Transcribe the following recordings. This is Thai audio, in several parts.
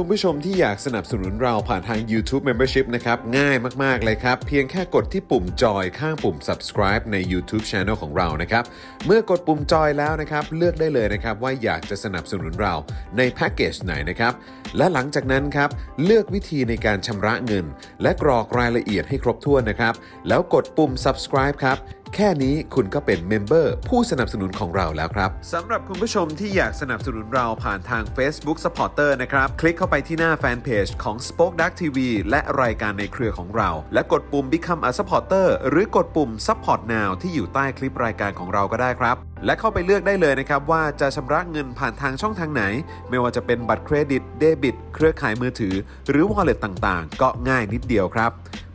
คุณผู้ชมที่อยากสนับสนุนเราผ่านทาง YouTube Membership นะครับ ง่ายมากๆเลยครับ เพียงแค่กดที่ปุ่มจอยข้างปุ่ม subscribe ใน YouTube Channel ของเรานะครับ เมื่อกดปุ่มจอยแล้วนะครับ เลือกได้เลยนะครับ ว่าอยากจะสนับสนุนเราในแพ็กเกจไหนนะครับ และหลังจากนั้นครับ เลือกวิธีในการชำระเงิน และกรอกรายละเอียดให้ครบถ้วนนะครับ แล้วกดปุ่ม subscribe ครับ แค่นี้คุณก็เป็นเมมเบอร์ผู้สนับสนุนของเราแล้วครับสำหรับคุณผู้ชมที่อยากสนับสนุนเราผ่านทาง Facebook Supporter นะครับ คลิกเข้าไปที่หน้าแฟนเพจของ Spoke Dark TV และรายการในเครือของเรา และกดปุ่ม Become a Supporter หรือกดปุ่ม Support Now ที่อยู่ใต้คลิปรายการของเราก็ได้ครับ และเข้าไปเลือกได้เลยนะครับ ว่าจะชำระเงินผ่านทางช่องทางไหน ไม่ว่าจะเป็นบัตรเครดิตเดบิตเครือข่ายมือถือ หรือ Wallet ต่างๆ ก็ง่ายนิดเดียวครับ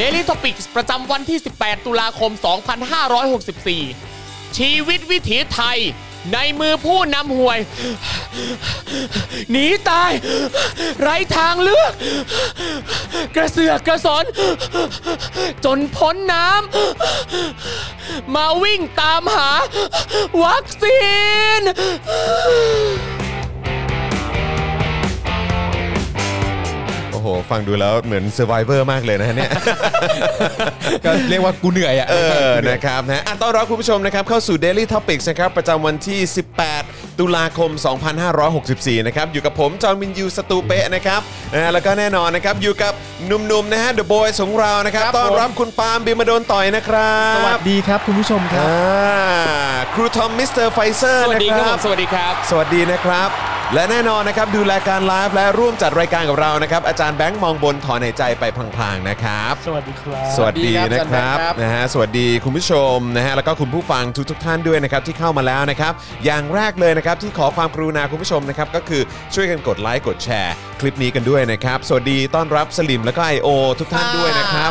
Daily Topics ประจำวันที่ 18 ตุลาคม 2564 ชีวิตวิถีไทย ในมือผู้นำหวย หนีตาย ไร้ทางเลือก กระเสือกกระสน จนพ้นน้ำ มาวิ่งตามหา วัคซีน โอ้โห ฟังดูแล้วเหมือน Survivor มากเลยนะฮะเนี่ย ก็เรียกว่ากูเหนื่อยอ่ะ เออ นะครับนะอ่ะต้อนรับคุณผู้ชมนะครับ เข้าสู่ Daily Topics นะครับ ประจำวันที่ 18 ตุลาคม 2564 นะครับ อยู่กับผม จอห์นวินยู สตูเปะนะครับนะฮะแล้วก็แน่นอนนะครับ อยู่กับหนุ่มๆ นะฮะ The Boys ของเรานะครับ ครับ ต้อน ผม รับคุณปาล์มบิมมาโดนต่อยนะครับ สวัสดีครับคุณผู้ชมครั อ่า บ ครูทอมมิสเตอร์ไฟเซอร์ สวัส นะ ดี ค ค รั รับ บ สวัสดีครับ สวัสดีนะครับ และแน่นอนนะครับดูแลการไลฟ์และร่วมจัดรายการกับเรานะครับ อาจารย์แบงค์มองบนถอนหายใจไปพลางๆนะครับ สวัสดีครับ สวัสดีนะครับนะฮะสวัสดีคุณผู้ชมนะฮะแล้วก็คุณผู้ฟังทุกทท่านด้วยนะครับที่เข้ามาแล้วนะครับ อย่างแรกเลยนะครับที่ขอความกรุณาคุณผู้ชมนะครับก็คือช่วยกันกดไลค์กดแชร์ คลิปนี้กันด้วยนะครับ สวัสดีต้อนรับสลิมแล้วก็ IO ทุกท่านด้วยนะครับ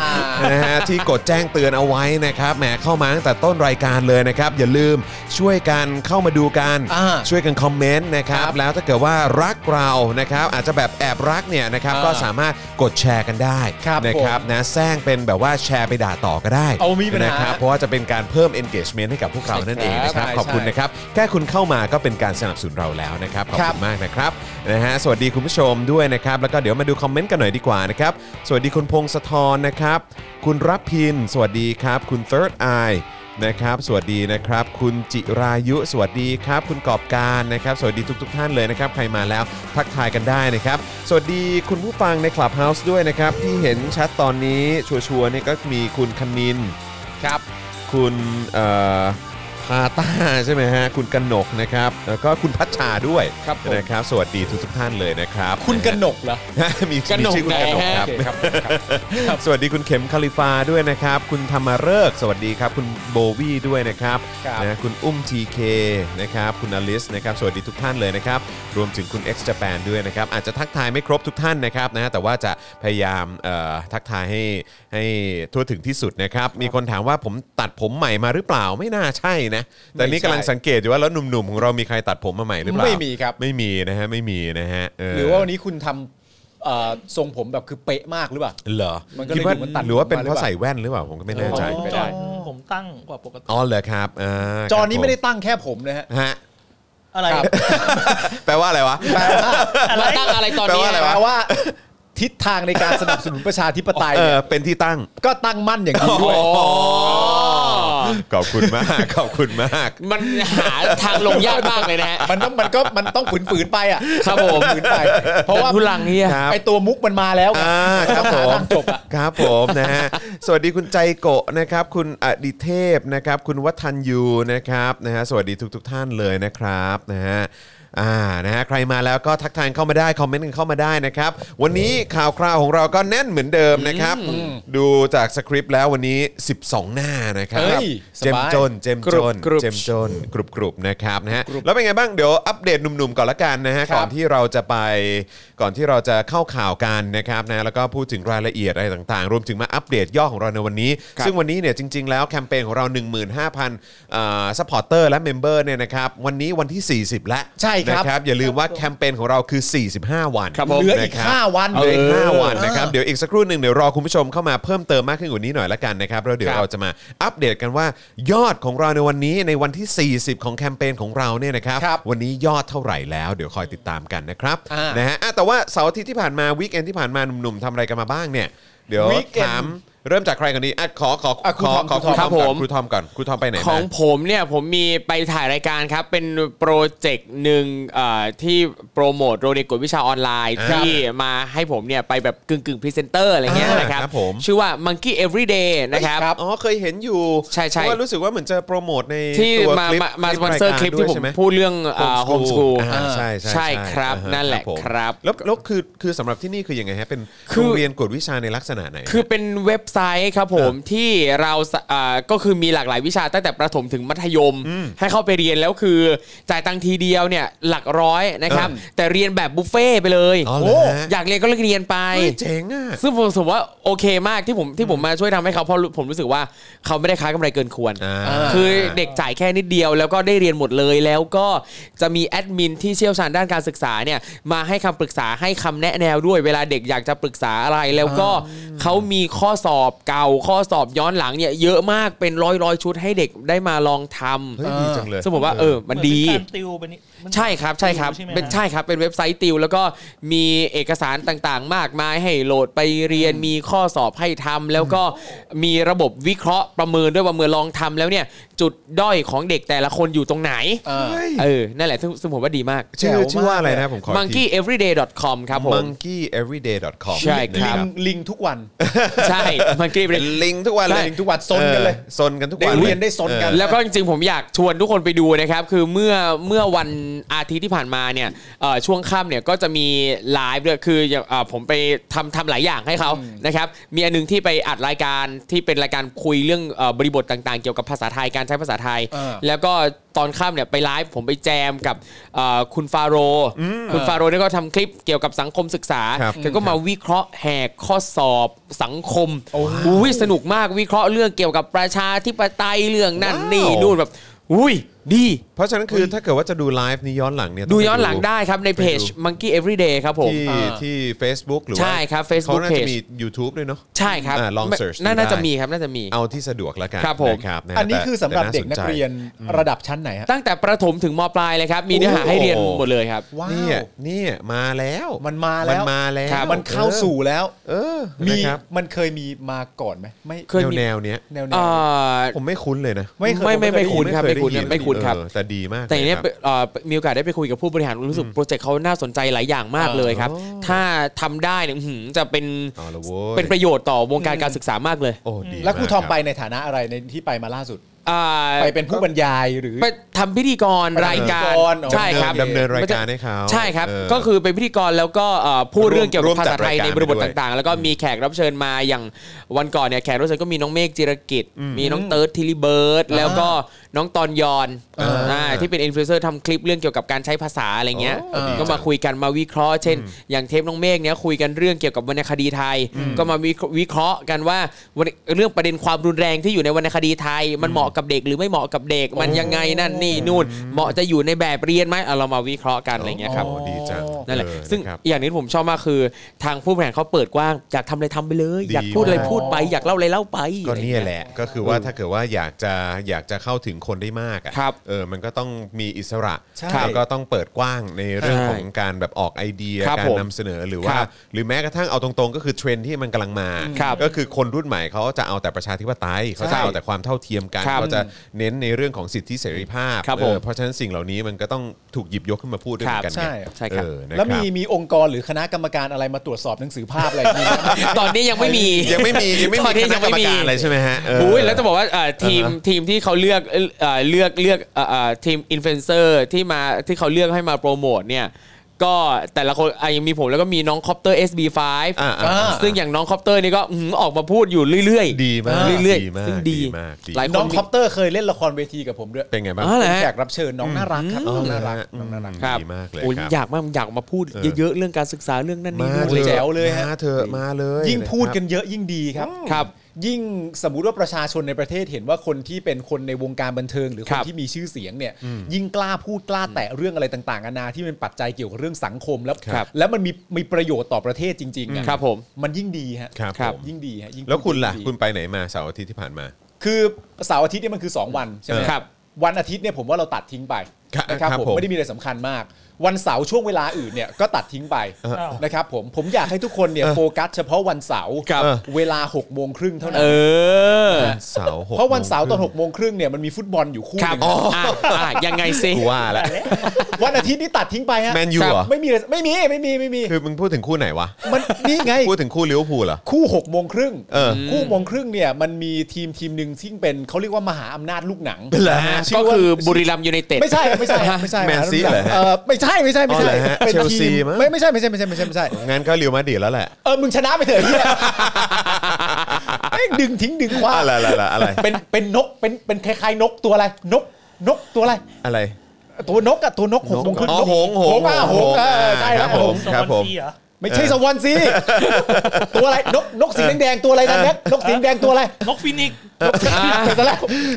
นะฮะที่กดแจ้งเตือนเอาไว้นะครับแหมเข้ามาตั้งแต่ต้นรายการเลยนะครับ อย่าลืมช่วยกันเข้ามาดูกัน อ่า ช่วยกันคอมเมนต์นะครับแล้วถ้าเกิดว่ารักเรานะครับอาจจะแบบแอบรักเนี่ยนะครับ อ่า ก็สามารถกดแชร์กันได้ ครับ นะครับ นะแซงเป็นแบบว่าแชร์ไปด่าต่อก็ได้ เอามีปัญหาน ครับเพราะว่าจะเป็นการเพิ่ม engagement ให้กับพวกเรานั่นเองนะครับ ใช่ ขอบคุณนะครับ แค่คุณเข้ามาก็เป็นการสนับสนุนเราแล้วนะครับ ขอบ ครั คุ บ ณมากนะครับนะฮะสวัสดีคุณผู้ชมด้วยนะครับ แล้วก็เดี๋ยวมาดูคอมเมนต์กันหน่อยดีกว่านะครับ สวัสดีคุณพงศธรนะครับ คุณรับพิน สวัสดีครับ คุณ Third Eye นะครับ สวัสดีนะครับ คุณจิรายุ สวัสดีครับ คุณกอบการนะครับ สวัสดีทุก ๆ ท่านเลยนะครับ ใครมาแล้วทักทายกันได้นะครับ สวัสดีคุณผู้ฟังใน Clubhouse ด้วยนะครับ ที่เห็นชัดตอนนี้ชัวร์ๆเนี่ยก็มีคุณคณิน ครับ คุณเอ่อพาต้าใช่ไหมฮะ คุณกนกนะครับ แล้วก็คุณพัชชาด้วย ครับผม นะครับ สวัสดีทุกทุกๆท่านเลยนะครับ คุณกนกเหรอ นะฮะมี ก มี นก ชื่อคุณ ไหน กนก ฮะ ครับ โอเคครับ สวัสดีคุณเข็มคาลิฟาด้วยนะครับ คุณธรรมฤกษ์สวัสดีครับ คุณโบวี่ด้วยนะครับ ครับ นะคุณอุ้ม TK นะครับ คุณอลิสนะครับ สวัสดีทุกท่านเลยนะครับ รวมถึงคุณ X Japan ด้วยนะครับ อาจจะทักทายไม่ครบทุกท่านนะครับนะฮะแต่ว่าจะพยายามเอ่อทักทายให้ให้ทั่วถึงที่สุดนะครับ มีคนถามว่าผมตัดผมใหม่มาหรือเปล่าไม่น่าใช่นะ แต่นี่กำลังสังเกตอยู่ว่าแล้วหนุ่มๆของเรามีใครตัดผมมาใหม่หรือเปล่า ไม่มีครับ ไม่มีนะฮะไม่มีนะฮะเห รือว่าวันนี้คุณทำเอ่อทรงผมแบบคือเป๊ะมากหรือเปล่า เหรอ มันก็เลย คิดว่า ดูมันตัด หรือว่าเป็น ผมมาหรือ เพราะ เปล่า ใส่แว่นหรือเปล่าผมก็ไม่แน่ใจ ผม ไม่ จ ได้ อนผมตั้งกว่าปกติ อ๋อเหรอครับา จอนี้ ครับผ ไม่ได้ตั้งแค่ผมนะฮะ ฮะ อะไร ครับ แปลว่าอะไรวะ มาตั้งอะไรตอน แปล นี้ ว่าอะไร แปล วะ ว่า ทิศทางในการสนับสนุนประชาธิปไตย เอ เนี่ย อเป็นที่ตั้ง ก็ตั้งมั่นอย่างนี้ด้วย ขอบคุณมาก ขอบคุณมาก มันหาทางลงยากมากเลยนะฮะ มันต้องมันก็มันต้องฝืนฝืนๆไปอ่ะ ครับผม ฝืนๆไป เพราะว่า ทุลังเนี่ย ครับ ไอตัวมุกมันมาแล้วไง อ่าครับผม ต้องหาทางจบอ่ะ ครับผมนะฮะ สวัสดีคุณใจโกะนะครับ คุณอดิเทพนะครับ คุณวัฒนยูนะครับนะฮะ สวัสดีทุก ๆ ท่านเลยนะครับนะฮะ อ่านะฮะใครมาแล้วก็ทักทายเข้ามาได้ คอมเมนต์กันเข้ามาได้นะครับ วันนี้ข่าวคราวของเราก็แน่นเหมือนเดิมนะครับ ดูจากสคริปต์แล้ววันนี้ 12 หน้านะครั เฮ้ บ ยส เจม บาย จนเจมจน กรุบๆ เจมจนกรุบกรุบนะครับนะฮะแล้วเป็นไงบ้างเดี๋ยวอัปเดตหนุ่มๆก่อนละกันนะฮะก่อนที่เราจะไปก่อนที่เราจะเข้าข่าวกันนะครับนะแล้วก็พูดถึงรายละเอียดอะไรต่างๆ รวมถึงมาอัปเดตย่อของเราในวันนี้ ซึ่งวันนี้เนี่ยจริง ๆ แล้วแคมเปญของเรา 15,000อ่าซัพพอร์เตอร์และเมมเบอร์เนี่ยนะครับวันนี้วันที่ 40 แล้ว ใช่ครับ นะอย่าลืมว่าแคมเปญของเราคือ 45 วัน ครับผม เหลืออีก 5 วัน เหลืออีก5วันนะครับ เดี๋ยวอีกสักครู่หนึ่งเดี๋ยวรอคุณผู้ชมเข้ามาเพิ่มเติมมากขึ้นกว่านี้หน่อยละกันนะครับแล้วเดี๋ยว ครับ เราจะมาอัปเดตกันว่ายอดของเราในวันนี้ในวันที่ 40 ของแคมเปญของเราเนี่ยนะครับ ครับ วันนี้ยอดเท่าไหร่แล้ว เดี๋ยวคอยติดตามกันนะครับ อ่าน นะฮะอ่ะแต่ว่าเสาร์อาทิตย์ที่ผ่านมาวีคเอนที่ผ่านมาหนุ่มๆทำอะไรกันมาบ้างเนี่ยเดี๋ยว Weekend ถามเริ่มจากใครก่อนดีอ่ะขอขอ อ่ะครู ขอ ทอม ขคอก่อนครูทอมรับผม ครูทอมก่อนครูทอมไปไหนมา ของผมเนี่ยผมมีไปถ่ายรายการครับ เป็นโปรเจกต์หนึ่งเอ่อที่โปรโมทโรงเรียนกวดวิชาออนไลน์ ครับ ที่มาให้ผมเนี่ยไปแบบกึ่งกึ่งพรีเซนเตอร์อะไรเงี้ย อ่าน นะครับ ครับผม ชื่อว่า Monkey Everyday นะครับ อ๋อเคยเห็นอยู่ ใช่ใช่ เพราะว่ารู้สึกว่าเหมือนจะโปรโมทใน ที่ ตัว มา คลิป มามาส คลิป ปอนเซอร์ าย ค กา ลิปที่ผด้มวยใช่ไห พูดเรื่องโฮมสกูล อ่าใช่ใช่ ใช่ครับ อ่าฮ นั่นแหละ ผม ครับ แล้วแล้วคือคือสำหรับที่นี่คือยังไงฮะเป็น คือ โรงเรียนกวดวิชาในลักษณะไหน คือเป็นเว็บไซต์ครับผมที่เราสะอ่าก็คือมีหลากหลายวิชาตั้งแต่ประถมถึงมัธยม ให้เข้าไปเรียนแล้วคือจ่ายตังค์ทีเดียวเนี่ยหลักร้อยนะครับ แต่เรียนแบบบุฟเฟ่ต์ไปเลย อ๋อเหรอฮะ อยากเรียนก็เรียนไป เฮ้ยเจ๋งอ่ะ ซึ่งผมรู้สึกว่าโอเคมากที่ผมที่ผมมาช่วยทำให้เขาเพราะผมรู้สึกว่าเขาไม่ได้ค้ากำไรเกินควร อ่า คือเด็กจ่ายแค่นิดเดียวแล้วก็ได้เรียนหมดเลยแล้วก็จะมีแอดมินที่เชี่ยวชาญด้านการศึกษาเนี่ยมาให้คำปรึกษาให้คำแนะแนวด้วยเวลาเด็กอยากจะปรึกษาอะไร แล้วก็เขามีข้อสอบเก่าข้อสอบย้อนหลังเนี่ยเยอะมากเป็นร้อยร้อยๆชุดให้เด็กได้มาลองท เฮ้ย เออ ดีจังเลย ำซึ่งผมว่าเออมันดี เหอเป็การติวไปนี่มัน ใช่ครับใช่ครับ ติวไหม เป็น ฮะ ใช่ครับเป็นเว็บไซต์ติว แล้วก็มีเอกสารต่างๆ มากมายให้โหลดไปเรียนมีข้อสอบให้ทำแล้วก็มีระบบวิเคราะห์ประเมินด้วยว่าเมื่อลองทำแล้วเนี่ย จุดด้อยของเด็กแต่ละคนอยู่ตรงไหน เออ เฮ้ย เออ นั่นแหละซึ่งซึ่งผมว่าดีมาก ชื่อ แจ๋วมาก ชื่อว่าอะไรนะผมขออีกที monkeyeveryday.com ครับผม monkeyeveryday.com ใช่ครับ นะ ลิงลิงทุกวัน ใช่ monkey เป็น everyday ลิงทุกวันเลย ลิงทุกวันซนกันเลย ออซนกันทุก เด็ วัน กเรียนได้ซนกัน เออ แล้วก็จริงๆผมอยากชวนทุกคนไปดูนะครับ คือเมื่อเมื่อวันอาทิตย์ที่ผ่านมาเนี่ยเอ่อช่วงค่ำเนี่ยก็จะมีไลฟ์ด้วยคืออย่างเอ่อผมไปทำทำหลายอย่างให้เขานะครับมีอันหนึงที่ไปอัดรายการที่เป็นรายการคุยเรื่องเอ่อบริบทต่างๆ เกี่ยวกับภาษาไทยการใช้ภาษาไทย เออ แล้วก็ตอนค่ำเนี่ยไปไลฟ์ผมไปแจมกับเอ่อคุณฟาโรห์คุณฟาโรห์เนี่ยก็ทำคลิปเกี่ยวกับสังคมศึกษา ครับ แกก็มาวิเคราะห์แหกข้อสอบสังคมอุ้ยสนุกมากวิเคราะห์เรื่องเกี่ยวกับประชาธิปไตยเรื่องนั่น ว้าว นี่นู่นแบบ อุ้ยดี เพราะฉะนั้นคือถ้าเกิดว่าจะดูไลฟ์นี้ย้อนหลังเนี่ย ดูย้อนหลังได้ครับในเพจ Monkey Everyday ครับผม ที่ที่ Facebook หรือว่า ใช่ครับ Facebook เขาน่าจะมี page YouTube ด้วยเนาะ ใช่ครับ อ่าลอง ไม่ search น่า ดูได้ น่าจะมีครับน่าจะมี เอาที่สะดวกแล้วกัน ครับผม นะครับะ อันนี้ แต่ คือสำหรับ แต่า เด็กนัก ใจ เรียนระดับชั้นไหนฮะ ตั้งแต่ประถมถึงมปลายเลยครับ มีเนื้อหาให้เรียนหมดเลยครับ ว้า เนี่ยว เนี่ยมาแล้ว มันมาแล้ว นมาแล้ว ครับ มันเข้าสู่แล้ว เออ มี นะครับ มันเคยมีมาก่อนไหมไม่ เคยมี แนวๆเนี้ย แนวแน เอ่ ว อ ผมไม่คุ้นเลยนะ ไม่เคย ไม่ไม่ไม่คุ้นครับ เย ไม่คุ้น ด้ยิ ไม่คุ้นครับ เออแต่ดีมาก แต่อย่างเนี้ย ลครับ เอ่อมีโอกาสได้ไปคุยกับผู้บริหารรู้สึกโปรเจกต์เขาน่าสนใจหลายอย่างมากเลยครับ อ๋อ ถ้าทำได้เนี่ยอื้อหือจะเป็น เอาละโว้ย เป็นประโยชน์ต่อวงการการศึกษามากเลย โอ้ดี แล้วครู มาก ทอบมไปในฐานะอะไรในที่ไปมาล่าสุด อ่า ไปเป็นผู้บรรยายหรือ ไปทำพิธีกร ไปทำ รายการพิธีกรอ๋อ ใช่ครับ ดำเนินรายการให้เขา ใช่ครับ เออ ก็คือเป็นพิธีกรแล้วก็เอ่อพูดเรื่องเกี่ยวกับภาษาไทยในบริบท ร่วมจัดรายการไปด้วย ต่างๆ แล้วก็มีแขกรับเชิญมาอย่างวันก่อนเนี่ยแขกรับเชิญก็มีน้องเมฆจิรกิจ มีน้องเติร์ดทิลิเบิร์ดแล้วก็น้องตอนยอนอ่าที่เป็นอินฟลูเอนเซอร์ทำคลิปเรื่องเกี่ยวกับการใช้ภาษาอะไรเงี้ย โอ้ดี ก็มาคุยกันมาวิเคราะห์เช่น อย่างเทปน้องเมฆเนี้ยคุยกันเรื่องเกี่ยวกับวรรณคดีไทย ก็มาวิเคราะห์วิเคราะห์กันว่าวรรณเรื่องประเด็นความรุนแรงที่อยู่ในวรรณคดีไทย มันเหมาะกับเด็กหรือไม่เหมาะกับเด็กมันยังไงนั่นนี่นู่นเหมาะจะอยู่ในแบบเรียนไหมเอาเรามาวิเคราะห์กันอะไรเงี้ยครับ โอ้ดีจัง นั่นแหละ เออ ซึ่ง ครับ อย่างนี้ผมชอบมากคือ ทางผู้บริหารเขาเปิดกว้างอยากทำอะไรทำไปเลย ดี อยากพูดอะไร มาก พูดไปอยากเล่าอะไรเล่าไป ก็เนี่ยแหละก็คือว่าถ้าเกิดว่าอยากจะอยากจะเข้าถึงคนได้มากอะ ครับ เออมันก็ต้องมีอิสระ ใช่ แล้วก็ต้องเปิดกว้างในเรื่อง ใช่ ของการแบบออกไอเดีย ครับ การ ผม นำเสนอหรือว่า ครับ หรือแม้กระทั่งเอาตรงๆ ก็คือเทรนด์ที่มันกำลังมา ครับ ก็คือคนรุ่นใหม่เขาจะเอาแต่ประชาธิปไตยเขาจะเอาแต่ความเท่าเทียมกัน ครับ เราจะเน้นในเรื่องของสิทธิเสรีภาพ ครับ เออ ผม เพราะฉะนั้นสิ่งเหล่านี้มันก็ต้องถูกหยิบยกขึ้นมาพูดด้วยเหมือนกัน ครับ ไง ใช่ครับ เออนะ แล้วมี ครับ มีองค์กรหรือคณะกรรมการอะไรมาตรวจสอบหนังสือภาพอะไรมีไหม ตอนนี้ยังไม่มี ยังไม่มียังไม่ ต มี อนนี้ คณะ ยัง กร ไม่ รม มี การอะไรใช่ไหมฮะเ อุ้ยแล้วจะบอกว่าเอ่อทีมทีมที่เขาเลือกเอ่อเอ่อเลือกเลือกเอ่อเอ่อทีมอินฟลูเอนเซอร์ที่มาที่เขาเลือกให้มาโปรโมทเนี่ยก็แต่ละคนอ่ะยังมีผมแล้วก็มีน้องคอปเตอร์ SB5 อ่าอ่าอ่า ซึ่งอย่างน้องคอปเตอร์นี่ก็อื้อหือออกมาพูดอยู่เรื่อย ดีมาก เรื่อย ดีมา ๆ ก ซึ่งดี ดีมากดี หลายค น้อน ง มี คอปเตอร์เคยเล่นละครเวทีกับผมด้วย เป็นไงบ้าง อ๋อเหรอ เป็นแขกรับเชิญน้องน่ารักครับน้องน่ารักน้องน่ารัก ครับ ดีมากเลย โอ้ย ครับ อยากมากอยากมาพูด เออ เยอะๆเรื่องการศึกษาเรื่องนั่นนี่ มา นู่น เถอะ แจ๋วเลยฮะ มาเถอะมาเลย ยิ่งพูะดครับ กันเยอะยิ่งดีครับ ครับ ยิ่งสมมุติว่าประชาชนในประเทศเห็นว่าคนที่เป็นคนในวงการบันเทิง หรือ ค ค รั น บ ที่มีชื่อเสียงเนี่ย ยิ่งกล้าพูดกล้าแตะเรื่องอะไรต่างๆนานาที่เป็นปัจจัยเกี่ยวกับเรื่องสังคมแล้ว ครับ แล้วมันมีมีประโยชน์ต่อประเทศจริงๆอะ ครับผม มันยิ่งดีฮะ ครับ ครับ ผม ยิ่งดีฮะยิ่ง แล้วคุณล่ะ ดี คุณไปไหนมาเสาร์อาทิตย์ที่ผ่านมา คือเสาร์อาทิตย์เนี่ยมันคือ 2 วันใช่ไหม ครับ วันอาทิตย์เนี่ยผมว่าเราตัดทิ้งไป ครับ นะครับ ครับ ผม ผม ไม่ได้มีอะไรสำคัญมาก วันเสาร์ช่วงเวลาอื่นเนี่ยก็ตัดทิ้งไป เออ นะครับผมผมอยากให้ทุกคนเนี่ยโฟกัสเฉพาะวันเสาร์ ครับ เวลา6กโมงครึ่งเท่านั้น เออ เสาร์หก เพราะวันเสาร์ตอน โม 6กโมงครึ่งเนี่ยมันมีฟุตบอลอยู่คู่ ครับ หนึ่ง อ่ะอ่ะยังไงซิ งกูว่าแล้ว วันอาทิตย์นี่ตัดทิ้งไปฮะ แมนยู ครับ เหรอ ไม่มีเลยไม่มีไม่มีไม่มี คือมึงพูดถึงคู่ไหนวะ มันนี่ไง พูดถึงคู่ลิเวอร์พูลเหรอ คู่6กโมงครึ่ง เออ คู่หกโมงครึ่งเนี่ยมันมีทีมทีมหนึ่งซึ่งเป็นเขาเรียกว่ามหาอำนาจลูกหนัง เหรอฮะ ชื่ ก็ ว่า คือบุรีรัมยูไนเต็ด ไม่ใช่ไม่ใช่ไม่ใช่ แมนซีเหรอฮะ เออไม่ใช่ไม่ใช่ไม่ อ๋อเหร ใช่ อฮะ ป็น เชลซี ที มั้ง ไม่ไม่ใช่ไม่ใช่ไม่ใช่ไม่ใช่ไม่ใช่ งั้นก็เรียวมาดริดแล้วแหละ เออมึงชนะไปเถอะเหีย แม่งดึงทิ้งดึงคว้า อะไรอะไรอะไรอะไร เป็นเป็นนกเป็นเป็นคล้ายๆนกตัวอะไรนกนกตัวอะไร อะไร ตัวนกอะตัวนกหกโมงครึ่ง อ๋อน ก หงส์หงส์ หงส์อะ หงหง ส์ ส์เออใช่ ค ค รั รั บบ ผ ผม ม ครับผม สองพันสี่เหอ ไม่ใช่สวรรค์สิ ตัวอะไรนกนกสีแดงๆตัวอะไรนะแม็กนกสีแดงๆตัวอะไร นกฟินิกซ์ นกสีแดงๆตัวอะไร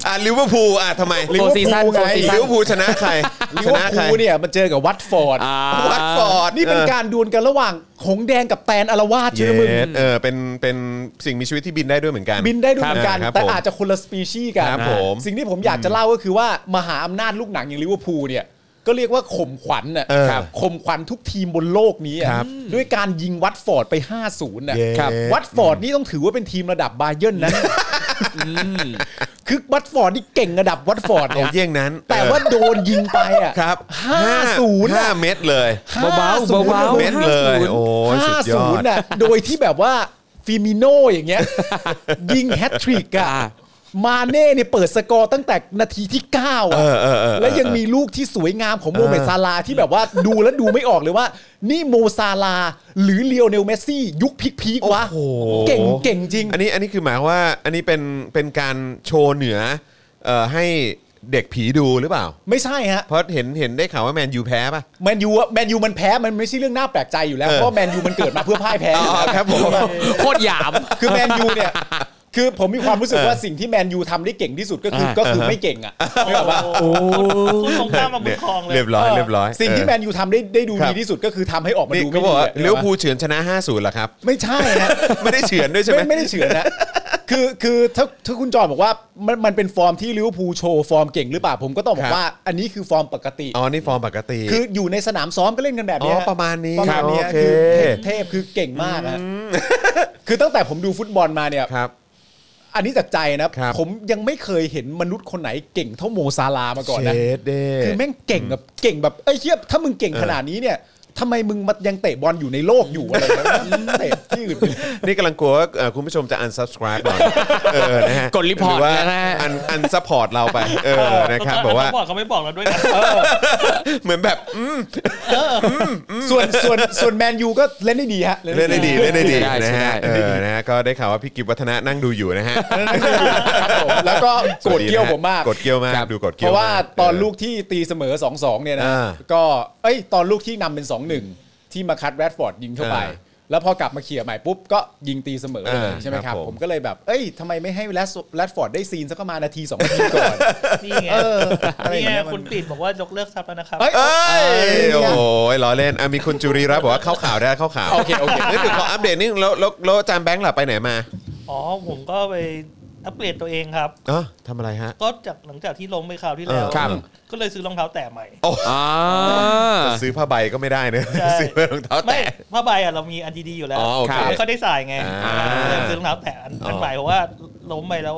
อ่ะลิเวอร์พูลอ่ะทำไม ลิ ลิ เว เว อ อ ร์ ร์ พู พูลลไง พูลชนะใคร ลิ ช เวอ นะ ร์ ใคร พูลเนี่ยมันเจอกับวัตฟอร์ด อ่า วัตฟอร์ด นี่เป็นการดวลกันระหว่างหงส์แดงกับแตนอารวาส เย ชื่อมึง สเออเป็นเป็นสิ่งมีชีวิตที่บินได้ด้วยเหมือนกัน บินได้ด้วยเหมือนกัน ครับ แต่ ผม อาจจะคนละสปีชีส์กัน ครับผม สิ่งที่ผมอยากจะเล่าก็คือว่ามหาอำนาจลูกหนังอย่างลิเวอร์พูลเนี่ยก็เรียกว่าข่มขวัญน่ะ เออ ครับข่มขวัญทุกทีมบนโลกนี้อะ ครับ ด้วยการยิงวัตฟอร์ดไป 5-0น่ะ เยส ครับ วัตฟอร์ดนี่ต้องถือว่าเป็นทีมระดับบาเยิร์นนะ คือวัตฟอร์ดนี่เก่งระดับวัตฟอร์ด เอา เนี่ย เยี่ยงนั้น แต่ว่าโดนยิงไปอ่ะ ครับ ห้าศูนย์ ห้า อะ เม็ดเลย เบาๆเบาๆ เม็ดเลย โอ้ยสุ ห้า ดย ศู อน ด ย์น่ะโดยที่แบบว่าฟิมิโนอย่างเงี้ย ยิงแฮตทริกอ่ะมาเน่เนี่ยเปิดสกอร์ตั้งแต่นาทีที่ 9 อ่ะ เออเออเออเออ และยังมีลูกที่สวยงามของโมเมดซาลาห์ที่แบบว่าดูแล้วดูไม่ออกเลยว่า นี่โมซาลาห์หรือเลียวเนลเมสซี่ ยุคพีคๆวะ โอ้โห เก่งเก่งจริง อันนี้อันนี้คือหมายความว่าอันนี้เป็นเป็นการโชว์เหนือเอ่อให้เด็กผีดูหรือเปล่า ไม่ใช่ฮะ เพราะเห็นเห็นได้ข่าวว่าแมนยูแพ้ป่ะ แมนยูอะแมนยูมันแพ้มันไม่ใช่เรื่องน่าแปลกใจอยู่แล้ว เออ เพราะแมนยูมันเกิดมาเพื่อพ่ายแพ้อยู่แล้ว ครับผม โคตรหยาม คือแมนยูเนี่ย คือผมมีความรู้สึกว่าสิ่งที่แมนยูทำได้เก่งที่สุดก็คือ เออ ก็คือไม่เก่งอ่ะไม่แบบว่า โอ้คุณตรงข้ามมาบุญคลองเลย เรียบร้อยเรียบร้อย สิ่งที่แมนยูทำได้ได้ดู ครับ ดีที่สุดก็คือทำให้ออกมา นี่ ดู เขาบไม่อ ดี กว่า อะ ลิเวอร์พูลเฉือนชนะ50เหรอครับ ไม่ใช่ฮะ ไม่ได้เฉือนด้วยใช่ไหม ไม่ไม่ได้เฉือนนะคือคือถ้าถ้าคุณจอห์นบอกว่ามันมันเป็นฟอร์มที่ลิเวอร์พูลโชว์ฟอร์มเก่งหรือเปล่าผมก็ต้องบคอรั ก บ ว่าอันนี้คือฟอร์มปกติ อ๋อ นี่ฟอร์มปกติ คืออยู่ในสนามซ้อมก็เล่นกันแบบเนี้ย อ๋อประมาณนี้ ประมาณเนี้ย ครับ คือ โอเค เทพคือเก่งมากฮะคือตั้งแต่ผมดูฟุตบอลมาเนี่ย ครับ อันนี้จากใจนะครับ ผมยังไม่เคยเห็นมนุษย์คนไหนเก่งเท่าโมซาลาห์มาก่อนนะ เชดเด้ คือแม่งเก่งแบบเก่งแบบเอ้ยเชียถ้ามึงเก่ง เออ ขนาดนี้เนี่ยทำไมมึงมายังเตะบอลอยู่ในโลกอยู่อะไร แบบนั้นเตะที่อื่นไปเลย นี่กำลังกลัวว่าเอ่อคุณผู้ชมจะ unsubscribe เราเออนะฮะ กด report หว่า นะฮะ อัน unsupport เราไปเออนะครับบอกว่า เขาไม่บอกเราด้วยนะ เหมือนแบบอืม ส่วนส่วนส่วนแมนยูก็เล่นได้ดีฮะ เล่นได้ดีเล่นได้ดี ได้ นะฮะ ได้ เออนะฮะก็ได้ข่าวว่าพี่กิฟวัฒนะนั่งดูอยู่นะฮะ เล่นได้ดีครับผมแล้วก็โกรธเกรี้ยวผมมาก กดเกี้ยวมากดูกดเกี้ เพ ยว ราะว่าม ก ตอนลูกที่ตีเสมอ 2-2 เนี่ยนะ อ่า ก็เอ้ยตอนลูกที่นำเป็น 2-1 ที่มาคัดแรดฟอร์ดยิงเข้าไป อ่า แล้วพอกลับมาเขี่ยใหม่ปุ๊บ ก็ยิงตีเสมอเลย อ่า ใช่ไหม ค ค รั รั บบ ผม ผมก็เลยแบบ เอ้ยทำไมไม่ให้แรดแรดฟอร์ดได้ซีนสักประมาณนาที2นาทีก่ อน นี่ไง เอออะไรอย่านี่ง ไง เงี้ยมัน คุณกรีดบอกว่ายกเลิกซับแล้วนะครับ เอ้ย เอ้ย เอ้ย โอ้ยล้อเล่นอ่ะมีคุณจุรีรัตน์บอกว่าเข้าข่าวได้เข้าข่าว โอเคโอเค เดี๋ยวขออัปเดตนิดนึงแล้วแล้วแล้วอาจารย์แบงค์ล่ะไปไหนมา อ๋อผมก็ไปอัปเกรดตัวเองครับ อ๋อทำอะไรฮะ ก็จากหลังจากที่ล้มไปคราวที่แล้ว เออครับ ก็เลยซื้อรองเท้าแตะใหม่ อ่า ซื้อผ้าใบก็ไม่ได้เนอะ ใช่ ซื้อรองเท้า ไม่ แตะ ผ้าใบอ่ะเรามีอันดีๆอยู่แล้ว อ๋อโอเค แต่ไม่ค่อยได้ใส่ไง อ่า เลยซื้อรองเท้าแตะอันอันใหม่เพราะว่าล้มไปแล้ว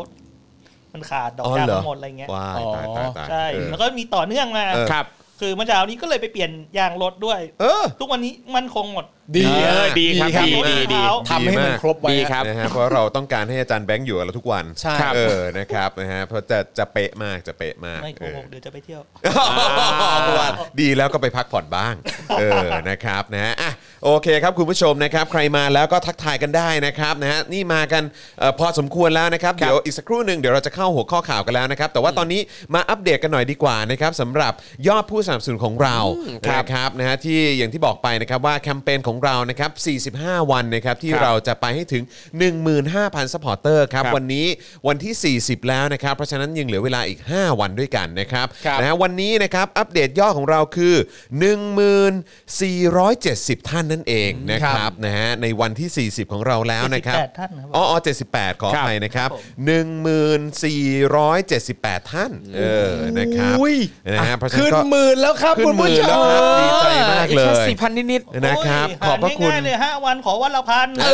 มันขาดดออ๋อยกาง เหรอ ทั้งหมดอะไรเงี้ย ว้ายตายตายตาย ใช่ เออ แล้วก็มีต่อเนื่องมา เออ ครับ คือเมื่อเช้านี้ก็เลยไปเปลี่ยนยางรถด้วย เออ ทุกวันนี้มันคงหมด ดี เออดีครับดีดีดี ทำให้มันครบไว้ ดีครับ นะฮะเพราะเราต้องการให้อาจารย์แบงค์อยู่กับเราทุกวัน ใช่ เออนะครับนะฮะเพราะจะจะเป๊ะมากจะเป๊ะมาก ไม่โก เออ หกเดี๋ยวจะไปเที่ยว เพราะว่าดีแล้วก็ไปพักผ่อนบ้ าง เออ นะครับนะฮะอ่ะโอเคครับคุณผู้ชมนะครับ ใครมาแล้วก็ทักทายกันได้นะครับนะฮะนี่มากันเอ่อพอสมควรแล้วนะครับ เดี๋ยวอีกสักครู่หนึ่งเดี๋ยวเราจะเข้าหัวข้อข่าวกันแล้วนะครับ แต่ว่าตอนนี้มาอัปเดตกันหน่อยดีกว่านะครับสำหรับยอดผู้สนับสนุนของเรานะครับนะฮะที่อย่างที่บอกไปนะครับว่าแคมเปญของเรานะครับ 45 วันนะครับที่ ครับ เราจะไปให้ถึง 15,000 s u p p อร์เตอร์ครับ ครับ วันนี้วันที่ 40 แล้วนะครับ เพราะฉะนั้นยังเหลือเวลาอีก 5 วันด้วยกันนะครับ ครับ นะฮะวันนี้นะครับอัปเดตยอดของเราคือ 1470 ท่านนั่นเองนะครับนะฮะในวันที่ 40 ของเราแล้วนะครับ 78ท่านครับ อ๋ออ๋อ78 ขออภัยนะครับ 1478 ท่านเออนะครับ อุ้ย นะฮะเพราะฉะ ขึ้ นั้น น ก็ หมื่นแล้วครับ ขึ้น คุณผู้ หมื่ ช นแล้ว ม ครับ ดีใจมากเลย แค่สี่พันนิด นะครับ โย ขอบพระคุณ หาง่ายๆเลยห้าวันขอวันละพันเอ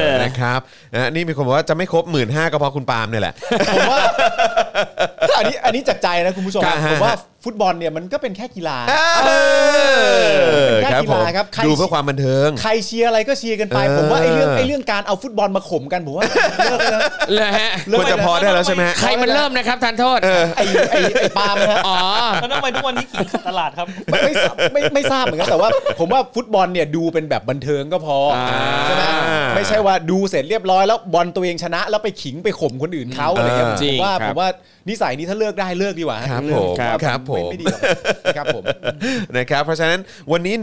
อ นะครับนะนี่มีคนบอกว่าจะไม่ครบ 1 5ื่นก็เพราะคุณปาล์มเนี่ยแหละ ผมว่า อันนี้อันนี้จากใจนะคุณผู้ชม ครับ ผมว่าฟุตบอลเนี่ยมันก็เป็นแค่กีฬา เออครับผม เป็นแค่กีฬาครับใคร ดูเพื่อความบันเทิง ใครเชียร์อะไรก็เชียร์กันไป เออ ผมว่าไอ้เรื่องไอ้เรื่องการเอาฟุตบอลมาข่มกันผมว่า เลิกแล้วนะ ๆเลยฮะ เริ่ ค ม วรจะพอได้แล้วใช่ไหมฮะ ใครมันเริ่มนะครับทานโทษ ไอ้ไอ้ไอ้ปาล์มนะฮะ อ๋อ แล้วทำไมทุกวันนี้กินขาดตลาดครับ ไม่ไม่ทราบไม่ไม่ทราบเหมือนกันแต่ว่า ผมว่าฟุตบอลเนี่ยดูเป็นแบบบันเทิงก็พออา ใช่ไหมไม่ใช่ว่าดูเสร็จเรียบร้อยแล้วบอลตัวเองชนะ แล้วไปขิงไปข่มคนอื่นเขาอะไรเงี้ย จริงผมว่า ครั ผ บ มว่านิสัยนี้ถ้าเลิกได้เลิกดีกว่าฮะ ครับ เลิก ผม ว่า ครับผม ไม่ดีหรอกครับผม นะครับเพราะฉะนั้นวันนี้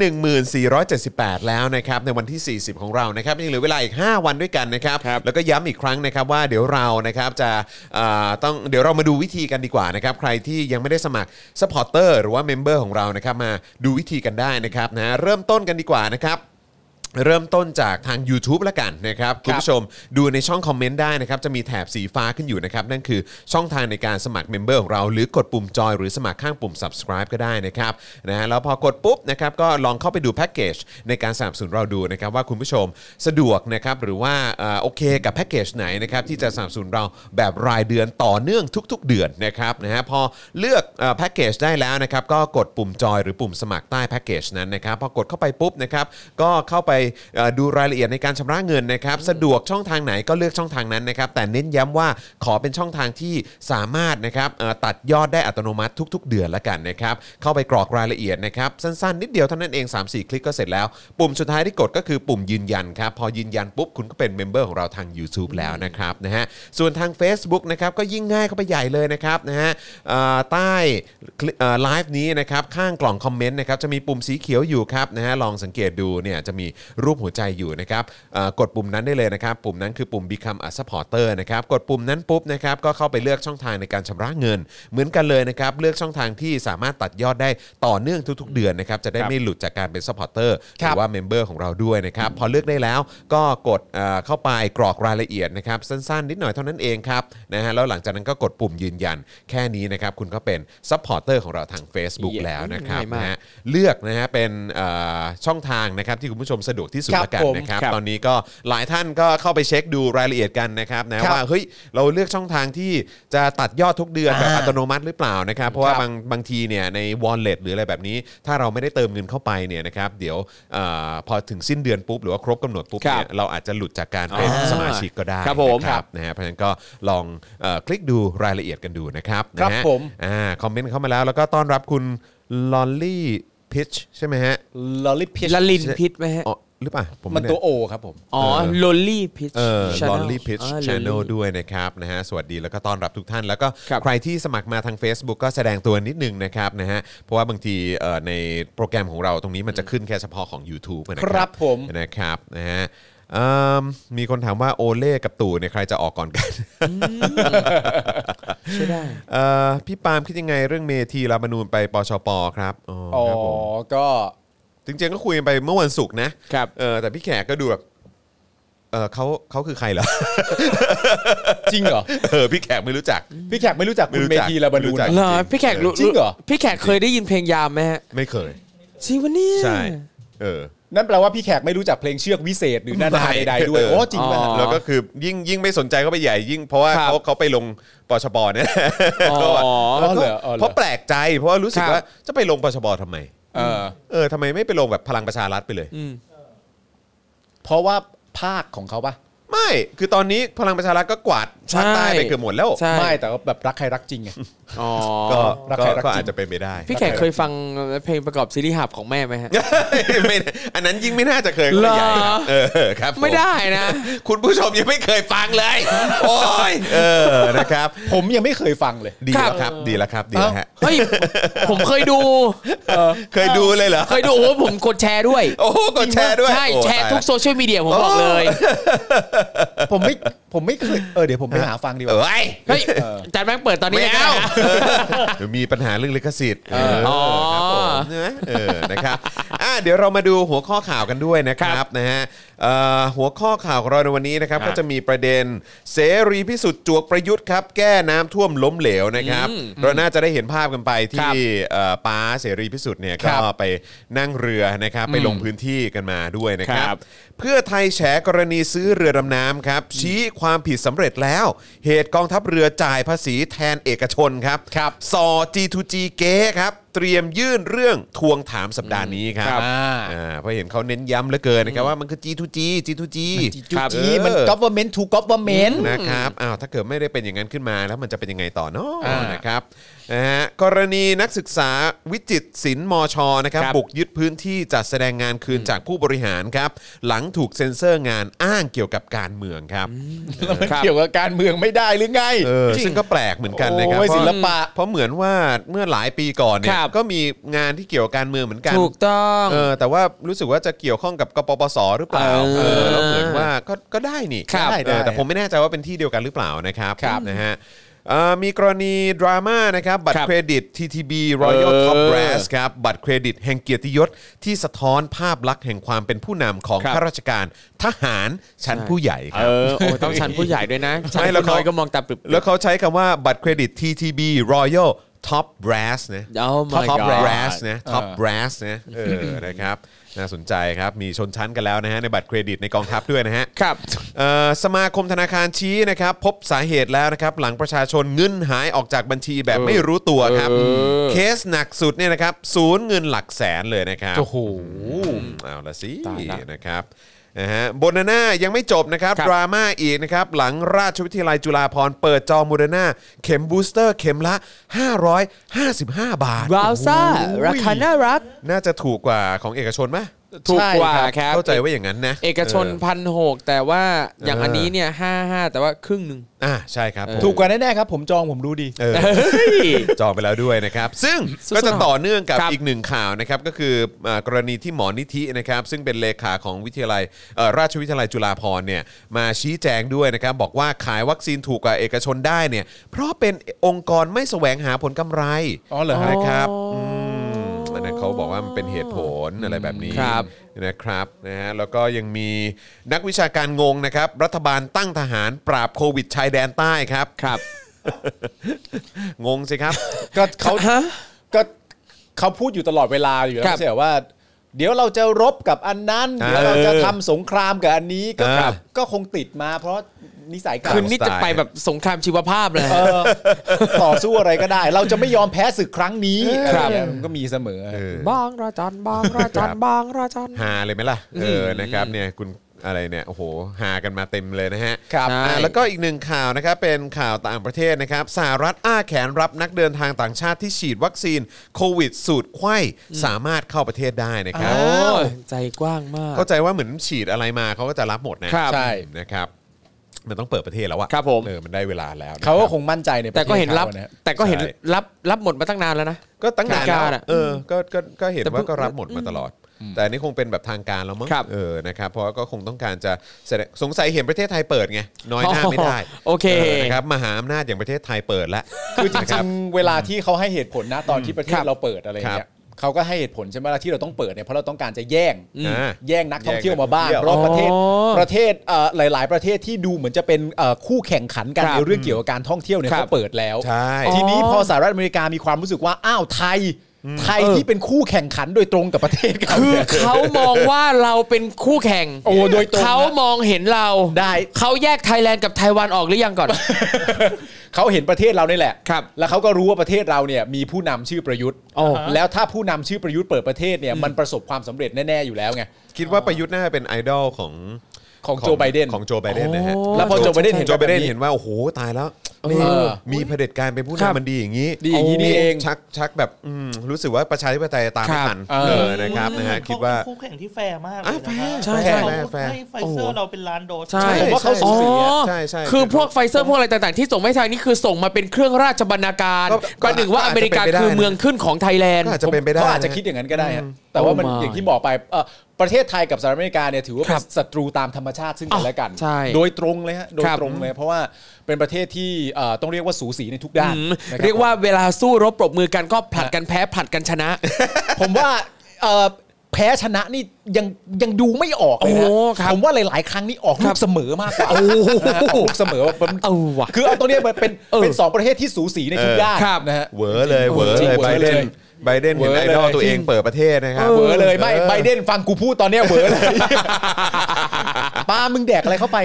1478 แล้วนะครับในวันที่ 40 ของเรานะครับยังเหลือเวลาอีก 5 วันด้วยกันนะครับแล้วก็ย้ำอีกครั้งนะครับว่าเดี๋ยวเรานะครับจะอ่าต้องเดี๋ยวเรามาดูวิธีกันดีกว่านะครับใครที่ยังไม่ได้สมัครสปอร์เตอร์หรือว่าเมมเบอร์ของเรานะครับมาดูวิธีกันได้นะครับนะเริ่มต้นกันดีกว่านะครับ เริ่มต้นจากทาง YouTube ละกันนะครับ คุณผู้ชมดูในช่องคอมเมนต์ได้นะครับ จะมีแถบสีฟ้าขึ้นอยู่นะครับ นั่นคือช่องทางในการสมัครเมมเบอร์ของเรา หรือกดปุ่มจอยหรือสมัครข้างปุ่ม subscribe ก็ได้นะครับนะฮะแล้วพอกดปุ๊บนะครับก็ลองเข้าไปดูแพ็กเกจในการสนับสนุนเราดูนะครับ ว่าคุณผู้ชมสะดวกนะครับ หรือว่าเอ่อโอเคกับแพ็กเกจไหนนะครับ ที่จะสนับสนุนเราแบบรายเดือนต่อเนื่องทุก ๆ เดือนนะครับนะฮะพอเลือกเอ่อแพ็กเกจได้แล้วนะครับ ก็กดปุ่มจอยหรือปุ่มสมัครใต้แพ็กเกจนั้นนะครับพอกดเข้าไปปุ๊บนะครับ ก็เข้าไปเอ่อดูรายละเอียดในการชำระเงินนะครับ สะดวกช่องทางไหนก็เลือกช่องทางนั้นนะครับ แต่เน้นย้ำว่าขอเป็นช่องทางที่สามารถนะครับเอ่อตัดยอดได้อัตโนมัติทุก ๆ เดือนละกันนะครับ เข้าไปกรอกรายละเอียดนะครับ สั้นๆ นิดเดียวเท่านั้นเอง 3-4 คลิกก็เสร็จแล้ว ปุ่มสุดท้ายที่กดก็คือปุ่มยืนยันครับ พอยืนยันปุ๊บคุณก็เป็นเมมเบอร์ของเราทาง YouTube แล้วนะครับนะฮะส่วนทาง Facebook นะครับก็ยิ่งง่ายเข้าไปใหญ่เลยนะครับนะฮะเอ่อใต้คลิปเอ่อไลฟ์นี้นะครับข้างกล่องคอมเมนต์นะครับจะมีปุ่มสีเขียวอยู่ครับนะฮะลองสังเกตดูเนี่ยจะมีรูปหัวใจอยู่นะครับเอ่อกดปุ่มนั้นได้เลยนะครับ ปุ่มนั้นคือปุ่ม Become a supporter นะครับกดปุ่มนั้นปุ๊บนะครับก็เข้าไปเลือกช่องทางในการชำระเงิน เหมือนกันเลยนะครับเลือกช่องทางที่สามารถตัดยอดได้ต่อเนื่องทุก ๆ เดือนนะครับจะได้ไม่หลุดจากการเป็น supporter ห ครั รื บ อว่า ว่าเมมเบอร์ของเราด้วยนะครับ พอเลือกได้แล้วก็กดเอ่อเข้าไปกรอกรายละเอียดนะครับ สั้นๆ นิดหน่อยเท่านั้นเองครับนะฮะแล้วหลังจากนั้นก็กดปุ่มยืนยันแค่นี้นะครับ คุณก็เป็นซัพพอร์เตอร์ของเราทาง Facebook เยี่ยม แล้วนะครับ ง่ายมาก นะฮะเลือกนะฮะเป็นเอ่อช่องทางนะครับที่คุณผู้ชมสะดวกที่สุด ครับ ละกัน ผม นะครับ ครับ ตอนนี้ก็หลายท่านก็เข้าไปเช็คดูรายละเอียดกันนะครับนะครับว่าเฮ้ยเราเลือกช่องทางที่จะตัดยอดทุกเดือนแบบอัตโนมัติหรือเปล่านะครับ เพราะว่า ครับ บางบางทีเนี่ยใน wallet หรืออะไรแบบนี้ ถ้าเราไม่ได้เติมเงินเข้าไปเนี่ยนะครับเดี๋ยวเออพอถึงสิ้นเดือนปุ๊บ หรือว่าครบกำหนดปุ๊บเนี่ย ครับ เราอาจจะหลุดจากการเป็น อ่า สมาชิกก็ได้ ครับผม นะนะฮะเพราะฉะนั้นก็ลองเออคลิกดูรายละเอียดกันดูนะครับ ครับ นะฮะ ผม อ่าคอมเมนต์เข้ามาแล้ว แล้วก็ต้อนรับคุณลอลลี่พิชใช่ไหมฮะ ลอลิพิช ละลินพิษไหมฮะ อ๋อหรือเปล่าผ มัน ไแ ตัวโอครับผม อ๋อลอลลี่พิช เออ Lonely Pitch Channel ด้วยนะครับนะฮะสวัสดีแล้วก็ต้อนรับทุกท่าน แล้วก็ ครับ ใครที่สมัครมาทาง Facebook ก็แสดงตัวนิดนึงนะครับนะฮะเพราะว่าบางทีเอ่อในโปรแกรมของเราตรงนี้มันจะขึ้นแค่เฉพาะของ YouTube นะครั ครับผม นะครับนะฮะเอิ่มมีคนถามว่าโอเล่กับตู่เนี่ยใครจะออกก่อน กัน ใช่ได้ เอ่อพี่ปาล์มคิดยังไงเรื่องเมธีรามนูนไปปชปครับอ๋อ อ๋อ ครับผม ก็ จริงๆก็คุยกันไปเมื่อวันศุกร์นะครับ เออแต่พี่แขกก็ดูแบบเออเขาเขาคือใครเหรอ จริงเหรอ เออพี่แขกไม่รู้จัก พี่แขกไม่รู้จัก ไม่ คุณ รู้ เม จัก ธีลาบาไม่นูรู้ น จัก เหรอพี่แขกรู้ จริงเหรอ พี่แขกเคยได้ยินเพลงยามไหมฮะ ไม่เคย จริงวะเนี่ย ใช่ เออ นั่นแปลว่าพี่แขกไม่รู้จักเพลงเชือกวิเศษหรือหนานา ไม่ ใดๆด้วย เออ โอ้จริงป่ะ อ๋อ แล้วก็คือยิ่งยิ่งไม่สนใจเข้าไปใหญ่ยิ่งเพราะว่า ครับ เขาเขาไปลงปชปเนี่ย อ๋อ ก็แล้วก็ อ๋อหออ๋อหอ เพราะแปลกใจเพราะว่ารู้สึก ครับ ว่าจะไปลงปชปทำไม เออ เออทำไมไม่ไปลงแบบพลังประชารัฐไปเลย อืม เพราะว่าภาคของเขาปะ ไม่คือตอนนี้พลังประชารัฐก็กวาดชาติใต้ ใช่ ไปเกือบหมดแล้ว ใช่ ไม่แต่ว่าแบบรักใครรักจริงไง อ๋อ ก็ รัก ก็ ใครรักจริง ก็อาจจะเป็นไปได้ พี่แขกเคยฟังเพลงประกอบซีรีส์หับของแม่ไหมฮะ ไม่อันนั้นยิ่งไม่น่าจะเคยเข้าไปใหญ่ เหรอ เออครับผ ไม่ได้นะ คุณผู้ชมยังไม่เคยฟัง เลย โอ้ยเออนะครับ ผมยังไม่เคยฟังเลย ดีแล้วค ครั รับ บ ดีแล้วครับ ดีแล้วฮะ เฮ้ยผมเคยดู เคยดูเลยเหรอ เคยดูโอ้โหผมกดแชร์ด้วย โอ้โหกดแชร์ด้วย ใช่ โอ้ แชร์ทุก ตาย โซเชียลมีเดียผมบอกเลย ผมไม่ผมไม่เคยเออเดี๋ยวผมไปหาฟังดีก ละ ว่า เอ้ย เฮ้ยอาจานแม่งเปิดตอนนี้ ไม่ เลยนะ เอาเดี๋ยวมีปัญหาเรื่องลิขสิทธิ์เออ อ๋อ ครับผมใช่ไหมเออนะครับอ่ะเดี๋ยวเรามาดูหัวข้อข่าวกันด้วยนะครับนะฮะเอ่อหัวข้อข่าวของเราในวันนี้นะครับ ครับ ก็จะมีประเด็นเสรีพิสุทธิ์จวกประยุทธ์ครับ แก้น้ำท่วมล้มเหลวนะครับ เราน่าจะได้เห็นภาพกันไป ครับที่เอ่อป้าเสรีพิสุทธิ์เนี่ย ครั ก็ บ ไปนั่งเรือนะครับไปลงพื้นที่กันมาด้วยนะครั ครับ บ เพื่อไทยแฉกรณีซื้อเรือดำน้ำครับ ชี้ความผิดสำเร็จแล้ว เหตุกองทัพเรือจ่ายภาษีแทนเอกชนครับครับสอ G2G เก๊ครับ เตรียมยื่นเรื่องทวงถามสัปดาห์นี้ครับ ครับ อ่าอ่าเพราะเห็นเขาเน้นย้ำเหลือเกินนะครับว่ามันคือ G2G G2G จุ ครับ จีมัน government to government นะครับอ้าวถ้าเกิดไม่ได้เป็นอย่างนั้นขึ้นมาแล้วมันจะเป็นยังไงต่อเนาะนะครับนะฮะกรณีนักศึกษาวิจิตรศิลป์มชนะครับ ครับ บุกยึดพื้นที่จัดแสดงงานคืนจากผู้บริหารครับ หลังถูกเซ็นเซอร์งานอ้างเกี่ยวกับการเมืองครับ แล้วมันเกี่ยวกับการเมืองไม่ได้หรือไง เออซึ่งก็แปลกเหมือนกันนะครับ โอ้ย เพรา ศิลปะ เพราะเหมือนว่าเมื่อหลายปีก่อนเนี่ ค ย รับ ก็มีงานที่เกี่ยวกับการเมืองเหมือนกัน ถูกต้อง เออแต่ว่ารู้สึกว่าจะเกี่ยวข้องกับกปปสหรือเปล่า เออ เออแล้วเหมือนว่าก็ก็ได้นี่ ครับ ได้เออ ได้ แต่ผมไม่แน่ใจว่าเป็นที่เดียวกันหรือเปล่านะครับ ครับ นะฮะเอ่อมีกรณีดราม่านะครับบัต ค ร รับ เครดิต TTB Royal เออ Top Brass ครับบัตรเครดิตแห่งเกียรติยศที่สะท้อนภาพลักษณ์แห่งความเป็นผู้นำของ ครับ ข้าราชการทหารชั้น ใช่ ผู้ใหญ่ค เอ รับ อโอ้ต้องชั้นผู้ใหญ่ด้วยนะชั้น ไม่แล้ว ผู้น้อย เขา ก็มองตาปริบๆ แล้วเขาใช้คำว่าบัตรเครดิต TTB Royal Top Brass นะ Oh my Top God Brass นะ Top เออ Brass นะเออนะครับน่าสนใจครับมีชนชั้นกันแล้วนะฮะในบัตรเครดิตในกองทัพด้วยนะฮะ ครับ เอ่อสมาคมธนาคารชี้นะครับ พบสาเหตุแล้วนะครับ หลังประชาชนเงินหายออกจากบัญชีแบบไม่รู้ตัวครับ เออ เคสหนักสุดเนี่ยนะครับศูนย์เงินหลักแสนเลยนะครับ โอ้โห เอาละสิ ตายละ นะครับนะฮะบนาน่ายังไม่จบนะครับ ครับ ดราม่าอีกนะครับ หลังราชวิทยาลัยจุฬาภรณ์เปิดจองโมเดอร์นาเข็มบูสเตอร์เข็มละ 555 บาท ว้าวซ่า โอ้โห ราคาน่ารัก น่าจะถูกกว่าของเอกชนไหม ถูกกว่า ใช่ครับ ครับ เข้าใจว่าอย่างนั้นนะ เอกชน เออ พันหกแต่ว่าอย่างอันนี้เนี่ยห้าห้าแต่ว่าครึ่งหนึ่ง อ่าใช่ครับ เออ ถู ถู ก กกว่าแน่ๆครับ ผมจองผมรู้ดี เออ เฮ้ย จองไปแล้วด้วยนะครับ ซึ่ง สู้ๆ ก็จะต่อเนื่องกับ ครับ อีกหนึ่งข่าวนะครับ ก็คือเอ่อกรณีที่หมอนิธินะครับ ซึ่งเป็นเลขาของวิทยาลัยเอ่อราชวิทยาลัยจุฬาภรณ์เนี่ยมาชี้แจงด้วยนะครับ บอกว่าขายวัคซีนถูกกว่าเอกชนได้เนี่ย เพราะเป็นองค์กรไม่แสวงหาผลกำไร อ๋อเหรอฮะ นะครับอืมอันนั้นเขาบอกว่ามันเป็นเหตุผลอะไรแบบนี้ ครับ นะครับนะฮะแล้วก็ยังมีนักวิชาการงงนะครับ รัฐบาลตั้งทหารปราบโควิดชายแดนใต้ครับ ครับ งงสิครับ ก็เขา ฮะ ก็เขาพูดอยู่ตลอดเวลาอยู่แล้ว ครับ ไม่ใช่เหรอว่า เดี๋ยวเราจะรบกับอันนั้น เออ เดี๋ยวเราจะทำสงครามกับอันนี้ก็ ครับ ก็คงติดมาเพราะนิสัยเก่า คืนนี้จะไปแบบสงครามชีวภาพเลย เออต่อสู้อะไรก็ได้ เราจะไม่ยอมแพ้ศึกครั้งนี้ ครับ อะไเนี่ยมันก็มีเสมอ เออ บางราจันบางราจันบางราจัน ฮาเลยไหมล่ะ เออ นะครับ เนี่ย คุณอะไรเนี่ย โอ้โห หากันมาเต็มเลยนะฮะ ครับ อ่า ใช่ แล้วก็อีกหนึ่งข่าวนะครับ เป็นข่าวต่างประเทศนะครับ สหรัฐอ้าแขนรับนักเดินทางต่างชาติที่ฉีดวัคซีนโควิดสูตรไข้สามารถเข้าประเทศได้นะครับ ้ยใจกว้างมาก เข้าใจว่าเหมือนฉีดอะไรมาเขาก็จะรับหมดนะครับ ใช่ นะครับ มันต้องเปิดประเทศแล้วอะ ครับผม เออ มันได้เวลาแล้วนะครับ เขาก็คงมั่นใจในประ แต่ก็ ทศ เห็นรับ ขาะ แต่ก็เห็น ใช่ รับรับหมดมาตั้งนานแล้วนะ ก็ตั้งนานแล้ การ ว อะ เออก็ก็ก็เห็น แต่ ว่า พวก ก็รับหมดมาตลอด แต่อันนี้คงเป็นแบบทางการแล้วมั้ง ครับ เออนะครับเพราะว่าก็คงต้องการจะแสดงสงสัยเห็นประเทศไทยเปิดไงน้อยหน้าไม่ได้ โอเค นะครับมหาอำนาจอย่างประเทศไทยเปิดแล้ว คือจริงๆเวลาที่เขาให้เหตุผลนะตอนที่ประเท ครั ศ บ เราเปิดอะไรอย่าคงรั เงี้ บ ยเขาก็ให้เหตุผลใช่ไหมล่ะที่เราต้องเปิดเนี่ยเพราะเราต้องการจะแย่ง อืม แย่งนักท่องเที่ยวมาบ้าง แย่งนักท่องเพราะประ เที่ยเทว ศประเทศเอ่อหลาย ๆ ประเทศที่ดูเหมือนจะเป็นเอ่อคู่แข่งขันกัน ครับ ในเรื่องเกี่ยวกับการท่องเที่ยวเนี่ย ครับ เขาเปิดแล้ว ใช่ ทีนี้ อ๋อ พอสหรัฐอเมริกามีความรู้สึกว่าอ้าวไทย ไทยที่เป็นคู่แข่งขันโดยตรงกับประเทศเขา คือ เนี่ย เขามองว่าเราเป็นคู่แข่ง โอ้โดยตรงนะ เขามองเห็นเรา ได้ เขาแยกไทยแลนด์กับไต้หวันออกหรือยังก่อน เขาเห็นประเทศเรานี่แหละ ครับ แล้วเขาก็รู้ว่าประเทศเราเนี่ยมีผู้นำชื่อประยุทธ์ โอ้ แล้วถ้าผู้นำชื่อประยุทธ์เปิดประเทศเนี่ยมันประสบความสำเร็จแน่ ๆ อยู่แล้วไง คิดว่าประยุทธ์น่าจะเป็นไอดอลของ ของโจไบเดน ของโจไบเดนนะฮะ โอ้ แล้วพอโจไบเดนเห็น โจไบเดน แบบนี้ เห็นว่าโอ้โหตายแล้ว เออ นี่มีเผด็จการเป็นผู้ ครับ นำมันดีอย่างนี้ ดีอย่างนี้นี่เอง ชักชักแบบอืมรู้สึกว่าประชาธิปไตยตาม ครั ไม่ บ ทัน เออ เออ นะครับนะฮะ เข คิดว่า เป็นคู่แข่งที่แฟร์มากเลย อ่ะ นะค แฟร์ใช่รับเขา แฟร์แฟร์ ให้ไฟเซอร์เราเป็นล้านโดส ใช่ ผมว่าเขาสู อ๋อ สีอะ ใช่ใช่ คือพวกไฟเซอร์พวกอะไรต่างๆ ที่ส่งไม่ทางนี่คือส่งมาเป็นเครื่องราชบรรณาการ ก็ ประหนึ่งว่า ก็อาจ อ จะ เมริกา เป็นไปได้ คือ นะ เมืองขึ้นของไทยแลนด์ ก็อาจจะเป็นไปได้ เขาอาจจะ น คิดอย่างนั้นก็ได้ฮะแต่ว่ามัน Oh my อย่างที่บอกไปเอ่อประเทศไทยกับสหรัฐอเมริกาเนี่ยถือว่า ค เป็ รั น บ ศัตรูตามธรรมชาติซึ่งกันและกัน อ่ะใช่ โดยตรงเลยฮะโดย ครับ ตรงเลย เพราะว่าเป็นประเทศที่เอ่อต้องเรียกว่าสูสีในทุกด้าน อืม นะคบ เรียกว่าเวลาสู้รบปรบมือกันก็ผลัดกันแพ้ผลัดกันชนะ ผมว่าเอ่อแพ้ชนะนี่ยังยังดูไม่ออกเลยนะ โอ้ครับ ผมว่าหลาย ๆ ครั้งนี่ออก ค ลู รับ กเสมอมากกว่านะฮะออกลูกเสมอว่ามัน เอาว่ะ คือเอาตรงเนี้ยมันเป็น เออ เป็นสองประเทศที่สูสีในทุก เออ ด้าน ครับ นะฮะ เหวอเลยเหวอ จริง เลย เหว ไบ อ เดนไบเดนเลยเห็น เหวอ ไอดอล เลย ตัวเองเปิดประเทศนะครับ เหวอเลยไม่ไบเดนฟังกูพูดตอนเนี้ยเหวอเลย ปามึงแดกอะไรเข้าไป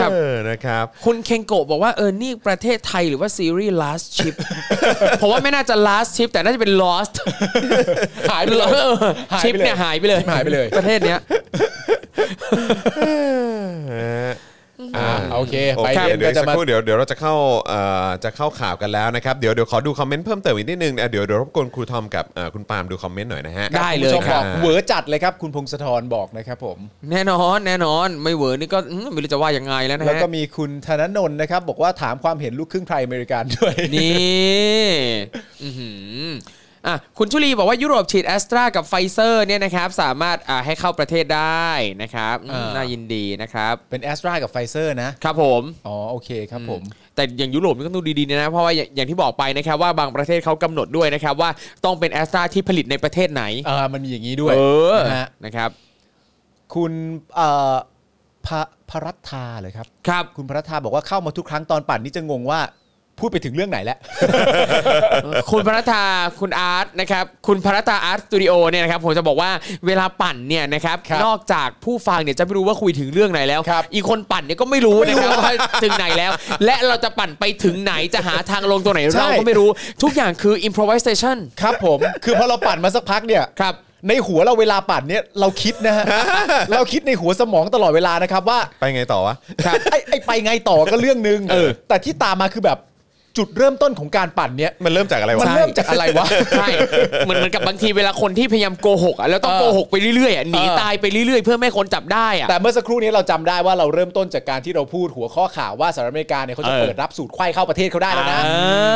ครับ เอครับอเนี่ยนะครับ คุณเคนโกะบอกว่าเออนี่ประเทศไทยหรือว่าซีรีส์ last ship ผมว่าไม่น่าจะ last ship แต่น่าจะเป็น lost หายไปเลย เออ หา ชิป ไปล เนี่ยหายไปเลย หายไปเลย ประเทศเนี้ย อ่าโอเค โอ ไบ เค เดน เดี๋ย ก็ วอีกจะสัก มา ครู่เดี๋ยวเดี๋ยวเราจะเข้าเอ่อจะเข้าข่าวกันแล้วนะครับเดี๋ยวเดี๋ยวขอดูคอมเมนต์เพิ่มเติมอีกนิดนึงนะเดี๋ยวเดี๋ยวรบกวนครูทอมกับเอ่อคุณปาล์มดูคอมเมนต์หน่อยนะฮะ ได้เลย คุณผู้ชม ครับบ อกเหวอจัดเลยครับ คุณพงศธรบอกนะครับผม แน่นอนแน่นอนไม่เหวอร์นี่ก็อื้อไม่รู้จะว่ายังไงแล้วนะ แล้ว ฮะ ก็มีคุณธนนนท์นะครับ บอกว่าถามความเห็นลูกครึ่งไทยอเมริกันด้วย นี่อื้อหืออ่ะคุณชุลีบอกว่ายุโรปฉีดแอสตรากับไฟเซอร์เนี่ยนะครับ สามารถอ่าให้เข้าประเทศได้นะครับอืม อ่า น่ายินดีนะครับ เป็นแอสตรากับไฟเซอร์นะ ครับผม อ๋อ โอเคครับผม แต่อย่างยุโรปนี่ก็ต้องดูดีๆนะ เพราะว่าอย่างอย่างที่บอกไปนะครับว่าบางประเทศเขากำหนดด้วยนะครับ ว่าต้องเป็นแอสตราที่ผลิตในประเทศไหน อ่า มันมีอย่างนี้ด้วย เออ นะฮะ นะครับ คุณเอ่อพระพระรัตธาเลยครับ ครับ คุณพระรัตธาบอกว่าเข้ามาทุกครั้งตอนปั่นนี่จะงงว่า พูดไปถึงเรื่องไหนแล้ว คุณพรตาคุณอาร์ตนะครับ คุณพรตาอาร์ตสตูดิโอเนี่ยนะครับผมจะบอกว่าเวลาปั่นเนี่ยนะครับ ครับ นอกจากผู้ฟังเนี่ยจะไม่รู้ว่าคุยถึงเรื่องไหนแล้ว ครับ อีกคนปั่นเนี่ยก็ไม่รู้นะครับว่าถึงไหนแล้ว และเราจะปั่นไปถึงไหนจะหาทางลงตัวไหน ใช่ เราก็ไม่รู้ ทุกอย่างคือ improvisation ครับผม คือพอเราปั่นมาสักพักเนี่ย ครับ ในหัวเราเวลาปั่นเนี่ยเราคิด นะฮะ เราคิดในหัวสมองตลอดเวลานะครับว่า ไปไงต่อวะ ไอ้ไอ้ไปไงต่อก็เรื่องหนึ่งแต่ที่ตามมาคือแบบจุดเริ่มต้นของการปั่นเนี่ย มันเริ่มจากอะไร มั วะ นเริ่มจากอะไรวะ ใช่เหมือนเหมือนกับบางทีเวลาคนที่พยายามโกหกอ่ะแล้วต้อง เออ โกหกไปเรื่อยๆอ่ะหนี เออ ตายไปเรื่อยๆ เพื่อไม่ให้คนจับได้อ่ะ แต่เมื่อสักครู่นี้เราจำได้ว่าเราเริ่มต้นจากการที่เราพูดหัวข้อข่าวว่าสหรัฐอเมริกาเนี่ยเขาจะ เออ เปิดรับสูตรไข้เข้าประเทศเขาได้แล้วนะ อ่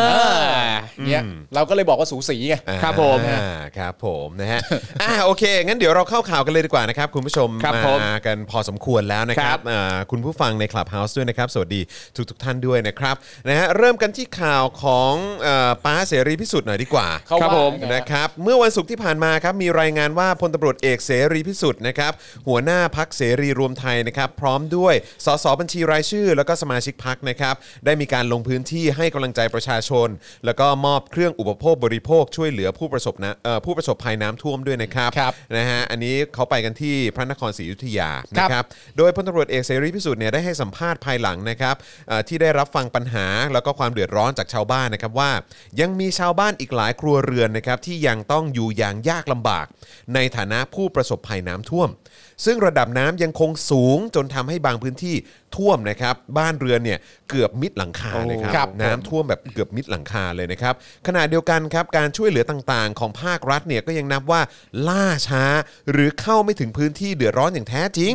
เอา อเนี่ยเราก็เลยบอกว่าสูสีไง ครับผม อ่าครับผมนะฮะ อ่าโอเค งั้นเดี๋ยวเราเข้าข่าวกันเลยดีกว่านะครับ คุณผู้ชม ครับผม มากันพอสมควรแล้วนะครับอ่าคุณผู้ฟังใน Clubhouse ด้วยนะครับ สวัสดีทุกทท่านด้วยนะครับนะฮะเริ่มกันที่ข่าวของเอ่อป้าเสรีพิสุทธิ์หน่อยดีกว่า เขาว่าครับผม นะ ครับเมื่อวันศุกร์ที่ผ่านมาครับมีรายงานว่าพลตำรวจเอกเสรีพิสุทธิ์นะครับหัวหน้าพักเสรีรวมไทยนะครับพร้อมด้วยสสบัญชีรายชื่อ แล้วก็สมาชิกพักนะครับได้มีการลงพื้นที่ให้กำลังใจประชาชน แล้วก็มอบเครื่องอุปโภคบริโภคช่วยเหลือผู้ประสบนะเอ่อผู้ประสบภัยน้ำท่วมด้วยนะครับ ครับ นะฮะอันนี้เขาไปกันที่พระนครศรีอยุธยา ครั นะคบรับ ครับโดยพลตำรวจเอกเสรีพิสุทธิ์เนี่ยได้ให้สัมภาษณ์ภายหลังนะครับเอ่อที่ได้รับฟังปัญหาแล้วก็ความเดือดร้อนจากชาวบ้านนะครับว่า ยังมีชาวบ้านอีกหลายครัวเรือนนะครับที่ยังต้องอยู่อย่างยากลำบาก ในฐานะผู้ประสบภัยน้ำท่วม ซึ่งระดับน้ำยังคงสูงจนทำให้บางพื้นที่ท่วมนะครับบ้านเรือนเนี่ยเกือบมิดหลังคาเลยครั ครับ น้ำ น้ำท่วมแบบเกือบมิดหลังคาเลยนะครับขณะเดียวกันครับการช่วยเหลือต่างๆ ของภาครัฐเนี่ยก็ยังนับว่าล่าช้า หรือเข้าไม่ถึงพื้นที่เดือดร้อนอย่างแท้จริง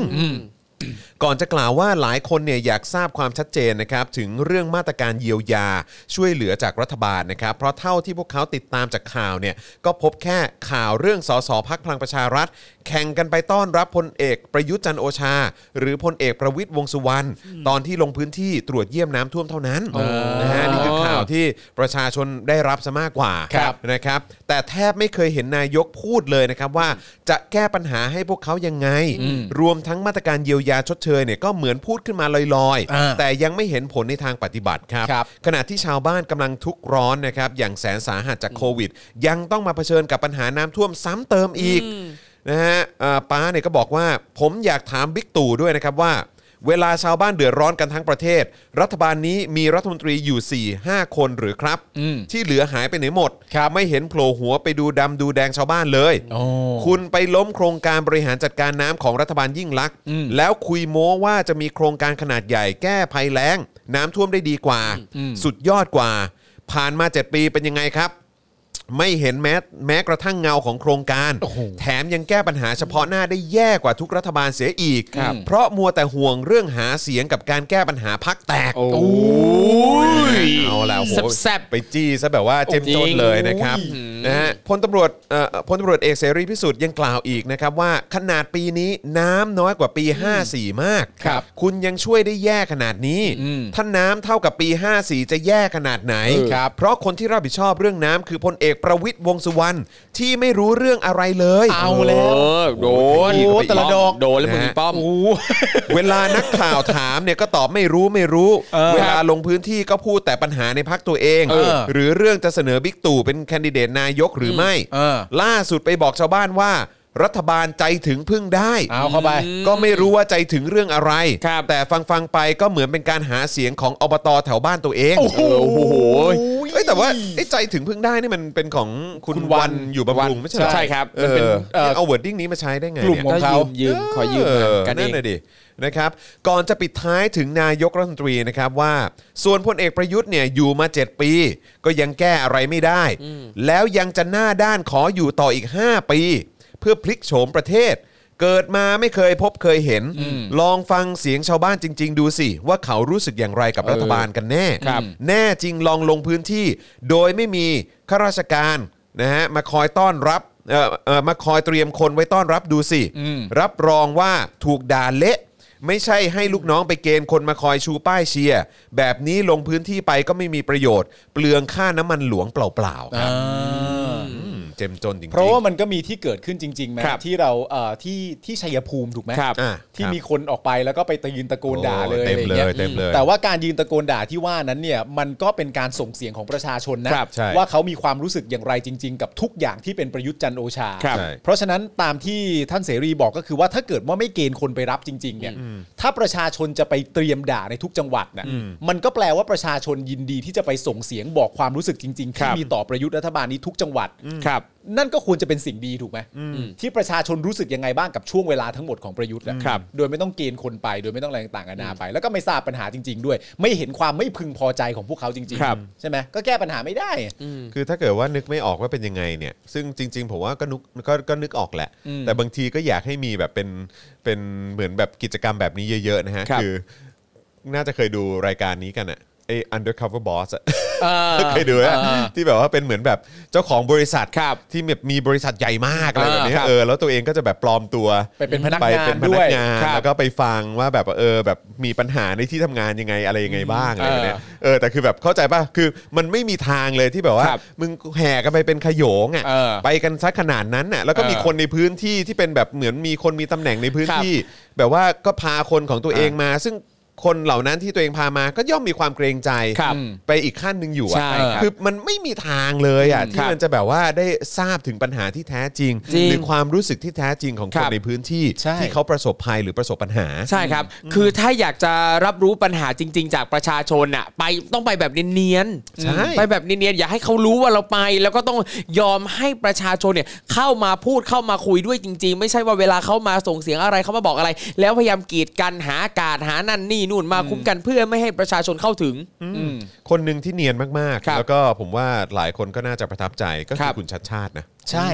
ก่อนจะกล่าวว่าหลายคนเนี่ยอยากทราบความชัดเจนนะครับถึงเรื่องมาตรการเยียวยาช่วยเหลือจากรัฐบาลนะครับเพราะเท่าที่พวกเขาติดตามจากข่าวเนี่ยก็พบแค่ข่าวเรื่องสสพักพลังประชารัฐ แข่งกันไปต้อนรับพลเอกประยุทธ์จันทร์โอชา หรือพลเอกประวิตยวงษ์สุวรรณตอนที่ลงพื้นที่ตรวจเยี่ยมน้ำท่วมเท่านั้นนะฮะนี่คือข่าวที่ประชาชนได้รับซะมากกว่า ครับ นะครับแต่แทบไม่เคยเห็นนายกพูดเลยนะครับว่าจะแก้ปัญหาให้พวกเขายังไง รวมทั้งมาตรการเยียวยาชดเช ยเนี่ยก็เหมือนพูดขึ้นมาลอย อ่า แต่ยังไม่เห็นผลในทางปฏิบัติครับ ครับ ขณะที่ชาวบ้านกำลังทุกข์ร้อนนะครับอย่างแสนสาหัสจากโควิด ยังต้องมาเผชิญกับปัญหาน้ำท่วมซ้ำเติมอีกนะฮะอ่าป้าเนี่ยก็บอกว่า ผมอยากถามบิ๊กตู่ด้วยนะครับว่า เวลาชาวบ้านเดือดร้อนกันทั้งประเทศ รัฐบาลนี้มีรัฐมนตรีอยู่ 4-5 คนหรือครับ ที่เหลือหายไปไหนหมดครับไม่เห็นโผล่หัวไปดูดำดูแดงชาวบ้านเลย โอ้ คุณไปล้มโครงการบริหารจัดการน้ำของรัฐบาลยิ่งลักษณ์แล้วคุยโม้ว่าจะมีโครงการขนาดใหญ่แก้ภัยแล้ง น้ำท่วมได้ดีกว่า สุดยอดกว่า ผ่านมา 7 ปีเป็นยังไงครับ ไม่เห็นแม้แม้กระทั่งเงาของโครงการ โอ้โห แถมยังแก้ปัญหาเฉพาะหน้าได้แย่กว่าทุกรัฐบาลเสียอีก เพราะมัวแต่ห่วงเรื่องหาเสียงกับการแก้ปัญหาพักแตก โอ้ เอาแล้วโห แซ่บๆ ไปจี้ซะแบบว่าเจ้มจนเลยนะครับนะฮะพลตำรวจเอ่อพลตำรวจเอกเสรีพิสุทธิ์ยังกล่าวอีกนะครับว่าขนาดปีนี้น้ำน้อยกว่าปี 54 มาก ครับ คุณยังช่วยได้แย่ขนาดนี้ อืม ถ้าน้ำเท่ากับปี 54 จะแย่ขนาดไหน ครับ เพราะคนที่รับผิดชอบเรื่องน้ำคือพลเอกประวิตยวงษ์สุวรรณที่ไม่รู้เรื่องอะไรเลย เอาแล้ว เออโดน โอ้โหแต่ละดอก โดนแล้วมึง นะฮะ อีป้อม โอ้ เวลานักข่าวถามเนี่ยก็ตอบไม่รู้ไม่รู้ เวลาลงพื้นที่ก็พูดแต่ปัญหาในพักตัวเอง เออ หรือเรื่องจะเสนอบิ๊กตู่เป็นแคนดิเดตนายกหรือไม่ เออ ล่าสุดไปบอกชาวบ้านว่า รัฐบาลใจถึงพึ่งได้ เอาเข้าไป ก็ไม่รู้ว่าใจถึงเรื่องอะไร ครับ แต่ฟังฟังๆไปก็เหมือนเป็นการหาเสียงของอบตแถวบ้านตัวเอง โอ้โห เอ้ยแต่ว่าไอ้ใจถึงพึ่งได้นี่มันเป็นของคุณ คุณวั วัน น อยู่บำรุงไม่ใช่เหอ ใช่ครับ เอ มัน อ เป็น เอ่อ เอาวิร์ดดิ้งนี้มาใช้ได้ไง กลุ่ม เนี่ย ของเขา ก็ยืมยืมขอยืมมากันเอ นั่ ง นเลยดินะครับ ก่อนจะปิดท้ายถึงนายกรัฐมนตรีนะครับว่า ส่วนพลเอกประยุทธ์เนี่ยอยู่มา 7 ปี ก็ยังแก้อะไรไม่ได้ แล้วยังจะหน้าด้านขออยู่ต่ออีก 5 ปี เพื่อพลิกโฉมประเทศ เกิดมาไม่เคยพบเคยเห็น ลองฟังเสียงชาวบ้านจริง ๆ ดูสิ ว่าเขารู้สึกอย่างไรกับรัฐบาลกันแน่ ครับ แน่จริงลองลงพื้นที่ โดยไม่มีข้าราชการนะฮะมาคอยต้อนรับเอ่อเอ่อมาคอยเตรียมคนไว้ต้อนรับดูสิ รับรองว่าถูกด่าเละ ไม่ใช่ให้ลูกน้องไปเกณฑ์คนมาคอยชูป้ายเชียร์แบบนี้ลงพื้นที่ไปก็ไม่มีประโยชน์ เปลืองค่าน้ำมันหลวงเปล่าๆครับอืมเจ็มจนจริงๆ เพราะว่ามันก็มีที่เกิดขึ้นจริงๆไหม ครับ ที่เราเอ่อที่ที่ชัยภูมิถูกไหม ครับ อ่า ที่ ครับ มีคนออกไปแล้วก็ไปตะยืนตะโกนด่าเล โอ้ ย เต็ม อะไร เล งี้ ยเต็มเลย แต่ว่าการยืนตะโกนด่าที่ว่านั้นเนี่ยมันก็เป็นการส่งเสียงของประชาชนนะครับ ใช่ ว่าเขามีความรู้สึกอย่างไรจริง ๆ กับทุกอย่างที่เป็นประยุทธ์จันทร์โอชา ครับ ใช่ เพราะฉะนั้นตามที่ท่านเสรีบอกก็คือว่าถ้าเกิดว่าไม่เกณฑ์คนไปรับจริงๆเนี่ยถ้าประชาชนจะไปเตรียมด่าในทุกจังหวัดน่ะมันก็แปลว่าประชาชนยินดีที่จะไปส่งเสียงบอกความรู้สึกจริงๆ ค ที่ รับ มีต่อประยุทธ์รัฐบาลนี้ทุกจังหวัด ครับ นั่นก็ควรจะเป็นสิ่งดีถูกไหมที่ประชาชนรู้สึกยังไงบ้างกับช่วงเวลาทั้งหมดของประยุทธ์อะ ครับ โดยไม่ต้องเกณฑ์คนไป โดยไม่ต้องอะไรต่างๆนานาไป แล้วก็ไม่ทราบปัญหาจริง ๆ ด้วย ไม่เห็นความไม่พึงพอใจของพวกเขาจริง ครับ ๆใช่ไหมก็แก้ปัญหาไม่ได้ คือถ้าเกิดว่านึกไม่ออกว่าเป็นยังไงเนี่ยซึ่งจริง ๆ ผมว่าก็นึกก็ก็นึกออกแหละ แต่บางทีก็อยากให้มีแบบเป็นเป็นเหมือนแบบกิจกรรมแบบนี้เยอะๆนะฮะ ครับ อน่าจะเคยดูรายการนี้กันอะไอ้ undercover boss อะ เออ เคยดูนะที่แบบว่าเป็นเหมือนแบบเจ้าของบริษัท ครับ ที่แบบมีบริษัทใหญ่มากอะไร อ่า แบบนี้ ครับ เออแล้วตัวเองก็จะแบบปลอมตัว ไปเป็นพนักงาน ไปเป็นพ ด้ นั วย กงาน ครับ แล้วก็ไปฟังว่าแบบเออแบบมีปัญหาในที่ทำงานยังไงอะไรยังไงบ้างอะไรแบบเนี้ยเออแต่คือแบบเข้าใจป่ะคือมันไม่มีทางเลยที่แบบว่า ครับ มึงแห่กันไปเป็นขโยงอ่ะ เออ ไปกันซะขนาดนั้นน่ะแล้วก็มี เออ คนในพื้นที่ที่เป็นแบบเหมือนมีคนมีตำแหน่งในพื้น ครับ ที่ แบบว่าก็พาคนของตัวเองมา ซึ่งคนเหล่านั้นที่ตัวเองพามาก็ย่อมมีความเกรงใจ ครับ ไปอีกขั้นหนึ่งอยู่อะ ใช่ครับ คือมันไม่มีทางเลยอะ ค ที่ รับ มันจะแบบว่าได้ทราบถึงปัญหาที่แท้จริง จริง หรือความรู้สึกที่แท้จริงของ ค ค รั น บ ในพื้นที่ ใช่ ที่เขาประสบภัยหรือประสบปัญหา ใช่ครับ คือถ้าอยากจะรับรู้ปัญหาจริง ๆ จากประชาชนอ่ะ ไปต้องไปแบบเนียน ใช่ ไปแบบเนียนๆอย่าให้เขารู้ว่าเราไป แล้วก็ต้องยอมให้ประชาชนเนี่ยเข้ามาพูดเข้ามาคุยด้วยจริง ๆ ไม่ใช่ว่าเวลาเขามาส่งเสียงอะไรเขามาบอกอะไร แล้วพยายามกีดกันหาอากาศหานั่นนี่นู่นมาคุ้มกันเพื่อไม่ให้ประชาชนเข้าถึง อืม คนหนึ่งที่เนียนมาก ครั ๆ บ แล้วก็ผมว่าหลายคนก็น่าจะประทับใจก็ ค คื รั อบ คุณชัดชาตินะ ใช่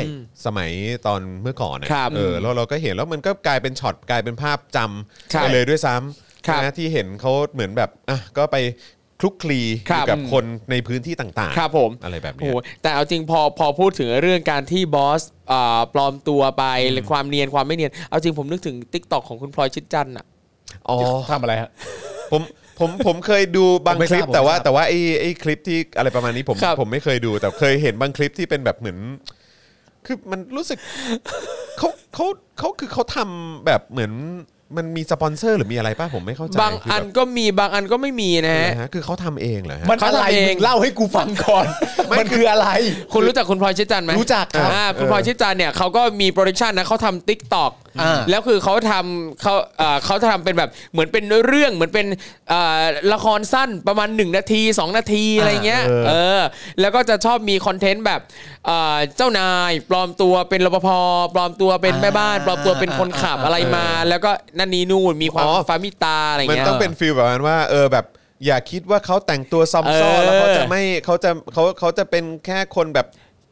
สมัยตอนเมื่อก่อนนะครับ เออแล้วเราก็เห็นแล้วมันก็กลายเป็นช็อตกลายเป็นภาพจำ ครับ ไปเลยด้วยซ้ ครับ ำนะที่เห็นเขาเหมือนแบบอ่ะก็ไปคลุกคลี ครับ กับคนในพื้นที่ต่างๆ ครับผม อะไรแบบ โอ้ เนี้ โห ย แต่เอาจริงพอพอพูดถึงเรื่องการที่บอสอ่าปลอมตัวไปหรือความเนียนความไม่เนียน เอาจริงผมนึกถึงติ๊กต็อกของคุณพลอยชิดจันทร์อ่ะ ทำอะไรฮะ ผมผมผมเคยดูบาง ผมไม่ คลิป ทราบ แต่ว่า ผมไม่ทราบ แต่ว่าไอ้ไอ้คลิปที่อะไรประมาณนี้ผม ครับ ผมไม่เคยดูแต่เคยเห็นบางคลิปที่เป็นแบบเหมือน คือมันรู้สึกเขาเขาเขาคือเขาทำแบบเหมือน มันมีสปอนเซอร์หรือมีอะไรป่ะผมไม่เข้าใจ บางอันก็มีบางอันก็ไม่มีนะ คือ ฮะ แบบนะฮะคือเขาทำเองเหรอฮะ มันอะไร เขาทำเอง มึงเล่าให้กูฟังก่อน มันคืออะไร คุณรู้จักคุณพลอยชิดจันทร์ไหม รู้จักครับ อ่าคุณพลอยชิดจันทร์เนี่ยเขาก็มีโปรดักชันนะเขาทำ t ิ k t o k อ่า แล้วคือเขาทำเขาเอ่อเขาทำเป็นแบบเหมือนเป็นเรื่องเหมือนเป็นเอ่อละครสั้นประมาณ 1 นาที 2 นาทีอะไรเงี้ย เออ เออแล้วก็จะชอบมีคอนเทนต์แบบเอ่อเจ้านายปลอมตัวเป็นรปภปลอมตัวเป็นแม่บ้าน อ่า ปลอมตัวเป็นคนขับอะไรมา แล้วก็นั่นนี้นู่นมีความ อ๋อ ฟามิตาอะไร มัน เงี้ย ต้องเป็นฟีลแบบนั้นว่าเออแบบอย่าคิดว่าเขาแต่งตัวซอมซ่อ เออ แล้วเขาจะไม่เขาจะเขาเขาจะเป็นแค่คนแบบ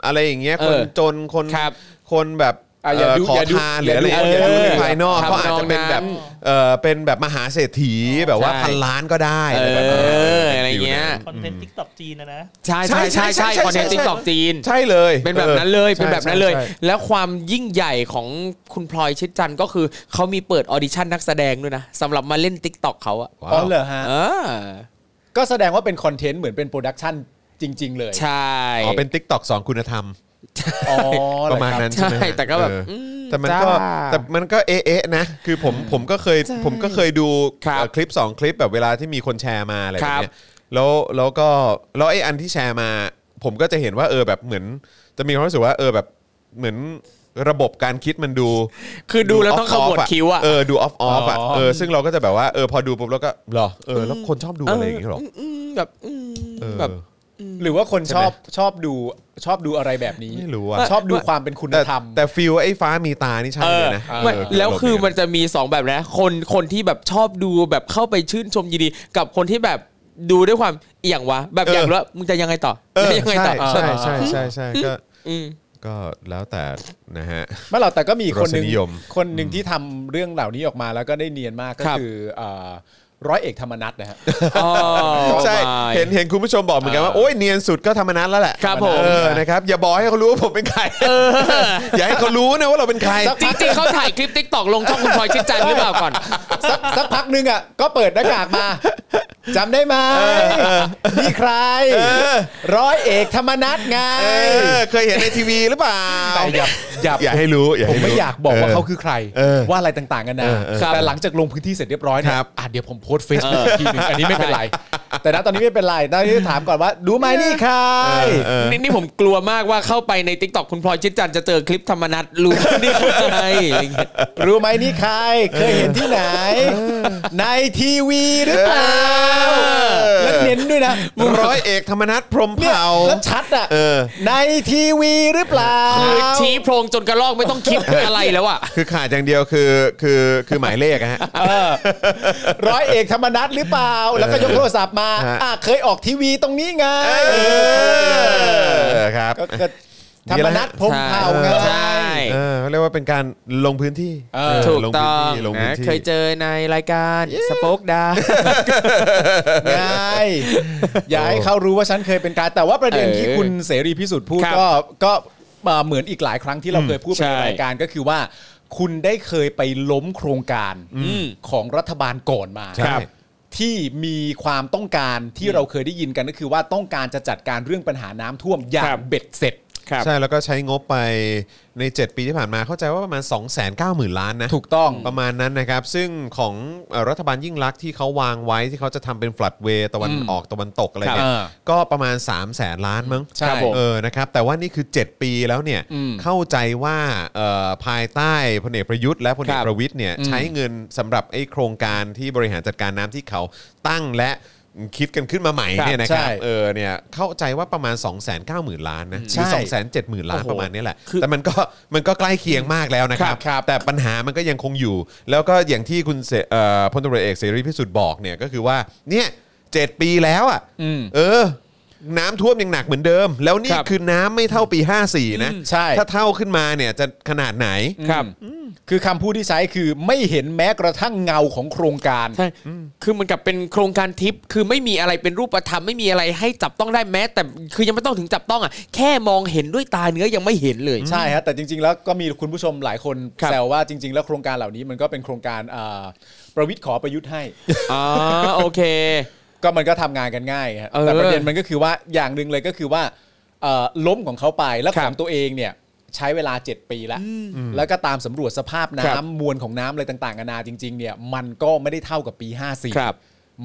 อะไรอย่างเงี้ย เอ คน อ จนคน ครับ คนแบบ อ่ะอย่าดูเขอ อย่าดู ทานหรืออะไร อย่าดู เงี้ยอย่าดู เออ ในภายนอก ครับ เขาอาจจะเป็นแบบเออเป็นแบบมหาเศรษฐีแบบว่า ใช่ พันล้านก็ได้ เอ อะไรแบบนั้น ออะไรเงี้ย คอนเทนต์ทิกตอกจีนนะนะ ใช่ใช่ใช่ใช่คอนเทนต์ติ๊กตอกจีน ใช่เลย เป็นแบบนั้นเลย เป็นแบบนั้นเลย ใช่ใช่ใช่ แล้วความยิ่งใหญ่ของคุณพลอยชิดจันทร์ก็คือเขามีเปิดออดิชั่นนักแสดงด้วยนะสำหรับมาเล่นติ๊กต็อกเขาอะ ว้าว อ๋อเหรอฮะ เออ ก็แสดงว่าเป็นคอนเทนต์เหมือนเป็นโปรดักชันจริง ๆ เลย ใช่ อ๋อเป็นติ๊กตอกสองคุณธรรม อ๋อเห ป อ ระมาณ ครับ นั้น ใช่ ใช่ไหมฮะ แต่ก็แบบ เอออ อืม แต่มันก็ จ้า แต่มันก็เอ๊ะๆนะ คือผมผมก็เคยผมก็เคยดู ครับ เอ่อคลิป 2 คลิปแบบเวลาที่มีคนแชร์มาอะไรแบ ครับ บ เนี้ยแล้วแล้วก็แล้วไอ้อันที่แชร์มา ผมก็จะเห็นว่าเออแบบเหมือน จะมีความรู้สึกว่าเออแบบเหมือนระบบการคิดมันดู คือดูแล้วต้องขมวด off-off คิ้วอะ เออดูออฟออฟอ่ะ อ๋อ เออซึ่งเราก็จะแบบว่าเออพอดูปุ๊บแล้วก็หรอเออแล้วคนชอบดูอะไรอย่างเงี้ยหรอ มมแบบอืม เออ แบบ หรือว่าคนชอบชอบดูชอบดูอะไรแบบนี้ ไม่รู้อะ ชอบดูความเป็นคุณ แต่ ธรรม แต่ฟิลไอ้ฟ้ามีตานี่ใช่ เอ เล อย นะ ไม่ เออ แล้วคือ เราเย มันจะมีสองแบบนะ คนคนที่แบบชอบดูแบบเข้าไปชื่นชมยินดี กับคนที่แบบดูด้วยความเอียงวะ แบบอยากรู้ว่ามึงจะยังไงต่อ เออ จะยังไงต่อ ใช่ใช่ใช่ใช่ก็ อืม ก็แล้วแต่นะฮะ ไม่หรอกแต่ก็มีอีกคนหนึ่รงสนิยม คนหนึ่งที่ทำเรื่องเหล่านี้ออกมาแล้วก็ได้เนียนมากก็ ครับ คือเอ่อร้อยเอกธรรมนัฐนะฮะ อ๋อ ใช่ เห็นเห็นคุณผู้ชมบอกเหมือนกันว่า โอ้ยเนียนสุดก็ธรรมนัตแล้วแหละ ครับผม เออนะครับ อย่าบอกให้เขารู้ว่าผมเป็นใคร อย่าให้เขารู้นะว่าเราเป็นใคร จริงๆเขาถ่ายคลิปติ๊กตอกลงช่องคุณพลอยชิดจันทร์หรือเปล่าก่อน สักสักพักหนึงอ่ะก็เปิดหน้ากาก มาจำได้ไหมนี่ใครร้อยเอกธรรมนัฐไง เออ เคยเห็นในทีวีหรือเปล่า แต่อย่าอย่า อย่าให้รู้อย่า ผ ให้ ม รู้ ไม่อยากบอกว่า เ เขาคือใคร เออ ว่าอะไรต่างๆกันนะ เออเออ ครับ แต่หลังจากลงพื้นที่เสร็จเรียบร้อยเนี่ ค ย รับ อ่ะเดี๋ยวผมโพสเฟซบุ๊กทีหนึงอันนี้ไม่เป็นไร แต่นะตอนนี้ไม่เป็นไรตอนนี้ถามก่อนว่า ดูไหมนี่ใคร เออ นี่นี่ผมกลัวมากว่าเข้าไปในติ๊กตอกคุณพลอยชิดจันทร์จะเจอคลิปธรรมนัตรู้นี่คืออะไรอะไรอย่างเงี้ย รู้ไหมนี่ใคร เคยเห็นที่ไหน ในทีวีหรือเปล่า อ แล้วเน้นด้วยนะ ร้อยเอกธรรมนัตพรหม เนี่ย เผ่า แล้วชัดอ่ะ เออ ในทีวีหรือเปล่า คือชี้โพรงจนกระลอกไม่ต้องคิดอะไรแล้วอ่ะ คือขาดอย่างเดียวคือคือคือหมายเลขอะฮะ ร้อยเอกธรรมนัฐหรือเปล่า แล้วก็ยกโทรศัพท์มา ฮะ อ่ะเคยออกทีวีตรงนี้ไง เออครับ ก็เกิดธรรมนัฐพรหมเผ่าไง ใช่ เออเขาเรียกว่าเป็นการลงพื้นที่ เออถูกเล ต้อพื้น ง ที่ลงพื้ นะ นที่ เคยเจอในรายการสป็อกดา ไงอย่าให้เขารู้ว่าฉันเคยเป็นการแต่ว่าประเด็น เออ ที่คุณเสรีพิสุทธิ์พูด ครับ ก็ก็เอ่อเหมือนอีกหลายครั้งที่เราเคยพูดไป ใช่ ในรายการก็คือว่า คุณได้เคยไปล้มโครงการ ม ของรัฐบาลก่อนมา ใช่ครับ ที่มีความต้องการที่เราเคยได้ยินกันก็คือว่าต้องการจะจัดการเรื่องปัญหาน้ำท่วมอย่า ครั ง บ เบ็ดเสร็จ ครับ ใช่แล้วก็ใช้งบไปใน 7 ปีที่ผ่านมาเข้าใจว่าประมาณ 2 9 0 0 0 0 ล้านนะ ถูกต้อง ประมาณนั้นนะครับ ซึ่งของเอ่อรัฐบาลยิ่งลักษณ์ที่เขาวางไว้ที่เขาจะทำเป็นฟลัดเวย์ตะวันออกตะวันตกอะไรเนี่ย ครับ ก็ประมาณ 3 0 0แสนล้านมั้ง ใช่ครับผม เออนะครับแต่ว่านี่คือ 7 ปีแล้วเนี่ย อืม เข้าใจว่าเอ่อภายใต้พลเอกประยุทธ์และพลเอ ค ก รับ ประวิทย์เนี่ยใช้เงินสำหรับไอ้โครงการที่บริหารจัดการน้ำที่เขาตั้งและคิดกันขึ้นมาใหม่เนี่ยนะครับ ใช่ เออเนี่ยเข้าใจว่าประมาณ 2 9 0 0 0 0ล้านนะหรือ ใช่ แสนเจ็ดหมื่นล้าน โอ้โห ประมาณเนี้ยแหละ คือ แต่มันก็มันก็ใกล้เคียงมากแล้วนะครับ ครับครับ แต่ปัญหามันก็ยังคงอยู่ แล้วก็อย่างที่คุณเสเอ่อพลตำรวจเอกเสรีพิสุทธิ์บอกเนี่ยก็คือว่าเนี่ยเจ็ดปีแล้วอ่ะ อืม เออ น้ำท่วมยังหนักเหมือนเดิม แล้วนี่ ครับ คือน้ำไม่เท่าปี 54 นะ ใช่ ถ้าเท่าขึ้นมาเนี่ยจะขนาดไหน ครับ คือคำพูดที่ใช้คือไม่เห็นแม้กระทั่งเงาของโครงการ ใช่ คือเหมือนกับเป็นโครงการทิป คือไม่มีอะไรเป็นรูปธรรม ไม่มีอะไรให้จับต้องได้แม้ แต่คือยังไม่ต้องถึงจับต้องอ่ะ แค่มองเห็นด้วยตาเนื้อยังไม่เห็นเลย ใช่ฮะแต่จริง ๆ แล้วก็มีคุณผู้ชมหลายคน ครับ แซวว่าจริง ๆ แล้วโครงการเหล่านี้มันก็เป็นโครงการอ่าประวิทย์ขอประยุทธ์ให้ อ๋อ โอเค ก็มันก็ทำงานกันง่ายฮะ เออ แต่ประเด็นมันก็คือว่าอย่างหนึ่งเลยก็คือว่าเอ่อล้มของเขาไปแล้ว ค ข รั อบ งตัวเองเนี่ย ใช้เวลา 7 ปีแล้ว แล้วก็ตามสำรวจสภาพ ครั น้ำ บ มวลของน้ำอะไรต่างๆนานาจริงๆเนี่ยมันก็ไม่ได้เท่ากับปี 54 ครับ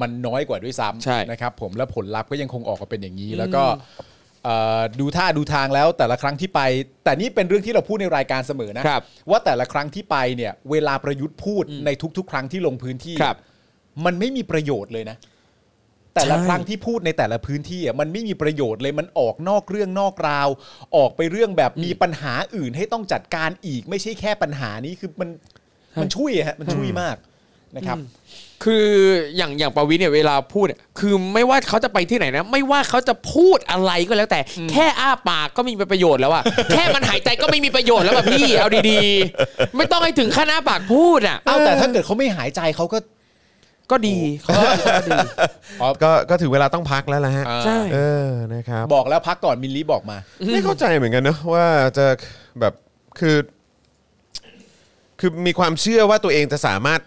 มันน้อยกว่าด้วย ใช่ ซ้ำนะครับผมแล้วผลลัพธ์ก็ยังคงออกมาเป็นอย่างนี้ แล้วก็เอ่อดูท่าดูทางแล้วแต่ละครั้งที่ไป แต่นี่เป็นเรื่องที่เราพูดในรายการเสมอนะ ครับ ว่าแต่ละครั้งที่ไปเนี่ยเวลาประยุทธ์พูดในทุก ๆ ครั้งที่ลงพื้นที่ ครับ มันไม่มีประโยชน์เลยนะ แต่ละ ใช่ ครั้งที่พูดในแต่ละพื้นที่อ่ะมันไม่มีประโยชน์เลยมันออกนอกเรื่องนอกราว ออกไปเรื่องแบบมีปัญหาอื่นให้ต้องจัดการอีก ไม่ใช่แค่ปัญหานี้คือมันมันช่วยอะฮะมันช่วยมากนะครับ คืออย่างอย่างประวิทย์เนี่ยเวลาพูดเนี่ยคือไม่ว่าเขาจะไปที่ไหนนะ ไม่ว่าเขาจะพูดอะไรก็แล้วแต่ แค่อ้าปากก็ไมมีประโยชน์แล้วอะ แค่มันหายใจก็ไม่มีประโยชน์แล้วแบบพี่เอาดีๆ ไม่ต้องให้ถึงขั้นอ้าปากพูดอะ เอาแต่ถ้าเกิดเขาไม่หายใจเขาก็ ก็ดีเขาก็ดี ก็ก็ถึงเวลาต้องพักแล้วล่ะฮะ ใช่ เออนะครับ บอกแล้วพักก่อนมิลลี่บอกมา ไม่เข้าใจเหมือนกันเนอะว่าจะแบบคือ คือมีความเชื่อว่าตัวเองจะสามารถ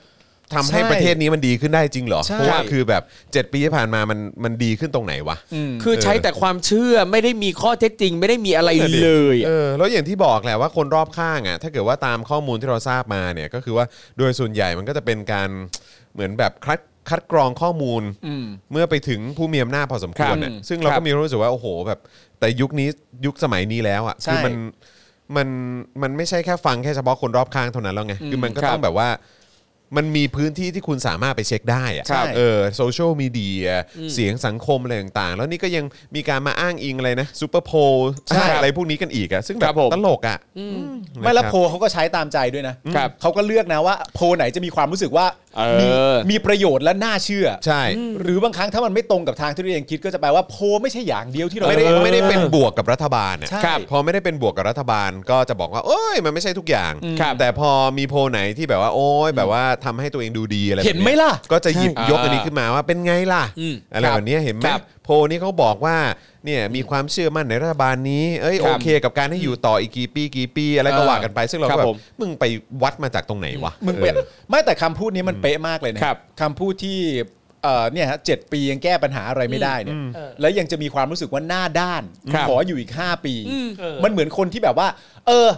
ทำให้ ใช่ ประเทศนี้มันดีขึ้นได้จริงเหรอ ใช่ เพราะว่าคือแบบ 7 ปีที่ผ่านมามันมันดีขึ้นตรงไหนวะ คือใช้แต่ความเชื่อไม่ได้มีข้อเท็จจริง ไม่ได้มีอะไรเลย เออแล้วอย่างที่บอกแหละว่าคนรอบข้างอ่ะถ้าเกิดว่าตามข้อมูลที่เราทราบมาเนี่ยก็คือว่าโดยส่วนใหญ่มันก็จะเป็นการเหมือนแบบคัดคัดกรองข้อมูลเมื่อไปถึงผู้มีอำนาจพอสมควรเนี่ยซึ่งเราก็มีความรู้สึกว่าโอ้โหแบบ แต่ยุคนี้ยุคสมัยนี้แล้วอ่ะ ใช่ คือมันมันมันไม่ใช่แค่ฟังแค่เฉพาะคนรอบข้างเท่านั้นแล้วไงคือมันก็ต้องแบบว่า มันมีพื้นที่ที่คุณสามารถไปเช็คได้อะ ครับ เออโซเชียลมีเดียเสียงสังคมอะไรต่างๆ แล้วนี่ก็ยังมีการมาอ้างอิงอะไรนะซูเปอร์โพล ใช่ อะไรพวกนี้กันอีกอะซึ่งแบ ครับ บผม ตลกอะ ไม่และ นะครับ โพลเขาก็ใช้ตามใจด้วยนะครับเขาก็เลือกนะว่า โพลไหนจะมีความรู้สึกว่า เออ มีมีประโยชน์และน่าเชื่อ ใช่ หรือบางครั้งถ้ามันไม่ตรงกับทางที่ตัวเองคิดก็จะแปลว่าโพลไม่ใช่อย่างเดียวที่เรา ไม่ได้ไม่ได้เป็นบวกกับรัฐบาลอะ ใช่ พอไม่ได้เป็นบวกกับรัฐบาลก็จะบอกว่าโอ้ยมันไม่ใช่ทุกอย่าง ครับ แต่พอมีโพลไหนที่แบบว่า โอ้ยแบบว่าทำให้ตัวเองดูดีอะไรแบบ เห็นไหมล่ะ ก็จะหยิบ ใช่ ยกอันนี้ขึ้นมาว่าเป็นไงล่ะ อืม อะไรแบบเนี้ยเห็นไหม ครับ โพลนี้เขาบอกว่าเนี่ยมีความเชื่อมั่นในรัฐบาลนี้เอ้ย ค โอ รับ เค กับการให้อยู่ต่ออีกกี่ปีกี่ปีอะไรก็ เออ ว่ากันไป ซึ่งเราก็ ครั แบบ ผ บ ม มึงไปวัดมาจากตรงไหนวะ มึงเป็น เออ ไม่แต่คำพูดนี้มันเป๊ะมากเลยนะครับ คำพูดที่เอ่อเนี่ยฮะเจ็ดปียังแก้ปัญหาอะไรไม่ได้เนี่ย เออ แล้วยังจะมีความรู้สึกว่าหน้าด้าน ครับ ขออยู่อีก 5 ปี เออ มันเหมือนคนที่แบบว่า เออ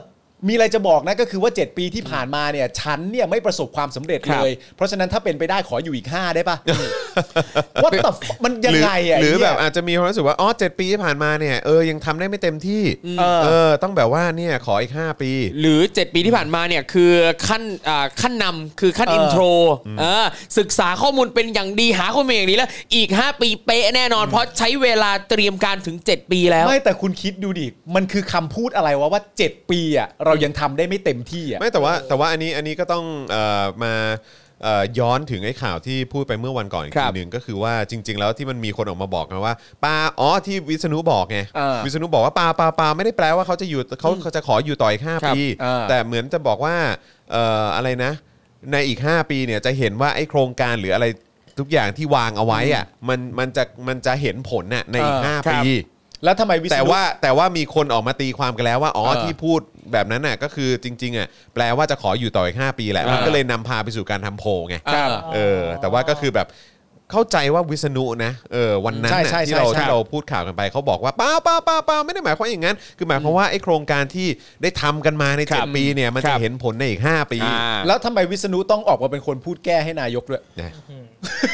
มีอะไรจะบอกนะก็คือว่า 7 ปีที่ผ่านมาเนี่ยฉันเนี่ยไม่ประสบความสำเร็จ ครั เล บ ย เพราะฉะนั้นถ้าเป็นไปได้ขออยู่อีก 5 ได้ปะ ว่าแต่มันยังไงอะ หรือหรือ ไเหี้ย แบบอาจจะมีความรู้สึกว่าอ๋อเจ็ดปีที่ผ่านมาเนี่ยเออยังทำได้ไม่เต็มที่ เออ เออต้องแบบว่าเนี่ยขออีก 5 ปี หรือ 7 ปีที่ผ่านมาเนี่ยคือขั้นอ่าขั้นนำคือขั้น เอออิอินโทรเออศึกษาข้อมูลเป็นอย่างดีหาข้อมูลอย่างนี้แล้ว อีก 5 ปีเป๊ะแน่นอน เพราะใช้เวลาเตรียมการถึง 7 ปีแล้ว ไม่แต่คุณคิดดูดิมันคือคำพูดอะไรวะว่า 7 ปีอะเรายังทำได้ไม่เต็มที่อะ ไม่แต่ว่าแต่ว่าอันนี้อันนี้ก็ต้องเอ่อมาเอ่อย้อนถึงไอ้ข่าวที่พูดไปเมื่อวันก่อนอีก ครั ที บ หนึ่งก็คือว่าจริง ๆ แล้วที่มันมีคนออกมาบอกกันว่าปาอ๋อที่วิษณุบอกไง เออ วิษณุบอกว่าปาปาปาไม่ได้แปลว่าเขาจะอยู่เขาเขาจะขออยู่ต่ออีกห้า ครับ ปี เออ แต่เหมือนจะบอกว่าเอ่ออะไรนะ ในอีก 5 ปีเนี่ยจะเห็นว่าไอ้โครงการหรืออะไรทุกอย่างที่วางเอาไว้อะมันมันจะมันจะเห็นผลน่ะในอีก เออ ห้า ครับ ปี แล้วทำไมวิษณุ แต่ว่าแต่ว่ามีคนออกมาตีความกันแล้วว่าอ๋อ เออ ที่พูดแบบนั้นน่ะก็คือจริงๆอ่ะแปลว่าจะขออยู่ต่ออีก 5 ปีแหละ มัน เออ ก็เลยนำพาไปสู่การทำโพลไง อ่า เออแต่ว่าก็คือแบบเข้าใจว่าวิษณุนะเออวันนั้น ใช่ น่ะ ใช่ ที่เรา ใช่ใช่ ที่เราพูดข่าวกันไปเขาบอกว่าเป้าเป้าเป้าเป้าไม่ได้หมายความอย่างนั้น คือหมายความว่าไอ้โครงการที่ได้ทำกันมาในเจ็คดรับ ปีเนี่ยมัน ครั จะ บ เห็นผลในอีก 5 ปี อ่า แล้วทำไมวิษณุต้องออกมาเป็นคนพูดแก้ให้นายกด้วย นะ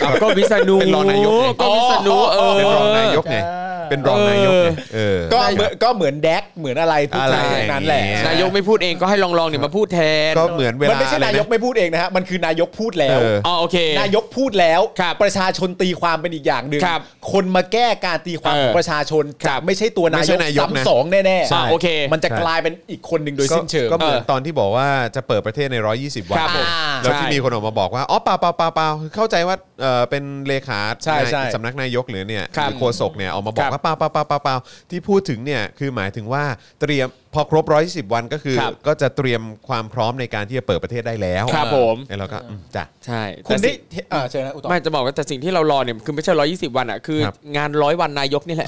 อ่ะก็วิษณุ เป็นรองนายกไง ก็วิษณุเออ เป็นรองนายกไง เออ เป็นรองนายกไงเออ ก็เหมือนก็เหมือนแดกเหมือนอะไรพูด อะไร แค่นั้นแหละ อย่างเงี้ นายกไม่พูดเองก็ให้ลองๆเนี่ยมาพูดแทน ก็เหมือนเว มัน ลา ไม่ใช่ อะไร นายก นะ ไม่พูดเองนะฮะมันคือนายกพูดแล้ว เออ อ๋อโอเค นายกพูดแล้ว ครับ ประชาชนตีความเป็นอีกอย่างหนึ่ง ครับ คนมาแก้การตีความ เออ ของประชาชน ครั จะ บ ไม่ใช่ตัวนาย ไม่ใช่ ก นายกนะ ซ้ำสองแน่ ใช่ ๆ โอเค มันจะกลายเป็นอีกคนหนึ่งโดยสิ้นเชิง ก็ก็เหมือน เออ ตอนที่บอกว่าจะเปิดประเทศใน 120 วัน ครับผม อ่าแล้วที่ ใช่ มีคนออกมาบอกว่า อ๋อเปล่าเปล่าเปล่าเปล่าเข้าใจว่าเอ่อเป็นเลขา ใช่ใช่ สำนักนายกหรือเนี่ย ครับ หรือโฆษกเนี่ยออกมาบอ ค ก รับ ว่าเปล่าเปล่าเปล่าเปล่าเปล่าที่พูดถึงเนี่ยคือหมายถึงว่าเตรียมพอครบ 120 วันก็คือ ครับ ก็จะเตรียมความพร้อมในการที่จะเปิดประเทศได้แล้ว ครับผม แล้วเราก็อืมจ้ะ ใช่ ะคุณ แต่ ได้ สิ่ง อ่าเชิญนะอุตตอ ไม่จะบอกว่าแต่สิ่งที่เรารอเนี่ยคือไม่ใช่ 120 วันอ่ะคือ ครับ งานร้อยวันนายกนี่แหละ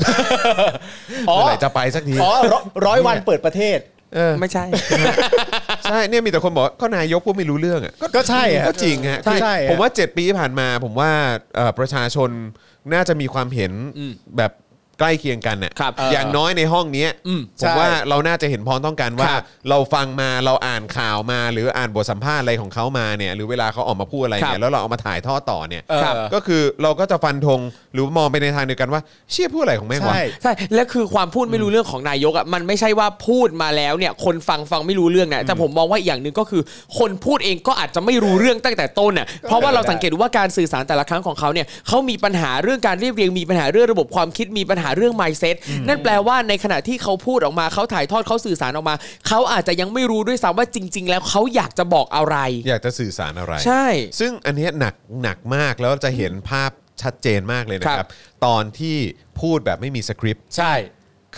อ๋อ เมื่อไหร่จะไปสักที อ๋อร้อยร้อยวันเปิดประเทศ เออ ไม่ใช่ ใช่เนี่ยมีแต่คนบอกว่าก็นายกพูดไม่รู้เรื่องอะ ก็ใช่ฮะ ก็จริงฮะ ใช่ คือ ใช่ฮะ ผมว่า 7 ปีที่ผ่านมา ผมว่าเอ่อประชาชนน่าจะมีความเห็นแบบ ใกล้เคียงกันน่ะ ครับ อย่างน้อยในห้องเนี้ย อืม ผม ใช่ ว่าเราน่าจะเห็นพ้องต้องกันว่า ครับ เราฟังมาเราอ่านข่าวมา หรืออ่านบทสัมภาษณ์อะไรของเขามาเนี่ยหรือเวลาเขาออกมาพูดอะไรเนี่ ครับยแล้วเราเอามาถ่ายทอดต่อเนี่ย เออ ครับ ก็คือเราก็จะฟันธงหรือมองไปในทางเดียวกันว่า เชี่ยพูดอะไรของแม่งวะ ใช่ ใช่และคือความพูดไม่รู้เรื่องของนายกอ่ะมันไม่ใช่ว่าพูดมาแล้วเนี่ย คนฟังฟังไม่รู้เรื่องนะแต่ผมมองว่าอีกอย่างหนึ่งก็คือ คนพูดเองก็อาจจะไม่รู้เรื่องตั้งแต่ต้นน่ะเพราะว่าเราสังเกตดูว่าการสื่อสารแต่ละครั้งของเขาเนี่ยเขามีปัญหาเรื่องการเรียบเรียงมีปัญหาเรื่องระบบความคิดมีปัญหาเรื่อง mindset นั่นแปลว่าในขณะที่เขาพูดออกมาเขาถ่ายทอดเขาสื่อสารออกมาเขาอาจจะยังไม่รู้ด้วยซ้ำว่าจริง ๆ แล้วเขาอยากจะบอกอะไร อยากจะสื่อสารอะไร ใช่ ซึ่งอันเนี้ยหนักหนักมากแล้วจะเห็นภาพชัดเจนมากเลยนะคครั รับ บ ตอนที่พูดแบบไม่มีสคริปต์ ใช่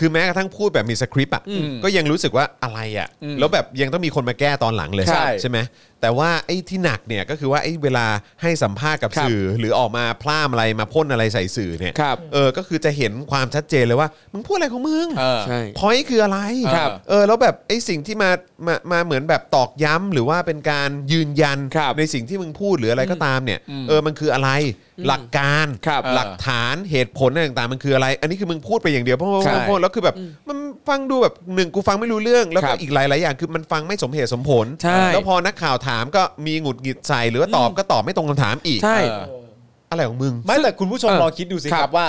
คือแม้กระทั่งพูดแบบมีสคริปต์อ่ะก็ยังรู้สึกว่าอะไรอ่ะ แล้วแบบยังต้องมีคนมาแก้ตอนหลังเลย ใช่ ไหมแต่ว่าไอ้ที่หนักเนี่ยก็คือว่าไอ้เวลาให้สัมภาษณ์กับ ครับ สื่อ หรือออกมาพล่ามอะไรมาพ่นอะไรใส่สื่อเนี่ย ครับ เออก็คือจะเห็นความชัดเจนเลยว่ามึงพูดอะไรของมึง เออ ใช่ พอยคืออะไร ครับ เออแล้วแบบไอ้สิ่งที่มามามาเหมือนแบบตอกย้ำหรือว่าเป็นการยืนยัน ครับ ในสิ่งที่มึงพูดหรืออะไรก็ตามเนี่ยเออมันคืออะไรหลักการ ครับ หลักฐานเหตุผลอะไรต่างๆมันคืออะไร อันนี้คือมึงพูดไปอย่างเดียวเพราะว่า ใช่ แล้วคือแบบมันฟังดูแบบหนึ่งกูฟังไม่รู้เรื่อง แล้ว ค ก็ รับ อีกหลายๆอย่างคือมันฟังไม่สมเหตุสมผล ใช่ แล้วพอนักข่าวถามก็มีหงุดหงิดใส่หรือว่าตอบก็ตอบไม่ตรงคำถามอีก ใช่ เออ อะไรของมึง ไม่แต่คุณผู้ชม เออ ลองคิดดูสิค ครั รับบ ว่า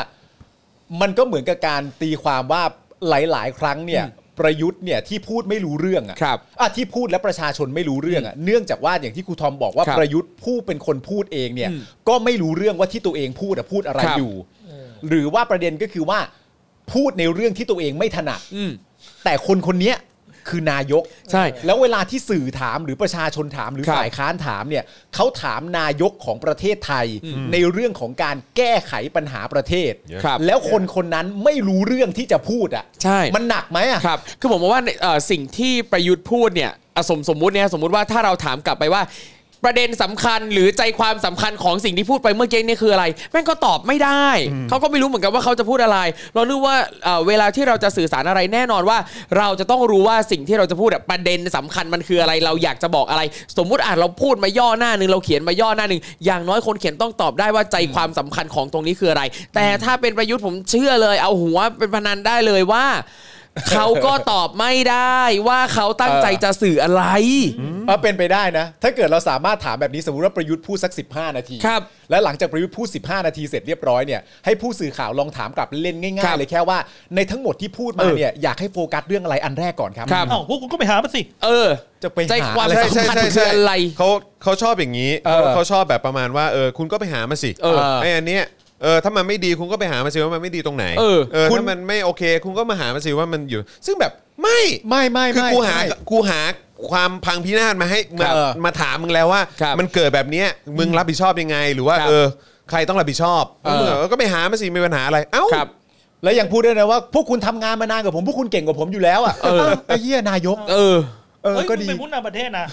มันก็เหมือนกับการตีความว่าหลาย ๆ ครั้งเนี่ย ประยุทธ์เนี่ยที่พูดไม่รู้เรื่องอะ ครับ อ่ะที่พูดและประชาชนไม่รู้เรื่องอะเนื่องจากว่าอย่างที่ครูทอมบอกว่า ครับ ประยุทธ์ผู้เป็นคนพูดเองเนี่ย ก็ไม่รู้เรื่องว่าที่ตัวเองพูดอะพูดอะไร ครับ อยู่ หรือว่าประเด็นก็คือว่าพูดในเรื่องที่ตัวเองไม่ถนัด อืม แต่คนคนเนี้ยคือนายก ใช่ แล้วเวลาที่สื่อถามหรือประชาชนถามหรือ ครับ ฝ่ายค้านถามเนี่ยเขาถามนายกของประเทศไทย ในเรื่องของการแก้ไขปัญหาประเทศ ครับ แล้วคนคนนั้นไม่รู้เรื่องที่จะพูดอ่ะ ใช่ มันหนักไหมอ่ะ ครับ คือผมมองว่าในเอ่อสิ่งที่ประยุทธ์พูดเนี่ยอ่ะสมสมมุติเนี่ยสมมุติว่าถ้าเราถามกลับไปว่า ประเด็นสำคัญหรือใจความสำคัญของสิ่งที่พูดไปเมื่อกี้เนี่ยคืออะไร แม่งก็ตอบไม่ได้ เขาก็ไม่รู้เหมือนกันว่าเขาจะพูดอะไร เรานึกว่าเอ่อเวลาที่เราจะสื่อสารอะไรแน่นอนว่า เราจะต้องรู้ว่าสิ่งที่เราจะพูดอะประเด็นสำคัญมันคืออะไร เราอยากจะบอกอะไร สมมุติอ่ะเราพูดมาย่อหน้าหนึ่งเราเขียนมาย่อหน้าหนึ่งอย่างน้อยคนเขียนต้องตอบได้ว่าใจความสำคัญของตรงนี้คืออะไร แต่ถ้าเป็นประยุทธ์ผมเชื่อเลย เอาหัวเป็นพนันได้เลยว่า เขาก็ตอบไม่ได้ว่าเขาตั้งใจจะสื่ออะไร เออเป็นไปได้นะ ถ้าเกิดเราสามารถถามแบบนี้สมมติว่าประยุทธ์พูดสัก 15 นาที ครับ และหลังจากประยุทธ์พูด 15 นาทีเสร็จเรียบร้อยเนี่ยให้ผู้สื่อข่าวลองถามกลับเล่นๆง่า ครั ย บ ๆ เลยแค่ว่าในทั้งหมดที่พูดมาเนี่ยอยากให้โฟกัสเรื่องอะไรอันแรกก่อนครับ ครับ อ้าวพวกคุณก็ไปหามาสิ เออ จะไปหา ใจความ อะไร สำคัญคืออะไร เขาเขาชอบอย่างนี้ เออ เขาชอบแบบประมาณว่าเออคุณก็ไปหามาสิ เออ ไอ้อันเนี้ยเออถ้ามันไม่ดีคุณก็ไปหามาสิว่ามันไม่ดีตรงไหน เออ คุณ ถ้ามันไม่โอเค คุณก็มาหามาสิว่ามันอยู่ ซึ่งแบบไม่ ไม่ไม่ คือ ไม่ กูหา ใช่ กูหาความพังพินาศมาให้มา ครับ มาถามมึงแล้วว่า ครับ มันเกิดแบบเนี้ยมึงรับผิดชอบยังไง หรือว่า ครับ เออใครต้องรับผิดชอบ เออ มึงก็ไปหามาสิมีปัญหาอะไรเอ้า ครับ แล้วยังพูดด้วยนะว่า พวกคุณทำงานมานานกว่าผมพวกคุณเก่งกว่าผมอยู่แล้วอ่ะ เออ ไอ้เหี้ยนายก เออ เออ เฮ้ย ก็ มึ ดี งเป็นผู้นำประเทศนะ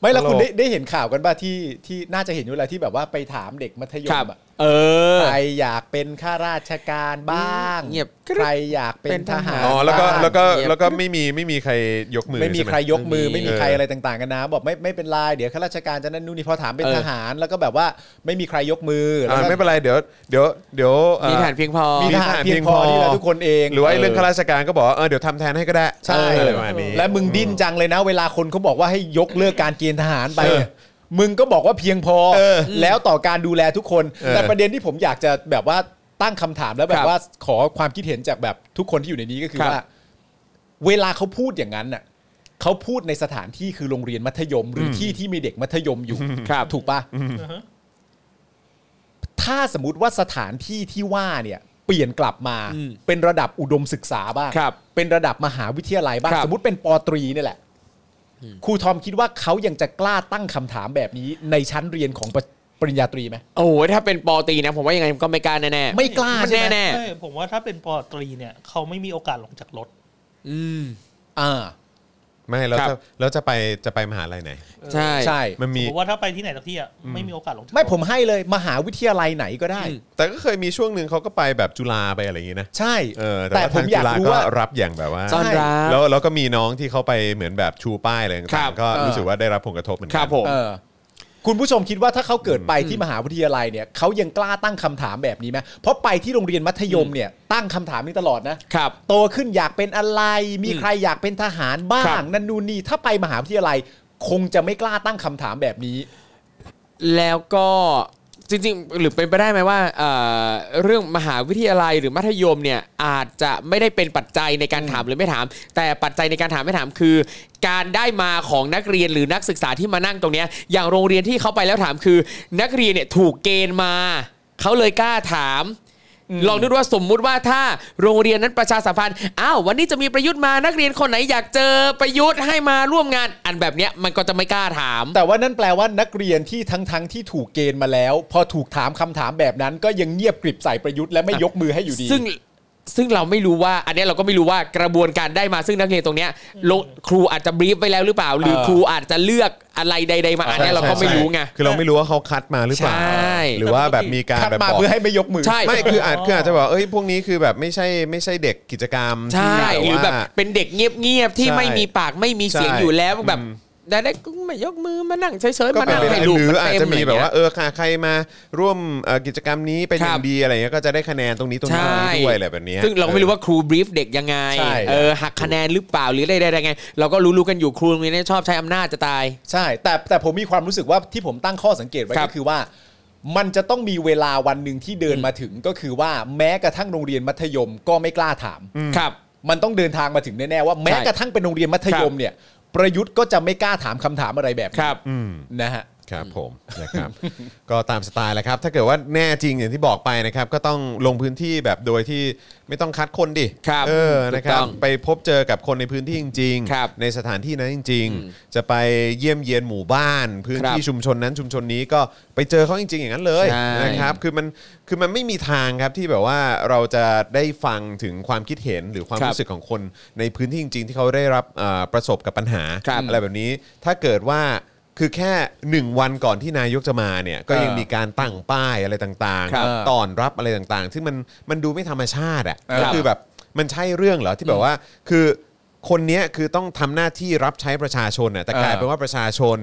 ไม่แล้วคุณ ตลก ได้ได้เห็นข่าวกันป่ะที่ที่น่าจะเห็นอยู่แล้วที่แบบว่าไปถามเด็กมัธย ค ม รับ อะ เออ ใครอยากเป็นข้าราชการบ้าง เงียบ ใครอยากเป็ เป็น น ท ท หา หารร อ๋อแล้วก็ บ้าง แล้วก็แล้วก็ไม่มีไม่มีใครยกมือ ไม่มี ช่ห ใครยกมือ ไม่ ไม่ มี มีใคร เอออ อะไรต่างๆกันนะ บอกไม่ไม่เป็นไรเดี๋ยวข้าราชการจะนั่นนู่นนี่พอถามเป็น เออ ทหารแล้วก็แบบว่าไม่มีใครยกมือแล้ว อ่า ก็ ไม่เป็นไรเดี๋ยวเดี๋ยวเดี๋ยวเอ่อ มีฐานเพียงพอ มีทหารเพียงพอที่เราทุกคนเอง หรือว่าไอ้เรื่องข้าราชการก็บอกว่าเออเดี๋ยวทำแทนให้ก็ได้ ใช่ เอออะไรประมาณนี้ และมึงดิ้นจังเลยนะ เวลาคนเขาบอกว่าให้ยกเลิกการเกณฑ์ทหารไปเนี่ยมึงก็บอกว่าเพียงพอแล้วต่อการดูแลทุกคน แต่ประเด็นที่ผมอยากจะแบบว่าตั้งคำถามแล้วแบ ครับ บ ว่าขอความคิดเห็นจากแบบทุกคนที่อยู่ในนี้ก็คือ ครับ ว่า เวลาเขาพูดอย่างนั้นน่ะเขาพูดในสถานที่คือโรงเรียนมัธยม หรือที่ที่มีเด็กมัธยมอยู่ถูกปะถ้าสมมติว่าสถานที่ที่ว่าเนี่ย เปลี่ยนกลับมาเป็นระดับอุดมศึกษาบ้าง ครับ เป็นระดับมหาวิทยาลัยบ้าง ครับ สมมติเป็นปอตรีเนี่ยแหละครูทอมคิดว่าเขายังจะกล้าตั้งคำถามแบบนี้ ในชั้นเรียนของปรปริญญาตรีไหม โอ้โหถ้าเป็นปอตีนะ ผมว่ายังไงก็ไม่กล้าแน่ๆ ไม่กล้าใช่ไหม แน่แน่ ไม่ผมว่าถ้าเป็นปอตรีเนี่ย เขาไม่มีโอกาสลงจากรถ ๆอืม อ่า ไม่แล้ว ครั จะ บ แล้วจะไปจะไปมหาลัยไหน ใช่ ใช่ มันมี ผมว่าถ้าไปที่ไหนสักที่อ่ะไม่มีโอกาสลงจากรถ ไม่ผมให้เลยมหาวิทยาลัยไหนก็ได้ อืม แต่ก็เคยมีช่วงหนึ่งเขาก็ไปแบบจุฬาไปอะไรอย่างงี้นะ ใช่ เออแต่ แต่ ว่า ผ ทาม ง อ จุ ยาก ฬา รู้ ก็ ว่า รับอย่างแบบว่า ต้อนรับ แล้วแล้วก็มีน้องที่เขาไปเหมือนแบบชูป้ายอะไรต่า ครั ง บ ๆก็ เออ รู้สึกว่าได้รับผลกระทบเหมือน ค กั รับผม เออ คุณผู้ชมคิดว่าถ้าเขาเกิดไปที่มหาวิทยาลัยเนี่ยเขายังกล้าตั้งคำถามแบบนี้ไหมเพราะไปที่โรงเรียนมัธยมเนี่ยตั้งคำถามนี้ตลอดนะ ครับ โตขึ้นอยากเป็นอะไร มีใครอยากเป็นทหารบ้า ครั ง บ นันนูนนี่ถ้าไปมหาวิทยาลัย คงจะไม่กล้าตั้งคำถามแบบนี้ แล้วก็จริงๆ หรือเป็นไปได้ไหมว่าเอ่อเรื่องมหาวิทยาลัยหรือมัธยมเนี่ยอาจจะไม่ได้เป็นปัจจัยในการถามหรือไม่ถาม แต่ปัจจัยในการถามไม่ถามคือ การได้มาของนักเรียนหรือนักศึกษาที่มานั่งตรงเนี้ยอย่างโรงเรียนที่เขาไปแล้วถามคือ นักเรียนเนี่ยถูกเกณฑ์มาเขาเลยกล้าถาม ลองนึกดูว่าสมมุติว่าถ้าโรงเรียนนั้นประชาสัมพันธ์อ้าววันนี้จะมีประยุทธ์มานักเรียนคนไหนอยากเจอประยุทธ์ให้มาร่วมงาน อันแบบเนี้ยมันก็จะไม่กล้าถาม แต่ว่านั่นแปลว่านักเรียนที่ทั้งทั้งๆที่ถูกเกณฑ์มาแล้ว พอถูกถามคำถามแบบนั้น ก็ยังเงียบกริบใส่ประยุทธ์และไม่ยกมือให้อยู่ดี ซึ่งซึ่งเราไม่รู้ว่า อันเนี้ยเราก็ไม่รู้ว่ากระบวนการได้มาซึ่งนักเรียนตรงเนี้ยลงครูอาจจะบรีฟไปแล้วหรือเปล่า หรือ เออ ครูอาจจะเลือกอะไรใด ๆ มาอันเนี้ยเราก็ไม่รู้ไง คือเราไม่รู้ว่าเขาคัดมาหรือเปล่า ใช่ หรือว่าแบบมีการ คัด แบบ มา บอก เพื่อให้ไม่ยกมือ ใช่ ไม่คืออาจคืออาจจะบอกเอ้ยพวกนี้คือแบบไม่ใช่ไม่ใช่เด็กกิจกรรม ใช่ ห ที่ รือแบบ ว่า เป็นเด็กเงียบ ๆ ที่ ใช่ ไม่มีปากไม่มีเสียง ใช่ อยู่แล้วแบบ อืม ได้ได้ก็ไม่ยกมือมานั่งเฉย ๆ ก็ มา เป็น นั่ง ไปได้ ให้ดู หรืออาจจะ เต็ๆ มีแบบอว่าย่งเงี้ย เออค่ะใครมาร่วมเอ่อกิจกรรมนี้เป็นอย่า ครั ง บ ดีอะไรเงี้ยก็จะได้คะแนนตรงนี้ตรงนี้ตรงนี้ด้วยอะไรแบบเนี้ย ซึ่งเราก็ไม่รู้ว่าครูบรีฟเด็กยังไง ใช่ เออหักคะแนนหรือเปล่าหรืออะไรใดๆไงเราก็รู้ๆกันอยู่ครูโรงเรียนเนี้ชอบใช้อำนาจจะตาย ใช่ แต่แต่ผมมีความรู้สึกว่าที่ผมตั้งข้อสังเกตไว้ ครับ ก็คือว่า มันจะต้องมีเวลาวันหนึ่งที่เดินมาถึงก็คือว่าแม้กระทั่งโรงเรียนมัธยมก็ไม่กล้าถาม ครับ มันต้องเดินทางมาถึงแน่ๆว่าแม้กระทั่งเป็นโรงเรียนมัธยมเนี่ย ประยุทธ์ก็จะไม่กล้าถามคำถามอะไรแบบ ค นี้ รับ นะฮะ ครับผม นะครับ ก็ตามสไตล์แหละครับ ถ้าเกิดว่าแน่จริงอย่างที่บอกไปนะครับ ก็ต้องลงพื้นที่แบบโดยที่ไม่ต้องคัดคนดิ ครับ เออนะคถูกรับต้อง ไปพบเจอกับคนในพื้นที่จริง ครับ ๆ ในสถานที่นั้นจริง ๆ จะไปเยี่ยมเยียนหมู่บ้าน พื้นคที่รับ ชุมชนนั้นชุมชนนี้ก็ไปเจอเขาจริง ๆ อย่างนั้นเลย ใช่ นะครับคือมันคือมันไม่มีทางครับที่แบบว่าเราจะได้ฟังถึงความคิดเห็นหรือความ ครับ รู้สึกของคนในพื้นที่จริง ๆ ที่เขาได้รับเอ่อประสบกับปัญหา ครับ อะไรแบบนี้ถ้าเกิดว่าคือแค่ 1 วันก่อนที่นายกจะมาเนี่ยก็ยัง เออ มีการตั้งป้ายอะไรต่าง ครับ ต้อนรับอะไรต่างๆ ซึ่งมันมันดูไม่ธรรมชาติอ่ะ เออ ก็คือแบบมันใช่เรื่องเหรอที่แบบว่าคือคนเนี้ยคือต้องทำหน้าที่รับใช้ประชาชนน่ะแต่กลายเป็นว่าประชาชน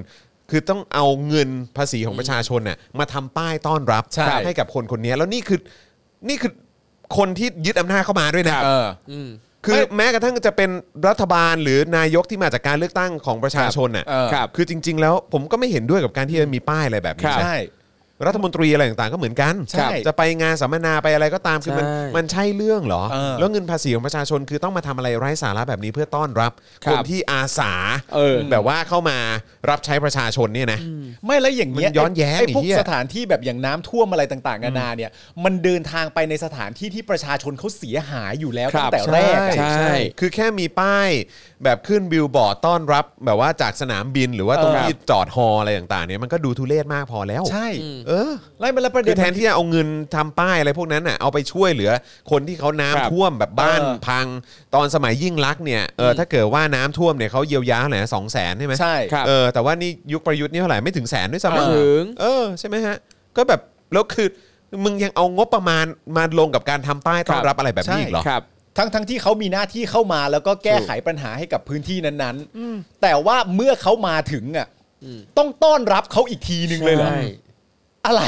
คือต้องเอาเงินภาษีของประชาชนน่ะมาทำป้ายต้อนรับ ใช่ ให้กับคนคนเนี้ยแล้วนี่คือนี่คือคนที่ยึดอำนาจเข้ามาด้วยนะ เออ คือแม้กระทั่งจะเป็นรัฐบาลหรือนายกที่มาจากการเลือกตั้งของประชาชนน่ะ เออ ครับ คือจริง ๆ แล้วผมก็ไม่เห็นด้วยกับการที่จะมีป้ายอะไรแบบนี้ ครับ นะ ใช่ รัฐมนตรีอะไรต่างๆก็เหมือนกัน ใช่ จะไปงานสัมมนาไปอะไรก็ตามคือมัน ใช่ มันใช่เรื่องเหรอ เออ แล้วเงินภาษีของประชาชนคือต้องมาทำอะไรไร้สาระแบบนี้เพื่อต้อนรับ ครับคนที่อาสา เออ แบบว่าเข้ามารับใช้ประชาชนเนี่ยนะ ไม่แล้วอย่างเงี้ย มันย้อนแย้ง ไอ้พวไอ้กเหี้ย สถานที่แบบอย่างน้ำท่วมอะไรต่างๆนานาเนี่ย มันเดินทางไปในสถานที่ที่ประชาชนเขาเสียหายอยู่แล้ว ครับ ตั้งแต่แรกอะ ใช่ คือแค่มีป้ายแบบขึ้นบิลบอร์ดต้อนรับ แบบว่าจากสนามบินหรือว่าตรง เออ ที่จอดฮออะไรต่างๆเนี่ยมันก็ดูทุเรศมากพอแล้ว ใช่ เออ แล้วมันแล้วประ คื เด็ อน แทนที่จะเอาเงินทำป้ายอะไรพวกนั้นน่ะเอาไปช่วยเหลือ คนที่เขาคน้ำรับ ท่วมแบบบ้าน เออ พัง ตอนสมัยยิ่งรักษณ์เนี่ยเอออถ้าเกิดว่าน้ำท่วมเนี่ยเขาเยียวยาเท่าไหร่สองแสนใช่ไหม ใช่ ครับ เออแต่ว่านี่ยุคประยุทธ์นี่เท่าไหร่ไม่ถึงแสนด้วยซ้ำ ไม่ นะ ถึง เออใช่ไหมฮะ ก็แบบแล้วคือมึงยังเอางบประมาณมาลงกับการทำป้ายต้อนรับอะไรแบบนี้อีกเหรอ ครับ ทั้งทั้งที่เขามีหน้าที่เข้ามาแล้วก็แก้ไขปัญหาให้กับพื้นที่นั้นๆ แต่ว่าเมื่อเขามาถึงอ่ะต้องต้อนรับเขาอีกทีหนึ่งเลยเหรอ ใช่ อะไร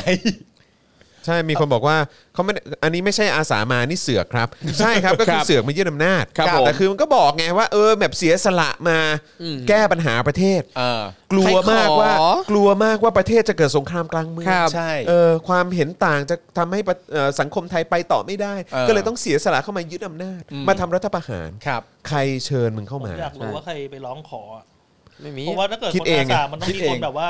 ใช่มีคนบอกว่าเขาไม่ได้อันนี้ไม่ใช่อาสามานี่เสือกครับ ใช่ครับก็ ค คื รั อบเสือกมายึดอำนาจ ครับผม แต่คือมันก็บอกไงว่าเออแบบเสียสละมาแก้ปัญหาประเทศ เออก ลัวมากว่า ใครขอก ลัวมากว่าประเทศจะเกิดสงครามกลางเมือง ครับ ใช่ เออความเห็นต่างจะทำให้ประเอ่อสังคมไทยไปต่อไม่ได้ เออ ก็เลยต้องเสียสละเข้ามายึดอำนาจ มาทำรัฐประหาร ครับ ใครเชิญมึงเข้า ผม มา อยากรู้ว่าใครไปร้องขอ ไม่มี เพราะว่าถ้าเกิด คิ ค ด น เอง อาสา ไง มันต้อง คิด มี เอ ค ง นแบบว่า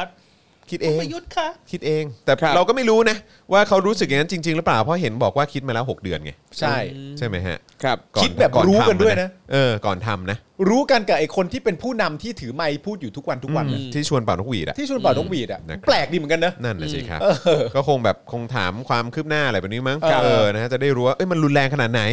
คิดเอง ประยุทธ์ค่ะ คิดเอง แต่ ครับ เราก็ไม่รู้นะ ว่าเขารู้สึกอย่างนั้นจริง ๆ หรือเปล่าเพราะเห็นบอกว่าคิดมาแล้วหกเดือนไง ใช่ ใช่ไหมฮะ ครับ ก่อน คิดแบบ อ รู้ ทำ กันด้วยนะ เออ ก่อนทำนะ รู้กันกับไอ้คนที่เป็นผู้นำที่ถือไมค์พูดอยู่ทุกวันทุกวันนะ ที่ชวนเป่านกหวีดอะ ที่ชวนเป่านกหวีดอ่ะ นะครับ แปลกดีเหมือนกันนะ นั่นนะสิครับ เออ ก็คงแบบคงถามความคืบหน้าอะไรแบบนี้มั้ง ครับ เออนะฮะจะได้รู้ว่าเอ้ยมันรุนแรงขนาดไหน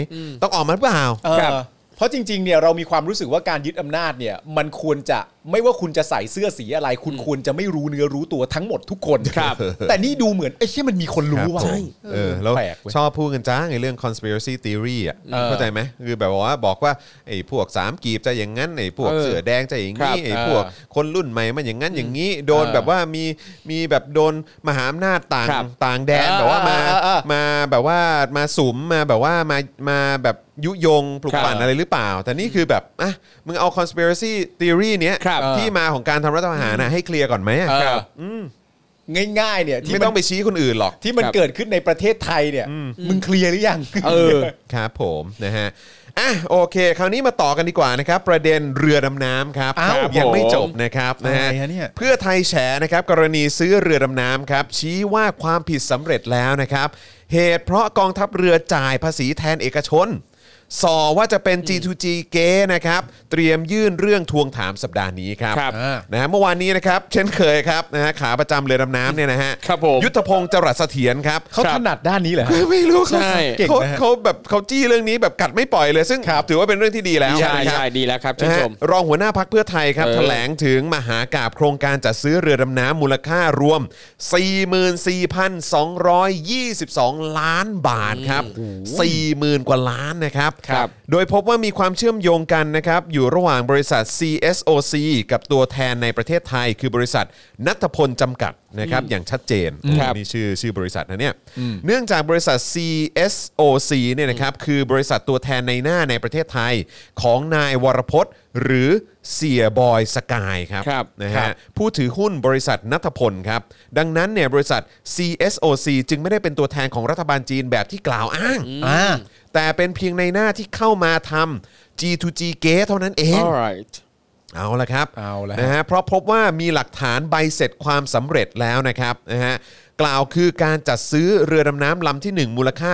ต้องออกมาหรือเปล่า เออ ครับ เพราะจริงๆเนี่ยเรามีความรู้สึกว่าการยึดอำนาจเนี่ยมันควรจะ ไม่ว่าคุณจะใส่เสื้อสีอะไร คุณควรจะไม่รู้เนื้อรู้ตัวทั้งหมดทุกคน ครับ แต่นี่ดูเหมือนไอ้เชี่ยมันมีคนรู้ว่ะ ใช่เออแล้ว แปลกเว้ย ชอบพูดกันจ้างไอ้เรื่อง conspiracy theory อ่ะ เออ เข้าใจไหมคือแบบว่าบอกว่าไอ้พวกสามกีบจะอย่างนั้นไอ้พวก เออ เสือแดงจะอย่าง ครั นี้ บ ไอ้ เออ พวกคนรุ่นใหม่มันอย่างนั้นอย่างนี้ โดน เออ แบบว่ามีมีแบบโดนมหาอำนาจต่าง ครับ ต่างแดน เออ แบบว่ามา เออเออเออ มาแบบว่ามาสุมมาแบบว่ามามาแบบยุยงปลุก ครับ ปั่นอะไรหรือเปล่า แต่นี่คือแบบอ่ะมึงเอา conspiracy theory เนี้ย ครับ ที่มาของการทำรัฐประหารนะให้เคลียร์ก่อนไหมอะ เออ ครับ ง่ายๆเนี่ยที่ ไม่ มัน ต้องไปชี้คนอื่นหรอก ที่มันเกิดขึ้นในประเทศไทยเนี่ย มึงเคลียร์หรือยัง เออ ครับผมนะฮะอ่ะโอเค คราวนี้มาต่อกันดีกว่านะครับ ประเด็นเรือดำน้ำครับ อ้าว ครับยังไม่ ผม จบนะครับนะฮะ อะไรฮะเนี่ย เพื่อไทยแฉนะครับ กรณีซื้อเรือดำน้ำครับ ชี้ว่าความผิดสำเร็จแล้วนะครับ เหตุเพราะกองทัพเรือจ่ายภาษีแทนเอกชนสอว่าจะเป็น G2G เกนะครับ เตรียมยื่นเรื่องทวงถามสัปดาห์นี้ครับ ครับ อ่า นะฮะเมื่อวานนี้นะครับ เช่นเคยครับนะฮะขาประจำเรือดำน้ำเนี่ยนะฮะ ครับผม ยุทธพงศ์จรัสเสถียรครับ เขาถนัดด้านนี้เหรอฮะ ไม่รู้เขา ใช่ เก่ง เขา นะฮะ เขาแบบเขาจี้เรื่องนี้แบบกัดไม่ปล่อยเลย ซึ่งถือว่าเป็นเรื่องที่ดีแล้ว ใช่ นะครับ ใช่ดีแล้วครับชื่น นะ ช ฮะ ม รองหัวหน้าพักเพื่อไทยครับ เออ แถลงถึงมหากาบโครงการจัดซื้อเรือดำน้ำมูลค่ารวม 44,222 ล้านบาทครับ 40,000 กว่าล้านนะครับ ครับ โดยพบว่ามีความเชื่อมโยงกันนะครับ อยู่ระหว่างบริษัท CSOC กับตัวแทนในประเทศไทย คือบริษัทนัทพลจำกัดนะครับ อย่างชัดเจน ครับ นี่ชื่อชื่อบริษัทนะเนี่ย เนื่องจากบริษัท CSOC เนี่ยนะครับ คือบริษัทตัวแทนในหน้าในประเทศไทย ของนายวรพจน์ หรือเสียบอยสกายครับ ครับ นะ ครั ฮะ บ ผู้ถือหุ้นบริษัทนัทพลครับ ดังนั้นเนี่ยบริษัท CSOC จึงไม่ได้เป็นตัวแทนของรัฐบาลจีนแบบที่กล่าวอ้าง อ่า แต่เป็นเพียงในหน้าที่เข้ามาทำ G2G เก๊เท่านั้นเอง alright เอาละครับ เอาละฮะ นะฮะเพราะพบว่ามีหลักฐานใบเสร็จความสำเร็จแล้วนะครับนะฮะกล่าวคือการจัดซื้อเรือดำน้ำลำที่ 1 มูลค่า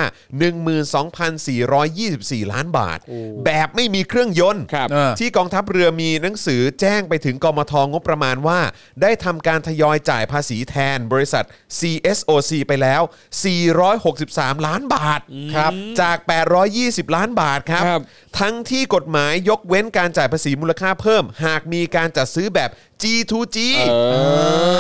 12,424 ล้านบาท แบบไม่มีเครื่องยนต์ ครับ เออ ที่กองทัพเรือมีหนังสือแจ้งไปถึงกมทงบประมาณว่า ได้ทำการทยอยจ่ายภาษีแทนบริษัท CSOC ไปแล้ว 463 ล้านบาทครับจาก 820 ล้านบาทครับ ครับ ทั้งที่กฎหมายยกเว้นการจ่ายภาษีมูลค่าเพิ่ม หากมีการจัดซื้อแบบ G2G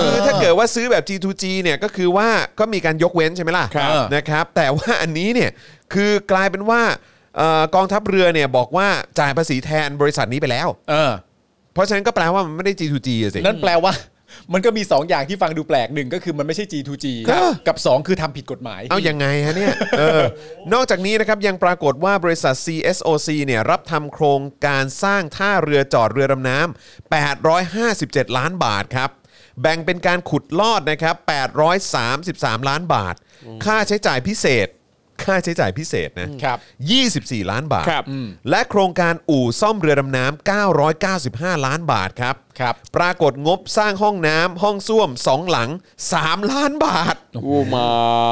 คือถ้าเกิดว่าซื้อแบบ G2G เนี่ยก็คือว่าก็มีการยกเว้นใช่ไหมล่ะ ครับ นะครับแต่ว่าอันนี้เนี่ยคือกลายเป็นว่าเอ่อกองทัพเรือเนี่ยบอกว่าจ่ายภาษีแทนบริษัทนี้ไปแล้ว เออ เพราะฉะนั้นก็แปลว่ามันไม่ได้ G2G อะสิ นั่นแปลว่า มันก็มี 2 อย่างที่ฟังดูแปลกหนึ่งก็คือมันไม่ใช่ G2G ครับ กับ 2 คือทำผิดกฎหมาย เอายังไงฮะเนี่ยเออนอกจากนี้นะครับยังปรากฏว่าบริษัท CSOC เนี่ยรับทำโครงการสร้างท่าเรือจอดเรือดำน้ำ857 ล้านบาทครับ แบ่งเป็นการขุดลอดนะครับ833 ล้านบาท ค่าใช้จ่ายพิเศษ ค่าใช้จ่ายพิเศษนะครับ 24 ล้านบาท ครับ และโครงการอู่ซ่อมเรือดำน้ำ995 ล้านบาทครับ ครับ ปรากฏงบสร้างห้องน้ำห้องส้วม 2 หลัง 3 ล้านบาท อู้มา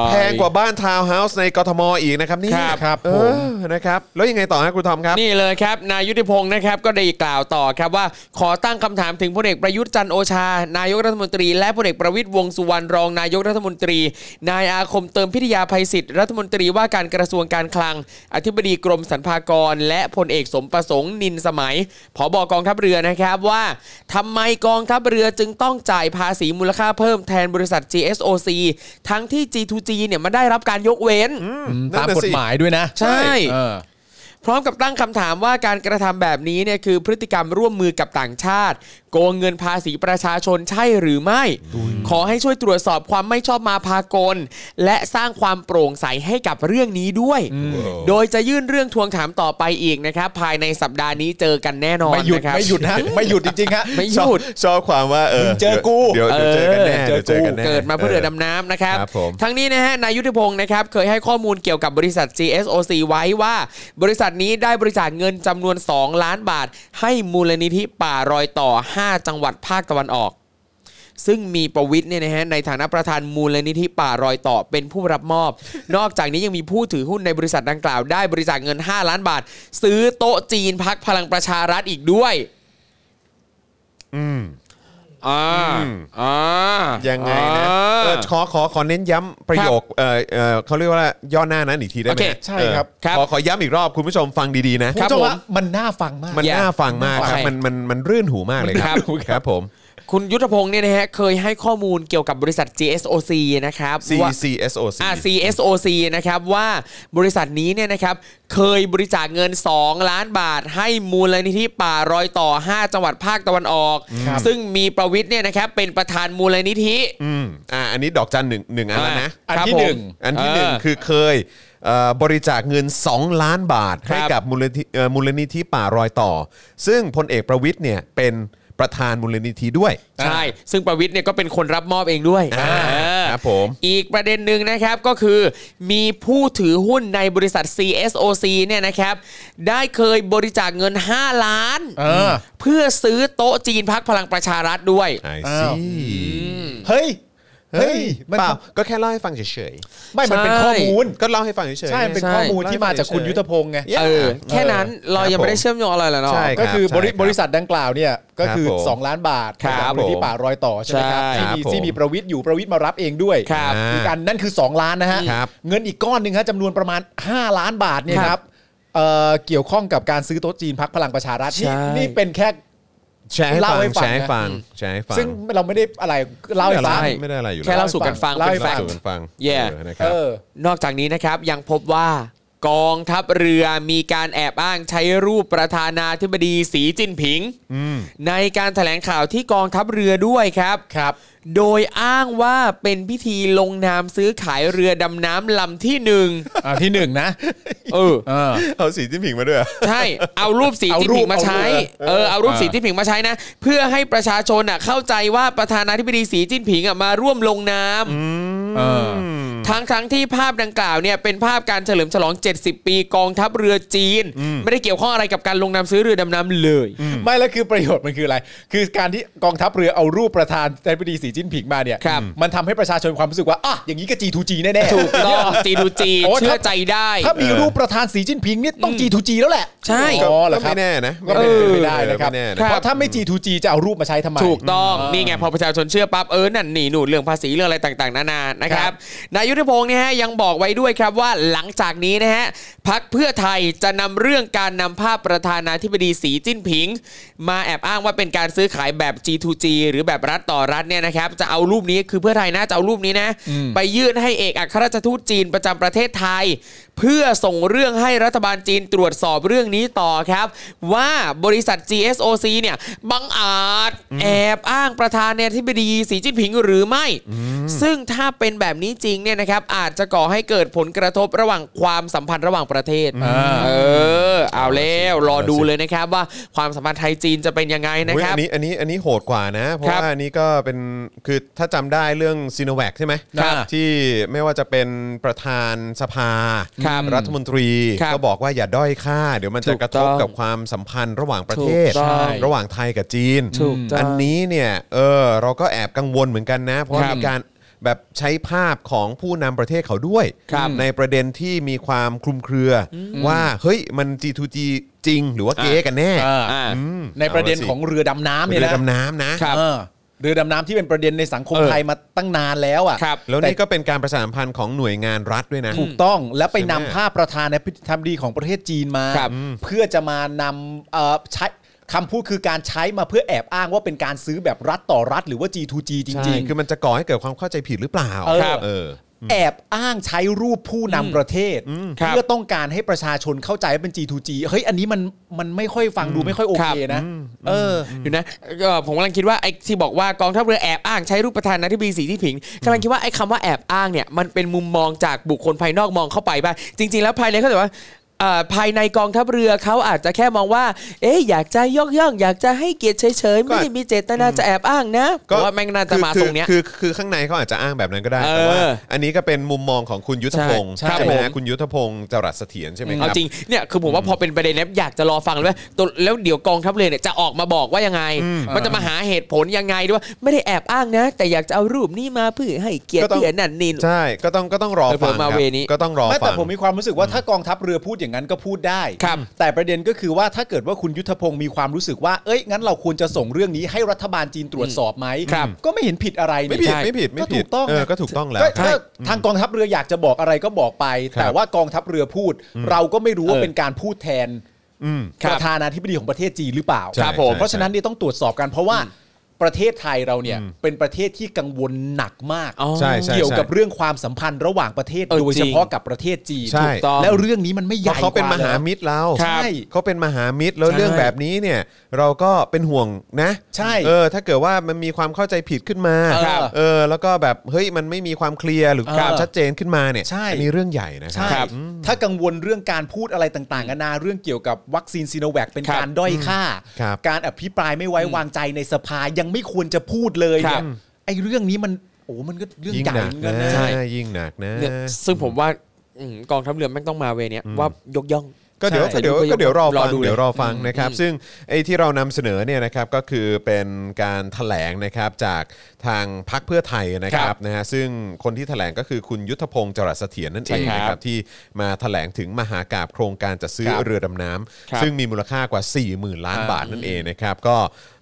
แพงกว่าบ้านทาวน์เฮาส์ในกทมอีกนะครับเนี่ย ครับ ครับ เอ ผม อนะครับ แล้วยังไงต่อฮะครูทอมครับ นี่เลยครับ นายยุทธิพงศ์นะครับ ก็ได้กล่าวต่อครับว่า ขอตั้งคำถามถึงพลเอกประยุทธ์จันทร์โอชา นายกรัฐมนตรี และพลเอกประวิตยวงษ์สุวรรณรองนายกรัฐมนตรี นายอาคมเติมพิทยาภัยศิษย์รัฐมนตรีว่าการกระทรวงการคลัง อธิบดีกรมสรรพากร และพลเอกสมประสงค์นินสมัยผบกองทัพเรือนะครับว่าทำไมกองทัพเรือจึงต้องจ่ายภาษีมูลค่าเพิ่มแทนบริษัท GSOC ทั้งที่ G2G เนี่ยมันได้รับการยกเว้น นั่น ตาม น่ะ ก สิ ฎหมายด้วยนะ ใช่ เออ พร้อมกับตั้งคำถามว่าการกระทำแบบนี้เนี่ยคือพฤติกรรมร่วมมือกับต่างชาติ โกงเงินภาษีประชาชนใช่หรือไม่ ขอให้ช่วยตรวจสอบความไม่ชอบมาพากล และสร้างความโปร่งใสให้กับเรื่องนี้ด้วย โดยจะยื่นเรื่องทวงถามต่อไปอีกนะครับ ภายในสัปดาห์นี้เจอกันแน่นอน ไม่หยุด นะครับ ไม่หยุด นะ ไม่หยุดจริงๆฮะ ไม่หยุด ชอบความว่าเออ มึงเจอกู เดี๋ยวเดี๋ยวเจอกันแน่ เออ เดี๋ยวเจอกันแน่ เกิดมาเพื่อเรือดำน้ำนะครับ ครับผม ทั้งนี้นะฮะนายยุทธพงศ์นะครับ เคยให้ข้อมูลเกี่ยวกับบริษัท GSOC ไว้ว่า บริษัทนี้ได้บริจาคเงินจำนวน 2 ล้านบาท ให้มูลนิธิป่ารอยต่อ 5 จังหวัดภาคตะวันออก ซึ่งมีประวิทย์เนี่ยนะฮะในฐานะประธานมูลนิธิป่ารอยต่อเป็นผู้รับมอบ นอกจากนี้ยังมีผู้ถือหุ้นในบริษัทดังกล่าวได้บริจาคเงิน 5 ล้านบาท ซื้อโต๊ะจีนพักพลังประชารัฐอีกด้วย อ่าอ่ายั ยังไงนะเออขอขอขอเน้นย้ำประโยคเออเออเขาเรียกว่าย่อหน้านั้นอีกทีได้ไหม โอเค ฮะ ใช่ครับ เออขอขอย้ำอีกรอบคุณผู้ชมฟังดีๆนะ ครับ ณเจ้า ผม ว่ามันน่าฟังมาก มัน อย่า น่าฟังมากครับ ใช่ มันมันมันรื่นหูมากเลยครับครับผม คุณยุทธพงศ์เนี่ยนะฮะเคยให้ข้อมูลเกี่ยวกับบริษัท GSOC นะครับว่า CCSOC อ่า CSOC นะครับว่าบริษัทนี้เนี่ยนะครับเคยบริจาคเงิน 2 ล้านบาท ให้มูลนิธิป่ารอยต่อ 5 จังหวัดภาคตะวันออก ครับ ซึ่งมีประวิทย์เนี่ยนะครับเป็นประธานมูลนิธิ อืมอ่าอันนี้ดอกจันหนึ่งหนึ่งอันแล้วนะ อัน ครับ ที่ ผม หนึ่ง อันที่ เออ หนึ่งคือเคยเอ่อบริจาคเงิน 2 ล้านบาท ครับ ให้กับมูลนิธิเอ่อมูลนิธิป่ารอยต่อ ซึ่งพลเอกประวิทย์เนี่ยเป็นประธานมูลนิธิด้วย ใช่ ซึ่งประวิทย์เนี่ยก็เป็นคนรับมอบเองด้วย อ่า เออ ครับผม อีกประเด็นหนึ่งนะครับก็คือมีผู้ถือหุ้นในบริษัท CSOC เนี่ยนะครับ ได้เคยบริจาคเงิน 5 ล้าน เออ เพื่อซื้อโต๊ะจีนพักพลังประชารัฐด้วย ไอ อ้า ซี ว เฮ้ย เฮ้ย มัน เปล่าก็แค่เล่าให้ฟังเฉย ไม่มันเป็น ใช่ ข้อมูล ๆก็เล่าให้ฟังเฉยๆ ใช่มันเป็น ใช่ ข้อมูลที่มาจากคุณยุทธพงษ์ไง เออ แค่นั้นเรายังไม่ได้เชื่อมโยงอะไรเลยเนาะ ใช่รับ ก็คือบริ ใช่ บริษัทดังกล่าวเนี่ยก็คือ ครับผม 2 ล้านบาท ครับ จากมูลที่ป่ารอยต่อใช่ไหมครับ ใช่ ที่ ครับผมมีที่มีประวิทย์อยู่ประวิทย์มารับเองด้วย ครับ คือกันนั่นคือ 2 ล้านนะฮะ ครับ เงินอีกก้อนหนึ่งฮะจำนวนประมาณ 5 ล้านบาทเนี่ย ค ค รั รั บบ เอ่อเกี่ยวข้องกับการซื้อโต๊ะจีนพักพลังประชารัฐนี่ ใช่ นี่เป็นแค่ แชร์ให้ เล่า ฟัง ให้ฟัง แชร์ให้ฟังแชร์ให้ฟัง ซึ่งเราไม่ได้อะไรเล่าให้ฟัง ใช่ ไม่ได้อะไรอยู่ แค่ แล้ เรา ว สู่กันฟัง เล่าให้ เป็นแฟ เล่าก สู่ ต์ กันฟัง แย่ ออนะค เอ รับ อ นอกจากนี้นะครับยังพบว่ากองทัพเรือมีการแอบอ้างใช้รูปประธานาธิบดีสีจิ้นผิง ในการแถลงข่าวที่กองทัพเรือด้วยครับ ครับ โดยอ้างว่าเป็นพิธีลงนามซื้อขายเรือดำน้ำลำที่หนึ่ง อ่าที่หนึ่ง นะ เออ เออ เอาสีจิ้นผิงมาด้วย ใช่ เอารูปสี เอา จิ้น รู ผิ ป งมาใช้ เอารูป เออ เอารูป อ่า สีจิ้นผิงมาใช้นะ เพื่อให้ประชาชนน่ะเข้าใจว่าประธานาธิบดีสีจิ้นผิงอ่ะมาร่วมลงนาม เออ ทั้งทั้งที่ภาพดังกล่าวเนี่ยเป็นภาพการเฉลิมฉลอง 70 ปีกองทัพเรือจีน ไม่ได้เกี่ยวข้องอะไรกับการลงนามซื้อเรือดำน้ำเลย ไม่แล้วคือประโยชน์มันคืออะไร คือการที่กองทัพเรือเอารูปประธานนายบดีสีจิ้นผิงมาเนี่ย ครับ มันทำให้ประชาชนความรู้สึกว่า อ่ะ อย่างนี้ก็ G2G แน่ๆ ถูกต้องจีดูจี โอ้ถ้า เชื่อใจได้ ถ้ามีรูปประธานสีจิ้นผิงนี่ต้อง G2G แล้วแหละ ใช่ อ๋อเหรอค ก็ รับ ไม่แน่นะ ก็เป็นไปไม่ เออ ได้นะครับ ไม่แน่นะ เพราะถ้าไม่ G2G จะเอารูปมาใช้ทำไม ถูกต้องนี่ไงพอประชาชนเชื่อปั๊บเออนั่นนี่หนูนเรื่องภาษีเรื่องอะไรต่างๆนานานะค ครั รับบ นายยุทธพงศ์เนี่ยฮะยังบอกไว้ด้วยครับว่าหลังจากนี้นะฮะพักเพื่อไทยจะนำเรื่องการนำภาพประธานาธิบดีสีจิ้นผิง มาแอบอ้างว่าเป็นการซื้อขายแบบ G2G หรือแบบรัฐต่อรัฐเนี่ยนะครับจะเอารูปนี้คือเพื่อไทยนะจะเอารูปนี้นะไปยื่นให้เอกอัครราชทูตจีนประจำประเทศไทย เพื่อส่งเรื่องให้รัฐบาลจีนตรวจสอบเรื่องนี้ต่อครับ ว่าบริษัท GSOC เนี่ยบังอาจแอบอ้างประธานในธิบดีสีจิ้นผิงหรือไม่ ซึ่งถ้าเป็นแบบนี้จริงเนี่ยนะครับอาจจะก่อให้เกิดผลกระทบระหว่างความสัมพันธ์ระหว่างประเทศ เออ เอาแล้วรอดูเลยนะครับว่าความสัมพันธ์ไทยจีนจะเป็นยังไงนะ อุ๊ย ครับ อันนี้อันนี้อันนี้โหดกว่านะ เพราะ ครับ ว่าอันนี้ก็เป็นคือถ้าจำได้เรื่องซีโนแวคใช่ไหม ครับ ที่ไม่ว่าจะเป็นประธานสภา ครับ รัฐมนตรี ครับ ก็บอกว่าอย่าด้อยค่า เดี๋ยวมันจะ ถูก กระทบ ต้อง กับความสัมพันธ์ระหว่างประเทศ ถูกต้อง ระหว่างไทยกับจีน ถูกต้อง อันนี้เนี่ยเออเราก็แอบกังวลเหมือนกันนะ เพราะว่า ครับ มีการแบบใช้ภาพของผู้นำประเทศเขาด้วย ครับ ในประเด็นที่มีความคลุมเครืออว่าเฮ้ยมัน G2G จริง หรือว่าเก๊กันแน่ เออ อ่า อืม ในประเด็นของเรือดำน้ำเนี่ย เรือ นะ ดำน้ำนะครับ เออเรือดำน้ำที่เป็นประเด็นในสังคม เออ ไทยมาตั้งนานแล้วอ่ะ ครับ แล้วนี่ก็เป็นการประสานพันธ์ของหน่วยงานรัฐด้วยนะ ถูกต้องและไป ใช่ไหม นำภาพประธานาธิบดีของประเทศจีนมา ครับ เพื่อจะมานำเอ่อใช้คำพูดคือการใช้มาเพื่อแอบอ้างว่าเป็นการซื้อแบบรัฐต่อรัฐ หรือว่า G2G จริ ิ ง งคือมันจะก่อให้เกิดความเข้าใจผิดหรือเปล่า เออ ครับ เออ ๆ แอบอ้างใช้รูปผู้นำประเทศ ครับ เพื่อต้องการให้ประชาชนเข้าใจว่าเป็น G2G เฮ้ยอันนี้มันมันไม่ค่อยฟังดูไม่ค่อยโอเคนะ เออ อยู่นะเอ่อผมกำลังคิดว่าไอ้ที่บอกว่ากองทัพเรือแอบอ้างใช้รูปประธานาธิบดีสีที่ผิงกำลังคิดว่าไอ้คำว่าแอบอ้างเนี่ยมันเป็นมุมมองจากบุคคลภายนอกมองเข้าไปบ้างจริง ๆ แล้วภายในเขาแต่ว่าเอ่อภายในกองทัพเรือเขาอาจจะแค่มองว่า เอ๊ะอยากจะยกย่อง อยากจะให้เกียรติเฉยๆไม่ได้มีเจตนาจะแอบอ้างนะเพราะว่าแม่งน่าจะมา คืตอรงเนี้ย คือคือคือข้างในเขาอาจจะอ้างแบบนั้นก็ได้ เออ แต่ว่าอันนี้ก็เป็นมุมมองของคุณยุทธพงศ์ ใช่ครับ ไหมฮะ ผม คุณยุทธพงศ์จรัสเสถียรใช่ไหมค เอา รับ จริงเนี่ยคือผมว่าพอเป็นประเด็นเนี้ยอยากจะรอฟังเลยว่าตัวแล้วเดี๋ยวกองทัพเรือเนี่ยจะออกมาบอกว่ายังไง มันจะมาหาเหตุผลยังไงด้วยว่าไม่ได้แอบอ้างนะ แต่อยากจะเอารูปนี้มาเพื่อให้เกียรติ ก็ต้อง เพื่อนั่นนี่ ใช่ก็ต้องก็ต้องรอ เออ ฟัง ผมมา ครั เวนี้ ก็ต้องรอ ไม่ ฟั แต่ ง ผมมีความรู้สึกว่าถ้ากองทัพเรือพูดอย่าง อย่างนั้นก็พูดได้ ครับ แต่ประเด็นก็คือว่าถ้าเกิดว่าคุณยุทธพงศ์มีความรู้สึกว่า เอ้ยงั้นเราควรจะส่งเรื่องนี้ให้รัฐบาลจีนตรวจสอบไหม ครับ ก็ไม่เห็นผิดอะไรนี่ ไม่ผิด ใช่ ไม่ผิดไม่ ก็ ผิ ถู ด กต้อง เออก็ถูกต้องแล้ว ก็ทางกองทัพเรืออยากจะบอกอะไรก็บอกไป แต่ว่ากองทัพเรือพูด เราก็ไม่รู้ว่า เออ เป็นการพูดแทน อืม ครับ ประธานาธิบดีของประเทศจีนหรือเปล่า ใช่ครับผม เพราะฉะนั้นเนี่ยต้องตรวจสอบกันเพราะว่าประเทศไทยเราเนี่ยเป็นประเทศที่กังวลหนักมาก อ๋อ ใช่ใช่ เกี่ยวกับ ใช่ เรื่องความสัมพันธ์ระหว่างประเทศ เออ โดย จริ เฉ ง พาะกับประเทศจีน ใช่ ถูกต้อง แล้วเรื่องนี้มันไม่ให เพ ญ่ ราะเขาเป็น กมว่หา หรอ มิตรเรา ครับ เขาเป็นมหามิตรแล้ว ใช่ เรื่องแบบนี้เนี่ย เราก็เป็นห่วงนะ ใช่ เออถ้าเกิดว่ามันมีความเข้าใจผิดขึ้นมา ครับ เออแล้วก็แบบเฮ้ยมันไม่มีความเคลียร์หรือ คครับวามชัดเจนขึ้นมาเนี่ย ใช่ อันนี้เรื่องใหญ่นะครั ใช่ บ ครับ ถ้ากังวลเรื่องการพูดอะไรต่างๆนานาเรื่องเกี่ยวกับวัคซีนซีโนแวคเป็น ครับ การด้อยค่า ครับ การอภิปรายไม่ไว้วางใจในสภายังไม่ควรจะพูดเลย ครั เนี่ บ ยไอ้เรื่องนี้มันโอ้มันก็เรื่อง ยิ่ง ใหญ่ หนัก เหมือนกั นะ นนะ ใช่ ยิ่งหนักนะ เนี่ยซึ่งผมว่าอืมกองทัพเรือแม่งต้องมาเวย์เนี้ยว่ายกย่อง ก็เดี๋ยว ใช่ ก็เดี๋ยใช่วก็เดี๋ยวรอ ร ฟั อง ดูเลย เดี๋ยวรอฟัง อืม นะครับ ซึ่งไอ้ที่เรานำเสนอเนี่ยนะครับก็คือเป็นการแถลงนะครับจากทางพักเพื่อไทยนะคครั รั บบ นะฮะซึ่งคนที่แถลงก็คือคุณยุทธพงศ์จรัสเสถียรนั่นเอง ใช่ครับ นะครับที่มาแถลงถึงมหากาบโครงการจัดซื้อ ครับ เรือดำน้ำ ครับ ซึ่งมีมูลค่ากว่า 40,000 ล้านบาทนั่นเองนะครับก็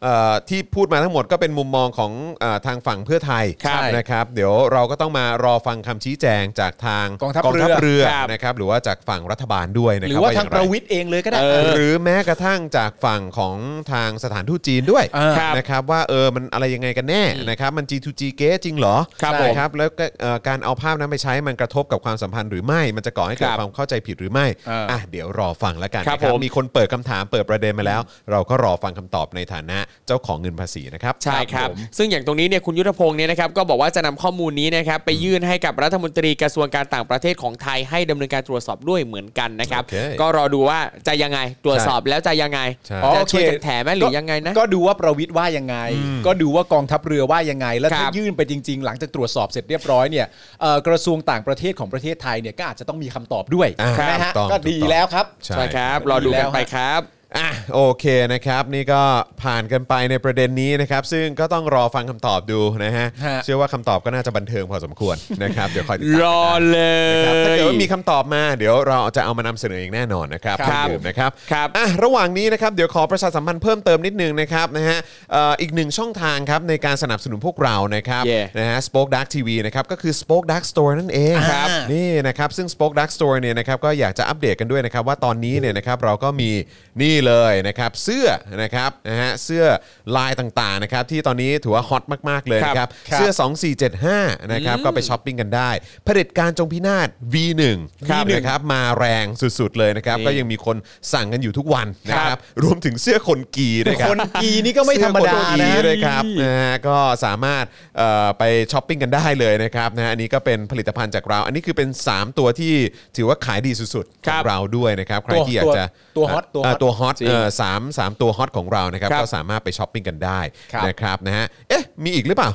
เอ่อที่พูดมาทั้งหมดก็เป็นมุมมองของเอ่อทางฝั่งเพื่อไทย ครับ นะครับ เดี๋ยวเราก็ต้องมารอฟังคำชี้แจงจากทาง กองทัพ เรือ ครับ นะครับหรือว่าจากฝั่งรัฐบาลด้วยนะ ห ค รื รับ อว่า ย่ ทางประวิทย์เองเลยก็ได้ เอ หรือแม้กระทั่งจากฝั่งของทางสถานทูตจีนด้วย อ่าครับ นะครับว่าเออมันอะไรยังไงกันแน่นะครับมัน G2G เก๊จริงเหรอ ครับผม นะครับแล้วก็เอ่อการเอาภาพนั้นไปใช้มันกระทบกับความสัมพันธ์หรือไม่มันจะก่อให้เกิด ครับ ความเข้าใจผิดหรือไม่ อ่า อ่ะเดี๋ยวรอฟังแล้วกัน ครับ นะ ผม มีคนเปิดคำถามเปิดประเด็นมาแล้ว เราก็รอฟังคำตอบในฐานะเจ้าของเงินภาษีนะครับ ใช่ครับ ซึ่งอย่างตรงนี้เนี่ยคุณยุทธพงศ์เนี่ยนะครับก็บอกว่าจะนำข้อมูลนี้นะครับไปยื่นให้กับรัฐมนตรีกระทรวงการต่างประเทศของไทยให้ดำเนินการตรวจสอบด้วยเหมือนกันนะครับ โอเค ก็รอดูว่าจะยังไงตรวจสอบแล้วจะยังไง ใช่ อ๋อ จะ โอเค ช่วยกันแถไหมหรือยังไงนะ ก็ดูว่าประวิทย์ว่ายังไง ก็ดูว่ากองทัพเรือว่ายังไง แล้ว ค ถ้า รับ ยื่นไปจริง ๆ หลังจากตรวจสอบเสร็จเรียบร้อยเนี่ยเอ่อกระทรวงต่างประเทศของประเทศไทยเนี่ยก็อาจจะต้องมีคำตอบด้วย อ่า ใช่ไหมถูฮะกต้อง ก็ ถูก ดี ต้อง แล้วครับ ใช่ ใช่ครับรอดูกันไปครับ อ่ะโอเคนะครับ นี่ก็ผ่านกันไปในประเด็นนี้นะครับ ซึ่งก็ต้องรอฟังคำตอบดูนะฮะ ฮะ เชื่อว่าคำตอบก็น่าจะบันเทิงพอสมควร นะครับ เดี๋ยวคอยติดตาม รอเล นะครับถ้าเกิด ย ว่ามีคำตอบมาเดี๋ยวเราจะเอามานำเสนออย่างแน่นอนนะครับ ครับ อย่าลืมนะครับ ครับ อ่ะระหว่างนี้นะครับเดี๋ยวขอประชาสัมพันธ์เพิ่มเติมนิดนึงนะครับนะฮะเอ่ออีกหนึ่งช่องทางครับในการสนับสนุนพวกเรานะครับ Yeah นะฮะ Spoke Dark TV นะครับก็คือ Spoke Dark Store นั่นเอง ครับ นี่นะครับซึ่ง Spoke Dark Store เนี่ยนะครับก็อยากจะอัปเดตกันด้วยนะครับ ว่าตอนนี้เนี่ยนะครับเราก็มีนี่เลยนะครับเสื้อนะครับนะฮะเสื้อลายต่างๆนะครับที่ตอนนี้ถือว่าฮอตมากๆเลยนะครับ ครับ เสื้อ 2475นะครับก็ไปช้อปปิ้งกันได้เผด็จการจงพินาศ V1 ครับ นะครับมาแรงสุดๆเลยนะครับ นี่ ก็ยังมีคนสั่งกันอยู่ทุกวันนะครับรวมถึงเสื้อคนกีนะครับ คนกีนี่ก็ไม่ธรรมดานะ เสื้อโคโอีด้วยครับนะฮะก็สามารถเอ่อไปช้อปปิ้งกันได้เลยนะครับนะฮะอันนี้ก็เป็นผลิตภัณฑ์จากเรา อันนี้คือเป็น 3 ตัวที่ถือว่าขายดีสุดๆ ค ข รั อบงเราด้วยนะครับใคร ตัว ที่อยากจะ ตัวฮอตตัวฮอต เตัวฮอต จริง เอ่อสามสามตัวฮอตของเรานะครับ ครับ ก็สามารถไปช้อปปิ้งกันได้ ครับ นะครับนะฮะเอ๊ะมีอีกหรือเปล่า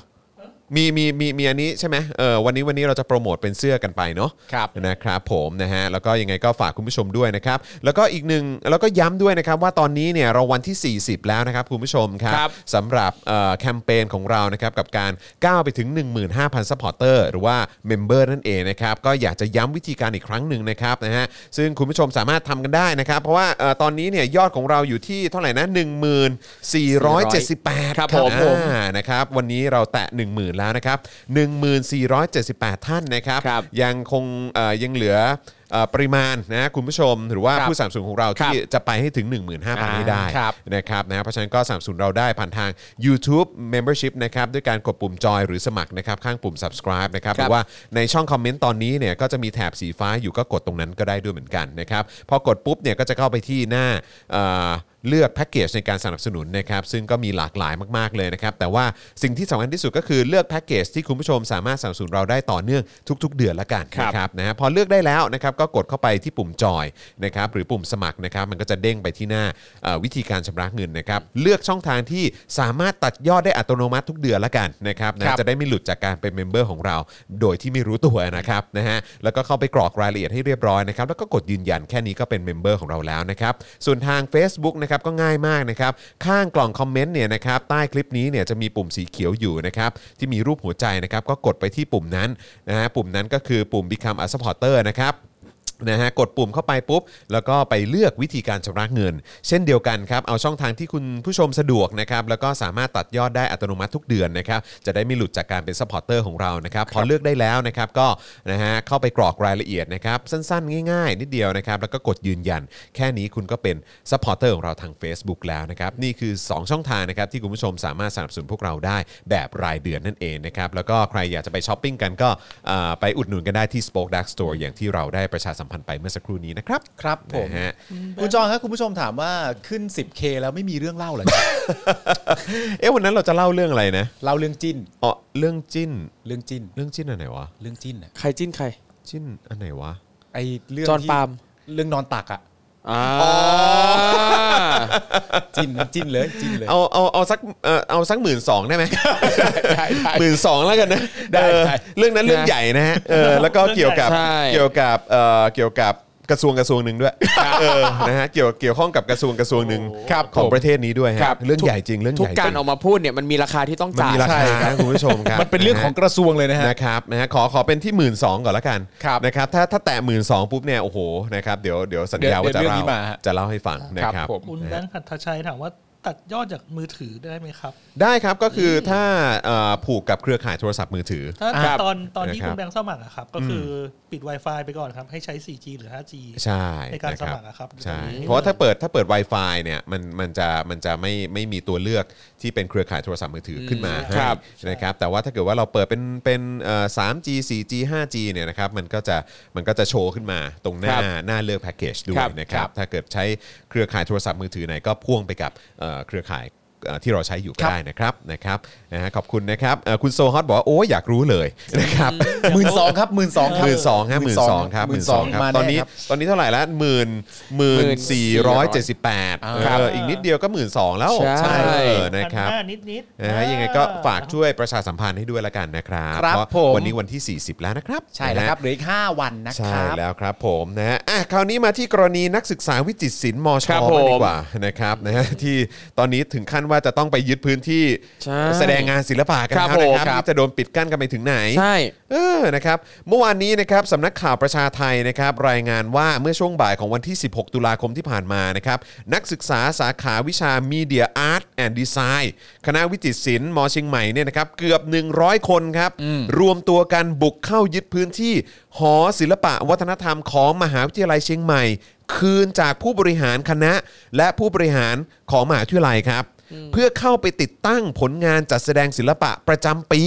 มีมีมีมีอันนี้ใช่ไหมเออวันนี้วันนี้เราจะโปรโมทเป็นเสื้อกันไปเนาะ ครับ นะครับผมนะฮะแล้วก็ยังไงก็ฝากคุณผู้ชมด้วยนะครับ แล้วก็อีกหนึ่งแล้วก็ย้ำด้วยนะครับว่าตอนนี้เนี่ยเราวันที่ 40 แล้วนะครับคุณผู้ชมครั ครับ บ สำหรับเอ่อแคมเปญของเรานะครับกับการก้าวไปถึง 15,000ซัพพอร์เตอร์หรือว่าเมมเบอร์นั่นเองนะครับก็อยากจะย้ำวิธีการอีกครั้งหนึ่งนะครับนะฮะซึ่งคุณผู้ชมสามารถทำกันได้นะครับ เพราะว่าเอ่อตอนนี้เนี่ยยอดของเราอยู่ที่เท่าไหร่นะ1478 ครับผม อ่า อ่านะครับวันนี้เราแตะ 10,000 แล้วนะครับ 1478 ท่านนะครับ ครับ ยังคงเอ่อยังเหลือเอ่อปริมาณนะคุณผู้ชม หรือว่า ครับ ผู้สามสูนของเรา ครับ ที่จะไปให้ถึง 15,000 ให้ได้ ครับ นะครับนะเพราะฉะนั้นก็สามสูนเราได้ผ่านทาง YouTube Membership นะครับด้วยการกดปุ่มจอยหรือสมัครนะครับข้างปุ่ม subscribe นะครับ ค ห รับ รือว่าในช่องคอมเมนต์ตอนนี้เนี่ยก็จะมีแถบสีฟ้าอยู่ก็กดตรงนั้นก็ได้ด้วยเหมือนกันนะครับพอกดปุ๊บเนี่ยก็จะเข้าไปที่หน้าเอ่อ เลือกแพ็กเกจในการสนับสนุนนะครับซึ่งก็มีหลากหลายมาก ๆ เลยนะครับ แต่ว่าสิ่งที่สำคัญที่สุดก็คือเลือกแพ็กเกจที่คุณผู้ชมสามารถสนับสนุนเราได้ต่อเนื่องทุก ๆ เดือนละกัน ครับ นะครับนะฮะพอเลือกได้แล้วนะครับก็กดเข้าไปที่ปุ่มจอยนะครับหรือปุ่มสมัครนะครับมันก็จะเด้งไปที่หน้าเอ่อวิธีการชำระเงินนะครับเลือกช่องทางที่สามารถตัดยอดได้อัตโนมัติทุกเดือนละกันนะครับนะจะได้ไม่หลุดจากการเป็นเมมเบอร์ของเรา โดยที่ไม่รู้ตัวนะครับนะฮะแล้วก็เข้าไปกรอกรายละเอียดให้เรียบร้อยนะครับแล้วก็กดยืนยันแค่นี้ก็เป็นเมมเบอร์ของเราแล้วนะครับส่วนทาง Facebook นะครับก็ง่ายมากนะครับข้างกล่องคอมเมนต์เนี่ยนะครับใต้คลิปนี้เนี่ยจะมีปุ่มสีเขียวอยู่นะครับที่มีรูปหัวใจนะครับก็กดไปที่ปุ่มนั้นนะฮะปุ่มนั้นก็คือปุ่ม Become a supporter นะครับ นะฮะกดปุ่มเข้าไปปุ๊บ แล้วก็ไปเลือกวิธีการชำระเงิน เช่นเดียวกันครับ เอาช่องทางที่คุณผู้ชมสะดวกนะครับ แล้วก็สามารถตัดยอดได้อัตโนมัติทุกเดือนนะครับ จะได้ไม่หลุดจากการเป็นซัพพอร์ตเตอร์ของเรานะครับ พอเลือกได้แล้วนะครับก็นะฮะเข้าไปกรอกรายละเอียดนะครับ สั้นๆ ง่ายๆ นิดเดียวนะครับ แล้วก็กดยืนยัน แค่นี้คุณก็เป็นซัพพอร์ตเตอร์ของเราทาง Facebook แล้วนะครับ นี่คือ 2 ช่องทางนะครับที่คุณผู้ชมสามารถสนับสนุนพวกเราได้แบบรายเดือนนั่นเองนะครับ แล้วก็ใครอยากจะไปช้อปปิ้งกันก็อ่าไปอุดหนุนกันได้ที่ Spoke Dark Store อย่างที่เราได้ประชาสัมพันธ์ไปเมื่อสักครู่นี้นะครับ ครับผม นะฮะ คุณจองครับคุณผู้ชมถามว่าขึ้น 10K แล้วไม่มีเรื่องเล่าเหรอ เอ๊ะวันนั้นเราจะเล่าเรื่องอะไรนะ เล่าเรื่องจิ้น อ๋อเรื่องจิ้น เรื่องจิ้น เรื่องจิ้นอันไหนวะ เรื่องจิ้นอะ ใครจิ้นใคร จิ้นอันไหนวะ ไอเรื่อง จอห์น ที่ ปาล์ม เรื่องนอนตักอะ อ่า จิ้นจิ้นเลยจิ้นเลย เอาเอาเอาสักเออเอาสักหมื่นสองได้ไหม ได้ได้ หมื่นสองแล้วกันนะ ได้ เออ ได้ เรื่องนั้นเรื่องใหญ่นะฮะเออ แล้วก็เกี่ยวกับ ใช่ เกี่ยวกับเอ่อเกี่ยวกับกระทรวงกระทรวงหนึ่งด้วยเออนะฮะเกี่ยวเกี่ยวข้องกับกระทรวงกระทรวงหนึ่งของประเทศนี้ด้วยฮะเรื่องใหญ่จริงเรื่อง ทุ ให ก ญ่ การอจริ อง กมาพูดเนี่ยมันมีราคาที่ต้อง มัน จ่าย มีราคานะคุณผู้ชมครับ มันเป็นเรื่องของกระทรวงเลยนะฮะ นะครับนะฮะขอขอเป็นที่หมื่นสองก่อนละกัน ครับ นะครับถ้าถ้าแตะหมื่นสองปุ๊บเนี่ยโอ้โหนะครับเดี๋ยวเดี๋ยวสัญญาว่า เดี๋ จะ ยวเรื่อง เล่า นี้มาฮะ จะเล่าให้ฟังนะครับ ผม คุณแบงค์หัตถชัยถามว่าตัดยอดจากมือถือได้ไหมครับ ได้ครับก็คือถ้าเอ่อผูกกับเครือข่ายโทรศัพท์มือถือ ถ้า ครับ ตอนตอนที่ นะครับ คุณแบงค์สมัครอะครับ ก็คือปิด Wi-Fi ไปก่อนครับ ให้ใช้ 4G หรือ 5G ใช่ ในการ นะ สมัครอะครับ ใช่ อืม เพราะว่าถ้าเปิดถ้าเปิด Wi-Fi เนี่ยมันมันจะมันจะไม่ไม่มีตัวเลือกที่เป็นเครือข่ายโทรศัพท์มือถือขึ้นมาให้ ครับ นะครับแต่ว่าถ้าเกิดว่าเราเปิดเป็นเป็นเอ่อ 3G 4G 5G เนี่ยนะครับมันก็จะมันก็จะโชว์ขึ้นมาตรงคหน้า รับ หน้าเลือกแพ็กเกจด้วย ครับ นะครับ ครับ ถ้าเกิดใช้เครือข่ายโทรศัพท์มือถือไหนก็พ่วงไปกับเอ่อเครือข่ายเอ่อที่เราใช้อยู่ก็ได้นะครับนะครับนะฮะขอบคุณนะครับเอ่อคุณโซฮอตบอกว่าโอ้ยอยากรู้เลยนะครับ หมื่นสองครับหมื่นสองครับ หมื่นสองฮะหมื่นสองครับ ห ห มื่ มื่นนส ส อ อง งครับ มา ตอนนี้ แครับ ตอนนี้เท่าไหร่ละหมื่นหมื่นสี่ร้อยเจ็ดสิบแปดเอ ครับ ออีกนิดเดียวก็หมื่นสองแล้ว ใช่ เออนะครับ พัห้านิดนิดๆ นะฮะยังไงก็ฝากช่วยประชาสัมพันธ์ให้ด้วยละกันนะครับ ครับ เพาะ ผม วันนี้วันที่ 40 แล้วนะครับ ใช่แล้นะวฮะ ครับเหลืออีกห้าวันนะค ใช่ รับ แล้วครับผมนะฮะอ่ะคราวนี้มาที่กรณีนักศึกษาวิจิตรศิลป์มช ครับ มา ผม ดีกว่านะครับนะฮะที่ตอนนี้ถึงขั้นว่าจะต้องไปยึดพื้นที่ ใช่ แสดงงานศิลปะกันแล้วนะคครัรับผม บ ครับ ที่จะโดนปิดกั้นกันไปถึงไหน ใช่ เออ นะครับ เมื่อวานนี้นะครับสำนักข่าวประชาไทยนะครับ รายงานว่าเมื่อช่วงบ่ายของวันที่ 16 ตุลาคมที่ผ่านมานะครับ นักศึกษาสาขาวิชา Media Art and Design คณะวิจิตรศิลป์มเชียงใหม่เนี่ยนะครับ เกือบ 100 คนครับ รวมตัวกันบุกเข้ายึดพื้นที่หอศิลปะวัฒนธรรมของมหาวิทยาลัยเชียงใหม่ คืนจากผู้บริหารคณะ และผู้บริหารของมหาวิทยาลัยครับ เพื่อเข้าไปติดตั้งผลงานจัดแสดงศิลปะประจำปี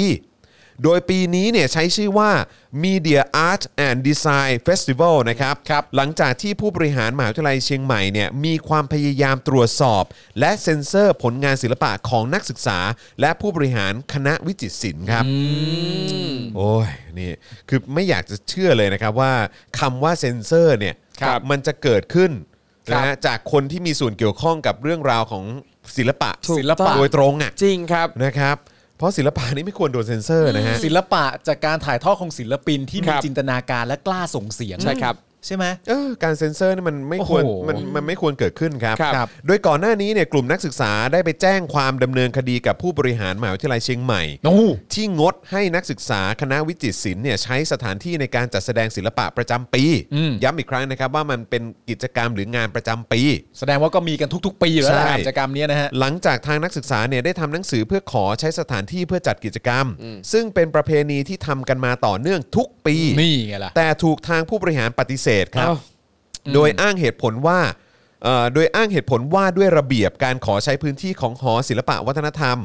โดยปีนี้เนี่ยใช้ชื่อว่า Media Art and Design Festival นะครับ หลังจากที่ผู้บริหารมหาวิทยาลัยเชียงใหม่เนี่ยมีความพยายามตรวจสอบ และเซ็นเซอร์ผลงานศิลปะของนักศึกษา และผู้บริหารคณะวิจิตรศิลป์ครับ โอ้ยนี่คือไม่อยากจะเชื่อเลยนะครับว่าคำว่าเซ็นเซอร์เนี่ย ครับ มันจะเกิดขึ้น ครันะบฮะจากคนที่มีส่วนเกี่ยวข้องกับเรื่องราวของศิลปะ ถูกต้อง โดยตรงอ่ะ จริงครับ นะครับ เพราะศิลปะนี่ไม่ควรโดนเซ็นเซอร์นะฮะ ศิลปะจากการถ่ายทอดของศิลปินที่ ค มี รับ จินตนาการและกล้าส่งเสียง ใช่ครับ ใช่ไหม เออการเซ็นเซอร์นี่มันไม่ควร โอ้โห มันมันไม่ควรเกิดขึ้นครับ ครับครับ โดยก่อนหน้านี้เนี่ยกลุ่มนักศึกษาได้ไปแจ้งความดำเนินคดีกับผู้บริหารมหาวิทยาลัยเชียงใหม่ โอ้โห ที่งดให้นักศึกษาคณะวิจิตรศิลป์เนี่ยใช้สถานที่ในการจัดแสดงศิลปะประจำปี ย้ำอีกครั้งนะครับว่ามันเป็นกิจกรรมหรืองานประจำปี แสดงว่าก็มีกันทุก ๆ ปีอยู่แล้ว ใช่ นะกิจกรรมเนี้ยนะฮะ หลังจากทางนักศึกษาเนี่ยได้ทำหนังสือเพื่อขอใช้สถานที่เพื่อจัดกิจกรรม ซึ่งเป็นประเพณีที่ทำกันมาต่อเนื่องทุกปี นี่ไงล่ะ แต่ถูกทางผู้บริหารปฏิเสธครับ อ้าว โดยอ้างเหตุผลว่าเอ่อโดยอ้างเหตุผลว่าด้วยระเบียบการขอใช้พื้นที่ของหอศิลปะวัฒนธรรม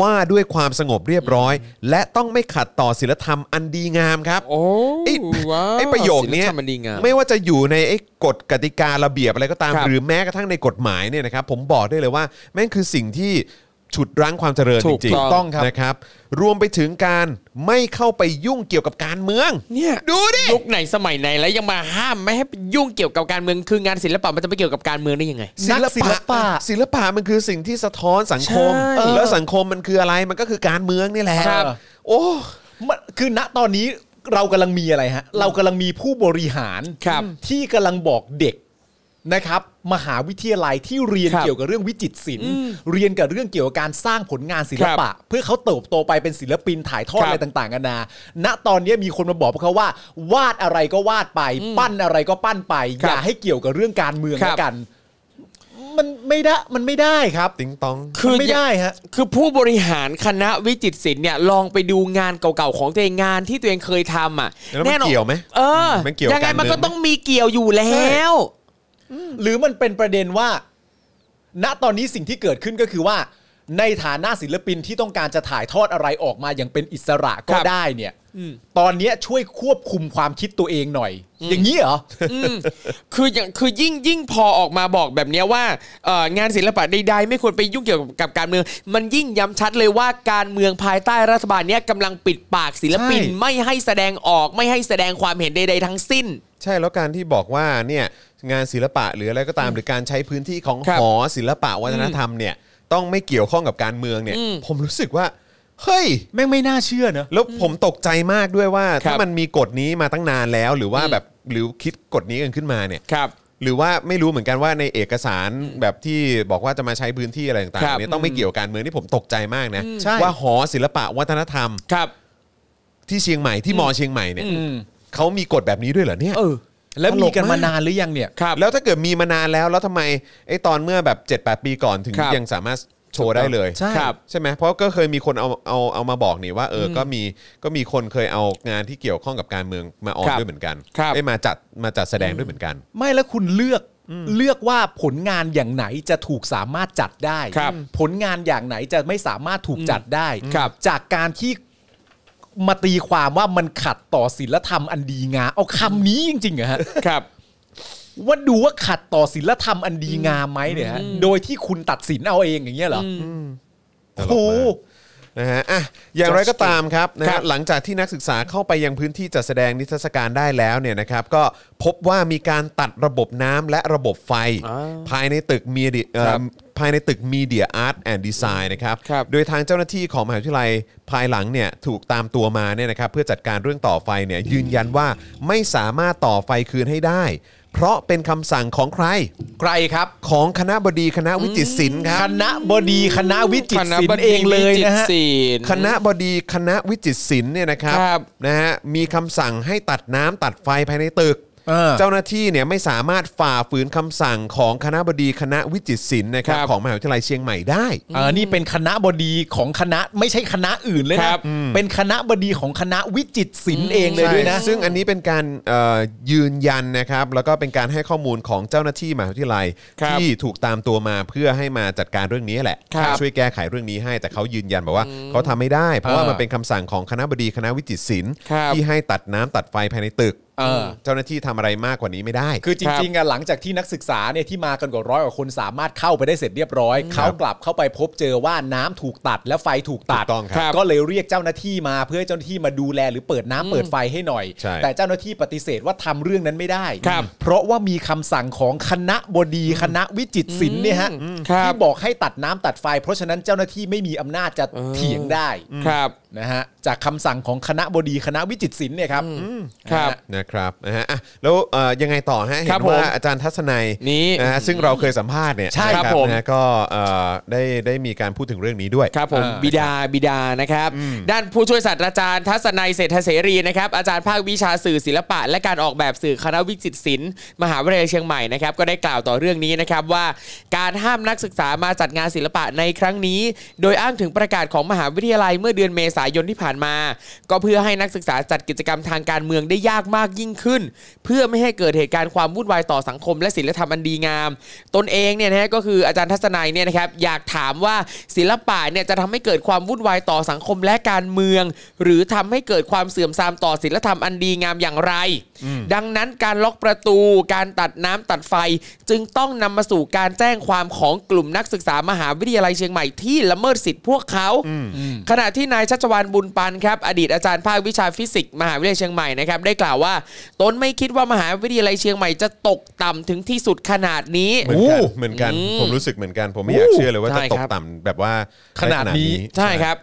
ว่าด้วยความสงบเรียบร้อย และต้องไม่ขัดต่อศิลธรรมอันดีงามครับ โอ้ ไอ้ ว้าว ไอ้ประโยคเนี้ย ศิลธรรมันดีงาม ไม่ว่าจะอยู่ในไอ้กฎกติการะเบียบอะไรก็ตาม ครับ หรือแม้กระทั่งในกฎหมายเนี่ยนะครับ ผมบอกได้เลยว่า แม่งคือสิ่งที่ฉุดรั้งความเจริญ ถู จ ก ริง ต้อง ๆนะครับ รวมไปถึงการไม่เข้าไปยุ่งเกี่ยวกับการเมือง เนี่ย ดูดิ ยุคไหนสมัยไหนแล้วยังมาห้ามไม่ให้ไปยุ่งเกี่ยวกับการเมืองคืองานศิลปะมันจะไปเกี่ยวกับการเมืองได้ยังไง นักศิลปะ ศิลปะมันคือสิ่งที่สะท้อนสังคม ใช่ เออแล้วสังคมมันคืออะไรมันก็คือการเมืองนี่แหละ ครับ โอ้ มันคือณตอนนี้เรากำลังมีอะไรฮะ เรากำลังมีผู้บริหาร ครับ ที่กำลังบอกเด็ก นะครับมหาวิทยาลัยที่เรียน ครับ เกี่ยวกับเรื่องวิจิตรศิลป์เรียนกับเรื่องเกี่ยวกับการสร้างผลงานศิลปะ เพื่อเขาเติบโตไปเป็นศิลปินถ่ายทอด ครับ อะไรต่างๆกันานาณตอนนี้มีคนมาบอกพวกเขาว่า วาดอะไรก็วาดไป ปั้นอะไรก็ปั้นไป ครับ อย่าให้เกี่ยวกับเรื่องการเมือง ครับ ละกัน มันไม่ได้มันไม่ได้ครับ ติ๊งตอง มันไม่ได้ฮะ คือผู้บริหารคณะวิจิตรศิลป์เนี่ยลองไปดูงานเก่าๆของตัวเองงานที่ตัวเองเคยทำอ่ะ แล้วมันเกี่ยวไหม เออ มันเกี่ยวกับ ยังไงมัน การเมื ก็ อง ต้องมีเกี่ยวอยู่แล้ว หรือมันเป็นประเด็นว่า ณตอนนี้สิ่งที่เกิดขึ้นก็คือว่า ในฐานะศิลปินที่ต้องการจะถ่ายทอดอะไรออกมาอย่างเป็นอิสระก็ ครับ ได้เนี่ยตอนเนี้ยช่วยควบคุมความคิดตัวเองหน่อย อย่างนี้เหรอ คืออย่างคือยิ่งยิ่งพอออกมาบอกแบบเนี้ยว่าเอ่องานศิลปะใดๆไม่ควรไปยุ่งเกี่ยวกับกับการเมือง มันยิ่งย้ำชัดเลยว่าการเมืองภายใต้รัฐบาลเนี้ยกำลังปิดปากศิลปิน ใช่ ไม่ให้แสดงออกไม่ให้แสดงความเห็นใดๆทั้งสิ้น ใช่แล้วการที่บอกว่าเนี่ยงานศิลปะหรืออะไรก็ตามหรือการใช้พื้นที่ของ ครับ หอศิลปะวัฒนธรรมเนี่ยต้องไม่เกี่ยวข้องกับการเมืองเนี่ย อืม ผมรู้สึกว่าเฮ้ย แม่งไม่น่าเชื่อเนอะ แล้วผมตกใจมากด้วยว่า ครับ ถ้ามันมีกฎนี้มาตั้งนานแล้ว หรือว่า อืม แบบหรือคิดกฎนี้กันขึ้นมาเนี่ย ครับ หรือว่าไม่รู้เหมือนกันว่าในเอกสารแบบที่บอกว่าจะมาใช้พื้นที่อะไรต่าง ครับ ๆเนี่ยต้องไม่เกี่ยวกับการเมืองนี่ผมตกใจมากนะ ใช่ ว่าหอศิลปะวัฒนธรรม ครับ ที่เชียงใหม่ที่มอเชียงใหม่เนี่ย อืม เขามีกฎแบบนี้ด้วยเหรอเนี่ย เออ แล้ว ตล มี ก กันมาม าก นานหรือยังเนี่ย ครับ แล้วถ้าเกิดมีมานานแล้วแล้วทำไมไอ้ตอนเมื่อแบบ 7-8 ปีก่อนถึง ครับ ยังสามารถโชว์ได้เลย ใช่ครับ ใช่ไหมเพราะก็เคยมีคนเอาเอาเอามาบอกนี่ว่าเอออก็มีก็มีคนเคยเอางานที่เกี่ยวข้องกับการเมืองมาอคอน รับ ด้วยเหมือนกัน ครับ ได้ยมาจัดมาจัดแสดงด้วยเหมือนกัน ไม่แล้วคุณเลือกเลือกว่าผลงานอย่างไหนจะถูกสามารถจัดได้ ครับ ผลงานอย่างไหนจะไม่สามารถถูกจัดได้ ครับ จากการที่มาตีความว่ามันขัดต่อศีลธรรมอันดีงามเอาคำนี้จริงๆเหรอ ฮะ ครับ ว่าดูว่าขัดต่อศีลธรรมอันดีงามไหมเนี่ยฮะโดยที่คุณตัดสินเอาเองอย่างเงี้ยเหรอโอ้โห นะฮะอ่ะอย่างไรก็ตามครับนะ ครั ฮะ บ หลังจากที่นักศึกษาเข้าไปยังพื้นที่จัดแสดงนิทรรศการได้แล้วเนี่ยนะครับ ก็พบว่ามีการตัดระบบน้ำและระบบไฟ อ่า ภายในตึกมีเดียเอ่อ ครับ ภายในตึกมีเดียอาร์ตแอนด์ดีไซน์นะครับ ครับ โดยทางเจ้าหน้าที่ของมหาวิทยาลัยภายหลังเนี่ยถูกตามตัวมาเนี่ยนะครับเพื่อจัดการเรื่องต่อไฟเนี่ยยืนยันว่าไม่สามารถต่อไฟคืนให้ได้ เพราะเป็นคำสั่งของใคร ใครครับ ของคณะบดีคณะวิจิตรศิลป์ครับ คณะบดีคณะวิจิตรศิล คณะบ ป์ ดี เองเลย วิจิต นะ ร ฮะ ศิลป์ คณะบดีคณะวิจิตรศิลป์เนี่ยนะครับ ครับ นะฮะมีคำสั่งให้ตัดน้ำตัดไฟภายในตึก เออ เจ้าหน้าที่เนี่ยไม่สามารถฝ่าฝืนคำสั่งของคณะบดีคณะวิจิตรศิลป์นะครับ ครับ ของมหาวิทยาลัยเชียงใหม่ได้ เออนี่เป็นคณะบดีของคณะไม่ใช่คณะอื่นเลย ค นะ รับ เป็นคณะบดีของคณะวิจิตรศิลป์เองเลยด้วยนะ ใช่ซึ่งอันนี้เป็นการเอ่อยืนยันนะครับแล้วก็เป็นการให้ข้อมูลของเจ้าหน้าที่มหาวิทยาลัย ครับ ที่ถูกตามตัวมาเพื่อให้มาจัดการเรื่องนี้แหละ ครับ ช่วยแก้ไขเรื่องนี้ให้แต่เขายืนยันบอกว่าเขาทำไม่ได้ เพราะว่ามันเป็นคำสั่งของคณะบดีคณะวิจิตรศิลป์ ครับ ที่ให้ตัดน้ำตัดไฟภายในตึก เออ เจ้าหน้าที่ทำอะไรมากกว่านี้ไม่ได้ คือจ ครับ ริงๆอะหลังจากที่นักศึกษาเนี่ยที่มากันกว่าร้อยกว่าคนสามารถเข้าไปได้เสร็จเรียบร้อย เขากลับเข้าไปพบเจอว่าน้ำถูกตัดและไฟถูกตัด ถูกต้องครับ ครับ ก็เลยเรียกเจ้าหน้าที่มาเพื่อให้เจ้าหน้าที่มาดูแลหรือเปิดน้ำเปิดไฟให้หน่อย ใช่ แต่เจ้าหน้าที่ปฏิเสธว่าทำเรื่องนั้นไม่ได้ ครับ เพราะว่ามีคำสั่งของคณะบดีคณะวิจิตรศิลป์เนี่ยฮะ ครับ ที่บอกให้ตัดน้ำตัดไฟ เพราะฉะนั้นเจ้าหน้าที่ไม่มีอำนาจจะเถียงได้ ครับ นะฮะจากคำสั่งของคณะบดีคณะวิจิตรศิลป์เนี่ยครับ ครับ นะฮะ นะครับนะฮะอ่ะแล้วเอ่อยังไงต่อฮะเห็ ครับ น ผม ว่าอาจารย์ทัศนัย นี่ นะฮะซึ่งเราเคยสัมภาษณ์เนี่ย ใช่ นะครับ ผม นะฮะก็เอ่อได้ได้มีการพูดถึงเรื่องนี้ด้วย ครับผม เออ บิดาบิดานะครับ ด้านผู้ช่วยศาสตราจารย์ทัศนัยเศรษฐเสรีนะครับอาจารย์ภาควิชาสื่อศิลปะ และการออกแบบสื่อคณะวิจิตรศิลป์มหาวิทยาลัยเชียงใหม่นะครับก็ได้กล่าวต่อเรื่องนี้นะครับว่าการห้ามนักศึกษามาจัดงานศิลปะในครั้งนี้ โดยอ้างถึงประกาศของมหาวิทยาลัยเมื่อเดือนเมษายนที่ผ่านมา ก็เพื่อให้นักศึกษาจัดกิจกรรมทางการเมืองได้ยากมากยิ่งขึ้น เพื่อไม่ให้เกิดเหตุการณ์ความวุ่นวายต่อสังคมและศิลธรรมอันดีงาม ตนเองเนี่ยนะฮะก็คืออาจารย์ทัศนัยเนี่ยนะครับอยากถามว่าศิลปะเนี่ยจะทำให้เกิดความวุ่นวายต่อสังคมและการเมือง หรือทำให้เกิดความเสื่อมทรามต่อศิลธรรมอันดีงามอย่างไร ดังนั้นการล็อกประตูการตัดน้ำตัดไฟ จึงต้องนำมาสู่การแจ้งความของกลุ่มนักศึกษามหาวิทยาลัยเชียงใหม่ที่ละเมิดสิทธิพวกเขา ขณะที่นายชัชวานบุญปันครับอดีตอาจารย์ภาควิชาฟิสิกส์มหาวิทยาลัยเชียงใหม่นะครับได้กล่าวว่าตนไม่คิดว่ามหาวิทยาลัยเชียงใหม่จะตกต่ำถึงที่สุดขนาดนี้ เหมือนกันเหมือนกันผมรู้สึกเหมือนกัน ผมไม่อยากเชื่อเลยว่าจะ ใช่ ตก ครับ ต่ำแบบว่า ขนาดนี้ ได้ ใช่ครับ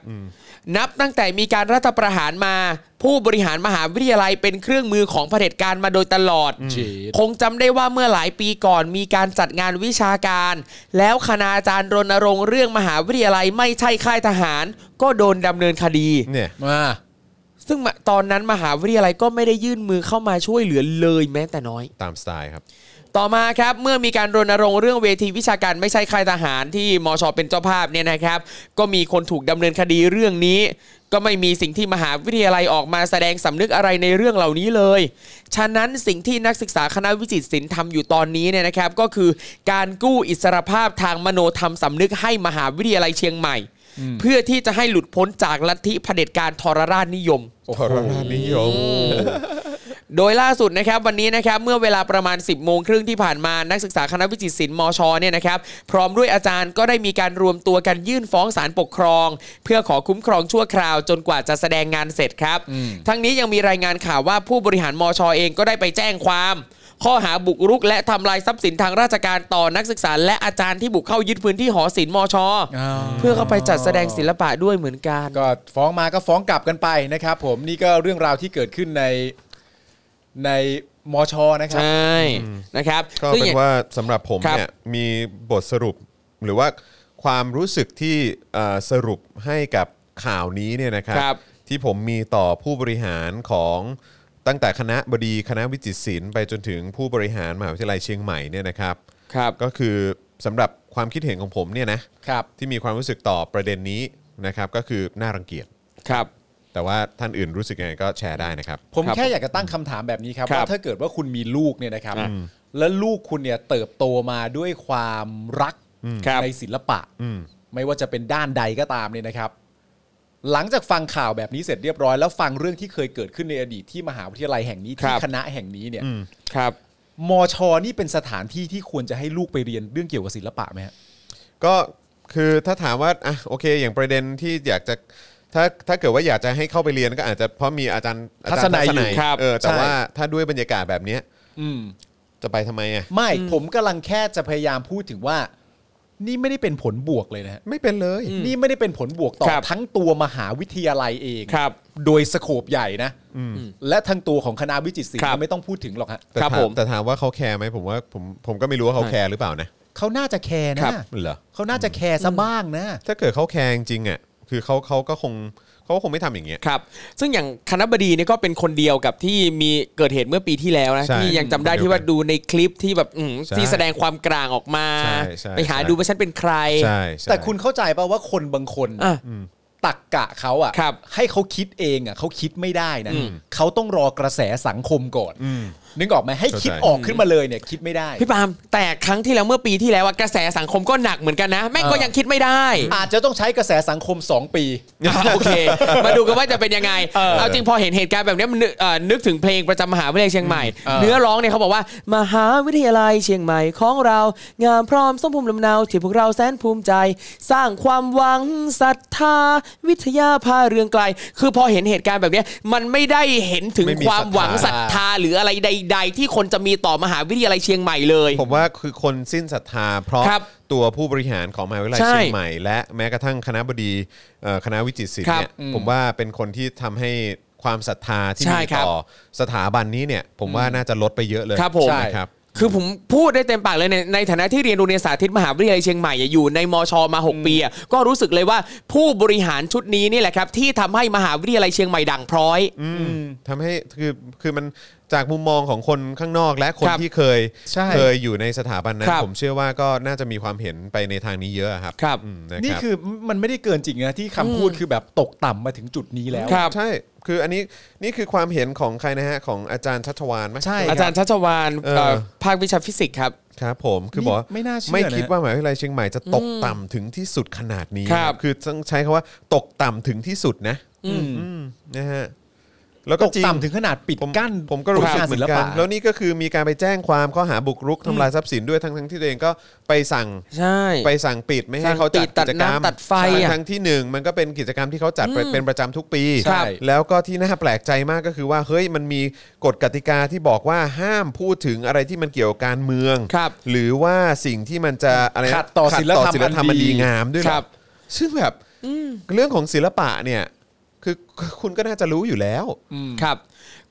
นับตั้งแต่มีการรัฐประหารมา ผู้บริหารมหาวิทยาลัยเป็นเครื่องมือของเผด็จการมาโดยตลอด อืมจี๊ด คงจำได้ว่าเมื่อหลายปีก่อนมีการจัดงานวิชาการ แล้วคณาจารย์รณรงค์เรื่องมหาวิทยาลัยไม่ใช่ค่ายทหาร ก็โดนดำเนินคดี เนี่ย มา ซึ่งตอนนั้นมหาวิทยาลัยก็ไม่ได้ยื่นมือเข้ามาช่วยเหลือเลยแม้แต่น้อย ตามสไตล์ครับ ต่อมาครับเมื่อมีการรณรงค์เรื่องเวทีวิชาการไม่ใช่ค่ายทหารที่มชเป็นเจ้าภาพเนี่ยนะครับ ก็มีคนถูกดำเนินคดีเรื่องนี้ ก็ไม่มีสิ่งที่มหาวิทยาลัยออกมาแสดงสำนึกอะไรในเรื่องเหล่านี้เลย ฉะนั้นสิ่งที่นักศึกษาคณะวิจิตรศิลป์ทำอยู่ตอนนี้เนี่ยนะครับ ก็คือการกู้อิสรภาพทางมโนธรรมสำนึกให้มหาวิทยาลัยเชียงใหม่ เพื่อที่จะให้หลุดพ้นจากลัทธิเผด็จการทรราชนิยม โอ้โหนิยม โดยล่าสุดนะครับวันนี้นะครับเมื่อเวลาประมาณ 10บโมงครึ่งที่ผ่านมานักศึกษาคณะวิจิตรศิลป์มชเนี่ยนะครับพร้อมด้วยอาจารย์ก็ได้มีการรวมตัวกันยื่นฟ้องศาลปกครอง เพื่อขอคุ้มครองชั่วคราวจนกว่าจะแสดงงานเสร็จครับ ทั้งนี้ยังมีรายงานข่าวว่าผู้บริหารมชเองก็ได้ไปแจ้งความ ข้อหาบุกรุก และทำลายทรัพย์สินทางราชการต่อนักศึกษา และอาจารย์ที่บุกเข้ายึดพื้นที่หอศิลป์มช เพื่อเข้าไปจัดแสดงศิลปะด้วยเหมือนกัน ก็ฟ้องมาก็ฟ้องกลับกันไปนะครับ ผมนี่ก็เรื่องราวที่เกิดขึ้นในในมชนะครั ใช บ ่นะครับ ก็ ซึ่ง เป็ อย่าน ง ว่าสำหรับผม ครับ เนี่ยมีบทสรุปหรือว่าความรู้สึกที่เอ่อสรุปให้กับข่าวนี้เนี่ยนะครับ ครับ ที่ผมมีต่อผู้บริหารของตั้งแต่คณะบดีคณะวิจิตรศิลป์ไปจนถึงผู้บริหารมหาวิทยาลัยเชียงใหม่เนี่ยนะครับ ครับ ก็คือสำหรับความคิดเห็นของผมเนี่ยนะครับ ที่มีความรู้สึกต่อประเด็นนี้นะครับ ก็คือน่ารังเกียจ ครับ แต่ว่าท่านอื่นรู้สึกยังไงก็แชร์ได้นะครับ ผม ครับ แค่อยากจะตั้งคำถามแบบนี้ครับ ครับ ว่าถ้าเกิดว่าคุณมีลูกเนี่ยนะครับ อืม แล้วลูกคุณเนี่ยเติบโตมาด้วยความรัก ครับ ในศิลปะ อืม ไม่ว่าจะเป็นด้านใดก็ตามเนี่ยนะครับ หลังจากฟังข่าวแบบนี้เสร็จเรียบร้อยแล้วฟังเรื่องที่เคยเกิดขึ้นในอดีตที่มหาวิทยาลัยแห่งนี้ ครั ที่ บ คณะแห่งนี้เนี่ย อืม ครับ มชนี่เป็นสถานที่ที่ควรจะให้ลูกไปเรียนเรื่องเกี่ยวกับศิลปะไหมฮะ ก็คือถ้าถามว่าอ่ะโอเค อย่างประเด็นที่อยากจะถ้าถ้าเกิดว่าอยากจะให้เข้าไปเรียนก็อาจจะเพราะมีอาจารย์อาจาร ทัศนัยอยู่ครับ เออแต่ว่าถ้าด้วยบรรยากาศแบบเนี้ยจะไปทำไมอ่ะ ไม่ผมกำลังแค่จะพยายามพูดถึงว่า นี่ไม่ได้เป็นผลบวกเลยนะฮะ ไม่เป็นเลย นี่ไม่ได้เป็นผลบวกต่อ ครับ ทั้งตัวมหาวิทยาลัยเอง ครับ โดยสโคปใหญ่นะ และทางตัวของคณะวิจิตรศิล ครับ ป์ไม่ต้องพูดถึงหรอกฮะ แต่ ครับ ถา ผม ม แต่ถามว่าเขาแคร์ไหมผมว่าผมผมก็ไม่รู้ว่าเขาแคร์หรือเปล่านะ เขาน่าจะแคร์ ครั นะ บ เหรอ เขาน่าจะแคร์ซะบ้างนะ ถ้าเกิดเขาแคร์จริงๆอ่ะคือเขาเขาก็คงเขาก็คงไม่ทำอย่างเงี้ย ครับ ซึ่งอย่างคณะบดีเนี่ยก็เป็นคนเดียวกับที่มีเกิดเหตุเมื่อปีที่แล้วนะ ใช่ ที่ยังจำได้ที่ว่าดูในคลิปที่แบบอืม ใช่ ที่แสดงความกลางออกมา ใช่ใช่ ไปหา ใช่ ดูว่าฉันเป็นใคร ใช่ใช่ แต่คุณเข้าใจป่าว่าคนบางคน อ่ะ ตักกะเขาอ่ะ ครับ ให้เขาคิดเองอ่ะเขาคิดไม่ได้นะเขาต้องรอกระแสสังคมก่อน อืม นึกออกไหมให้คิด เข้าใจ ออกขึ้นมาเลยเนี่ยคิดไม่ได้ พี่ปาล์มแต่ครั้งที่แล้วเมื่อปีที่แล้วอะกระแสสังคมก็หนักเหมือนกันนะ แม่งก็ เออ ยังคิดไม่ได้ อาจจะต้องใช้กระแสสังคม 2 ปี โอเค มาดูกันว่าจะเป็นยังไง เอาจริงพอเห็นเหตุการณ์แบบเนี้ยมันนึกเอ่อนึกถึงเพลงประจำมหาวิทยาลัยเชียงใหม่ เออ เนื้อร้องเนี่ยเขาบอกว่า มหาวิทยาลัยเชียงใหม่ของเรา งามพร้อมสมภูมิลำเนาที่พวกเราแสนภูมิใจ สร้างความหวังศรัทธา วิทยาพาเรืองไกล คือพอเห็นเหตุการณ์แบบเนี้ยมันไม่ได้เห็นถึง ไม่มี ความหวัง ศ ศ รั รั ท ท ธา ธาหรืออะไรใด ๆ ที่คนจะมีต่อมหาวิทยาลัยเชียงใหม่เลย ผมว่าคือคนสิ้นศรัทธาเพราะ ครับ ตัวผู้บริหารของมหาวิทยาลัย ใช่ เชียงใหม่ และแม้กระทั่งคณะบดีเอ่อคณะวิจิตรศิลป์ ครับ เนี่ยผมว่าเป็นคนที่ทำให้ความศรัทธาที่ ใช่ มี ครับ ต่อสถาบันนี้เนี่ย ผมว่าน่าจะลดไปเยอะเลย ครับผม ใช่ครับ คือผมพูดได้เต็มปากเลยในในฐานะที่เรียนโรงเรียนสาธิตมหาวิทยาลัยเชียงใหม่อะอยู่ในมชมา 6 ปีอะก็รู้สึกเลยว่าผู้บริหารชุดนี้นี่แหละครับ ที่ทำให้มหาวิทยาลัยเชียงใหม่ดังพร้อย ทำให้คือคือมันจากมุมมองของคนข้างนอกและคน ครับ ที่เคย ใช่ เคยอยู่ในสถาบันนั้น ครับ ผมเชื่อว่าก็น่าจะมีความเห็นไปในทางนี้เยอะครับ ครับ อืมะ นี่ รับ คือมันไม่ได้เกินจริงนะที่คำพูดคือแบบตกต่ำมาถึงจุดนี้แล้ว ครับ ใช่คืออันนี้นี่คือความเห็นของใครนะฮะของอาจารย์ชัชวานไหม ใช่ อาจารย์ชัชวาน เออ เอ่อภาควิชาฟิสิกส์ครับ ครับผมคือ นี่ บอกว่ ไม่น่าเชื่อ ไม่คิด นะ ว่ามหาวิทยาลัยเชียงใหม่จะตกต่ำถึงที่สุดขนาดนี้ ครับ คือต้องใช้คำว่าตกต่ำถึงที่สุดนะ อืม อืมนะฮะแล้วก็ ตก จริง ต่ำถึงขนาดปิด ผม กั้น ผมก็รู้สึกเหมือนกัน ผลงานศิลปะ แล้วนี่ก็คือมีการไปแจ้งความข้อหาบุกรุกทำลายทรัพย์สินด้วยทั้งทั้งที่ตัวเองก็ไปสั่ง ใช่ ไปสั่งปิดไม่ให้ สั่ง เขาจัด ปิดตั กิ ด จกรรม น้ำตัดไฟ ทั้ง อะ ทั้งที่หนึ่งมันก็เป็นกิจกรรมที่เขาจัดเป็นเป็นประจำทุกปี ใช่ แล้วก็ที่น่าแปลกใจมากก็คือว่าเฮ้ยมันมีกฎกติกาที่บอกว่าห้ามพูดถึงอะไรที่มันเกี่ยวกับการเมือง ครับ หรือว่าสิ่งที่มันจะอะไรนะ ขัดต่อ ขั ศีลธรรม ศีลธรรม อั อัน นดี ดีงามด้วยเหอ ครับ ซึ่งแบบ เรื่องของศิลปะเนี่ยคือ คุณก็น่าจะรู้อยู่แล้ว ครับ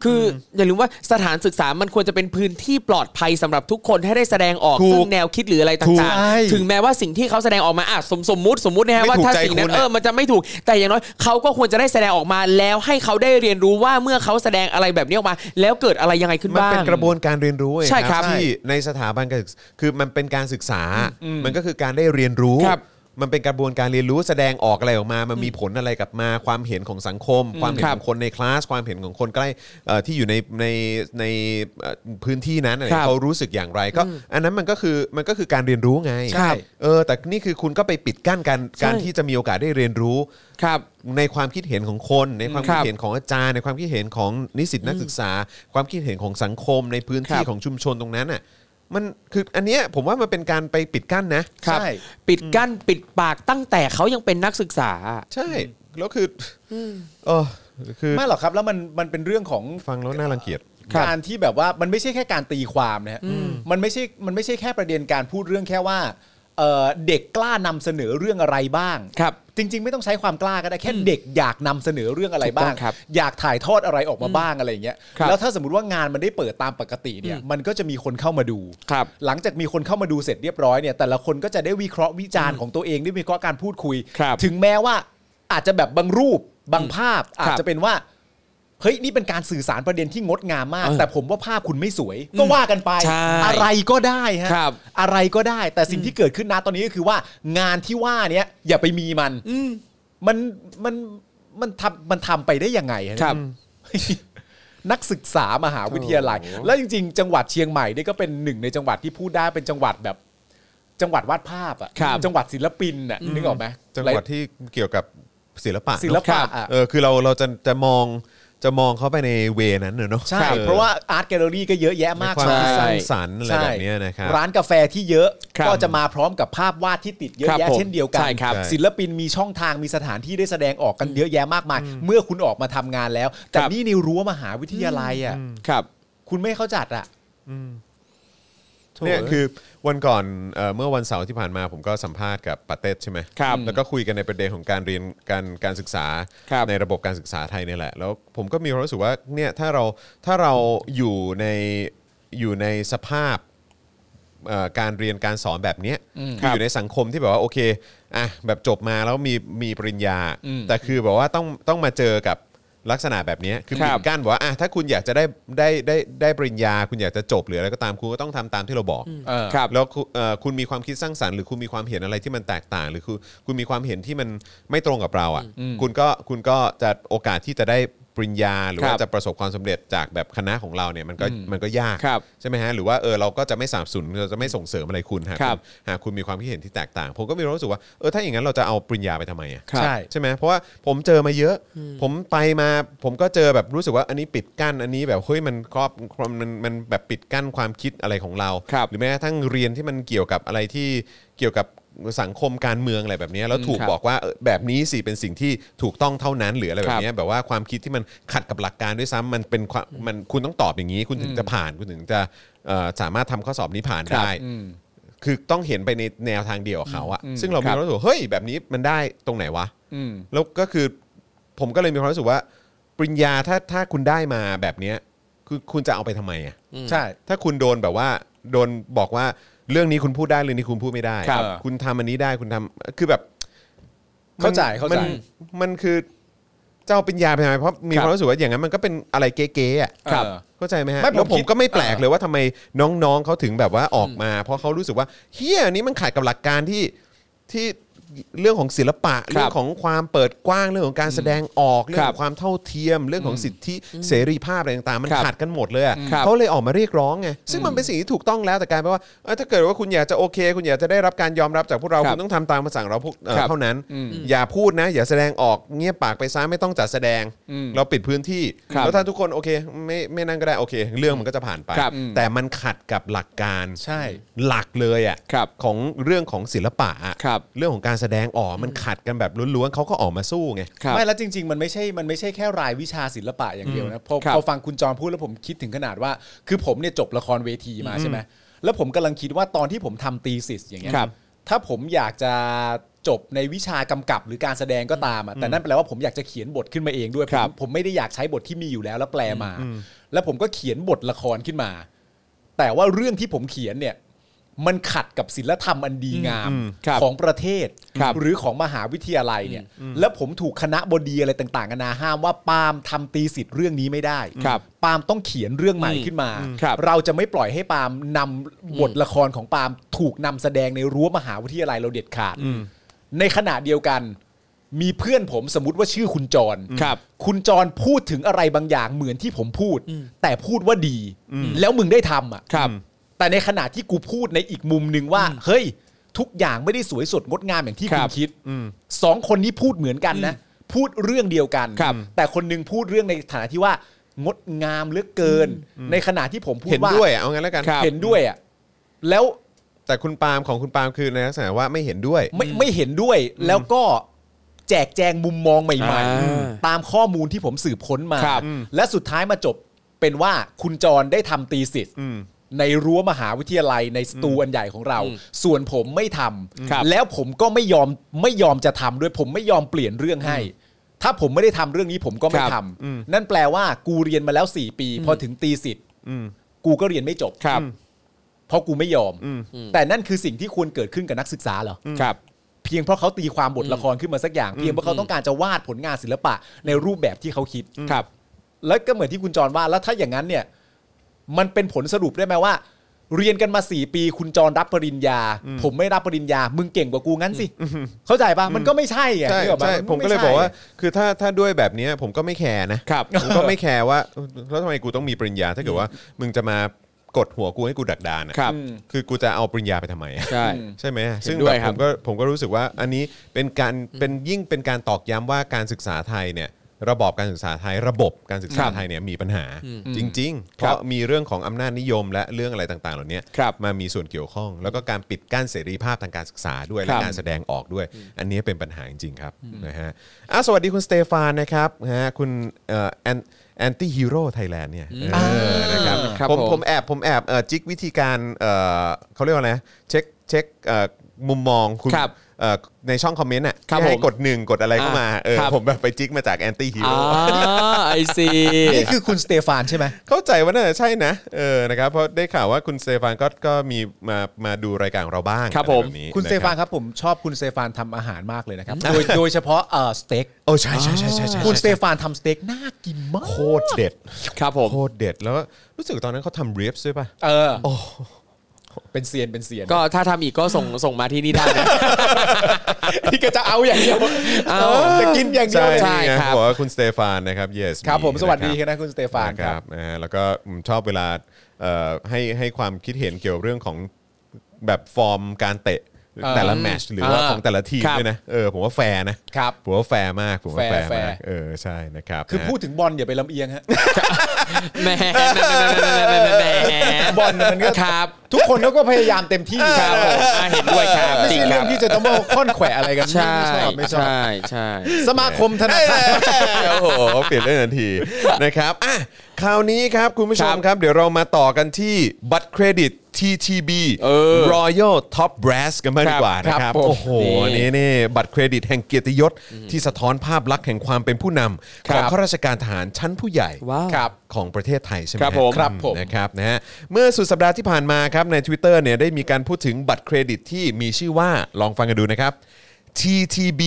คือออย่าลืมว่าสถานศึกษามันควรจะเป็นพื้นที่ปลอดภัยสำหรับทุกคนให้ได้แสดงออก ถูก ซึ่งแนวคิดหรืออะไรต่าง ถูกใช่ ๆ ถึงแม้ว่าสิ่งที่เขาแสดงออกมาอ่ะสมสมมุติสมมุตินะฮะ ไม่ ว่า ถูก ถ้า ใจ สิ่งนั้ คุ น ณอะ เออมันจะไม่ถูก แต่อย่างน้อยเขาก็ควรจะได้แสดงออกมาแล้วให้เขาได้เรียนรู้ว่าเมื่อเขาแสดงอะไรแบบนี้ออกมา แล้วเกิดอะไรยังไงขึ้น มัน บ้าง เป็นกระบวนการเรียนรู้เอง ใช่ครับ ที่ในสถาบันการศึกษาคือมันเป็นการศึกษา มันก็คือการได้เรียนรู้ ครับ มันเป็นกระบวนการเรียนรู้แสดงออกอะไรออกมา มันมีผลอะไรกลับมา ความเห็นของสังคม ความเห็น ครั ข บ องคนในคลาส ความเห็นของคนใกล้เอ่อที่อยู่ในในในเอ่อพื้นที่นั้นอะไร ครับ เขารู้สึกอย่างไรก็อันนั้นมันก็คือมันก็คือการเรียนรู้ไง ใช่ เออแต่นี่คือคุณก็ไปปิดกั้นการการ ใช่ ที่จะมีโอกาสได้เรียนรู้ ครับ ในความคิดเห็นของคน ในความ ค คิ รั ด บ เห็นของอาจารย์ ในความคิดเห็นของนิสิตนักศึกษา ความคิดเห็นของสังคมในพื้นคที่รับ ของชุมชนตรงนั้นน่ะมันคืออันเนี้ยผมว่ามันเป็นการไปปิดกั้นนะ ครับ ใช่ ปิดกั้นปิดปากตั้งแต่เขายังเป็นนักศึกษา ใช่แล้วคืออเออคือ ไม่หรอกครับ แล้วมันมันเป็นเรื่องของ ฟังแล้วน่ารังเกียจ ครับ การที่แบบว่ามันไม่ใช่แค่การตีความนะฮะมันไม่ใช่มันไม่ใช่แค่ประเด็นการพูดเรื่องแค่ว่าเอ่อเด็กกล้านำเสนอเรื่องอะไรบ้าง ครับ จริง ๆ ไม่ต้องใช้ความกล้าก็ได้แค่เด็กอยากนำเสนอเรื่องอะไรบ้าง ถูกต้องครับ อยากถ่ายทอดอะไรออกมาบ้างอะไรอย่างเงี้ย ครับ แล้วถ้าสมมติว่างานมันได้เปิดตามปกติเนี่ยมันก็จะมีคนเข้ามาดู ครับ หลังจากมีคนเข้ามาดูเสร็จเรียบร้อยเนี่ยแต่ละคนก็จะได้วิเคราะห์วิจารณ์ของตัวเองได้วิเคราะห์การพูดคุย ครับ ถึงแม้ว่าอาจจะแบบบางรูปบางภาพอาจ ครับ จะเป็นว่า เฮ้ย นี่เป็นการสื่อสารประเด็นที่งดงามมาก เออ แต่ผมว่าภาพคุณไม่สวย ก็ว่ากันไป ใช่ อะไรก็ได้ฮะ ครับ อะไรก็ได้ แต่สิ่งที่เกิดขึ้นนะตอนนี้ก็คือว่า งานที่ว่าเนี้ยอย่าไปมีมันมันมันมันทำมันทำไปได้ยังไงฮะ ครับ นักศึกษามหาวิทยาลัย แล้วจริง ๆ จังหวัดเชียงใหม่เนี่ยก็เป็นหนึ่งในจังหวัดที่พูดได้เป็นจังหวัดแบบ จังหวัดวาดภาพอะ ครับ จังหวัดศิลปินอ่ะนึกออกไหม จังหวัดที่เกี่ยวกับศิลปะ ศิล เนอ ปะอะ เออคือเราเราจะจะมองจะมองเขาไปในเวนั้นเนอะเนอะ ใช่ เพราะว่าอาร์ตแกลเลอรี่ก็เยอะแยะ ใน มาก ความ มาย คิดสร้างสรรค์อะไรแบบเนี้ยนะครับ ร้านกาแฟที่เยอะ ครับ ก็จะมาพร้อมกับภาพวาดที่ติดเยอะ ครับ แยะ ผม เช่นเดียวกั ใช่ น ครับ ศิลปินมีช่องทางมีสถานที่ได้แสดงออกกันเยอะแยะมากมาย เมื่อคุณออกมาทำงานแล้ว แต่ ครับ นี่ในรั้วมหาวิทยาลัยอ่ะ ครับ คุณไม่เข้าจัดอ่ะ เนี่ยคือวันก่อนเอ่อเมื่อวันเสาร์ที่ผ่านมาผมก็สัมภาษณ์กับปาเต้ใช่ไหม ครับ แล้วก็คุยกันในประเด็นของการเรียนการการศึกษา ครับ ในระบบการศึกษาไทยเนี่ยแหละ แล้วผมก็มีความรู้สึกว่าเนี่ยถ้าเราถ้าเราอยู่ในอยู่ในสภาพเอ่อการเรียนการสอนแบบเนี้ยคืออยู่ในสังคมที่แบบว่าโอเคอ่ะแบบจบมาแล้วมีมีปริญญา แต่คือแบบว่าต้องต้องมาเจอกับลักษณะแบบเนี้ยคือ ครั ปิ บ ดกั้นบอกว่าอ่ะถ้าคุณอยากจะได้ได้ได้ได้ปริญญา คุณอยากจะจบหรืออะไรก็ตามคุณก็ต้องทำตามที่เราบอก ครับ แล้วคุณเอ่อคุณมีความคิดสร้างสรรค์หรือคุณมีความเห็นอะไรที่มันแตกต่าง หรือคุณคุณมีความเห็นที่มันไม่ตรงกับเราอ่ะคุณก็คุณก็จะโอกาสที่จะได้ปริญญา หรือว่า ครับ จะประสบความสำเร็จจากแบบคณะของเราเนี่ยมันก็มันก็ยาก ครับ ใช่ไหมฮะหรือว่าเออเราก็จะไม่สนับสนุนเราจะไม่ส่งเสริมอะไรคุณหาก ครั คุ บ ณหากคุณมีความคิดเห็นที่แตกต่าง ผมก็มีความรู้สึกว่าเออถ้าอย่างนั้นเราจะเอาปริญญาไปทำไมอ่ะ ครับ ใช่ ใช่ไหมเพราะว่าผมเจอมาเยอะ ผมไปมาผมก็เจอแบบรู้สึกว่าอันนี้ปิดกั้นอันนี้แบบเฮ้ยมันครอบมันมันแบบปิดกั้นความคิดอะไรของเรา ครับ หรือแม้กระทั่งเรียนที่มันเกี่ยวกับอะไรที่เกี่ยวกับสังคมการเมืองอะไรแบบเนี้ยแล้วถูก ครับ บอกว่าเออแบบนี้สิเป็นสิ่งที่ถูกต้องเท่านั้นหรืออะไรแบ ครับบ เนี้ยแบบว่าความคิดที่มันขัดกับหลักการด้วยซ้ำมันเป็นความมันคุณต้องตอบอย่างนี้ คุณถึงจะผ่านคุณถึงจะเอ่อสามารถทำข้อสอบนี้ผ่าน ครับ ได้ คือต้องเห็นไปในแนวทางเดียวกับเขาอะ อืม ซึ่งเรา ค มี รับ ความรู้สึกว่าเฮ้ยแบบนี้มันได้ตรงไหนวะ อืม แล้วก็คือผมก็เลยมีความรู้สึกว่า ปริญญาถ้าถ้าคุณได้มาแบบเนี้ยคือคุณจะเอาไปทำไมอะ ใช่ ถ้าคุณโดนแบบว่าโดนบอกว่าเรื่องนี้คุณพูดได้เรื่องนี้คุณพูดไม่ได้ ครับ คุณทำอันนี้ได้คุณทำคือแบบ เข้าใจเข้าใจ มันมันคือเจ้าปริญญาไปทำไมเพราะมี ครับ ความรู้สึกว่าอย่างนั้นมันก็เป็นอะไรเก๋ๆอะ ครับ เออ เข้าใจไหมฮะ ไม่ผม แล้วผม คิด ก็ไม่แปลกเลยว่าทำไมน้องๆเขาถึงแบบว่าออกมา เพราะเขารู้สึกว่าเฮียอันนี้มันขัดกับหลักการที่ที่เรื่องของศิลปะ ครั เรื่อบ งของ ของความเปิดกว้างเรื่องของการแสดงออกเรื่อคงรั ข บ องความเท่าเทียม เรื่องของสิทธิเสรีภาพอะไรต่างๆมัน ครับ ขาดกันหมดเลยอะ ครับ เขาเลยออกมาเรียกร้องไงซึ่งมันเป็นสิ่งที่ถูกต้องแล้วแต่กลารแปลว่าเอ้ยถ้าเกิดว่าคุณอยากจะโอเค คุณอยากจะได้รับการยอมรับจากพวกเรา ครับ คุณต้องทำตามคำสั่งเราพวกเอ่อ ครับ เท่านั้น อย่าพูดนะ อย่าแสดงออกเงียบปากไปซะไม่ต้องจัดแสดง เราปิดพื้นที่ ครับ แล้วถ้าทุกคนโอเคไม่ไม่นั่นก็ได้โอเค เรื่องมันก็จะผ่านไป ครับ แต่มันขัดกับหลักการ ใช่ หลักเลยอ่ะ ครับ ของเรื่องของศิลปะอะ ครับ เรื่องของการแสดงออกมันขัดกันแบบล้วนๆเขาก็ออกมาสู้ไง ครับ ไม่แล้วจริง ๆ มันไม่ใช่มันไม่ใช่แค่รายวิชาศิลปะอย่างเดียวนะพอ ครับ พอฟังคุณจรพูดแล้วผมคิดถึงขนาดว่า คือผมเนี่ยจบละครเวทีมาใช่ไหมแล้วผมกำลังคิดว่าตอนที่ผมทำตีสิสอย่างเงี้ย ครับ ถ้าผมอยากจะจบในวิชากำกับหรือการแสดงก็ตามอะแต่นั่นแปลว่าผมอยากจะเขียนบทขึ้นมาเองด้วย ผมผมไม่ได้อยากใช้บทที่มีอยู่แล้วแล้วแปลมา แล้วผมก็เขียนบทละครขึ้นมา แต่ว่าเรื่องที่ผมเขียนเนี่ย มันขัดกับศิลธรรมอันดีงาม ครับ ของประเทศ ครับ หรือของมหาวิทยาลัยเนี่ย แล้วผมถูกคณะบดีอะไรต่างๆนานาห้ามว่าปาล์มทำตีสิทธิ์เรื่องนี้ไม่ได้ ครับ ปาล์มต้องเขียนเรื่องใหม่ขึ้นมา อืมครับ เราจะไม่ปล่อยให้ปาล์มนำบทละครของปาล์มถูกนำแสดงในรั้วมหาวิทยาลัยเราเด็ดขาดในขณะเดียวกัน มีเพื่อนผมสมมติว่าชื่อคุณจร ครับ คุณจรพูดถึงอะไรบางอย่างเหมือนที่ผมพูด แต่พูดว่าดี แล้วมึงได้ทำอ่ะ ครับ แต่ในขณะที่กูพูดในอีกมุมหนึ่งว่า เฮ้ย ทุกอย่างไม่ได้สวยสดงดงามอย่างที่ ค คุ รั ณ บ คิดสองคนนี้พูดเหมือนกันนะ พูดเรื่องเดียวกัน ครับ แต่คนหนึงพูดเรื่องในฐานะที่ว่างดงามเหลือเกิน ในขณะที่ผมพูด เห็น ว่า ด้วยอะเอางั้นแล้วกัน เห็นด้วยอ่ะแล้ว แต่คุณปาล์มของคุณปาล์มคือในลักษณะว่าไม่เห็นด้วย ไม่ไม่เห็นด้วย แล้วก็แจกแจงมุมมองใหม่ อ่า ๆตามข้อมูลที่ผมสืบค้นมา ครับ และสุดท้ายมาจบเป็นว่าคุณจรได้ทำตีสิทธิ์ อืม ในรั้วมหาวิทยาลัยในสตูอันใหญ่ของเรา ส่วนผมไม่ทำ ครับ แล้วผมก็ไม่ยอมไม่ยอมจะทำด้วยผมไม่ยอมเปลี่ยนเรื่องให้ ถ้าผมไม่ได้ทำเรื่องนี้ผมก็ไม่ ครับ ทำนั่นแปลว่ากูเรียนมาแล้ว 4 ปี พอถึงตีสิทธิ์กูก็เรียนไม่จบ ครับ เพราะกูไม่ยอม แต่นั่นคือสิ่งที่ควรเกิดขึ้นกับนักศึกษาเหรอ ครับ เพียงเพราะเขาตีความบทละครขึ้นมาสักอย่าง เพียงเพราะเขาต้องการจะวาดผลงานศิลปะในรูปแบบที่เขาคิด ครับ แล้วก็เหมือนที่คุณจรว่าแล้วถ้าอย่างนั้นเนี่ยมันเป็นผลสรุปได้ไหมว่า เรียนกันมา 4 ปีคุณจรรับปริญญา ผมไม่รับปริญญา มึงเก่งกว่ากูงั้นสิ เข้าใจปะมันก็ไม่ใช่ไง ใช่ นึกออกปะ ใช่ น ผมก็เลย ไใช่ บอกว่า คือถ้าถ้าด้วยแบบเนี้ยผมก็ไม่แคร์นะ รับ ผมก็ไม่แคร์ว่าเออแล้วทำไมกูต้องมีปริญญา ถ้าเกิดว่ามึงจะมากดหัวกูให้กูดักดานอะ ครับ คือกูจะเอาปริญญาไปทำไมอะ ใช่ ใช่ไหม เห็น ซึ่ง ด้ แบ วย บ ครับผมก็ผมก็รู้สึกว่าอันนี้เป็นการเป็นยิ่งเป็นการตอกย้ำว่าการศึกษาไทยเนี่ยระบอบการศึกษาไทย ระบบการศึกษา ครับ ไทยเนี่ยมีปัญหาจริง ๆ เพ ครั ราะ บ มีเรื่องของอำนาจนิยมและเรื่องอะไรต่างๆ เหล่านี้ ครับ มามีส่วนเกี่ยวข้อง แล้วก็การปิดกั้นเสรีภาพทางการศึกษาด้วย ค และ รับ การแสดงออกด้วย อันนี้เป็นปัญหาจริงๆครับนะฮะอ่ะสวัสดีคุณสเตฟานนะครับฮะคุณเอ่อแอนแอนตี้ฮีโร่ไทยแลนด์เนี่ยเออนะครับ ครับ ผม ผม ผม ผมแอบผมแอบเอ่อจิกวิธีการเอ่อเขาเรียกว่าอะไรนะเช็คเช็คเอ่อมุมมองคุณ ครับ เอ่อในช่องคอมเมนต์อ่ะ ครับ ที่ให้ ผม กดหนึ่งกดอะไรเข้ามา อ่า เออ ครับ ผมแบบไปจิกมาจากแอนตี้ฮี อ่า โร่ ไอซี นี่คือคุณสเตฟานใช่ไหม เข้าใจว่าน่าจะใช่นะเออนะครับเพราะได้ข่าวว่าคุณสเตฟานก็ก็มีมามาดูรายการของเราบ้าง ครับ อะไ ผม แนี้ คุณสเตฟานะ รับ ครับผมชอบคุณสเตฟานทำอาหารมากเลยนะครับ โดยโดยเฉพาะเอ่อสเต็ก โอ้ใช่ใช่ใช่ใช่ใช่ คุณส ใช่ เตฟานทำสเต็กน่ากินมาก โคตรเด็ด ครับผม โคตรเด็ดแล้วก็รู้สึกตอนนั้นเขาทำเรียบด้วยป่ะ เออเป็นเซียนเป็นเซียน ก็ถ้าทำอีกก็ส่งส่งมาที่นี่ได้ นะ ที่ก็จะเอาอย่างเดียว เอา จะกินอย่างเดียว ใช่ เลย ใช่ นี่ไง ครับ บอกว่าคุณสเตฟานนะครับ yes ครับผมสวัสดี นะครับ ครับคุณสเตฟานครับ นะฮะแล้วก็ผมชอบเวลาเอ่อให้ให้ความคิดเห็นเกี่ยวเรื่องของแบบฟอร์มการเตะ เออ แต่ละแมตชหรือว่า อ่า ของแต่ละทีม ครับ ด้วยนะเออผมว่าแฟร์นะครับ ผมว่าแฟร์มากผมว่าแฟ แฟร์ ร์มาก แฟร์ เออใช่นะครับ คือ นะฮะ พูดถึงบอลอย่าไปลำเอียงฮะ แหมแหมแหมแหมแหมแหม บอลมันก็ ครับ ทุกคนเขาก็พยายามเต็มที่ ครับผมอ่ะเห็นด้วยครับ ไม่ จริงใช่ค เรื่ รั อบ งที่จะต้องมาค้อนแขวะอะไรกัน ใช่ ไม่ชอบไม่ชอบ ใช่ใช่ สมาคมธนาคาร โอ้โหเปลี่ยนเรื่องทันที นะครับอ่ะคราวนี้ครับคุณผู้ชม ครับ ครับ เดี๋ยวเรามาต่อกันที่บัตรเครดิต TTB เออ Royal Top Brass กันบ้างดีกว่า ค นะ รับ ครับ ผม โอ้โห นี่ นี่ นี่นี่บัตรเครดิตแห่งเกียรติยศที่สะท้อนภาพลักษณ์แห่งความเป็นผู้นคำข รั อบ งข้าราชการทหารชั้นผู้ใหญ่ ว้าว ครับ ของประเทศไทยใช่ไหม ครับผม ฮะ ครับผม นะครับนะฮะเมื่อสุดสัปดาห์ที่ผ่านมาครับใน Twitter เนี่ยได้มีการพูดถึงบัตรเครดิตที่มีชื่อว่าลองฟังกันดูนะครับ TTB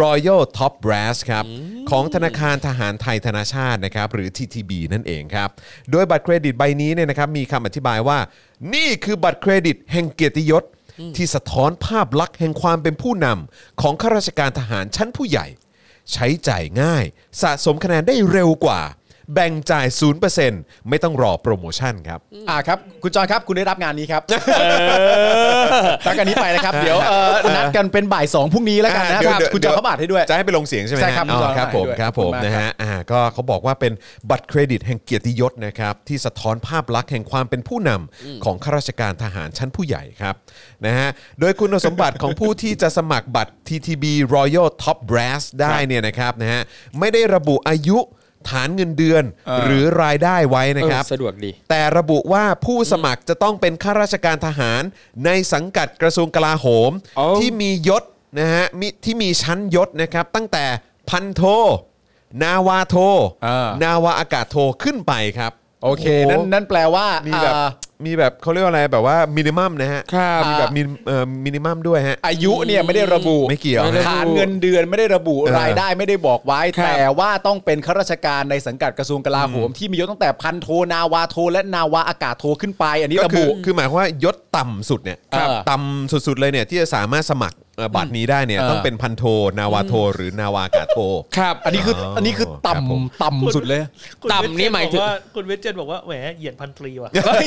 Royal Top Brass ครับของธนาคารทหารไทยธนาชาตินะครับหรือ TTB นั่นเองครับโดยบัตรเครดิตใบนี้เนี่ยนะครับมีคำอธิบายว่า นี่คือบัตรเครดิตแห่งเกียรติยศ ที่สะท้อนภาพลักษณ์แห่งความเป็นผู้นำของข้าราชการทหารชั้นผู้ใหญ่ ใช้จ่ายง่าย สะสมคะแนนได้เร็วกว่า แบ่งจ่าย 0%ไม่ต้องรอโปรโมชั่นครับ อ่าครับ คุณจอนครับคุณได้รับงานนี้ครับตั้งกันนี้ไปนะครับ เดี๋ยวเอ่อนัดกันเป็นบ่ายสองพรุ่งนี้แล้วกันอ่านะเดี๋ยว ครับ เดี๋ยว คุณจอนเขาบาทให้ด้วย จะให้ไปลงเสียงใช่ไหม ใช่ครับ อ๋อครับ คุ ผ ณ ม จอห์น ครับผม ขอบคุณมาก นะฮะอ่าก็เขาบอกว่าเป็นบัตรเครดิตแห่งเกียรติยศนะครับที่สะท้อนภาพลักษณ์แห่งความเป็นผู้นำของข้าราชการทหารชั้นผู้ใหญ่ครับนะฮะโดยคุณสมบัติของผู้ที่จะสมัครบัตร TTB Royal Top Brass ได้เนี่ยนะครับนะฮะไม่ได้ระบุอายุ ฐานเงินเดือน เออ หรือรายได้ไว้ เอ นะ อ ครับ สะดวกดี แต่ระบุว่าผู้สมัครจะต้องเป็นข้าราชการทหาร ในสังกัดกระทรวงกลาโหม โอ้ ที่มียศนะฮะมิที่มีชั้นยศนะครับ ตั้งแต่พันโท นาวาโท อ่าน นาวาอากาศโทขึ้นไปครับ โอเคนั่นนั่นแปลว่า มี อ่า แบบมีแบบเขาเรียกว่าอะไรแบบว่ามินิมัมนะฮะ ครับ มีแบบมิอ่ามินเอ่อมินิมัมด้วยฮะ อายุเนี่ยไม่ได้ระบุ ไม่เกี่ยว ไม่ได้ ฐานเงินเดือนไม่ได้ระบุ เออ รายได้ไม่ได้บอกไว้ ครับ แต่ว่าต้องเป็นข้าราชการในสังกัดกระทรวงกลาโหม ที่มียศตั้งแต่พันโทนาวาโท และนาวาอากาศโทขึ้นไปอันนี้ ก็ ระ คื บุ อคือหมายความว่ายศต่ำสุดเนี่ย ครับ ต่ำสุดๆเลยเนี่ยที่จะสามารถสมัครเอ่อบัตรนี้ได้เนี่ย เออ ต้องเป็นพันโท นาวาโท หรือนาวาอากาศโท ครับอันนี้คือ ออั อันนี้คือ ค ต่ำ รับผม ต่ำสุดเลย คุณ ต่ำนี่หมายถึง เวทเจนบอกว่าคุณเวทเจนบอกว่าแหมเหยียดพันตรีว่ะ เฮ้ย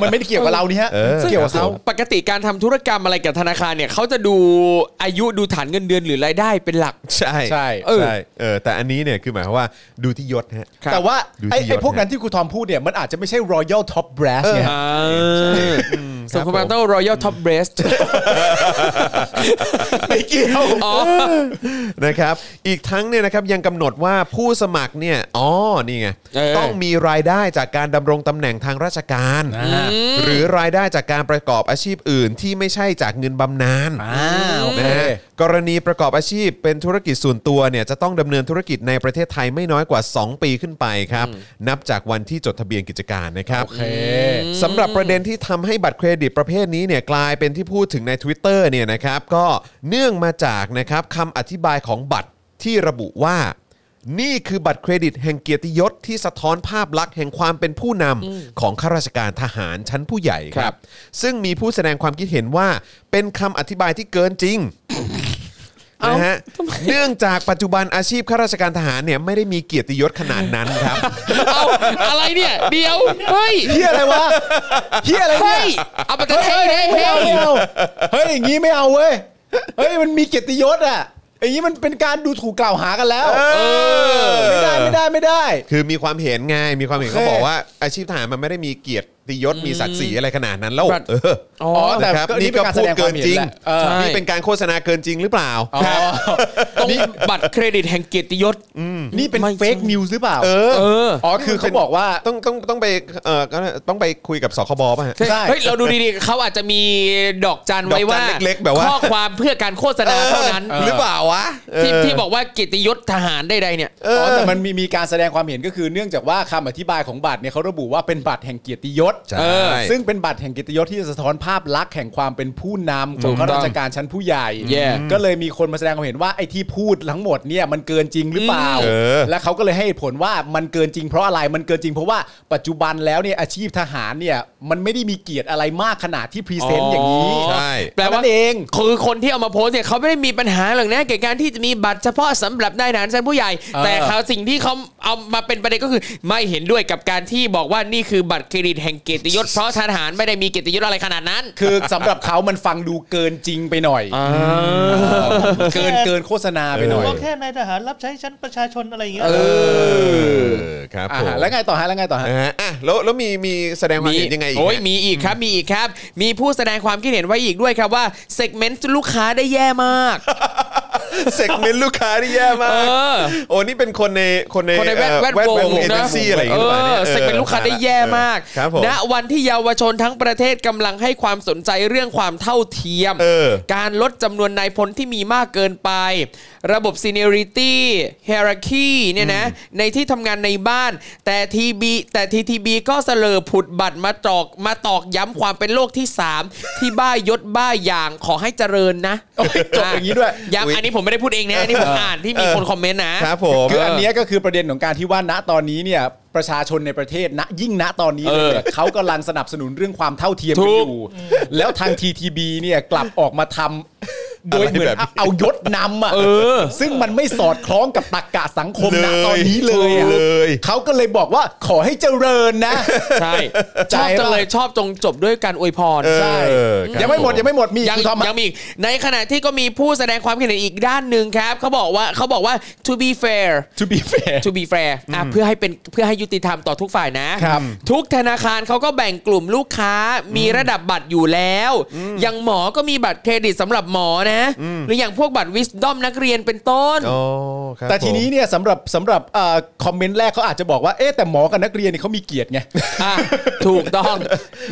มันไม่ได้เกี่ยวกับเรานี่ฮะ เออ เกี่ยวกับเขา ปกติการทำธุรกรรมอะไรกับธนาคารเนี่ยเขาจะดูอายุดูฐานเงินเดือนหรือรายได้เป็นหลัก ใช่ ใช่ เออใช่เออแต่อันนี้เนี่ยคือหมายความว่าดูที่ยศฮะ แต่ว่า ดูที่ ไอ้ไอ้ ยศ พวก ฮะ นั้นที่ครูทอมพูดเนี่ยมันอาจจะไม่ใช่ Royal Top Brass เนี่ย อ่าส่วนคุณมาโต้รอยัลท็อปเบรส ไม่เกี่ยว นะครับ อีกทั้งเนี่ยนะครับยังกำหนดว่าผู้สมัครเนี่ยอ๋อนี่ไง เออ ต้องมีรายได้จากการดำรงตำแหน่งทางราชการ หรือรายได้จากการประกอบอาชีพอื่นที่ไม่ใช่จากเงินบำนาญ นะฮะกรณีประกอบอาชีพเป็นธุรกิจส่วนตัวเนี่ยจะต้องดำเนินธุรกิจในประเทศไทยไม่น้อยกว่า 2 ปีขึ้นไปครับ นับจากวันที่จดทะเบียนกิจการนะครับสำหรับประเด็นที่ทำให้บัตรเครดิตประเภทนี้เนี่ยกลายเป็นที่พูดถึงใน Twitter เนี่ยนะครับก็เนื่องมาจากนะครับคำอธิบายของบัตรที่ระบุว่า นี่คือบัตรเครดิตแห่งเกียรติยศที่สะท้อนภาพลักษณ์แห่งความเป็นผู้นำของข้าราชการทหารชั้นผู้ใหญ่คครั รับ บ ซึ่งมีผู้แสดงความคิดเห็นว่าเป็นคำอธิบายที่เกินจริง นะฮะเนื่องจากปัจจุบันอาชีพข้าราชการทหารเนี่ยไม่ได้มีเกียรติยศขนาดนั้นครับ เอาอะไรเนี่ย เดี๋ยว เฮ้ย เฮียอะไรวะเฮียอะไรเนี่ เฮ้ ย ย เอาไปกันเฮ้ยเฮ้ย ไม่ เฮ้ยเอาไม่เอาเฮ้ยอย่างงี้ไม่เอาเว้ยเฮ้ยมันมีเกียรติยศอ่ะอย่างนี้มันเป็นการดูถูกกล่าวหากันแล้วไม่ได้ไม่ได้ไม่ได้ คือมีความเห็นไงมีความเห็น โอเค เขาบอกว่าอาชีพทหารมันไม่ได้มีเกียรติยศมีศักดิ์ศรีอะไรขนาดนั้นแล้วเออ อ๋อ อ๋อแต่ นะครับ ก็นี่ นี่ เป็ ก็ นการ พูดเกินจริง แสดงความใช่เห็นแหละเออนี่เป็นการโฆษณาเกินจริงหรือเปล่า ครับ ตรงบัตรเครดิตแห่งเกียรติยศ นี่เป็น ไม่ เฟกนิวส์หรือเปล่า เออ เออ อ๋อคือเขาบอกว่า ต้องต้องต้องไปเออก็ต้องไปคุยกับสคบป่ะฮะ ใช่ เฮ้ย เราดูดีๆ เขาอาจจะมีดอกจันไว้ว่า ดอกจันเล็กๆแบบว่า ข้อความเพื่อการโฆษณาเท่านั้น หรือเปล่าวะ ที่ เออ ที่บอกว่าเกียรติยศทหารใดๆเนี่ย อ๋อแต่มันมีมีการแสดงความเห็นก็คือเนื่องจากว่าคำอธิบายของบัตรเนี่ยเขาระบุว่าเป็นบัตรแห่งเกียรติยศ ใช่ เออซึ่งเป็นบัตรแห่งเกียรติยศที่จะสะท้อนภาพลักษณ์แห่งความเป็นผู้นำข ถู อง กต้อง ข้าราชการชั้นผู้ใหญ่ Yeah ก็เลยมีคนมาแสดงความเห็นว่าไอ้ที่พูดทั้งหมดเนี่ยมันเกินจริงหรือเปล่า เออ และเขาก็เลยให้เหตุผลว่ามันเกินจริงเพราะอะไรมันเกินจริงเพราะว่าปัจจุบันแล้วเนี่ยอาชีพทหารเนี่ยมันไม่ได้มีเกียรติอะไรมากขนาดที่พรีเซนต์อย่างนี้ ใช่ แปลว่า นั่นเอง คือคนที่เอามาโพสต์เนี่ยเขาไม่ได้มีปัญหาหรอกนะเกี่ยวกับการที่จะมีบัตรเฉพาะสำหรับนายทหารชั้นผู้ใหญ่ เออ แต่เขาสิ่งที่เขาเอามาเป็นประเด็นก็คือ ไม่เห็นด้วยกับการที่บอกว่านี่คือบัตรเครดิตแห่งเกียรติยศ เพราะทหารไม่ได้มีเกียรติยศอะไรขนาดนั้น คือสำหรับเขามันฟังดูเกินจริงไปหน่อยเกินเกินโฆษณาไปหน่อย ว่าแค่นายทหารรับใช้ชั้นประชาชนอะไรอย่างเงี้ย เออครับ อ่า ผม ฮะแล้วไงต่อฮะแล้วไงต่อฮะ นะฮะอ่ะแล้วแล้วมีมีแสดงความเห็นยังไงอีก โอ้ย ฮะ มีอีกครับมีอีกครับ มีผู้แสดงความคิดเห็นไว้อีกด้วยครับว่าเซกเมนต์ลูกค้าได้แย่มาก เซกเมนต์ลูกค้าที่แย่มาก เออ โอ้นี่เป็นคนในคนใน คนในแวด เอ่อ แวดวง เอเจนซี่อะไรอย่าง เอ เงี้ยหรือเปอล่าเนี่ยออ ซึ่งเป็นลูกค้าได้แย่มาก ครับผม ณ วันที่เยาวชนทั้งประเทศกำลังให้ความสนใจเรื่องความเท่าเทียม เออ การลดจำนวนนายพลที่มีมากเกินไป ระบบ seniority hierarchy เนี่ยนะ ในที่ทำงานในบ้าน แต่ TB แต่ TTB ก็เสลอผุดบัตรมาตอกมาตอกย้ำความเป็นโลกที่ 3 ที่บ้ายศบ้าอย่างขอให้เจริญนะ จบอย่างนี้ด้วย ย้ำอันนี้ผมไม่ได้พูดเองนะ อันนี้ผมอ่านที่มีคนคอมเมนต์นะ ครับผม คืออันเนี้ยก็คือประเด็นของการที่ว่าณตอนนี้เนี่ยประชาชนในประเทศณยิ่งณตอนนี้เลยเนี่ยเขากำลังสนับสนุนเรื่องความเท่าเทียมกันอยู่ แล้วทาง TTB เนี่ยกลับออกมาทำโดย อะไร เหมือน แบบนี้ เอายศนำอ่ะซึ่งมันไม่สอดคล้องกับตรรกะสังคมณตอนนี้เลยอะ เลย เขาก็เลยบอกว่าขอให้เจริญนะ ใช่ ใจ ชอบจัง ปะ เลยชอบตรงจบด้วยการอวยพร ใช่ เออครับ ยังไม่หมด ผ ยังไม่หมดมี ยัง คุณทอม ยังมีอีกในขณะที่ก็มีผู้แสดงความคิดเห็นอีกด้านหนึ่งครับเขาบอกว่าเขาบอกว่า to be fair ทูบีแฟร์ to be fair อ่ะเพื่อให้เป็นเพื่อให้ยุติธรรมต่อทุกฝ่ายนะ ครับ ทุกธนาคารเขาก็แบ่งกลุ่มลูกค้ามีระดับบัตรอยู่แล้ว อย่างหมอก็มีบัตรเครดิตสำหรับหมอ นะ หรืออย่างพวกบัตรวิสดอมนักเรียนเป็นต้น โอ้ครับ แต่ทีนี้ ผม เนี่ยสำหรับสำหรับเอ่อคอมเมนต์แรกเขาอาจจะบอกว่าเอ๊ะแต่หมอกับนักเรียนเนี่ยเขามีเกียรติไง อ่ะถูกต้อง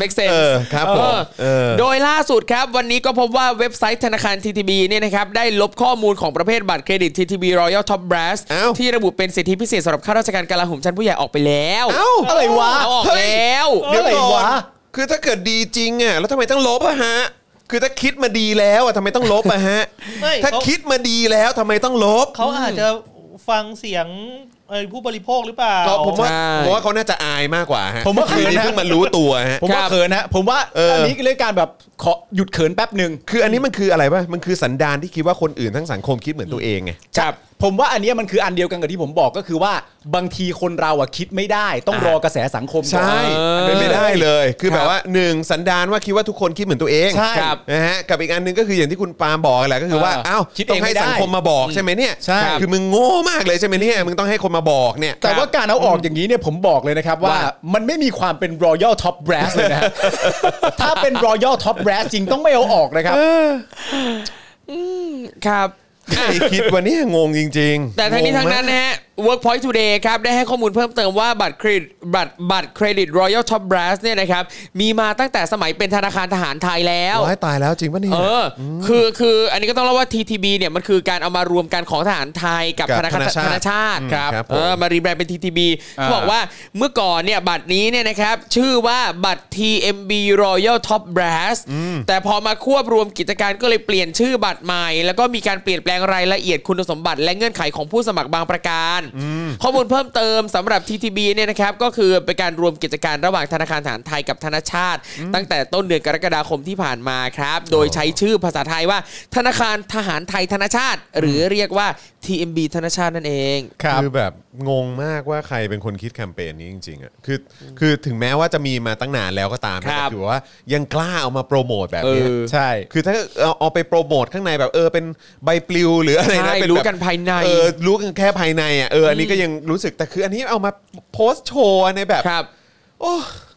make เอ sense อครับผมเออ โดยล่าสุดครับ วันนี้ก็พบว่าเว็บไซต์ธนาคาร TTB เนี่ยนะครับได้ลบข้อมูลของประเภทบัตรเครดิต TTB Royal Top Brass อ้าว ที่ระบุเป็นสิทธิพิเศษสำหรับข้าราชการกลาโหมชั้นผู้ใหญ่ออกไปแล้ว เอ้า อะไรวะ เอาออกแล้ว เดี๋ยวก่ อะไร อน วะ คือถ้าเกิดดีจริงอ่ะแล้วทำไมต้องลบอะฮะ คือถ้าคิดมาดีแล้วอะทำไมต้องลบอะฮะ ไม่ ถ้า เขา คิดมาดีแล้วทำไมต้องลบ เขาอาจจะฟังเสียงเอ่อผู้บริโภคหรือเปล่า ก็ผมว่า ใช่ ผมว่าเขาน่าจะอายมากกว่าฮะ ผมว่า คือ เขิน นี่ นะ เพิ่งมารู้ตัวฮะ ผมคว่ารับ เขินฮะผมว่า เอออั อันนี้เรื่องการแบบขอหยุดเขินแป๊บหนึ่ง คืออันนี้มันคืออะไรป่ะ มันคือสันดานที่คิดว่าคนอื่นทั้งสังคมคิดเหมือนตัวเองไง ครับ ผมว่าอันเนี้ยมันคืออันเดียวกันกับที่ผมบอกก็คือว่าบางทีคนเราอะคิดไม่ได้ ต้องรอกระแสสังคมก่อน ใช่ เออ เป็นไม่ได้เลย คือ ครับ แบบว่าหนึ่งสันดานว่าคิดว่าทุกคนคิดเหมือนตัวเอง ใช่ ครับ นะฮะ กับอีกอันหนึงก็คืออย่างที่คุณปาล์มบอกแหละก็คือว่า เออ เอ้า คิด ต้ เอ อง งให้ ไม่ได้ สังคมมาบอกใช่ไหมเนี่ย ใช่ ครับคือมึงโง่มากเลยใช่ไหมเนี่ย มึงต้องให้คนมาบอกเนี่ย แต่ว่าการเอาออกอย่างนี้เนี่ยผมบอกเลยนะครับว่า ว่า มันไม่มีความเป็น Royal Top Brass เลยนะฮะ ถ้าเป็น Royal Top Brass จริงต้องไม่เอาออกนะครับ ครับ ใครคิดวันนี้งงจริงๆ แต่ทั้งนี้ มาก ทั้งนั้นนะฮะ Workpoint Today ครับ ได้ให้ข้อมูลเพิ่มเติมว่าบัตรเครดิตบัตรบัตรเครดิต Royal Top Brass เนี่ยนะครับ มีมาตั้งแต่สมัยเป็นธนาคารทหารไทยแล้ว ร้ายตายแล้วจริงป่ะเนี่ย เอออคือคืออันนี้ก็ต้องเล่าว่า TTB เนี่ยมันคือการเอามารวมกันของทหารไทยกับ กับ ธนาคาร ธนาชาธตินาชาติ อืม ครับ ครับผม เออมารีแบรนด์เป็น TTB เขาบอกว่าเมื่อก่อนเนี่ยบัตรนี้เนี่ยนะครับชื่อว่าบัตร TMB Royal Top Brass แต่พอมาควบรวมกิจการก็เลยเปลี่ยนชื่อบัตรใหม่ แล้วก็มีการเปลี่ยนแปลงรายละเอียดคุณสมบัติ และเงื่อนไขของผู้สมัครบางประการ ข้อมูลเพิ่มเติมสำหรับ TTB เนี่ยนะครับก็คือเป็นการรวมกิจการระหว่างธนาคารทหารไทยกับธนาชาติ ตั้งแต่ต้นเดือนกรกฎาคมที่ผ่านมาครับ โดยใช้ชื่อภาษาไทยว่า ธนาคารทหารไทยธนาชาติ หรือเรียกว่า TMB ธนาชาตินั่นเอง คือแบบงงมากว่าใครเป็นคนคิดแคมเปญนี้จริงๆอ่ะคือคือถึงแม้ว่าจะมีมาตั้งนานแล้วก็ตามนะครับ แต่คือว่ายังกล้าเอามาโปรโมทแบบเนี้ย เออ ใช่ คือถ้าเอาเอาไปโปรโมทข้างในแบบเออเป็นใบปลิวหรืออะไร ใช่ นะเป็ รู้ แบบ กันภายใน เออรู้กันแค่ภายในอ่ะเอออันนี้ก็ยังรู้สึกแต่คืออันนี้เอามาโพสต์โชว์ในแบบ ครับ โอ้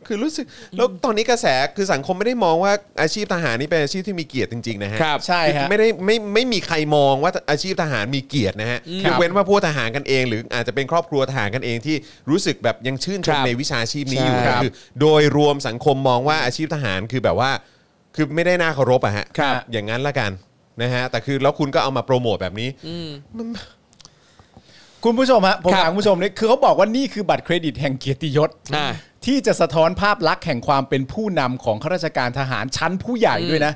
คือรู้สึกแล้วตอนนี้กระแสคือสังคมไม่ได้มองว่าอาชีพทหารนี่เป็นอาชีพที่มีเกียรติจริงๆนะฮะ ครับ ใช่ฮะ คือไม่ได้ไม่ไม่มีใครมองว่าอาชีพทหารมีเกียรตินะฮะ ครั ย บ กเว้นว่าพวกทหารกันเอง หรืออาจจะเป็นครอบครัวทหารกันเองที่รู้สึกแบบยังชื่นคชรั ม บ ในวิชาชีพนี้อยู่ ใช่ครับ คือโดยรวมสังคมมองว่าอาชีพทหารคือแบบว่าคือไม่ได้น่าเคารพอะฮะ ครับ อย่างนั้นละกันนะฮะแต่คือแล้วคุณก็เอามาโปรโมทแบบนี้ คุณผู้ชมฮะผม ครับ ถามคุณผู้ชมเลยคือเขาบอกว่านี่คือบัตรเครดิตแห่งเกียรติยศ อ่า ที่จะสะท้อนภาพลักษณ์แห่งความเป็นผู้นำของข้าราชการทหารชั้นผู้ใหญ่ด้วยนะ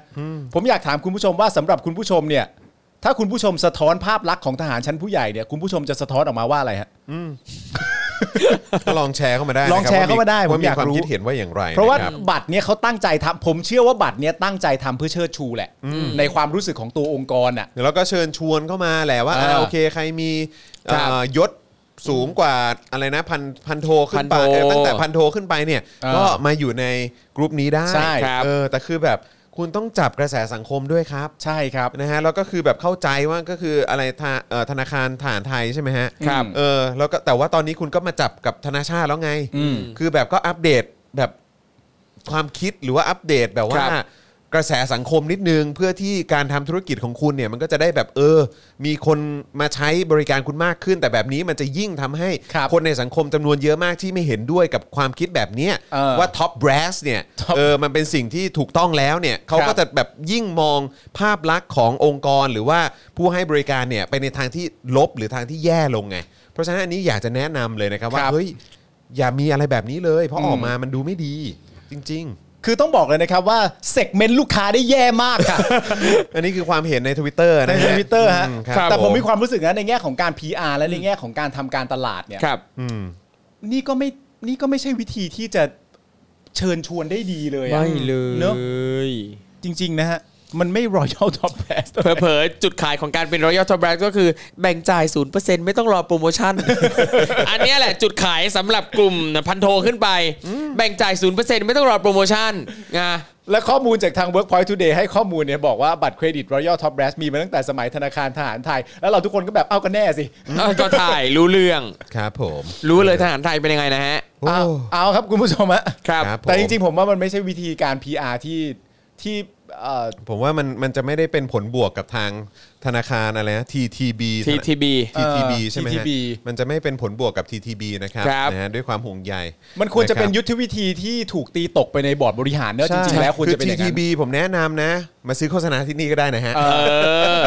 ผมอยากถามคุณผู้ชมว่าสำหรับคุณผู้ชมเนี่ย ถ้าคุณผู้ชมสะท้อนภาพลักษณ์ของทหารชั้นผู้ใหญ่เนี่ยคุณผู้ชมจะสะท้อนออกมาว่าอะไรฮะ ก็ลองแชร์เข้ามาได้ ลองแชร์เข้ามาได้ ว่ ผมอยาก คว รู้ คิดเห็นว่าอย่างไร เพราะว่า คบ บัตรเนี้ยเขาตั้งใจทำผมเชื่อว่าบัตรเนี้ยตั้งใจทำเพื่อเชิดชูแหละ ในความรู้สึกของตัวองค์กรอ่ะ เดี๋ยวเราก็เชิญชวนเข้ามาแหละว่า อ่า อ่าโอเคใครมี ครับ เอ่อยศสูงกว่าอะไรนะพันพันโทขึ้นไป พันโท เออตั้งแต่พันโทขึ้นไปเนี่ย อ่า ก็มาอยู่ในกรุ๊ปนี้ได้ ใช่ ครับ เออแต่คือแบบคุณต้องจับกระแสสังคมด้วยครับ ใช่ครับ นะฮะแล้วก็คือแบบเข้าใจว่าก็คืออะไรธนาเอ่อธนาคารฐานไทยใช่ไหมฮะ ครับ เออแล้วก็แต่ว่าตอนนี้คุณก็มาจับกับธนาชาติแล้วไง อืม คือแบบก็อัปเดตแบบความคิดหรือว่าอัปเดตแบบว่า ครับ กระแสสังคมนิดนึง เพื่อที่การทำธุรกิจของคุณเนี่ยมันก็จะได้แบบเออ มีคนมาใช้บริการคุณมากขึ้น แต่แบบนี้มันจะยิ่งทำให้ ครับ คนในสังคมจำนวนเยอะมากที่ไม่เห็นด้วยกับความคิดแบบเนี้ย เออ ว่าท็อปแบรสเนี่ย Top เออมันเป็นสิ่งที่ถูกต้องแล้วเนี่ยเขา ครั ก็ บ จะแบบยิ่งมองภาพลักษณ์ขององค์กรหรือว่าผู้ให้บริการเนี่ยไปในทางที่ลบหรือทางที่แย่ลงไง เพราะฉะนั้นอันนี้อยากจะแนะนำเลยนะครับว่า ครับ เฮ้ย อย่ามีอะไรแบบนี้เลย เพราะออกมามันดูไม่ดีจริง คือต้องบอกเลยนะครับว่าเซกเมนต์ลูกค้าได้แย่มาก ค่ะ ๆ อันนี้คือความเห็นใน Twitter นะ ใน ฮะ ทวิตเตอร์ฮะ มค แต่ผม ผม มีความรู้สึกนะในแง่ของการ PR และในแง่ของการทำการตลาดเนี่ย ครับ อืม นี่ก็ไม่ นี่ก็ไม่ใช่วิธีที่จะเชิญชวนได้ดีเลยอะ ไม่เล เนอะ ย จริง ๆ นะฮะ มันไม่ Royal Top Pass เผลอๆจุดขายของการเป็น Royal Top Brand ก็คือแบ่งจ่าย 0%ไม่ต้องรอโปรโมชั่น อันเนี้ยแหละจุดขายสำหรับกลุ่มพันโทขึ้นไป แบ่งจ่าย 0%ไม่ต้องรอโปรโมชั่นนะ และข้อมูลจากทาง Workpoint Today ให้ข้อมูลเนี่ยบอกว่าบัตรเครดิต Royal Top Brass มีมาตั้งแต่สมัยธนาคารทหารไทย แล้วเราทุกคนก็แบบเอากันแน่สิ เออก็ถ่ายรู้เรื่อง ครับผม รู้เลยทหารไทยเป็นยังไงนะฮะ โอ้ เอาเอาครับคุณผู้ชมฮะ ครับ ครับ ผม แต่จริงๆผมว่ามันไม่ใช่วิธีการ PR ที่ที่ เอ่อ ผมว่ามันมันจะไม่ได้เป็นผลบวกกับทางธนาคารอะไรนะ TTB ธนา TTB TTB เออ ใช่ไหมฮะ TTB มันจะไม่เป็นผลบวกกับ TTB นะครับ ครับ นะฮะด้วยความห่วงใย มันควรจะเป็น บ ยุทธวิธีที่ถูกตีตกไปในบอร์ดบริหารเนอะจ ใช่ ริงๆแล้วควรจะเป็น อ อย่างนั้น TTB ผมแนะนำนะ มาซื้อโฆษณาที่นี่ก็ได้นะฮะ เออ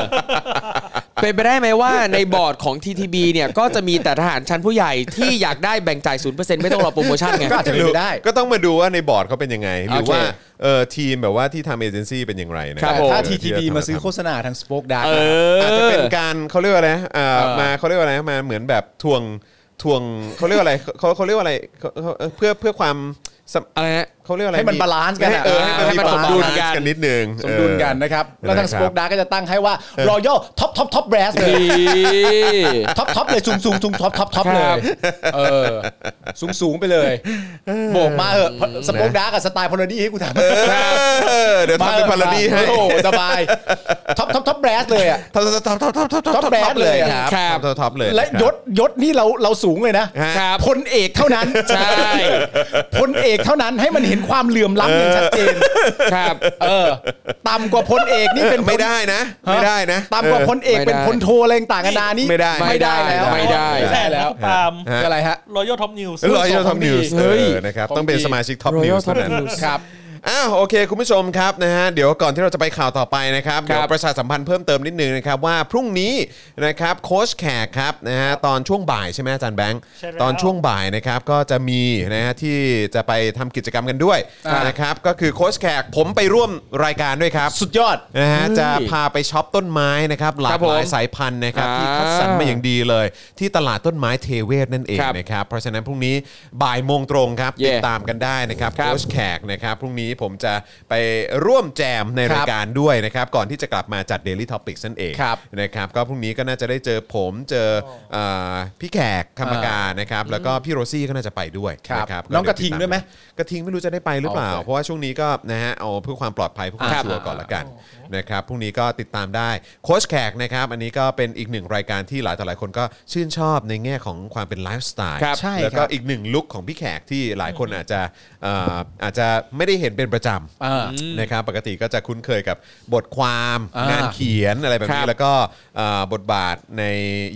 เป็นไปได้ไหมว่าในบอร์ดของ TTB เนี่ยก็จะมีแต่ทหารชั้นผู้ใหญ่ที่อยากได้แบ่งจ่าย0%ไม่ต้องรอโปรโมชั่นไง ก็อาจจะเป็นไปได้ ก็ต้องมาดูว่าในบอร์ดเขาเป็นยังไง หรือ โอเค ว่าเออทีมแบบว่าที่ทำเอเจนซี่เป็นอย่างไรนะ ครับแต่ผม ถ้า เที่จะ TTB มาซื้อโฆษณาทางสปอคได้ เอ อาจจะ อ เป็นการเขาเรียกว่าอะไรนะเอ่อ เออ มาเขาเรียกว่าอะไรนะมาเหมือนแบบทวงทวงเขาเรียกว่าอะไรเขาเขาเรียกว่าอะไรเขาเขาเอ่อเพื่อเพื่อความสำ อะไรฮะ เขาเรียกว่าอะไร ให้มัน balance กันอะ เออให้มัน ให้ มี มัน บา สมดุล ลาน กัน ซ์กันนิดนึง สมดุลกัน เออ นะครับ แล้วทาง นะค ส รับ ปอคดาก็จะตั้งให้ว่า Royal Top Top Top Brass เลย ดี ท็อปท็อปเลยสูงสูงสูงท็อปท็อปท็อป ค เล รับ ยเออสูงสูงไปเลยโบกมาเหอะสปอคดาร์กกับสไตล์พอลดี้ให้กูถาม เออเดี๋ยวทำเป็นพาราดีให้ โอ้โหสบายท็อปท็อปท็อปแบรสเลยอ่ะ ท็อปท็อปท็อปท็อปท็อป ท็อปแบรนด์เลยอะ ครับ ครับ ท็อปท็อปเลย และ ครับ ยศยศนี่เราเราสูงเลยนะครับ พลเอกเท่านั้น ใช่ พลเอกเท่านั้นให้มันเห็นความเหลื่อมล้ำอย่างชัดเจน ครับ เออต่ำกว่าพลเอกนี่เป็น ไม่ได้นะ ไม่ได้นะ ต่ำกว่าพลเอกเป็นพลโทอะไรต่างกันานานี่ ไม่ได้ ไม่ได้แล้ว ไม่ได้ ไม่ได้แล้ว ตาม ฮะ อะไรฮะ รอยัลท็อปนิวส์ เออรอยท็อปนิวส์ เฮ้ย นะครับ ของ ต้องเป็น ดี สมาชิกท็อปนิว Royal ส์เท่านั้น Top News ครับ อ้าวโอเค คุณผู้ชมครับนะฮะเดี๋ยวก่อนที่เราจะไปข่าวต่อไปนะครับ ครับ เดี๋ยวประชาสัมพันธ์เพิ่มเติมนิดนึงนะครับว่าพรุ่งนี้นะครับโค้ชแขกครับนะฮะตอนช่วงบ่ายใช่ไหมอาจารย์แบงค์ ใช่แล้ว ตอนช่วงบ่ายนะครับก็จะมีนะฮะที่จะไปทำกิจกรรมกันด้วย อ่าน นะครับก็คือโค้ชแขกผมไปร่วมรายการด้วยครับ สุดยอด นะฮะ เฮ้ย จะพาไปช็อปต้นไม้นะครับหลา ครั ก บผม หลายสายพันธุ์นะครับ อ่า ที่คัดสรรมาอย่างดีเลย ที่ตลาดต้นไม้เทเวศนั่นเอง ครับ นะครับเพราะฉะนั้นพรุ่งนี้บ่ายโมงตรงครับ เย่ ติดตามกันได้นะครับ ครับ โค้ชแขกนะครับพรุ่งนี้ผมจะไปร่วมแจมใน ครับ รายการด้วยนะครับก่อนที่จะกลับมาจัด Daily Topics นั่นเอง ครับ นะครับก็พรุ่งนี้ก็น่าจะได้เจอผมเจอเอ่อพี่แขกคำปากานะครับแล้วก็พี่โรซี่ก็น่าจะไปด้วย ครับ นะครับ น้องกระทิงด้วยไหม กระทิงไม่รู้จะได้ไปหรือเปล่า โอเค เพราะว่าช่วงนี้ก็นะฮะเอาเพื่อความปลอดภัยเพื่อความ ครับ ชัวร์ก่อนละกัน นะครับพรุ่งนี้ก็ติดตามได้โค้ชแขกนะครับ อันนี้ก็เป็นอีกหนึ่งรายการที่หลายต่อหลายคนก็ชื่นชอบในแง่ของความเป็นไลฟ์สไตล์ ครับ ใช่ แล้วก็ ครับ อีกหนึ่งลุคของพี่แขกที่หลายคนอาจจะเอ่ออาจจะไม่ได้เห็นเป็นประจ อ่า ำนะครับปกติก็จะคุ้นเคยกับบทความ อ่าง งานเขียนอะไรแบบ ครั นี้ บ แล้วก็เอ่อบทบาทใน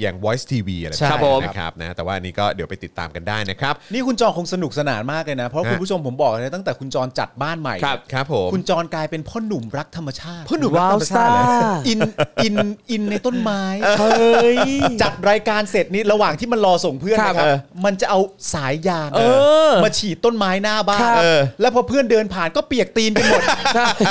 อย่าง Voice TV อะไร ใช่คแบบรับผมนี้นะครับนะแต่ว่าอันนี้ก็เดี๋ยวไปติดตามกันได้นะครับ นี่คุณจรคงสนุกสนานมากเลยนะ เพราะ ฮะ คุณผู้ชมผมบอกเลยตั้งแต่คุณจรจัดบ้านใหม่ ครับ ครับผม คุณจรกลายเป็นพ่อหนุ่มรักธรรมชาติ พ่อหนุ่มรักธรรมชาติเหรอ อินอินอินในต้นไม้ เฮ้ย จัดรายการเสร็จนี่ระหว่างที่มันรอส่งเพื่อน ครับ นะครับมันจะเอาสายยาง เออ มาฉีดต้นไม้หน้าบ้าน ครับ เออ แล้วพอเพื่อนเดินผ่านก็เปียกตีนไปหมด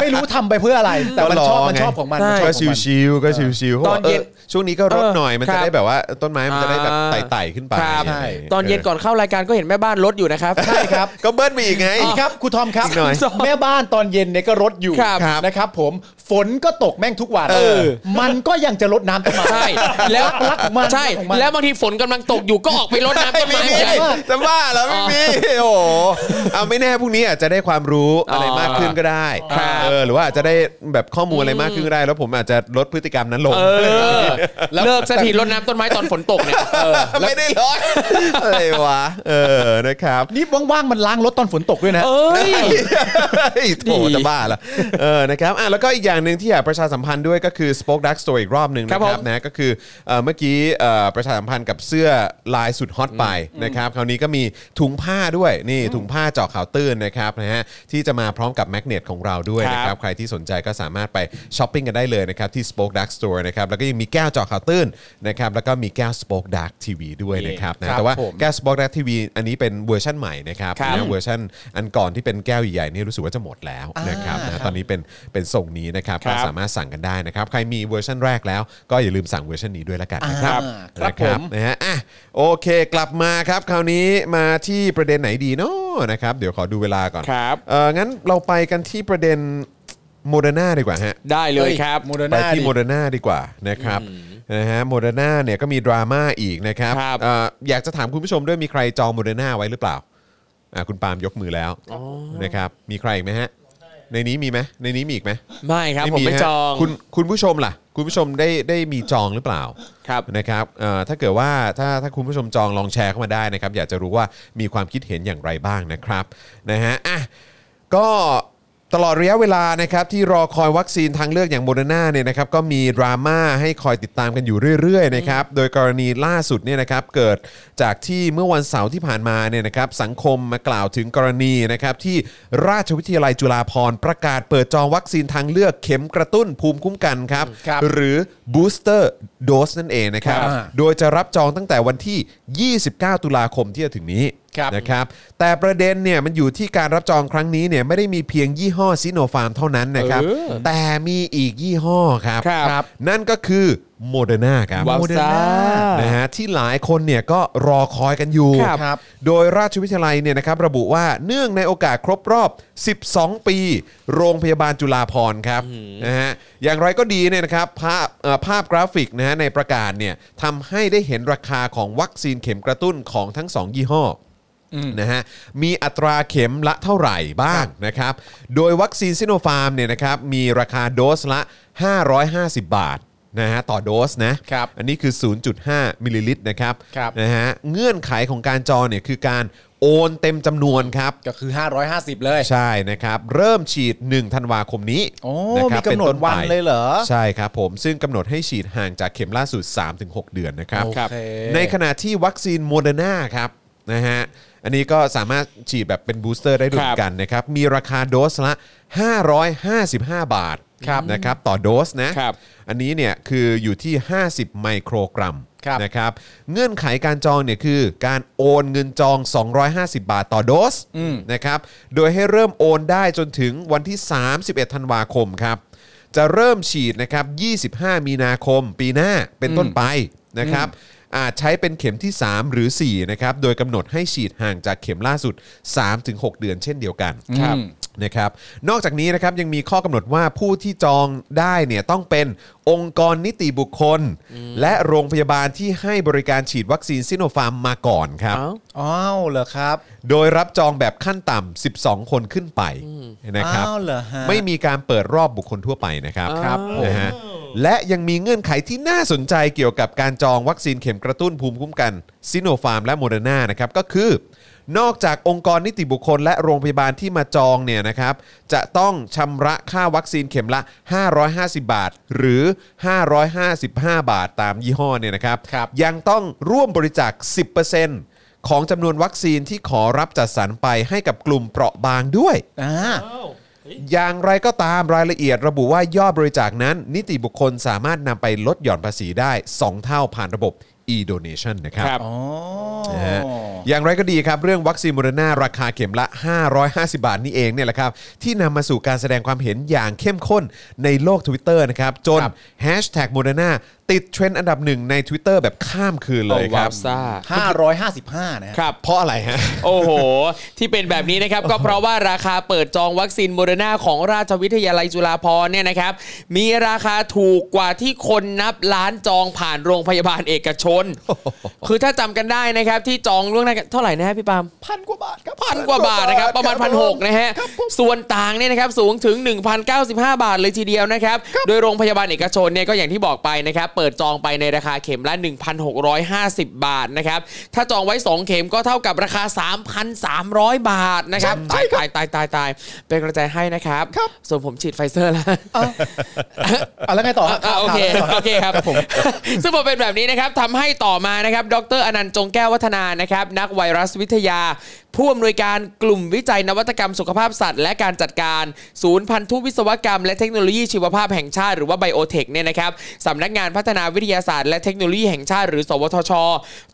ไม่รู้ทำไปเพื่ออะไร แต่มันชอบ ก็รอไง มันชอบของมันมันชอบ ก็ ของมัน ชิวๆก็ชิวๆขาบก ตอนเย็น ออช่วงนี้ก็รดหน่อยมัน ครั จะ บ ได้แบบว่าต้นไม้มันจะได้แบบ อ่า ไต่ๆขึ้นไป ครับ ะไรย่างงี้ ตอนเย็นก่อนเข้ารายการก็เห็นแม่บ้านรถอยู่นะครับ ใช่ครับ ก็เบิ้ลไปอีกไง อีก ครับครูทอมครับ อีกหน่อย แม่บ้านตอนเย็นเนี่ยก็รดอยู่ ครับครับ นะครับ ผมฝนก็ตกแม่งทุกวัน เออ มันก็ยังจะรดน้ำต้นไม้ ใช่แล้ว รักของมัน ใช่ รักของมัน แล้วบางทีฝนกำลังตกอยู่ก็ออกไปรดน้ำต้นไม้ ไม่ เห มี มือนกัน จะบ้าแล้วไม่มีโอ้โหเอาไม่แน่พรุ่งนี้อาจจะได้ความรู้อะไรมากขึ้นก็ได้ ครับ เออหรือว่าอาจจะได้แบบข้อมูลอะไรมากขึ้นก็ได้ แล้วผมอาจจะลดพฤติกรรมนั้นลง เออเลิกสักทีรดน้ำต้นไม้ตอนฝนตกเนี่ย ไม่ได้ลดอะไรวะเออนะครับ นี่ว่างๆ มันล้างรถตอนฝนตกด้วยนะ เอ้ย เฮ้ยโถ ดี จะบ้าละเออนะครับอ่ะแล้วก็อีกอย่างหนึ่งที่อยากประชาสัมพันธ์ด้วยก็คือ Spoke Dark Store อีกรอบหนึ่งนะ ค ครับรับ ผม นะก็คือเอ่อเมื่อกี้เอ่อประชาสัมพันธ์กับเสื้อลายสุดฮอตไปนะครับคราวนี้ก็มีถุงผ้าด้วยนี่ถุงผ้าเจาะข่าวตื้นนะครับนะฮะที่จะมาพร้อมกับแมกเนตของเราด้วยนะค ครั รับบ ใครที่สนใจก็สามารถไปช้อปปิ้งกันได้เลยนะครับที่ Spoke Dark Store นะครับแล้วก็ยังมีแก้วเจาะข่าวตื้นนะครับแล้วก็มีแก้ว Spoke Dark TV ด้วยนะครับ ครั นะ บ แต่ว่า ผม แก้ว Spoke Dark TV อันนี้เป็นเวอร์ชันใหม่นะครับ ครับ นะเวอร์ชันอันก่อนที่เป็นแก้วใหญ่ๆนี่รู้สึกว่าจะหมดแล้วนะครับนะตอนนี้เป็นเป็นทรงนี้นะครับ ครั ก็ บ สามารถสั่งกันได้นะครับ ใครมีเวอร์ชันแรกแล้ว ก็อย่าลืมสั่งเวอร์ชันนี้ด้วยละกันนะครับ อ่าครันะบผม นะฮะอ่ะโอเค กลับมาครับคราวนี้มาที่ประเด็นไหนดีเนาะนะครับเดี๋ยวขอดูเวลาก่อน ครับ เอองั้นเราไปกันที่ประเด็นโมเดอร์นาดีกว่าฮะ ได้เลยครับ โมเดอร์ ไป นา ที่ ดิ โมเดอร์นาดีกว่านะครับนะฮะโมเดอร์นาเนี่ยก็มีดราม่าอีกนะครับ ครับ เอ่ออยากจะถามคุณผู้ชมด้วยมีใครจองโมเดอร์นาไว้หรือเปล่าอ่ะคุณปาล์มยกมือแล้วนะครับมีใครอีกไหมฮะ ในนี้มีไหมในนี้มีอีกไหม ไม่ครับผมไม่ ฮะ จอง คุณคุณผู้ชมล่ะ คุณผู้ชมได้ได้มีจองหรือเปล่า ครับ นะครับเอ่อถ้าเกิดว่าถ้าถ้าคุณผู้ชมจองลองแชร์เข้ามาได้นะครับ อยากจะรู้ว่ามีความคิดเห็นอย่างไรบ้างนะครับนะฮะอ่ะก็ ตลอดระยะเวลานะครับที่รอคอยวัคซีนทางเลือกอย่างโมเดอร์นาเนี่ยนะครับก็มีดราม่าให้คอยติดตามกันอยู่เรื่อยๆนะครับโดยกรณีล่าสุดเนี่ยนะครับเกิดจากที่เมื่อวันเสาร์ที่ผ่านมาเนี่ยนะครับสังคมมากล่าวถึงกรณีนะครับที่ราชวิทยาลัยจุฬาภรณ์ประกาศเปิดจองวัคซีนทางเลือกเข็มกระตุ้นภูมิคุ้มกันครับ ครับ หรือ booster dose นั่นเองนะครับ อ่า โดยจะรับจองตั้งแต่วันที่ 29 ตุลาคมที่จะถึงนี้ ครับ นะครับ แต่ประเด็นเนี่ยมันอยู่ที่การรับจองครั้งนี้เนี่ยไม่ได้มีเพียงยี่ห้อซิโนฟาร์มเท่านั้นนะครับ แต่มีอีกยี่ห้อครับ ครับ นั่นก็คือโมเดอร์นาครับ ว้าวซ่า นะฮะที่หลายคนเนี่ยก็รอคอยกันอยู่ ครับ ครับ โดยราชวิทยาลัยเนี่ยนะครับระบุว่าเนื่องในโอกาสครบรอบ 12 ปี โรงพยาบาลจุฬาภรณ์ครับนะฮะอย่างไรก็ดีเนี่ยนะครับภาพเอ่อภาพกราฟิกนะฮะในประกาศเนี่ยทำให้ได้เห็นราคาของวัคซีนเข็มกระตุ้นของทั้ง 2 ยี่ห้ออนะฮะมีอัตราเข็มละเท่าไหร่บ้างนะครับ โดยวัคซีนซิโนฟาร์มเนี่ยนะครับมีราคาโดสละ 550 บาทนะฮะต่อโดสนะ ครับ อันนี้คือ 0.5 มิลลิลิตรนะครับ ครับ นะฮะ เงื่อนไขของการจองเนี่ยคือการโอนเต็มจำนวนครับ ก็คือ 550 เลย ใช่นะครับ เริ่มฉีด 1 ธันวาคมนี้ โอ้ นะครับ มีกำหนด ป็ต้ไป วันเลยเหรอ ใช่ครับผม ซึ่งกำหนดให้ฉีดห่างจากเข็มล่าสุด 3-6 เดือนนะครับ โอเค ในขณะที่วัคซีนโมเดอร์นาครับนะฮะ อันนี้ก็สามารถฉีดแบบเป็นบูสเตอร์ได้ด้วยเหมือนกันนะครับ มีราคาโดสละ 555 บาท ครับ นะครับต่อโดสนะ ครับ อันนี้เนี่ยคืออยู่ที่ 50 ไมโครกรัม ครับ นะครับเงื่อนไขการจองเนี่ยคือการโอนเงินจอง 250 บาทต่อโดสนะครับโดยให้เริ่มโอนได้จนถึงวันที่ 31 ธันวาคมครับ จะเริ่มฉีดนะครับ 25 มีนาคมปีหน้าเป็นต้นไปนะครับ อาจใช้เป็นเข็มที่ 3 หรือ 4 นะครับ โดยกำหนดให้ฉีดห่างจากเข็มล่าสุด 3-6 เดือนเช่นเดียวกัน ครับ นะครับนอกจากนี้นะครับยังมีข้อกำหนดว่าผู้ที่จองได้เนี่ยต้องเป็นองค์กรนิติบุคคล และโรงพยาบาลที่ให้บริการฉีดวัคซีนซิโนฟาร์มมาก่อนครับ เอ้า อ้าวเหรอครับ โดยรับจองแบบขั้นต่ำ 12 คนขึ้นไปนะครับ อ้าวเหรอฮะ ไม่มีการเปิดรอบบุคคลทั่วไปนะครับ ครับ นะฮะและยังมีเงื่อนไขที่น่าสนใจเกี่ยวกับการจองวัคซีนเข็มกระตุ้นภูมิคุ้มกันซิโนฟาร์มและโมเดอร์นานะครับ ก็คือ นอกจากองค์กรนิติบุคคล และโรงพยาบาลที่มาจองเนี่ยนะครับ จะต้องชำระค่าวัคซีนเข็มละ 550 บาท หรือ 555 บาทตามยี่ห้อเนี่ยนะครับ ครับ ยังต้องร่วมบริจาค 10%ของจำนวนวัคซีนที่ขอรับจัดสรรไปให้กับกลุ่มเปราะบางด้วย อ่า อ้าวเฮ้ย อย่างไรก็ตามรายละเอียดระบุว่ายอดบริจาคนั้น นิติบุคคลสามารถนำไปลดหย่อนภาษีได้ 2 เท่าผ่านระบบ e-donation นะครับ ครับ อ๋อ นะฮะอย่างไรก็ดีครับ เรื่องวัคซีนโมเดอร์นาราคาเข็มละ 550 บาทนี่เองเนี่ยแหละครับ ที่นำมาสู่การแสดงความเห็นอย่างเข้มข้นในโลก Twitter นะครับ จน ครับ hashtag m o d e r n a ติดเทรนด์อันดับหนึ่งใน Twitter แบบข้ามคืนเลยค ว้า รั ว บ ซ่า 555 นะฮะ ครับ เพราะอะไรฮะ โอ้โห ที่เป็นแบบนี้นะครับ ก็เพราะว่าราคาเปิดจองวัคซีนโมเดอร์นาของราชวิทยาลัยจุฬาภรณ์เนี่ยนะครับ มีราคาถูกกว่าที่คนนับล้านจองผ่านโรงพยาบาลเอกชน คือถ้าจำกันได้นะครับ ที่จองล่วงหน้ากันเท่าไหร่นะฮะพี่ปาล์ม พันกว่าบาทครับ พันกว่าบาทนะครับประมาณพันหกนะฮะส่วนต่างเนี่ยนะครับสูงถึง 1,095 บาทเลยทีเดียวนะครับ โดยโรงพยาบาลเอกชนเนี่ยก็อย่างที่บอกไปนะครับ เปิดจองไปในราคาเข็มละ 1,650 บาทนะครับ ถ้าจองไว้ 2 เข็มก็เท่ากับราคา 3,300 บาทนะครับตายตายตายตายตายเป็นกระจายให้นะครับ ส่วนผมฉีดไฟเซอร์แล้ว อ่ะแล้วไงต่อฮะ อ่ะโอเคโอเคครับผม ซึ่งพอเป็นแบบนี้นะครับทำให้ต่อมานะครับ ดรอนันต์จงแก้ววัฒนานะครับ นักไวรัสวิทยา ผู้อำนวยการกลุ่มวิจัยนวัตกรรมสุขภาพสัตว์ และการจัดการ ศูนย์พันธุวิศวกรรม และเทคโนโลยีชีวภาพแห่งชาติหรือว่าไบโอเทคเนี่ยนะครับสำนักงานพัฒนาวิทยาศาสตร์ และเทคโนโลยีแห่งชาติหรือ สวทช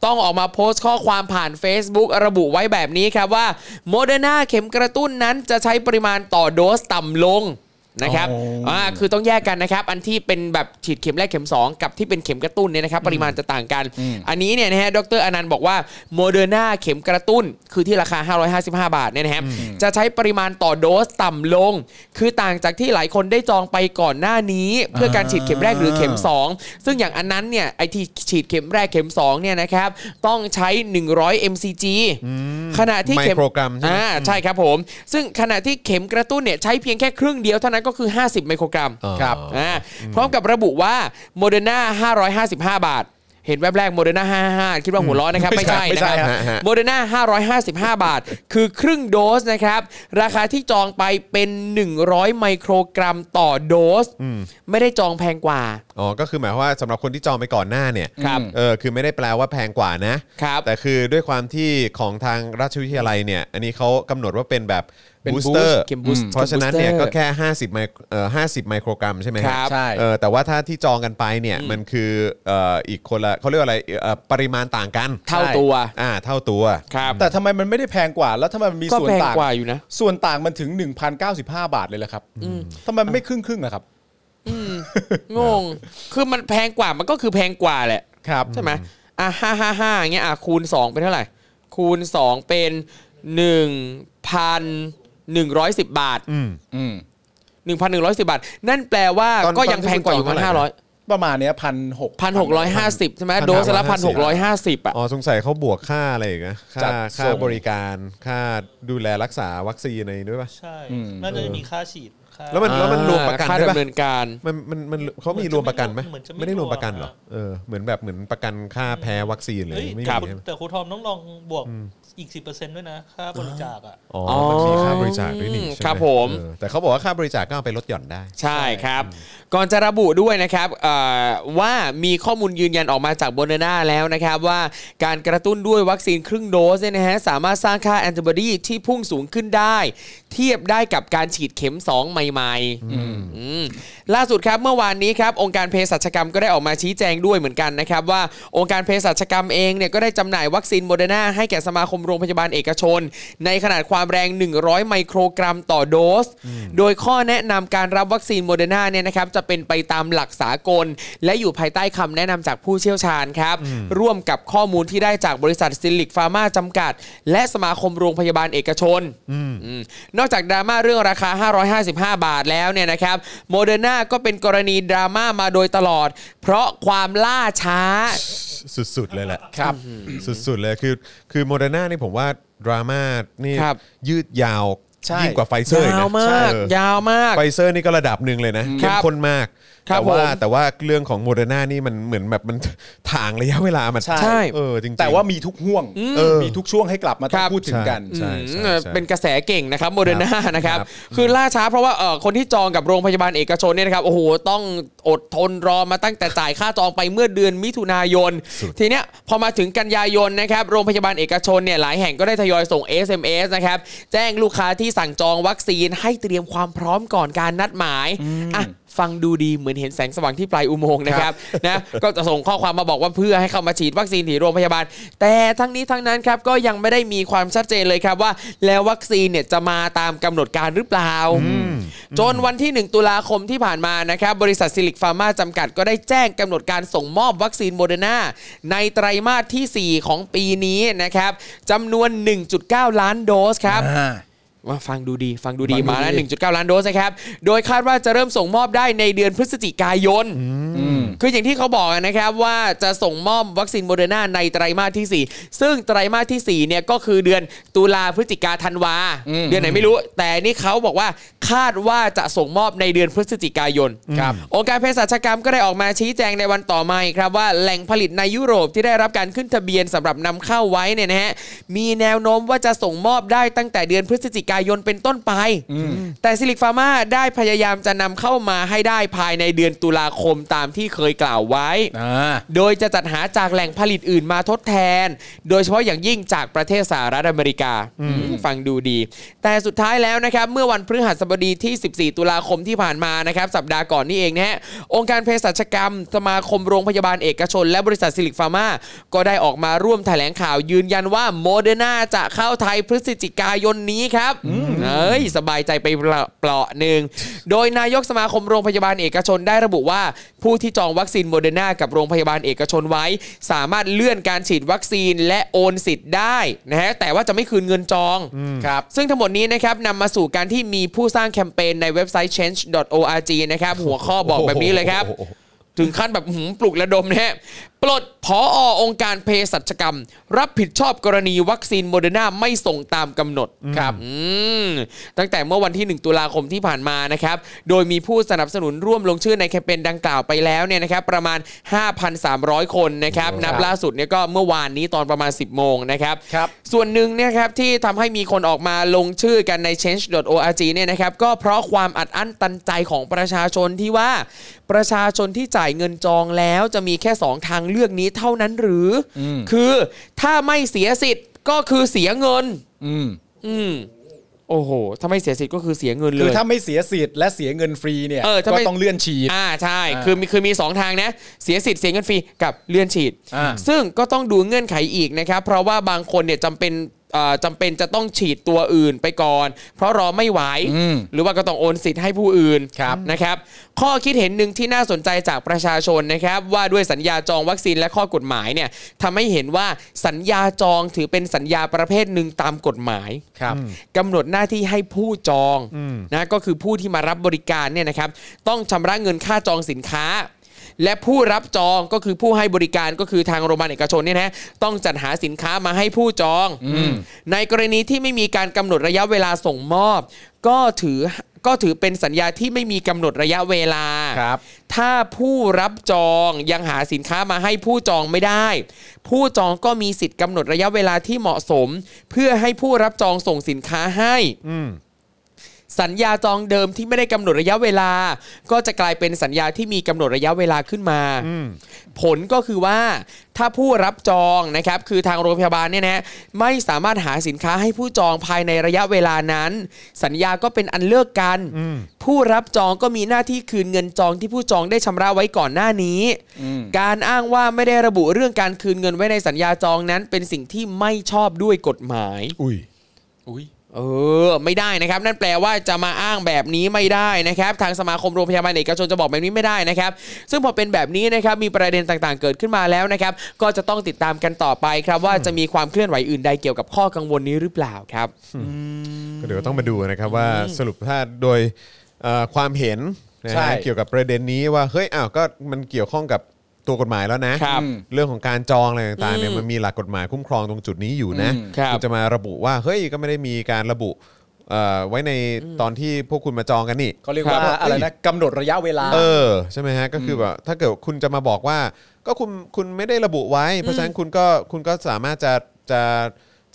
ต้องออกมาโพสต์ข้อความผ่าน Facebook ระบุไว้แบบนี้ครับว่าโมเดอร์นาเข็มกระตุ้นนั้นจะใช้ปริมาณต่อโดสต่ำลง นะครับ อ่า คือต้องแยกกันนะครับ อันที่เป็นแบบฉีดเข็มแรกเข็ม 2 กับที่เป็นเข็มกระตุ้นเนี่ยนะครับ ปริมาณจะต่างกัน อันนี้เนี่ยนะฮะ ดรอนันต์บอกว่าโมเดอร์นาเข็มกระตุ้น คือที่ราคา 555 บาทเนี่ยนะครับ จะใช้ปริมาณต่อโดสต่ำลง คือต่างจากที่หลายคนได้จองไปก่อนหน้านี้ เพื่อการฉีดเข็มแรกหรือเข็ม 2 ซึ่งอย่างอันนั้นเนี่ยไอที่ฉีดเข็มแรกเข็มสองเนี่ยนะครับ ต้องใช้ 100 mcg ขณะที่เข็ม ไมโครกรัมใช่ไหม อ่าใช่ครับผม ซึ่งขณะที่เข็มกระตุ้นเนี่ยใช้เพียงแค่ครึ่งเดียวเท่านั้นก็คือ 50 ไมโครกรัม อ๋อ ครับอ่าพร้อมกับระบุว่าโมเดอร์นา555 บาท เห็นแวบแรกโมเดอร์นา555 คิดว่าหัวเร้อนนะครับ ไม่ใช่ ไม่ นะ ใช่ ครับ ฮะ ฮะ โมเดอร์นา555 บาท คือครึ่งโดสนะครับ ราคาที่จองไปเป็น 100 ไมโครกรัมต่อโดส ไม่ได้จองแพงกว่า อ๋อ ก็คือหมายความว่าสำหรับคนที่จองไปก่อนหน้าเนี่ย ครับ เออคือไม่ได้แปลว่าแพงกว่านะ ครับ แต่คือด้วยความที่ของทางราชวิทยาลัยเนี่ย อันนี้เขากำหนดว่าเป็นแบบ เป็น บูสเตอ boost ร์ เข็ม boost เพราะฉะนั้นเนี่ย เข็ม booster ก็แค่ 50ไมโครเอ่อ50 ไมโครกรัมใช่ไหมฮะ ครับ ใช่ เออแต่ว่าถ้าที่จองกันไปเนี่ยมันคือเอ่ออีกคนละเขาเรียกว่าอะไรเอ่อปริมาณต่างกัน เท่าตัว อ่าเท่าตัว ครับ แต่ทำไมมันไม่ได้แพงกว่า แล้วทำไมมันมี ก็ ส่วน แพง ต่าง กว่าอยู่นะ ส่วนต่างมันถึง 1,095 บาทเลยละครับทำไมมันไม่ครึ่งครึ่งๆอะครับ งง คือมันแพงกว่ามันก็คือแพงกว่าแหละ ครับ ใช่ไหมอ่ะห้าห้าห้าอย่างเงี้ยอ่ะคูณสองเป็นเท่าไหร่ คูณสองเป็นหนึ่งพันหนึ่งร้อยสิบบาท อืม อืม หนึ่งพันหนึ่งร้อยสิบาท นั่นแปลว่า ตอน ก็ยังแพงกว่าอยู่ ตอ พั น น ที่ ห้าร้อย ประมาณเนี้ยพันหก พันหกร้อยห้าสิบใช่ไหมโดสละพันหกร้อยห้าสิบอ่ะ อ๋อสงสัยเขาบวกค่าอะไรอีกนะค่า จัด ค่า ส่ง บริการค่าดูแลรักษาวัคซีนอะไรด้วยป่ะ ใช่ อืม น่าจะมีค่าฉีดค่า แล้วมันแล้วมันรวมประกัน ค่า ด้วย ดำ ป่ะ เนินการ มันมันมันเขามี เหรมือนจะวมประกันไหม เหมือนจะไม่ ไม่ได้รวม รวม ประกันเหรอ อะ เออเหมือนแบบเหมือนประกันค่าแพ้วัคซีนเลย เฮ้ย ไม่ แต่ มี คุณ ใช่ไหม แต่ครูทอมต้องลองบวกอีกสิบเปอร์เซ็นต์ด้วยนะ ค่าบริจาคอ่ะ อ๋อมันมีค่าบริจาคด้วยนี่ใช่ไห ครับผม เออแต่เขาบอกว่าค่าบริจาคก็เอาไปลดหย่อนได้ ใช่ครับ ก่อนจะระบุด้วยนะครับเอ่อว่ามีข้อมูลยืนยันออกมาจากโบเนน่าแล้วนะครับว่าการกระตุ้นด้วยวัคซีนครึ่งโดสเนี่ยนะฮะสามารถสร้างค่าแอนติบอดีที่พุ่งสูงขึ้นได้ เทียบได้กับการฉีดเข็ม 2 ใหม่ๆอืมล่าสุดครับเมื่อวานนี้ครับ องค์การเภสัชกรรมก็ได้ออกมาชี้แจงด้วยเหมือนกันนะครับ ว่าองค์การเภสัชกรรมเองเนี่ยก็ได้จำหน่ายวัคซีนโมเดอร์นาให้แก่สมาคมโรงพยาบาลเอกชน ในขนาดความแรง 100 ไมโครกรัมต่อโดส โดยข้อแนะนำการรับวัคซีนโมเดอร์นาเนี่ยนะครับจะเป็นไปตามหลักสากล และอยู่ภายใต้คำแนะนำจากผู้เชี่ยวชาญครับ ร่วมกับข้อมูลที่ได้จากบริษัทซิลิกฟาร์มาจำกัด และสมาคมโรงพยาบาลเอกชน อืมนอกจากดราม่าเรื่องราคา 555 บาทแล้วเนี่ยนะครับโมเดอร์นาก็เป็นกรณีดราม่ามาโดยตลอด เพราะความล่าช้า สุดๆเลยแหละครับ สุดๆเลยคือคือโมเดอร์นานี่ผมว่าดราม่านี่ ครับ ยืดยาว ใช่ ยิ่งกว่าไฟเซอร์ ยาวมาก ยาวมาก ไฟเซอร์นี่ก็ระดับหนึ่งเลยนะ ครับเข้มข้นมาก ครับ แต่ว่า ผม แต่ว่าเรื่องของโมเดอร์นานี่มันเหมือนแบบมัน ถางระยะเวลามัน ใช่ ใช่ เออจริงๆ แต่ว่ามีทุกห่วง เออ มีทุกช่วงให้กลับมาต้อ ครั ง บ พูดถึงกัน ใช่ อืม ใช่ใช่ เป็นกระแสเก่งนะครับโมเดอร์นา ครับ นะครับ ครับ คือล่าช้าเพราะว่าเอ่อคนที่จองกับโรงพยาบาลเอกชนเนี่ยนะครับโอ้โหต้องอดทนรอมาตั้งแต่จ่ายค่าจองไปเมื่อเดือนมิถุนายน สุด ทีเนี้ยพอมาถึงกันยายนนะครับโรงพยาบาลเอกชนเนี่ยหลายแห่งก็ได้ทยอยส่ง SMS นะครับแจ้งลูกค้าที่สั่งจองวัคซีนให้เตรียมความพร้อมก่อนการนัดหมายอ่ะฟังดูดีเหมือนเห็นแสงสว่างที่ปลายอุโมงค์นะครับ นะก็จะส่งข้อความมาบอกว่าเพื่อให้เข้ามาฉีดวัคซีนที่โรงพยาบาล แต่ทั้งนี้ทั้งนั้นครับก็ยังไม่ได้มีความชัดเจนเลยครับว่า แล้ววัคซีนเนี่ยจะมาตามกำหนดการหรือเปล่า จนวันที่ 1 ตุลาคมที่ผ่านมานะครับบริษัทซิลิกฟาร์มาจำกัดก็ได้แจ้งกำหนดการส่งมอบวัคซีนโมเดอร์นาในไตรมาสที่ 4 ของปีนี้นะครับจำนวน 1.9 ล้านโดสครับ ว่าฟังดูดีฟังดูดี ฟังดูดี มาแล้ว 1.9 ล้านโดสนะครับ โดยคาดว่าจะเริ่มส่งมอบได้ในเดือนพฤศจิกายน อืม คืออย่างที่เขาบอกนะครับว่าจะส่งมอบวัคซีนโมเดอร์นาในไตรมาสที่ 4 ซึ่งไตรมาสที่ 4 เนี่ยก็คือเดือนตุลาพฤศจิกาธันวา อืม เดือนไหนไม่รู้ แต่นี่เขาบอกว่าคาดว่าจะส่งมอบในเดือนพฤศจิกายน ครับ องค์การเภสัชกรรมก็ได้ออกมาชี้แจงในวันต่อมาอีกครับว่าแหล่งผลิตในยุโรปที่ได้รับการขึ้นทะเบียนสำหรับนำเข้าไว้เนี่ยนะฮะมีแนวโน้มว่าจะส่งมอบได้ตั้งแต่เดือนพฤศจิกายนเป็นต้นไป แต่ซิลิกฟาร์มาได้พยายามจะนำเข้ามาให้ได้ภายในเดือนตุลาคมตามที่เคยกล่าวไว้ อ่า โดยจะจัดหาจากแหล่งผลิตอื่นมาทดแทน โดยเฉพาะอย่างยิ่งจากประเทศสหรัฐอเมริกา ฟังดูดี แต่สุดท้ายแล้วนะครับ เมื่อวันพฤหัสบดีที่ 14 ตุลาคมที่ผ่านมานะครับ สัปดาห์ก่อนนี่เองนะฮะ องค์การเภสัชกรรม สมาคมโรงพยาบาลเอกชน และบริษัทซิลิกฟาร์มา ก็ได้ออกมาร่วมแถลงข่าวยืนยันว่าโมเดอร์นาจะเข้าไทยพฤศจิกายนนี้ครับ เอ้ย สบายใจไปเปลาะหนึ่ง โดยนายกสมาคมโรงพยาบาลเอกชนได้ระบุว่า ผู้ที่จองวัคซีนโมเดอร์นากับโรงพยาบาลเอกชนไว้ สามารถเลื่อนการฉีดวัคซีนและโอนสิทธิ์ได้นะฮะแต่ว่าจะไม่คืนเงินจอง ครับ ซึ่งทั้งหมดนี้นะครับนำมาสู่การที่มีผู้สร้างแคมเปญในเว็บไซต์ change.org นะครับ หัวข้อบอกแบบนี้เลยครับ ถึงขั้นแบบหืมปลุกระดมนะฮะ ปลดผออองค์การเภสัชกรรม รับผิดชอบกรณีวัคซีนโมเดอร์นาไม่ส่งตามกำหนดครับอืมตั้งแต่เมื่อวันที่ 1 ตุลาคมที่ผ่านมานะครับ โดยมีผู้สนับสนุนร่วมลงชื่อในแคมเปญดังกล่าวไปแล้วเนี่ยนะครับประมาณ 5,300 คนนะครับนับล่าสุดเนี่ยก็เมื่อวานนี้ตอนประมาณ 10 โมงนะครับ ครับ ส่วนหนึ่งเนะครับที่ทำให้มีคนออกมาลงชื่อกันใน change.org เนี่ยนะครับก็เพราะความอัดอั้นตันใจของประชาชนที่ว่า ประชาชนที่จ่ายเงินจองแล้วจะมีแค่ 2 ทางเลือกนี้เท่านั้นหรืออคือถ้าไม่เสียสิทธิ์ก็คือเสียเงิน อืม อืมโอ้โห ถ้าไม่เสียสิทธิ์ก็คือเสียเงินเล คือย ถ้าไม่เสียสิทธิ์และเสียเงินฟรีเนี่ย เออถ้า ก็ ไม่ ต้องเลื่อนฉีด อ่าใช่ อ่า คือมีคือมี 2 ทางนะ เสียสิทธิ์เสียเงินฟรีกับเลื่อนฉีด อ่า ซึ่งก็ต้องดูเงื่อนไขอีกนะครับ เพราะว่าบางคนเนี่ยจำเป็นเอ่อจำเป็นจะต้องฉีดตัวอื่นไปก่อน เพราะรอไม่ไหว หรือว่าก็ต้องโอนสิทธิ์ให้ผู้อื่นนะครับ ข้อคิดเห็นหนึ่งที่น่าสนใจจากประชาชนนะครับ ว่าด้วยสัญญาจองวัคซีนและข้อกฎหมายเนี่ยทำให้เห็นว่าสัญญาจองถือเป็นสัญญาประเภทหนึ่งตามกฎหมาย ครับ กำหนดหน้าที่ให้ผู้จองนะก็คือผู้ที่มารับบริการเนี่ยนะครับ ต้องชำระเงินค่าจองสินค้า และผู้รับจองก็คือผู้ให้บริการก็คือทางโรงพยาบาลเอกชนเนี่ยนะต้องจัดหาสินค้ามาให้ผู้จอง ในกรณีที่ไม่มีการกำหนดระยะเวลาส่งมอบ ก็ถือก็ถือเป็นสัญญาที่ไม่มีกำหนดระยะเวลา ครับ ถ้าผู้รับจองยังหาสินค้ามาให้ผู้จองไม่ได้ ผู้จองก็มีสิทธิ์กำหนดระยะเวลาที่เหมาะสม เพื่อให้ผู้รับจองส่งสินค้าให้ สัญญาจองเดิมที่ไม่ได้กำหนดระยะเวลา ก็จะกลายเป็นสัญญาที่มีกำหนดระยะเวลาขึ้นมา ผลก็คือว่าถ้าผู้รับจองนะครับคือทางโรงพยาบาลเนี่ยนะไม่สามารถหาสินค้าให้ผู้จองภายในระยะเวลานั้น สัญญาก็เป็นอันเลิกกัน ผู้รับจองก็มีหน้าที่คืนเงินจองที่ผู้จองได้ชำระไว้ก่อนหน้านี้ การอ้างว่าไม่ได้ระบุเรื่องการคืนเงินไว้ในสัญญาจองนั้น เป็นสิ่งที่ไม่ชอบด้วยกฎหมาย อุ้ย เออไม่ได้นะครับ นั่นแปลว่าจะมาอ้างแบบนี้ไม่ได้นะครับ ทางสมาคมโรงพยาบาลเอกชนจะบอกแบบนี้ไม่ได้นะครับ ซึ่งพอเป็นแบบนี้นะครับมีประเด็นต่างๆเกิดขึ้นมาแล้วนะครับ ก็จะต้องติดตามกันต่อไปครับ ว่าจะมีความเคลื่อนไหวอื่นใดเกี่ยวกับข้อกังวลนี้หรือเปล่าครับ ก็เดี๋ยวต้องมาดูนะครับว่าสรุปถ้าโดยเอ่อความเห็นนะ ใช่ ฮะเกี่ยวกับประเด็นนี้ว่าเฮ้ยอ้าวก็มันเกี่ยวข้องกับตัวกฎหมายแล้วนะครับ อืมเรื่องของการจองอะไรต่างๆเนี่ยมันมีหลักกฎหมายคุ้มครองตรงจุดนี้อยู่นะ อืม ครับ ณจะมาระบุว่าเฮ้ยก็ไม่ได้มีการระบุเอ่อไว้ในตอนที่พวกคุณมาจองกันนี่ เขาเรียกคว่ารับ อะไรนะกำหนดระยะเวลา เออใช่ไหมฮะก็คือแบบถ้าเกิดคุณจะมาบอกว่า ก็คุณคุณไม่ได้ระบุไว้ เพราะฉะนั้นคุณก็คุณก็สามารถจะจะ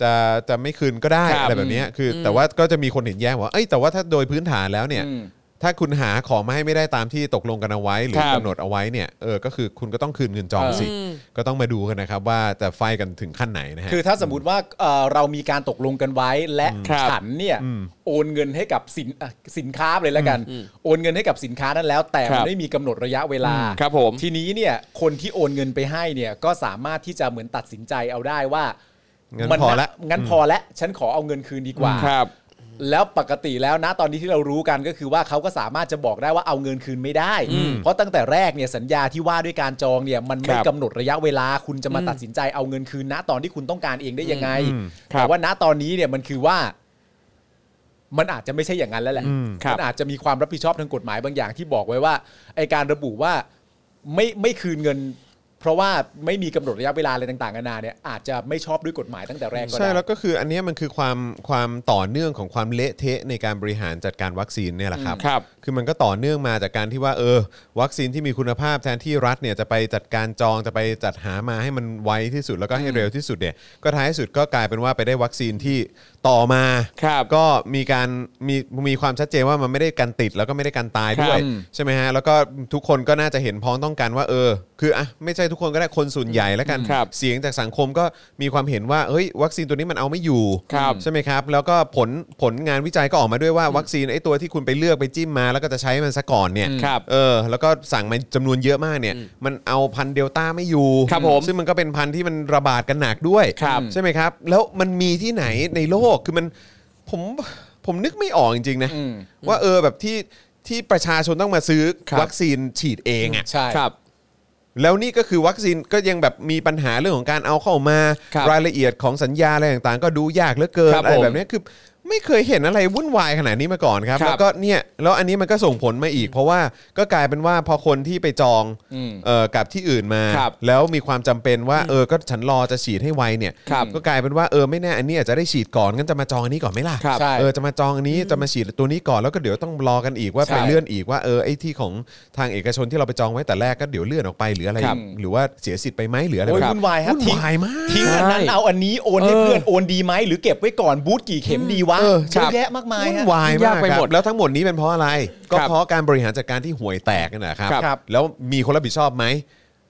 จะจะไม่คืนก็ได้ ครับ อะไรแบบเนี้ยคืออแต่ว่าก็จะมีคนเห็นแย้งว่าเอ้ยแต่ว่าถ้าโดยพื้นฐานแล้วเนี่ย อืม ถ้าคุณหาของมาให้ไม่ได้ตามที่ตกลงกันเอาไว้ หรืคอรับ กำหนดเอาไว้เนี่ยเออก็คือคุณก็ต้องคืนเงินจองสิ อืม ก็ต้องมาดูกันนะครับว่าจะไฟกันถึงขั้นไหนนะฮะ คือถ้าสมมติว่าเอ่อเรามีการตกลงกันไว้และ ครับ ฉันเนี่ย อืม โอนเงินให้กับสินอ่ะสินค้าเลยแล้วกัน โอนเงินให้กับสินค้านั้นแล้ว แต่ ครั มัน บ ไม่มีกำหนดระยะเวลา อืมครับผม ทีนี้เนี่ยคนที่โอนเงินไปให้เนี่ยก็สามารถที่จะเหมือนตัดสินใจเอาได้ว่า งั้น มั พอละ งั้นพอละฉันขอเอาเงินคืนดีกว่า ครับ แล้วปกติแล้วนะตอนนี้ที่เรารู้กันก็คือว่าเขาก็สามารถจะบอกได้ว่าเอาเงินคืนไม่ได้ เพราะตั้งแต่แรกเนี่ยสัญญาที่ว่าด้วยการจองเนี่ยมันไม่ ครับ กำหนดระยะเวลาคุณจะมาตัดสินใจเอาเงินคืนณตอนที่คุณต้องการเองได้ยังไง อืม ครับ แต่ว่าณตอนนี้เนี่ยมันคือว่า มันอาจจะไม่ใช่อย่างนั้นแล้วแหละ อืม ครับ มัอาจจะมีความรับผิดชอบทางกฎหมายบางอย่างที่บอกไว้ว่าไอการระบุว่าไม่ไม่คืนเงิน เพราะว่าไม่มีกำหนดระยะเวลาอะไรต่างๆนานาเนี่ยอาจจะไม่ชอบด้วยกฎหมายตั้งแต่แรกก็ได้ ใช่แล้วก็คืออันเนี้ยมันคือความความต่อเนื่องของความเละเทะในการบริหารจัดการวัคซีนเนี่ยแหละครับ อืมครับ คือมันก็ต่อเนื่องมาจากการที่ว่าเออ วัคซีนที่มีคุณภาพแทนที่รัฐเนี่ยจะไปจัดการจองจะไปจัดหามาให้มันไวที่สุดแล้วก็ให้เร็วที่สุดเนี่ยก็ท้ายสุดก็กลายเป็นว่าไปได้วัคซีนที่ต่อมา ครับ ก็มีการมีมีความชัดเจนว่ามันไม่ได้กันติดแล้วก็ไม่ได้กันตายด้วย ครับ ใช่ไหมฮะแล้วก็ทุกคนก็น่าจะเห็นพ้องต้องกันว่าเออ คืออ่ะไม่ใช่ทุกคนก็ได้คนส่วนใหญ่แล้วกัน ครับ เสียงจากสังคมก็มีความเห็นว่าเฮ้ยวัคซีนตัวนี้มันเอาไม่อยู่ ครับ ใช่ไหมครับ แล้วก็ผลผลงานวิจัยก็ออกมาด้วยว่าวัคซีนไอ้ตัวที่คุณไปเลือกไปจิ้มมา แล้วก็จะใช้มันซะก่อนเนี่ย ครับ เออแล้วก็สั่งมาจำนวนเยอะมากเนี่ย มันเอาพันธุ์เดลต้าไม่อยู่ ครับผม ซึ่งมันก็เป็นพันธุ์ที่มันระบาดกันหนักด้วย ครับ ใช่ไหมครับ แล้วมันมีที่ไหนในโลกคือมันผมผมนึกไม่ออกจริงๆนะ อืม ว่าเออแบบที่ที่ประชาชนต้องมาซื้อ ครับ วัคซีนฉีดเองอ่ะ ใช่ ครับ แล้วนี่ก็คือวัคซีนก็ยังแบบมีปัญหาเรื่องของการเอาเข้ามา ครับ ยละเอียดของสัญญาอะไรต่างๆ ก็ดูยากเหลือเกิน ครับ อะไร ผม แบบเนี้ยคือ ไม่เคยเห็นอะไรวุ่นวายขนาดนี้มาก่อนครับ ครับ แล้วก็เนี่ยแล้วอันนี้มันก็ส่งผลมาอีก เพราะว่าก็กลายเป็นว่าพอคนที่ไปจอง อืม เอ่อกับที่อื่นมา ครับ แล้วมีความจำเป็นว่าเออก็ฉันรอจะฉีดให้ไวเนี่ย ครับ ก็กลายเป็นว่าเออไม่แน่อันนี้อาจจะได้ฉีดก่อนงั้นจะมาจองอันนี้ก่อนไหมล่ะ ครับ ใช่ เออจะมาจองอันนี้จะมาฉีดตัวนี้ก่อนแล้วก็เดี๋ยวต้องรอกันอีกว่า ใช่ ไปเลื่อนอีกว่าเออไอ้ที่ของทางเอกชนที่เราไปจองไว้แต่แรกก็เดี๋ยวเลื่อนออกไปหรืออะไร ครับ หรือว่าเสียสิทธิ์ไปไหมหรืออะไร โอ้ย แบบ วุ่นวายครับ วุ่น ทิ้ง วายมาก ทิ้งอันนั้น ใช่ เอาอันนี้โอนให้ เออ เพื่อนโอนดีไหมหรือเก็บไว้ก่อนบูธกี่เข็มดีวะ เออค เย รับ อะแยะมากมาย วุ่น ฮะ วายมาก ยากไป ครั หม บ ด แล้วทั้งหมดนี้เป็นเพราะอะไร ก็ ครับ เพราะการบริหารจัดการที่ห่วยแตกนั่นแหละครับ ครับ แล้วมีคนรับผิดชอบไหม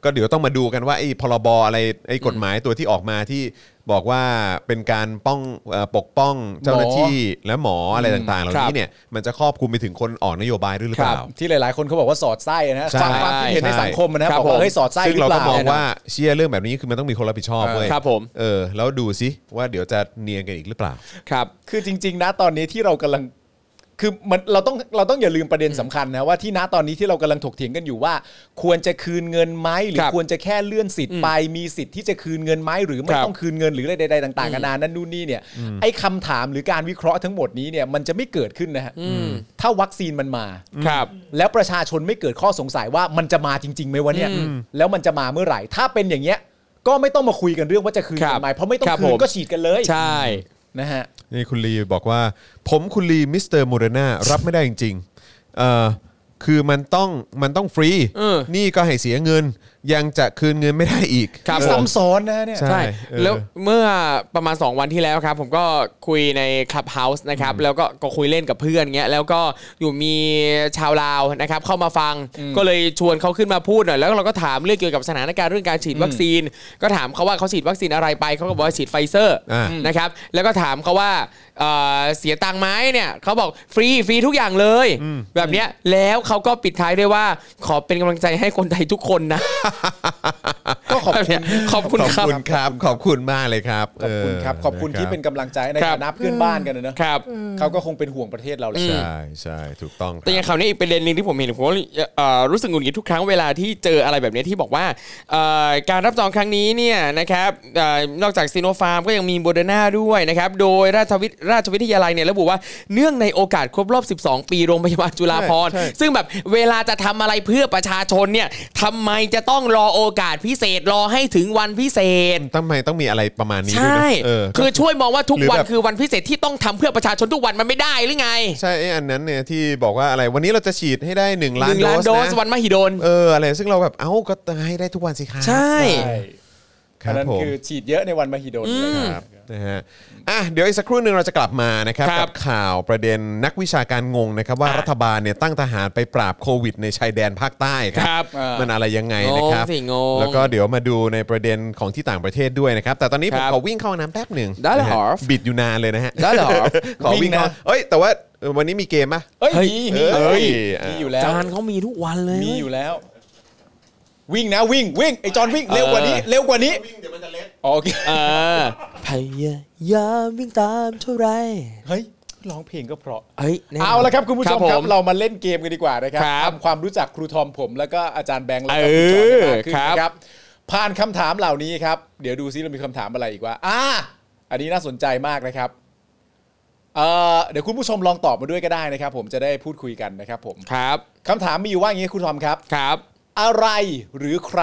ก็เดี๋ยวต้องมาดูกันว่าไอ้พรบอะไรไอ้กฎหมายตัวที่ออกมาที่บอกว่าเป็นการป้องเอ่อปกป้องเจ้าหน้าที่และหมออะไรต่างๆ เหล่า ครับนี้เนี่ยมันจะครอบคลุมไปถึงคนออกนโยบายด้วยหรือ ค เป รับ ล่า ที่หลายๆ คนเขาบอกว่าสอดไส้นะ ใช่ ฟังความคิดเห็นในสังคมนะ ใช่ บอกว่าเฮ้ยสอดไส้ ซึ่ง หรือ เราก็เปล่าม องว่าเชี่ยเรื่องแบบนี้คือมันต้องมีคนรับผิดชอบเว้ย ครับผม เออแล้วดูสิว่าเดี๋ยวจะเนียนกันอีกหรือเปล่า ครับ คือจริง ๆ นะตอนนี้ที่เรากำลังคือมันเราต้องเราต้องอย่าลืมประเด็นสำคัญนะว่าที่ณตอนนี้ที่เรากำลังถกเถียงกันอยู่ว่า ควรจะคืนเงินไหมหรือ ครับ ควรจะแค่เลื่อนสิทธิ์ไปมีสิทธิ์ที่จะคืนเงินไหมหรือไม่ ครับ ต้องคืนเงินหรืออะไรใดๆต่างๆกันานานั่นนู่นนี่เนี่ยไอ้คำถามหรือการวิเคราะห์ทั้งหมดนี้เนี่ยมันจะไม่เกิดขึ้นนะฮะถ้าวัคซีนมันมา ครับ แล้วประชาชนไม่เกิดข้อสงสัยว่ามันจะมาจริงๆไหมวะเนี่ยแล้วมันจะมาเมื่อไหร่ ถ้าเป็นอย่างเงี้ย ก็ไม่ต้องมาคุยกันเรื่องว่าจะคืน ครับ กันไหมเพราะไม่ต้อง ครับ คื ผ น ม ก็ฉีดกันเลย ใช่ นะฮะ นี่คุณลีบอกว่า ผมคุณลีมิสเตอร์โมเดนารับไม่ได้จริงๆเอ่อคือมันต้องมันต้องฟรี เออ นี่ก็ให้เสียเงิน ยังจะคืนเงินไม่ได้อีก ครับ ที่ ผม ซ้ำซ้อนนะเนี่ย ใช่ ใช่ เออ แล้วเมื่อประมาณ 2 วันที่แล้วครับ ผมก็คุยใน Clubhouse นะครับแล้วก็ก็คุยเล่นกับเพื่อนเงี้ยแล้วก็อยู่มีชาวลาวนะครับเข้ามาฟังก็เลยชวนเขาขึ้นมาพูดหน่อยแล้วเราก็ถามเรื่องเกี่ยวกับสถานการณ์เรื่องการฉีดวัคซีน ก็ถามเขาว่าเขาฉีดวัคซีนอะไรไปเขาก็บอกว่าฉีดไฟเซอร์ อ่า นะครับแล้วก็ถามเขาว่าเอ่อเสียตังค์ไหมเนี่ยเขาบอกฟรีฟรีทุกอย่างเลยแบบเนี้ยแล้วเขาก็ปิดท้ายด้วยว่าขอเป็นกำลังใจให้คนไทยทุกคนนะ ก็ขอบคุณขอบคุณ ขอครับบคุณครับ ขอบคุณมากเลยครับ ขอบคุณครับ เ ขอบคุณที่เป็นะ กำลังใจใน ครับ ฐานะเพื่อนบ้านกันนะเนอะ ครับ เขาก็คงเป็นห่วงประเทศเราแหละ รับใช่ใช่ถูกต้องค แต่อ รับ ย่างข่าวนี้อีกประเด็นหนึ่งที่ผมเห็นผมก็เอ่อรู้สึกหงุดหงิดทุกครั้งเวลาที่เจออะไรแบบนี้ที่บอกว่าเอ่อการรับจองครั้งนี้เนี่ยนะครับเอ่อนอกจากซีโนฟาร์มก็ยังมีโบเดนาด้วยนะครับโดยราชวิทราชวิทยาลัยเนี่ยระบุว่าเนื่องในโอกาสครบรอบ 12 ปีโรงพยาบาลจุฬาภรณ์ ใช่ใช่ ซึ่งแบบเวลาจะทำอะไรเพื่อประชาชนเนี่ยทำไมจะต้องรอโอกาสพิเศษรอให้ถึงวันพิเศษ ทำไมต้องมีอะไรประมาณนี้ ใช ด้ว่ยนะเออ คือช่วยมองว่าทุก หรือ วัน แบบ คือวันพิเศษที่ต้องทำเพื่อประชาชนทุกวันมันไม่ได้หรือไง ใช่ไอ้อันนั้นเนี่ยที่บอกว่าอะไรวันนี้เราจะฉีดให้ได้หนึ่งล้า ห น นึ่ง โด ล้าน ส โดส นะ วันมหิดล เอออะไรซึ่งเราแบบเอ้าก็ให้ได้ทุกวันสิครับ ใช่ ใช่ ครัอัน บ นั้น ผม คือฉีดเยอะในวันมหิดลเลยครับ ครับนะฮะอ่ะเดี๋ยวอีกสักครู่หนึ่งเราจะกลับมานะครับ ครับ กับข่าวประเด็นนักวิชาการงงนะครับว่า อ่ะ รัฐบาลเนี่ยตั้งทหารไปปราบโควิด ในชายแดนภาคใต้ค ครั รับ มันอะไรยังไงนะครับ งงสิงง แล้วก็เดี๋ยวมาดูในประเด็นของที่ต่างประเทศด้วยนะครับแต่ตอนนี้คผม รับ ขอวิ่งเข้าห้องน้ำแป๊บหนึ่ง ได้เหรอ นะฮะบิดอยู่นานเลยนะฮะ ได้เหรอ ขอวิ่ง วิ่งนะ เข้าเอ้ยแต่ว่าเออวันนี้มีเกมปะ เอ้ย เฮ้ย มีมี เอ้ย มีอยู่แล้ว จานเขามีทุกวันเลย มีอยู่แล้ว วิ่งนะวิ่งวิ่งไอ้จอนวิ่งเร็วกว่านี้เร็วกว่านี้อ๋อโอเค เออพยายามวิ่งตามเท่าไร เฮ้ยร้องเพลงก็เพราะ เฮ้ยแน่นน เอาละครับคุณผู้ชมค ครั รัผบบม เรามาเล่นเกมกันดีกว่านะครับ ครับ ทำความรู้จักครูทอมผมแล้วก็อาจารย์แบงค์แล้วก็ เอ คุณอจอร์นมากขึ้น ครับ นะครับผ่านคำถามเหล่านี้ครับ เดี๋ยวดูซิเรามีคำถามอะไรอีกว่าอ่าอันนี้น่าสนใจมากนะครับเอ่อเดี๋ยวคุณผู้ชมลองตอบมาด้วยก็ได้นะครับ ผมจะได้พูดคุยกันนะครับ ผม ครับ คำถามมีอยู่ว่าอย่างนี้ครูทอมครับ ครับ อะไรหรือใคร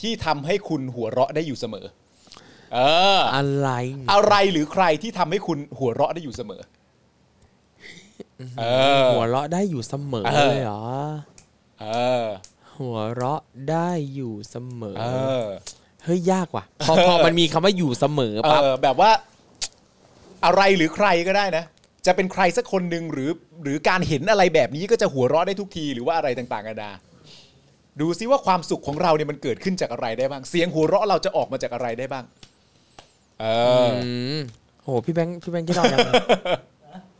ที่ทำให้คุณหัวเราะได้อยู่เสมอ เออ อะไรเนี่ย อะไรหรือใครที่ทำให้คุณหัวเราะได้อยู่เสมอ เออ หัวเราะได้อยู่เสมอ เออ เลยเหรอ เออ หัวเราะได้อยู่เสมอ เออ เฮ้ยยากว่ะ พอพอมันมีคำว่าอยู่เสมอ เอ ปั๊บ อ แบบว่า อะไรหรือใครก็ได้นะ จะเป็นใครสักคนหนึ่งหรือ หรือการเห็นอะไรแบบนี้ก็จะหัวเราะได้ทุกทีหรือว่าอะไรต่างๆกันานาดูซิว่าความสุขของเราเนี่ยมันเกิดขึ้นจากอะไรได้บ้าง เสียงหัวเราะเราจะออกมาจากอะไรได้บ้าง เออ อืมโหพี่แบงค์พี่แบงค์คิดออกยัง อะ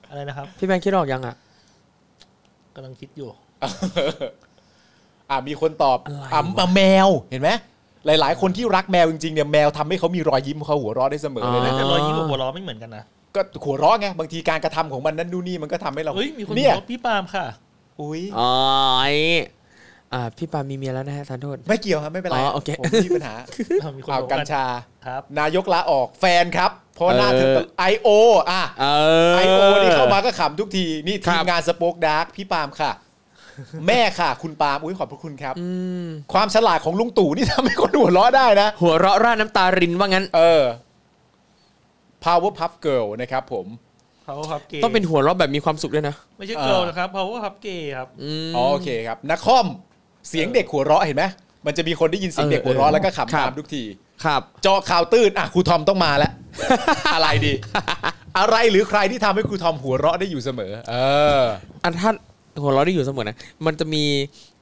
อะไรนะครับ พี่แบงค์คิดออกยังอ่ะ กำลังคิดอยู่ อ่ะมีคนตอบ อะไรวะ อ่ะมาแมวเห็นไหมหลาย ๆ คนที่รักแมวจริงๆเนี่ยแมวทำให้เขามีรอยยิ้มเขาหัวเราะได้เสมอเลยนะ แต่รอยยิ้มกับหัวเราะไม่เหมือนกันนะ ก็หัวเราะไงบางทีการกระทำของมันนั่นนู่นนี่มันก็ทำให้เรา เฮ้ยมีคน เนี่ย บอกพี่ปาล์มค่ะ อุ้ย อ๋อไอ้ อ่าพี่ปามีเมียแล้วนะฮะทานโทษ ไม่เกี่ยวครับไม่เป็นไร อ๋อโอเค ผมไม่มีปัญหา เรามีคน เอา บอ กั น ญชา ครับ นายกลาออกแฟนครับเพราะหน้าเธอ เออ ไอโออ่ะ เออ ไอโอนี่เข้ามาก็ขำทุกที นี่ ครั ทีม บ งานสป o อคดาร์กพี่ปาล์มค่ะ แม่ค่ะ คุณปาล์มอุ้ยขอบพระคุณครับ อืม ความฉลาดของลุงตู่นี่ทำให้คนหัวเราะได้นะ หัวเราะร่าน้ำตารินว่างั้น เออ Powerpuff Girl นะครับผม เขาครับเกย์ ต้องเป็นหัวเราะแบบมีความสุขด้วยนะ ไม่ใช่ เอ่อ เกิลนะครับเขาครับเกย์ครับ อืม อ๋อโอเคครับนักคอม เสียงเด็กหัวเราะเห็นไหมมันจะมีคนได้ยินเสียงเด็กหัวเราะแล้วก็ ค ขำ รับ ตามทุกที ครับ เจาะข่าวตื้นอ่ะครูทอมต้องมาแล้ว อะไรดี อะไรหรือใครที่ทำให้ครูทอมหัวเราะได้อยู่เสมอ เออ อันท่านหัวเราะได้อยู่เสมอนะ มันจะมี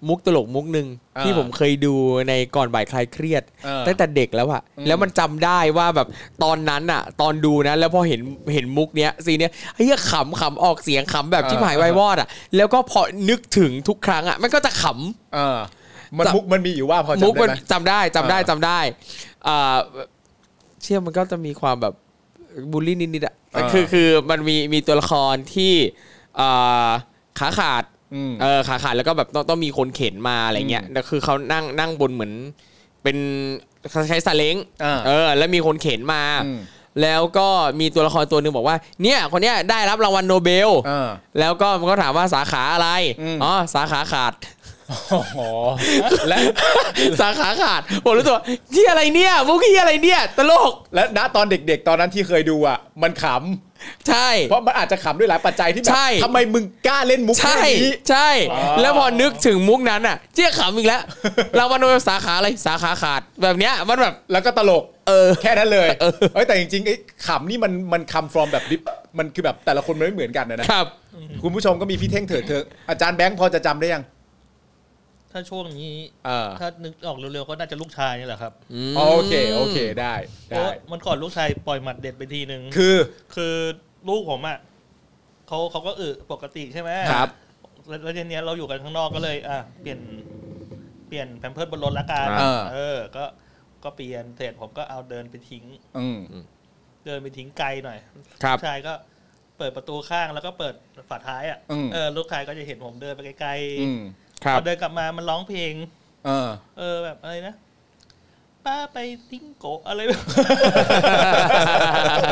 มุกตลกมุกหนึ่ง อ่า ที่ผมเคยดูในก่อนบ่ายคลายเครียด อ่า ตั้งแต่เด็กแล้วอะ อืม แล้วมันจำได้ว่าแบบตอนนั้นอะตอนดูนะ แล้วพอเห็นเห็นมุกเนี้ยซีนเนี้ยเฮ้ยขำขำออกเสียงขำแบบที่หายไวายวอดอะแล้วก็พอนึกถึงทุกครั้งอะมันก็จะขำ เออ มัน จำ มุกมันมีอยู่ว่าพอ มุก จำได้ มัน ไหม จำได้จำได้ อ่า จำได้อ่าเชื่อมันก็จะมีความแบบบูลลี่นิดๆอะคือคือมันมีมีตัวละครที่อ่าขาขาด อืม เออขาขาดแล้วก็แบบต้องต้องมีคนเข็นมาอะไรเงี้ยแต่คือเขานั่งนั่งบนเหมือน เป็นใช้ซาเล้ง อ่า เออ แล้วมีคนเข็นมา อืม แล้วก็มีตัวละครตัวหนึ่งบอกว่า เนี่ยคนเนี้ยได้รับรางวัลโนเบล เออ แล้วก็มันก็ถามว่าสาขาอะไร อืม อ๋อสาขาขาด โอ้โหและ สาขาขาดผมรู้ตัวาที่อะไรเนี่ยมุกที่อะไรเนี่ยตลก และณตอนเด็กๆ ตอนนั้นที่เคยดูอ่ะ มันข ใช่ ำ เพราะมันอาจจะขำด้วยหลายปัจจัยที่แบบ ใช่ ทำไมมึงกล้าเล่นมุก ใช่ เรื่องนี้ ใช่ อ๋อ แล้วพอนึกถึงมุกนั้นอ่ะเจี๊ยขำอีกแล้วรางวัลโนเบลสาขาอะไรสาขาขาดแบบเนี้ยมันแบบ แล้วก็ตลก เออ แค่นั้นเลย เออ เอ้ยแต่จริงๆไอ้ขำนี่มันมันคำ from แบบดิบมันคือแบบแต่ละคนมันไม่เหมือนกันนะนะครับ คุณผู้ชมก็มีพี่เท่งเถิดเถิงอาจารย์แบงค์พอจะจำได้ยัง ถ้าช่วงนี้ เออ ถ้านึกออกเร็วๆ ก็น่าจะลูกชายนี่แหละครับ โอเค โอเคได้ เพราะ ได้ มันก่อนลูกชายปล่อยหมัดเด็ดไปทีหนึ่ง คือ คือลูกผมอ่ะเขาเขาก็อึปกติใช่ไหม ครับ แล้วแล้วทีเนี้ยเราอยู่กันข้างนอกก็เลย อ่ะเปลี่ยนเปลี่ยนแผมเพิร์ดบนรถละกัน อ่า เออ ก็ก็เปลี่ยนเสร็จผมก็เอาเดินไปทิ้ง อืม เดินไปทิ้งไกลหน่อย ครับ ลูกชายก็เปิดประตูข้างแล้วก็เปิดฝาท้ายอ่ะเออลูกชายก็จะเห็นผมเดินไปไกล อืม ๆพอเดินกลับมามันร้องเพลง เออ เออแบบอะไรนะ ป้าไปทิ้งโกะอะไร แบบ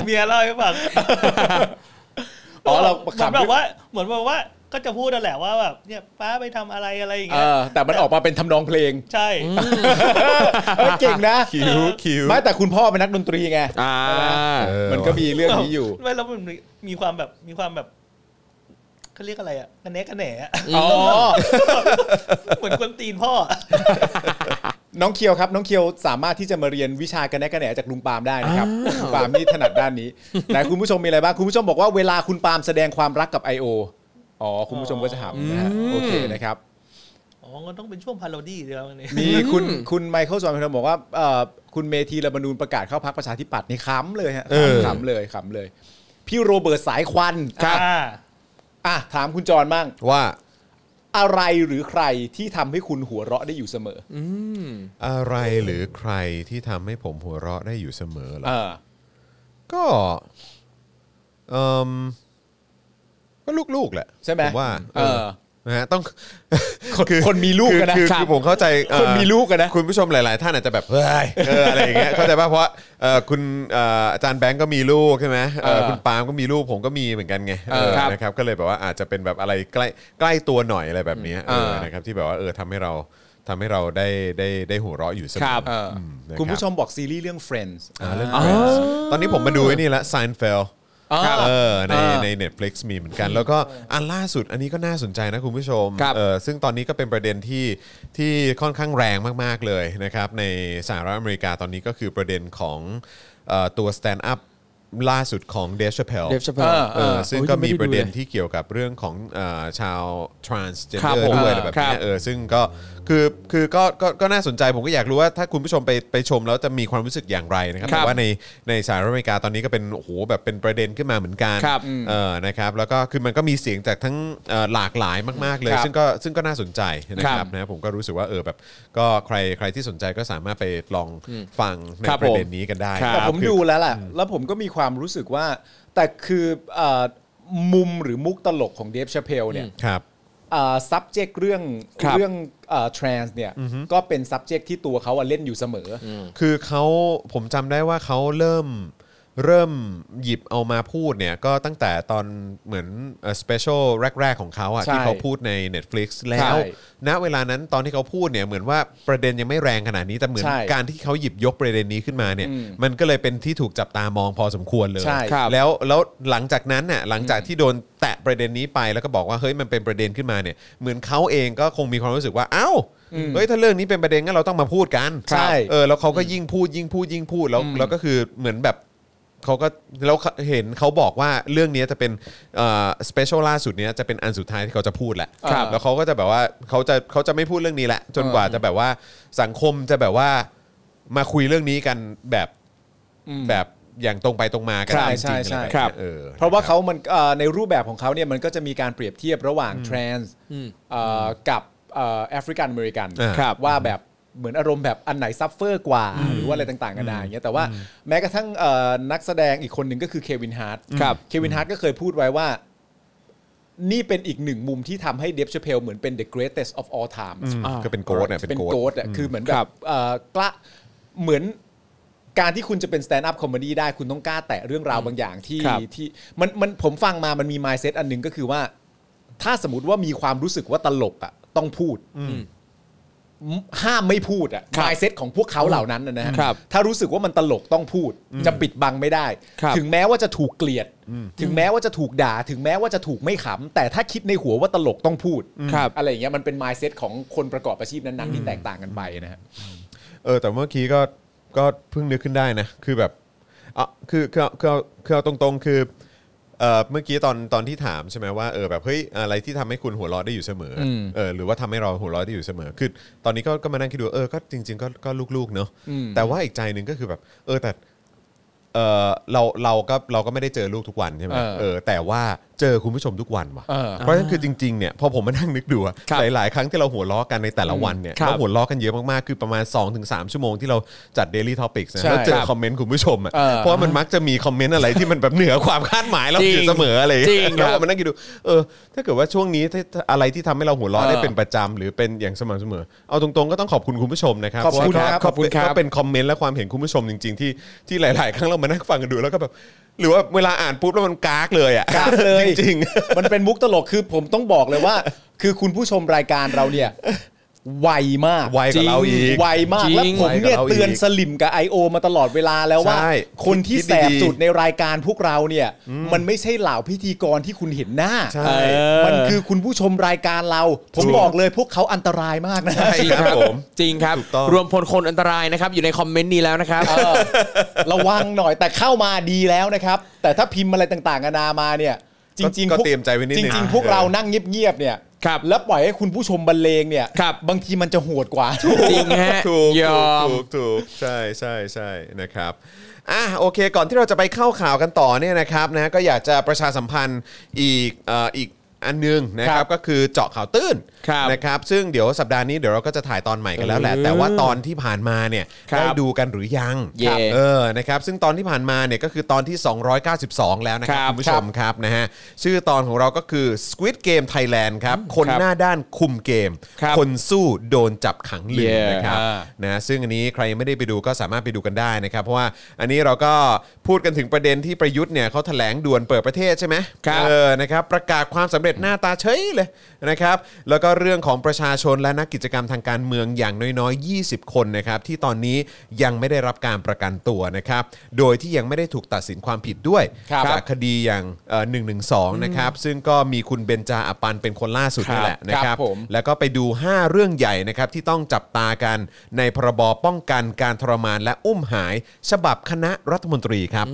เมียเล่าให้ฟัง อ๋อเรา เหมือน ขำ แบบว่า เหมือนแบบว่าก็จะพูดนั่นแหละว่าแบบเนี่ย ป้าไปทำอะไรอะไรอย่าง เอ เงี้ย อ แต่มันออกมาเป็นทำนองเพลง ใช่ เออเก่งนะ คิวคิว ไม่แต่คุณพ่อเป็นนักดนตรีไง อ่า เออ มันก็มี เรื่องนี้อยู่ ไม่แล้วมันมีความแบบมีความแบบเขาเรียกอะไรอ่ะกระเนะกระแหนอะ อ๋อ เหมือนคนตีนพ่ออะ น้องเคียวครับ น้องเคียวสามารถที่จะมาเรียนวิชากันแนกันแหนจากลุงปาล์มได้นะครับลุงปาล์มนี่ถนัดด้านนี้ ไหนคุณผู้ชมมีอะไรบ้างคุณผู้ชมบอกว่าเวลาคุณปาล์มแสดงความรักกับ I.O. อ๋อคุณผู้ชมก็จะถามนะฮะ อืม โอเคนะครับ อ๋อก็ต้องเป็นช่วงพาโรดี้เดียวนี่ มีคุณคุณไมเคิลจอห์นพนมบอกว่าเอ่อคุณเมธีระบนูนประกาศเข้าพักประชาธิปัตย์นี่ขำเลยฮะขำขำเลยขำเลย พี่โรเบิร์ตสายควัน อ่า อ่ะถามคุณจอห์นบ้าง ว่า อะไรหรือใครที่ทำให้คุณหัวเราะได้อยู่เสมอ อืม อะไรหรือใครที่ทำให้ผมหัวเราะได้อยู่เสมอเหรอ เออ ก็เอมก็ลูกๆแหละ ใช่ไหม ผมว่า เออ นะฮะต้อง คน อ คนมีลูก คือ กันนะ คือ ครับ คือผมเข้าใจเอ่อ คนมีลูกกันนะ คุณผู้ชมหลาย ๆ ท่านอาจจะแบบเฮ้ยเอออะไรอย่างเงี้ย เข้าใจป่ะเพราะเอ่อคุณเอ่ออาจารย์แบงก์ก็มีลูกใช่ไหมเอ่อ เออ คุณปาล์มก็มีลูกผมก็มีเหมือนกันไง เออครับ นะครับก็เลยแบบว่าอาจจะเป็นแบบอะไรใกล้ใกล้ตัวหน่อยอะไรแบบเนี้ยเออ เออ นะครับที่แบบว่าเออทำให้เราทำให้เราได้ได้ได้หัวเราะอยู่เสม ครั อบ เอออ มนะรับ คุณผู้ชมบอกซีรีส์เรื่อง Friends อ่าเรื่อง Friends ตอนนี้ผมมาดูไอ้นี่ละ Seinfeld ครับ เออใน อ่า ใน Netflix มีเหมือนกัน แล้วก็อันล่าสุดอันนี้ก็น่าสนใจนะคุณผู้ชม ครับ เออซึ่งตอนนี้ก็เป็นประเด็นที่ที่ค่อนข้างแรงมากๆเลยนะครับ ในสหรัฐอเมริกาตอนนี้ก็คือประเด็นของเอ่อตัวสแตนด์อัพล่าสุดของเดฟช p เพล Dave Chappelle เออซึ่งก็ โอ้ยไม่ มี ได้ดู ประเด็น เลย ที่เกี่ยวกับเรื่องของเอ่อชาว transgender ครับผม ด้วยอะไรแบบ ครั เนี้ บ ย เออซึ่งก็คือคือก็ก็ก็น่าสนใจผมก็อยากรู้ว่าถ้าคุณผู้ชมไปไปชมแล้วจะมีความรู้สึกอย่างไรนะครับ ครับ แต่ว่าในในสหรัฐอเมริกาตอนนี้ก็เป็นโอ้โหแบบเป็นประเด็นขึ้นมาเหมือนกัน ครับ เออนะครับแล้วก็คือมันก็มีเสียงจากทั้งเอ่อหลากหลายมากๆเลย ครับ ซึ่งก็ซึ่งก็น่าสนใจนะค ค รั รั บบ นะผมก็รู้สึกว่าเออแบบก็ใครใครที่สนใจก็สามารถไปลองฟังใน ครับ ประเด็น ผม นี้กันได้ ครับ แต่ผม คือ ดูแล้วแหละแล้วผมก็มีความรู้สึกว่า แต่คือเอ่อมุมหรือมุกตลกของเดฟชาเพลเนี่ย ครับ เอ่อ subject เรื่อง ครับ เรื่องเอ่อ trans เนี่ยก็เป็น subject ที่ตัวเขาอะเล่นอยู่เสมออ คือเขาผมจำได้ว่าเขาเริ่มเริ่มหยิบเอามาพูดเนี่ยก็ตั้งแต่ตอนเหมือนสเปเชียลแรก ๆ ของเขาอะ ใช่ ที่เขาพูดใน Netflix แล้ ใช่ ว ณเวลานั้นตอนที่เขาพูดเนี่ยเหมือนว่าประเด็นยังไม่แรงขนาดนี้แต่เหมือน ใช่ การที่เขาหยิบยกประเด็นนี้ขึ้นมาเนี่ย อืม มันก็เลยเป็นที่ถูกจับตามองพอสมควรเลย ใช่ครับ แล้วแล้วหลังจากนั้นเนี่ยหลังจากที่โดนแตะประเด็นนี้ไปแล้วก็บอกว่าเฮ้ยมันเป็นประเด็นขึ้นมาเนี่ยเหมือนเขาเองก็คงมีความรู้สึกว่าเอ้าเฮ้ยถ้าเรื่องนี้เป็นประเด็นงั้นเราต้องมาพูดกัน ใช่ เออแล้วเขาก็ยิ่งพูดยิ่งพูดยิ่งพูดแล้วแล้วก็คือเหมือนแบบเขาก็แล้วเห็นเขาบอกว่าเรื่องเนี้ยจะเป็นเอ่อสเปเชียลล่าสุดเนี้ยจะเป็นอันสุดท้ายที่เขาจะพูดแหละ ครับ แล้วเขาก็จะแบบว่าเขาจะเขาจะไม่พูดเรื่องนี้แหละ จนกว่าจะแบบว่าสังคมจะแบบว่ามาคุยเรื่องนี้กันแบบแบบอย่างตรงไปตรงมากัน ใช่ จริงๆ ใช่ใช่ อะไแนี้ย ครับ เพราะว่าเขามันเอ่อในรูปแบบของเขาเนี่ยมันก็จะมีการเปรียบเทียบระหว่าง trans เอ่อกับแอฟริกันอเมริกัน อ่าครับ ว่าแบบเหมือนอารมณ์แบบอันไหนซัฟเฟอร์กว่า หรือว่าอะไรต่างๆกันานาอย่างเงี้ยแต่ว่าแม้กระทั่งเอ่อนักแสดงอีกคนหนึ่งก็คือเควินฮาร์ดเควินฮาร์ดก็เคยพูดไว้ว่า นี่เป็นอีกหนึ่งมุมที่ทำให้เดฟชเพลเหมือนเป็น the greatest of all time อืมก็เป็นโกดเนี่ย เป็น โก โก ด ดอ่ะคือเหมือนแบบเอ่อกล้าเหมือนการที่คุณจะเป็นสแตนด์อัพคอมเมดี้ได้คุณต้องกล้าแตะเรื่องราวบางอย่างที่ ครับ ที่มันมันผมฟังมามันมีมายเซตอันหนึ่งก็คือว่า ถ้าสมมติว่ามีความรู้สึกว่าตลกอ่ะต้องพูดห้ามไม่พูดอ่ะมายเซตของพวกเขาเหล่านั้นนะฮะ ครับ ถ้ารู้สึกว่ามันตลกต้องพูด จะปิดบังไม่ได้ ครับ ถึงแม้ว่าจะถูกเกลียด ถึงแม้ว่าจะถูกด่า ถึงแม้ว่าจะถูกไม่ขำแต่ถ้าคิดในหัวว่าตลกต้องพูด ครับ อะไรอย่างเงี้ยมันเป็นมายเซตของคนประกอบอาชีพนั้นๆที่แตกต่างกันไปนะฮะ เออแต่เมื่อกี้ก็ก็เพิ่งนึกขึ้นได้นะคือแบบเอ่ะคือคือเอาคือเอาคือเอาตรงๆคือเออเมื่อกี้ตอนตอนที่ถามใช่ไหมว่าเออแบบเฮ้ยอะไรที่ทำให้คุณหัวเราะได้อยู่เสมออ ม เออหรือว่าทำให้เราหัวเราะได้อยู่เสมอ คือ ตอนนี้ก็ก็มานั่งคิดดูเออก็จริง ๆ ก็ก็ลูกๆเนาะ อืม แต่ว่าอีกใจหนึ่งก็คือแบบ เออแต่เออเราเราก็เราก็ไม่ได้เจอลูกทุกวันใช่ไหม เออ เออแต่ว่าเจอคุณผู้ชมทุกวันว่ะ เออ เพราะฉะนั้นคือจริงๆเนี่ยพอผมมานั่งนึกดูอะ ครับ หลายๆครั้งที่เราหัวเราะกันในแต่ละวันเนี่ย ครับ เราหัวล้อกันเยอะมาก ๆ คือประมาณ 2-3 ชั่วโมงที่เราจัด Daily Topics นะ ใช่ แล้วเจ ค อ รับ คอมเมนต์คุณผู้ชมอ่ะ เออ เพราะว่ามันมักจะมีคอมเมนต์อะไรที่มันแบบเหนือความคาดหมายเราอยู่เสมออะไรอย่าง จริ เงี้ย งครับ แล้วเรามันนั่งคิดดู เออ ถ้าเกิดว่าช่วงนี้ถ้าถ้าอะไรที่ทำให้เราหัวล้อได้เป็นประจำหรือเป็นอย่างสม่ำเสมอ เอาตรงๆก็ต้องขอบคุณคุณผู้ชมนะครับ ขอบคุณครับ เพาะว่าก็ ขอบคุณครับ ก็เป็นคอมเมนต์และความเห็นคุณผู้ชมจริง ๆ ที่ที่หลาย ๆ ครั้งเรามานั่งฟังกันดูแล้วก็แบบหรือว่าเวลาอ่านปุ๊บแล้วมันกากเลยอ่ะ กากเลย จริง ๆ มันเป็นมุกตลกคือผมต้องบอกเลยว่า คือคุณผู้ชมรายการเราเนี่ยไวมาก ไวกว่าเราอีก จงไวมาก จริง แล้วผมเนี่ย ไวกว่าเราอีก เตือนสลิมกับ I.O. มาตลอดเวลาแล้วว่า ใช่ คนที่ คิดดีๆ แสบสุดในรายการพวกเราเนี่ย มันไม่ใช่เหล่าพิธีกรที่คุณเห็นหน้า ใช่ มันคือคุณผู้ชมรายการเรา ผม ถูก บอกเลยพวกเขาอันตรายมากนะ ใช่ครับผม จริงครับ ถูกต้อง รวมพลคนอันตรายนะครับ อยู่ในคอมเมนต์นี้แล้วนะครับ เออระวังหน่อยแต่เข้ามาดีแล้วนะครับ แต่ถ้าพิมพ์อะไรต่างๆนานามาเนี่ย จริงๆ ก็ พว เตรียมใจไว้นิดนึ จ ง ริง นะ ๆ พวกเรานั่งเงียบๆเนี่ย ครับ แล้วปล่อยให้คุณผู้ชมบรรเลงเนี่ย ครับ บางทีมันจะโหดกว่า จริงฮะ ถูก ยอม ถูกถูกใช่ใช่ใช่นะครับอ่ะโอเค ก่อนที่เราจะไปเข้าข่าวกันต่อเนี่ยนะครับนะก็อยากจะประชาสัมพันธ์อีกเอ่ออีกอันหนึงนะค ครั รับบ ก็คือเจาะข่าวตื้น ครับ นะครับซึ่งเดี๋ยวสัปดาห์นี้เดี๋ยวเราก็จะถ่ายตอนใหม่กันแล้วแหละ เออ แต่ว่าตอนที่ผ่านมาเนี่ย ครับ ได้ดูกันหรือยัง เย่ เออนะครับซึ่งตอนที่ผ่านมาเนี่ยก็คือตอนที่ 292 แล้วนะครั ครับ บ คุณผู้ชมครับนะฮะชื่อตอนของเราก็คือ Squid Game Thailand ครับคนหน้าด้านคุมเกม ครับ คนสู้โดนจับขังลืม Yeah นะครับ อ่า นะซึ่งอันนี้ใครยังไม่ได้ไปดูก็สามารถไปดูกันได้นะครับ เพราะว่าอันนี้เราก็พูดกันถึงประเด็นที่ประยุทธ์เนี่ยเขาแถลงด่วนเปิดประเทศใช่ไหม ครับ เออนะครับประกาศความสำเร็จหน้าตาเฉยเลยนะครับแล้วก็เรื่องของประชาชนและนักกิจกรรมทางการเมืองอย่างน้อยๆ 20 คนนะครับที่ตอนนี้ยังไม่ได้รับการประกันตัวนะครับโดยที่ยังไม่ได้ถูกตัดสินความผิดด้วย ครับ จากคดีอย่างหนึ่งหนึ่งสองนะครับซึ่งก็มีคุณเบนจาอปันเป็นคนล่าสุด ครับ นี่แหละนะค ค รั รับ บผม แล้วก็ไปดู 5 เรื่องใหญ่นะครับที่ต้องจับตากันในพรบป้องกันการทรมานและอุ้มหาย ฉบับคณะรัฐมนตรีครับ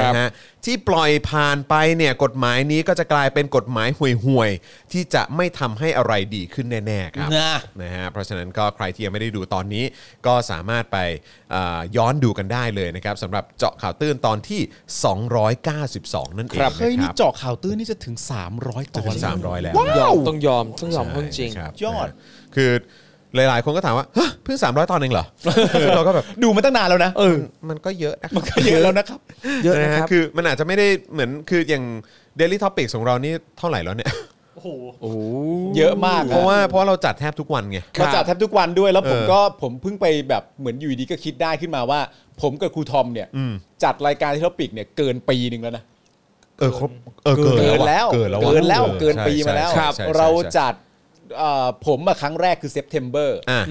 นะฮะที่ปล่อยผ่านไปเนี่ยกฎหมายนี้ก็จะกลายเป็นกฎหมายห่วยๆ ที่จะไม่ทำให้อะไรดีขึ้นแน่ๆครับ นะ นะฮะเพราะฉะนั้นก็ใครที่ยังไม่ได้ดูตอนนี้ก็สามารถไปเอ่อย้อนดูกันได้เลยนะครับสำหรับเจาะข่าวตื้นตอนที่ 292 นั่นเองนะ เฮ้ย ค นี่ รับ เจาะข่าวตื้นนี่จะถึง 300ต จะ อ ถึ น ง300 แล้ว ยอมต้องยอมต้องยอม ใช่ เรื่องจริง ครับ ยอด นะคือหลาย ๆ คนก็ถามว่าฮะเพิ่ง 300 ตอนเองเหรอ เราก็แบบ ดูมาตั้งนานแล้วนะ เออ มันก็เยอะนะ มันก็เยอะแล้วนะครับ เยอะนะครับ คือมันอาจจะไม่ได้เหมือนคืออย่าง Daily Topics ของเรานี่เท่าไหร่แล้วเนี่ย โอ้โห เยอะมากน เพราะว่าเพราะเราจัดแทบทุกวันไง มาจัดแทบทุกวันด้วยแล้วผม เออ ก็ผมเพิ่งไปแบบเหมือนอยู่ดีก็คิดได้ขึ้นมาว่า ผมกับครูทอมเนี่ย อืม จัดรายการที่ท็อปิกเนี่ยเกินปีหนึ่งแล้วนะ เออครบเออเกินอะเกินแล้วอะ เกินแล้ว ออ เกินปี ใช่ มาแล้ว ใช่ใช่ใช่ เรา ใช่ จัดเอ่อผมมาครั้งแรกคือเซปเทมเบอร์ อ่ะ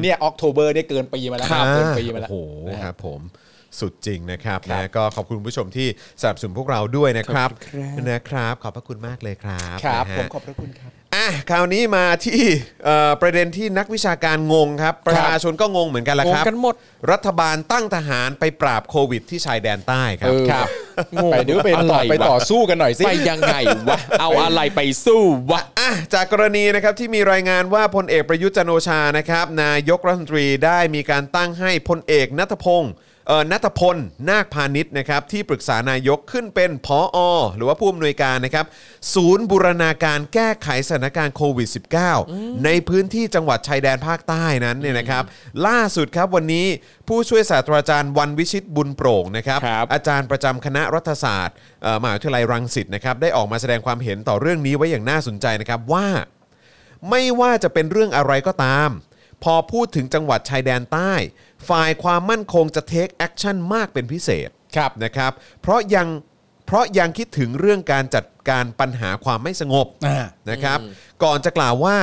เนี่ยออกโทเบอร์เนี่ยเกินปีมาแล้วเกินปีมาแล้ว โอ้โหครับผมสุดจริงนะครับนะก็ขอบคุณผู้ชมที่สนับสนุนพวกเราด้วยนะครับนะครับ ขอบพระคุณมากเลยครับ ครับ นะฮะ ผมขอบพระคุณครับ อ่ะคราวนี้มาที่ เอ่อประเด็นที่นักวิชาการงงครับ ประชาชนก็งงเหมือนกันแหละครับ งงกันหมด รัฐบาลตั้งทหารไปปราบโควิดที่ชายแดนใต้ครับ เออ ครับ งง ไปดูไป อะไร ต่อไป วะ ต่อสู้กันหน่อยสิ ไปยังไงวะ เอาอะไรไปสู้วะ อ่ะจากกรณีนะครับที่มีรายงานว่าพลเอกประยุทธ์จันทร์โอชานะครับนายกรัฐมนตรีได้มีการตั้งให้พลเอกนัทพงศ์เอ่อนัทพล นาคพาณิชย์นะครับที่ปรึกษานายกขึ้นเป็นผออหรือว่าผู้อำนวยการนะครับศูนย์บูรณาการแก้ไขสถานการณ์โควิด -19 ในพื้นที่จังหวัดชายแดนภาคใต้นั้นเนี่ยนะครับล่าสุดครับวันนี้ผู้ช่วยศาสตราจารย์วันวิชิตบุญโปร่งนะครับ ครับ อาจารย์ประจำคณะรัฐศาสตร์เอ่อมหาวิทยาลัยรังสิตนะครับได้ออกมาแสดงความเห็นต่อเรื่องนี้ไว้อย่างน่าสนใจนะครับว่า ไม่ว่าจะเป็นเรื่องอะไรก็ตาม พอพูดถึงจังหวัดชายแดนใต้ ฝ่ายความมั่นคงจะเทคแอคชั่นมากเป็นพิเศษครับนะครับเพราะยังเพราะยังคิดถึงเรื่องการจัดการปัญหาความไม่สงบ อ่า นะครับก่อนจะกล่าวว่า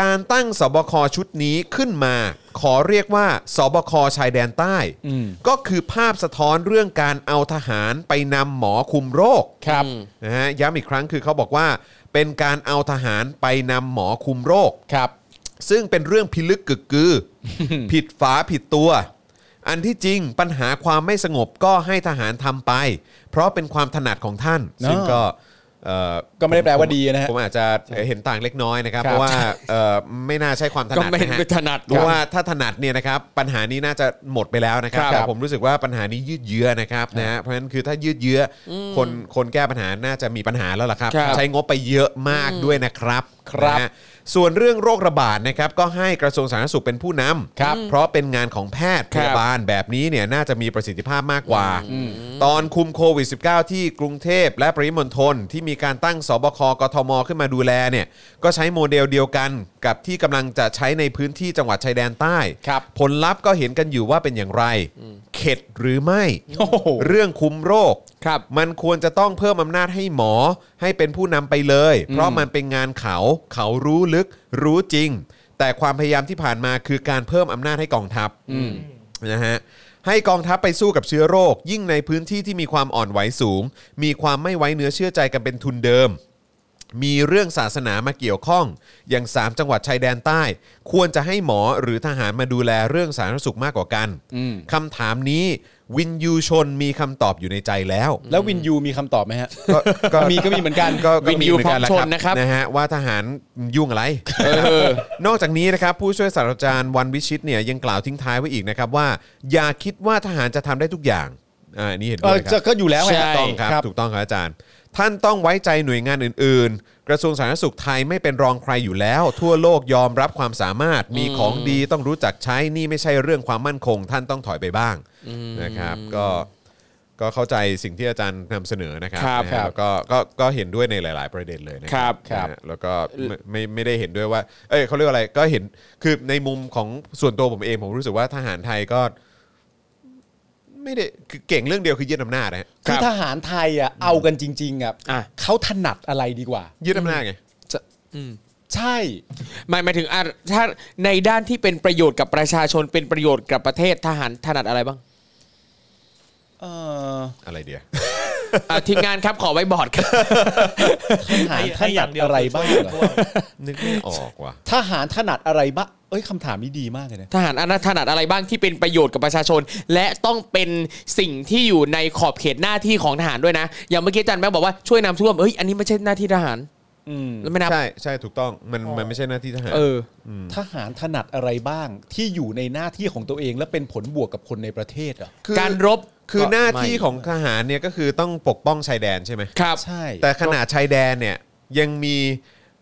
การตั้งสบคชุดนี้ขึ้นมา ขอเรียกว่าสบคชายแดนใต้ อืม ก็คือภาพสะท้อนเรื่องการเอาทหารไปนำหมอคุมโรค ครับ นะฮะย้ำอีกครั้งคือเขาบอกว่า เป็นการเอาทหารไปนำหมอคุมโรค ครับ ซึ่งเป็นเรื่องพิลึกกึก กือ ผิดฝาผิดตัว อันที่จริงปัญหาความไม่สงบก็ให้ทหารทำไป เพราะเป็นความถนัดของท่าน ซึ่งก็เอ่อ ก็ไม่ได้แปลว่าดีนะฮะ ผมอาจจะเห็นต่างเล็กน้อยนะครับ คเพรับราะว่าเอ่อไม่น่าใช่ความถนัด ก็ไม่ นะฮะ ถนัด เพราะว่าถ้าถนัดเนี่ยนะครับปัญหานี้น่าจะหมดไปแล้วนะครับ ครับ แต่ผมรู้สึกว่าปัญหานี้ยืดเยื้อนะครับนะฮะเพราะฉะนั้นคือถ้ายืดเยื้ออคนคนแก้ปัญหาน่าจะมีปัญหาแล้วล่ะครับ ครับ ใช้งบไปเยอะมากด้วยนะครับ ครับ นะฮะ ส่วนเรื่องโรคระบาดนะครับก็ให้กระทรวงสาธารณสุขเป็นผู้นำ ครับ เพราะเป็นงานของแพทย์พ ครับ ยาบาลแบบนี้เนี่ยน่าจะมีประสิทธิภาพมากกว่า ตอนคุมโควิด -19 ที่กรุงเทพและปริมณฑลที่มีการตั้งสบคกทม ขึ้นมาดูแลเนี่ยก็ใช้โมเดลเดียวกันกับที่กำลังจะใช้ในพื้นที่จังหวัดชายแดนใต้ ครับ ผลลัพธ์ก็เห็นกันอยู่ว่าเป็นอย่างไร เข็ดหรือไม่ โอ้โห เรื่องคุมโรค ครับ มันควรจะต้องเพิ่มอำนาจให้หมอให้เป็นผู้นำไปเลย เพราะมันเป็นงานเขา เขารู้ลึก รู้จริง แต่ความพยายามที่ผ่านมาคือการเพิ่มอำนาจให้กองทัพนะฮะ ให้กองทัพไปสู้กับเชื้อโรค ยิ่งในพื้นที่ที่มีความอ่อนไหวสูง มีความไม่ไว้เนื้อเชื่อใจกันเป็นทุนเดิม มีเรื่องศาสนามาเกี่ยวข้อง อย่าง 3 จังหวัดชายแดนใต้ ควรจะให้หมอหรือทหารมาดูแลเรื่องสาธารณสุขมากกว่ากัน อืม คำถามนี้วินยูชนมีคำตอบอยู่ในใจแล้ว แล้ววินยูมีคำตอบไหมฮะ มีก็มีเหมือนกัน ก็ก็ วินยู มีเหมือนกันแหละ พร้อมชนนะครับ นะฮะว่าทหารยุ่งอะไร นอกจากนี้นะครับผู้ช่วยศาสตราจารย์วันวิชิตเนี่ยยังกล่าวทิ้งท้ายไว้อีกนะครับว่า อย่าคิดว่าทหารจะทำได้ทุกอย่างอ่าอันนี่เห็นด้ เอ ว อย ค จะ รับ ก็อยู่แล้วไง ใช่ ถูกต้องครับ ครับ ถูกต้องครับอาจารย์ ท่านต้องไว้ใจหน่วยงานอื่น ๆ กระทรวงสาธารณสุขไทยไม่เป็นรองใครอยู่แล้ว ทั่วโลกยอมรับความสามารถมีของดีต้องรู้จักใช้นี่ไม่ใช่เรื่องความมั่นคง ท่านต้องถอยไปบ้างนะครับก็ก็เข้าใจสิ่งที่อาจารย์นำเสนอนะครับ ครับ นะ ครั ฮะ บ แล้วก็ก็ก็เห็นด้วยในหลาย ๆ ประเด็นเลยนะ ครับ นะฮะ ครับ แล้วก็ไม่ไม่ไม่ได้เห็นด้วยว่า เอ้ยเขาเรียกว่าอะไรก็เห็นคือในมุมของส่วนตัวผมเองผมรู้สึกว่าทหารไทยก็ ไม่ได้คือเก่งเรื่องเดียวคือยึดอำนาจนะฮะ คือทหารไทยอ่ะเอากันจริงๆอ่ะ อ่ะ เขาถนัดอะไรดีกว่า ยึดอำนาจไง ใช่ หมายหมายถึงอ่ะถ้าในด้านที่เป็นประโยชน์กับประชาชนเป็นประโยชน์กับประเทศทหารถนัดอะไรบ้าง เออ อะไรเดียว อ่ะทีมงานครับขอไว้บอร์ดครับ ทหารถนัดอะไรบ้างเหรอ นึกไม่ออกว่ะ ทหารถนัดอะไรบ้างเอ้ยคำถามนี้ดีมากเลยนะ ทหารอนถนัดอะไรบ้างที่เป็นประโยชน์กับประชาชน และต้องเป็นสิ่งที่อยู่ในขอบเขตหน้าที่ของทหารด้วยนะ อย่างเมื่อกี้อาจันแม่บอกว่าช่วยน้ำท่วมเฮ้ยอันนี้ไม่ใช่หน้าที่ทหาร อืม แล้วไม่นับ ใช่ใช่ถูกต้องมันมันไม่ใช่หน้าที่ทหาร เออ ทหารถนัดอะไรบ้างที่อยู่ในหน้าที่ของตัวเอง และเป็นผลบวกกับคนในประเทศเหรอ คือ การรบ คือหน้าที่ ไม่ ของทหารเนี่ยก็คือต้องปกป้องชายแดนใช่ไหม ครับ ใช่ แต่ขนาดชายแดนเนี่ยยังมี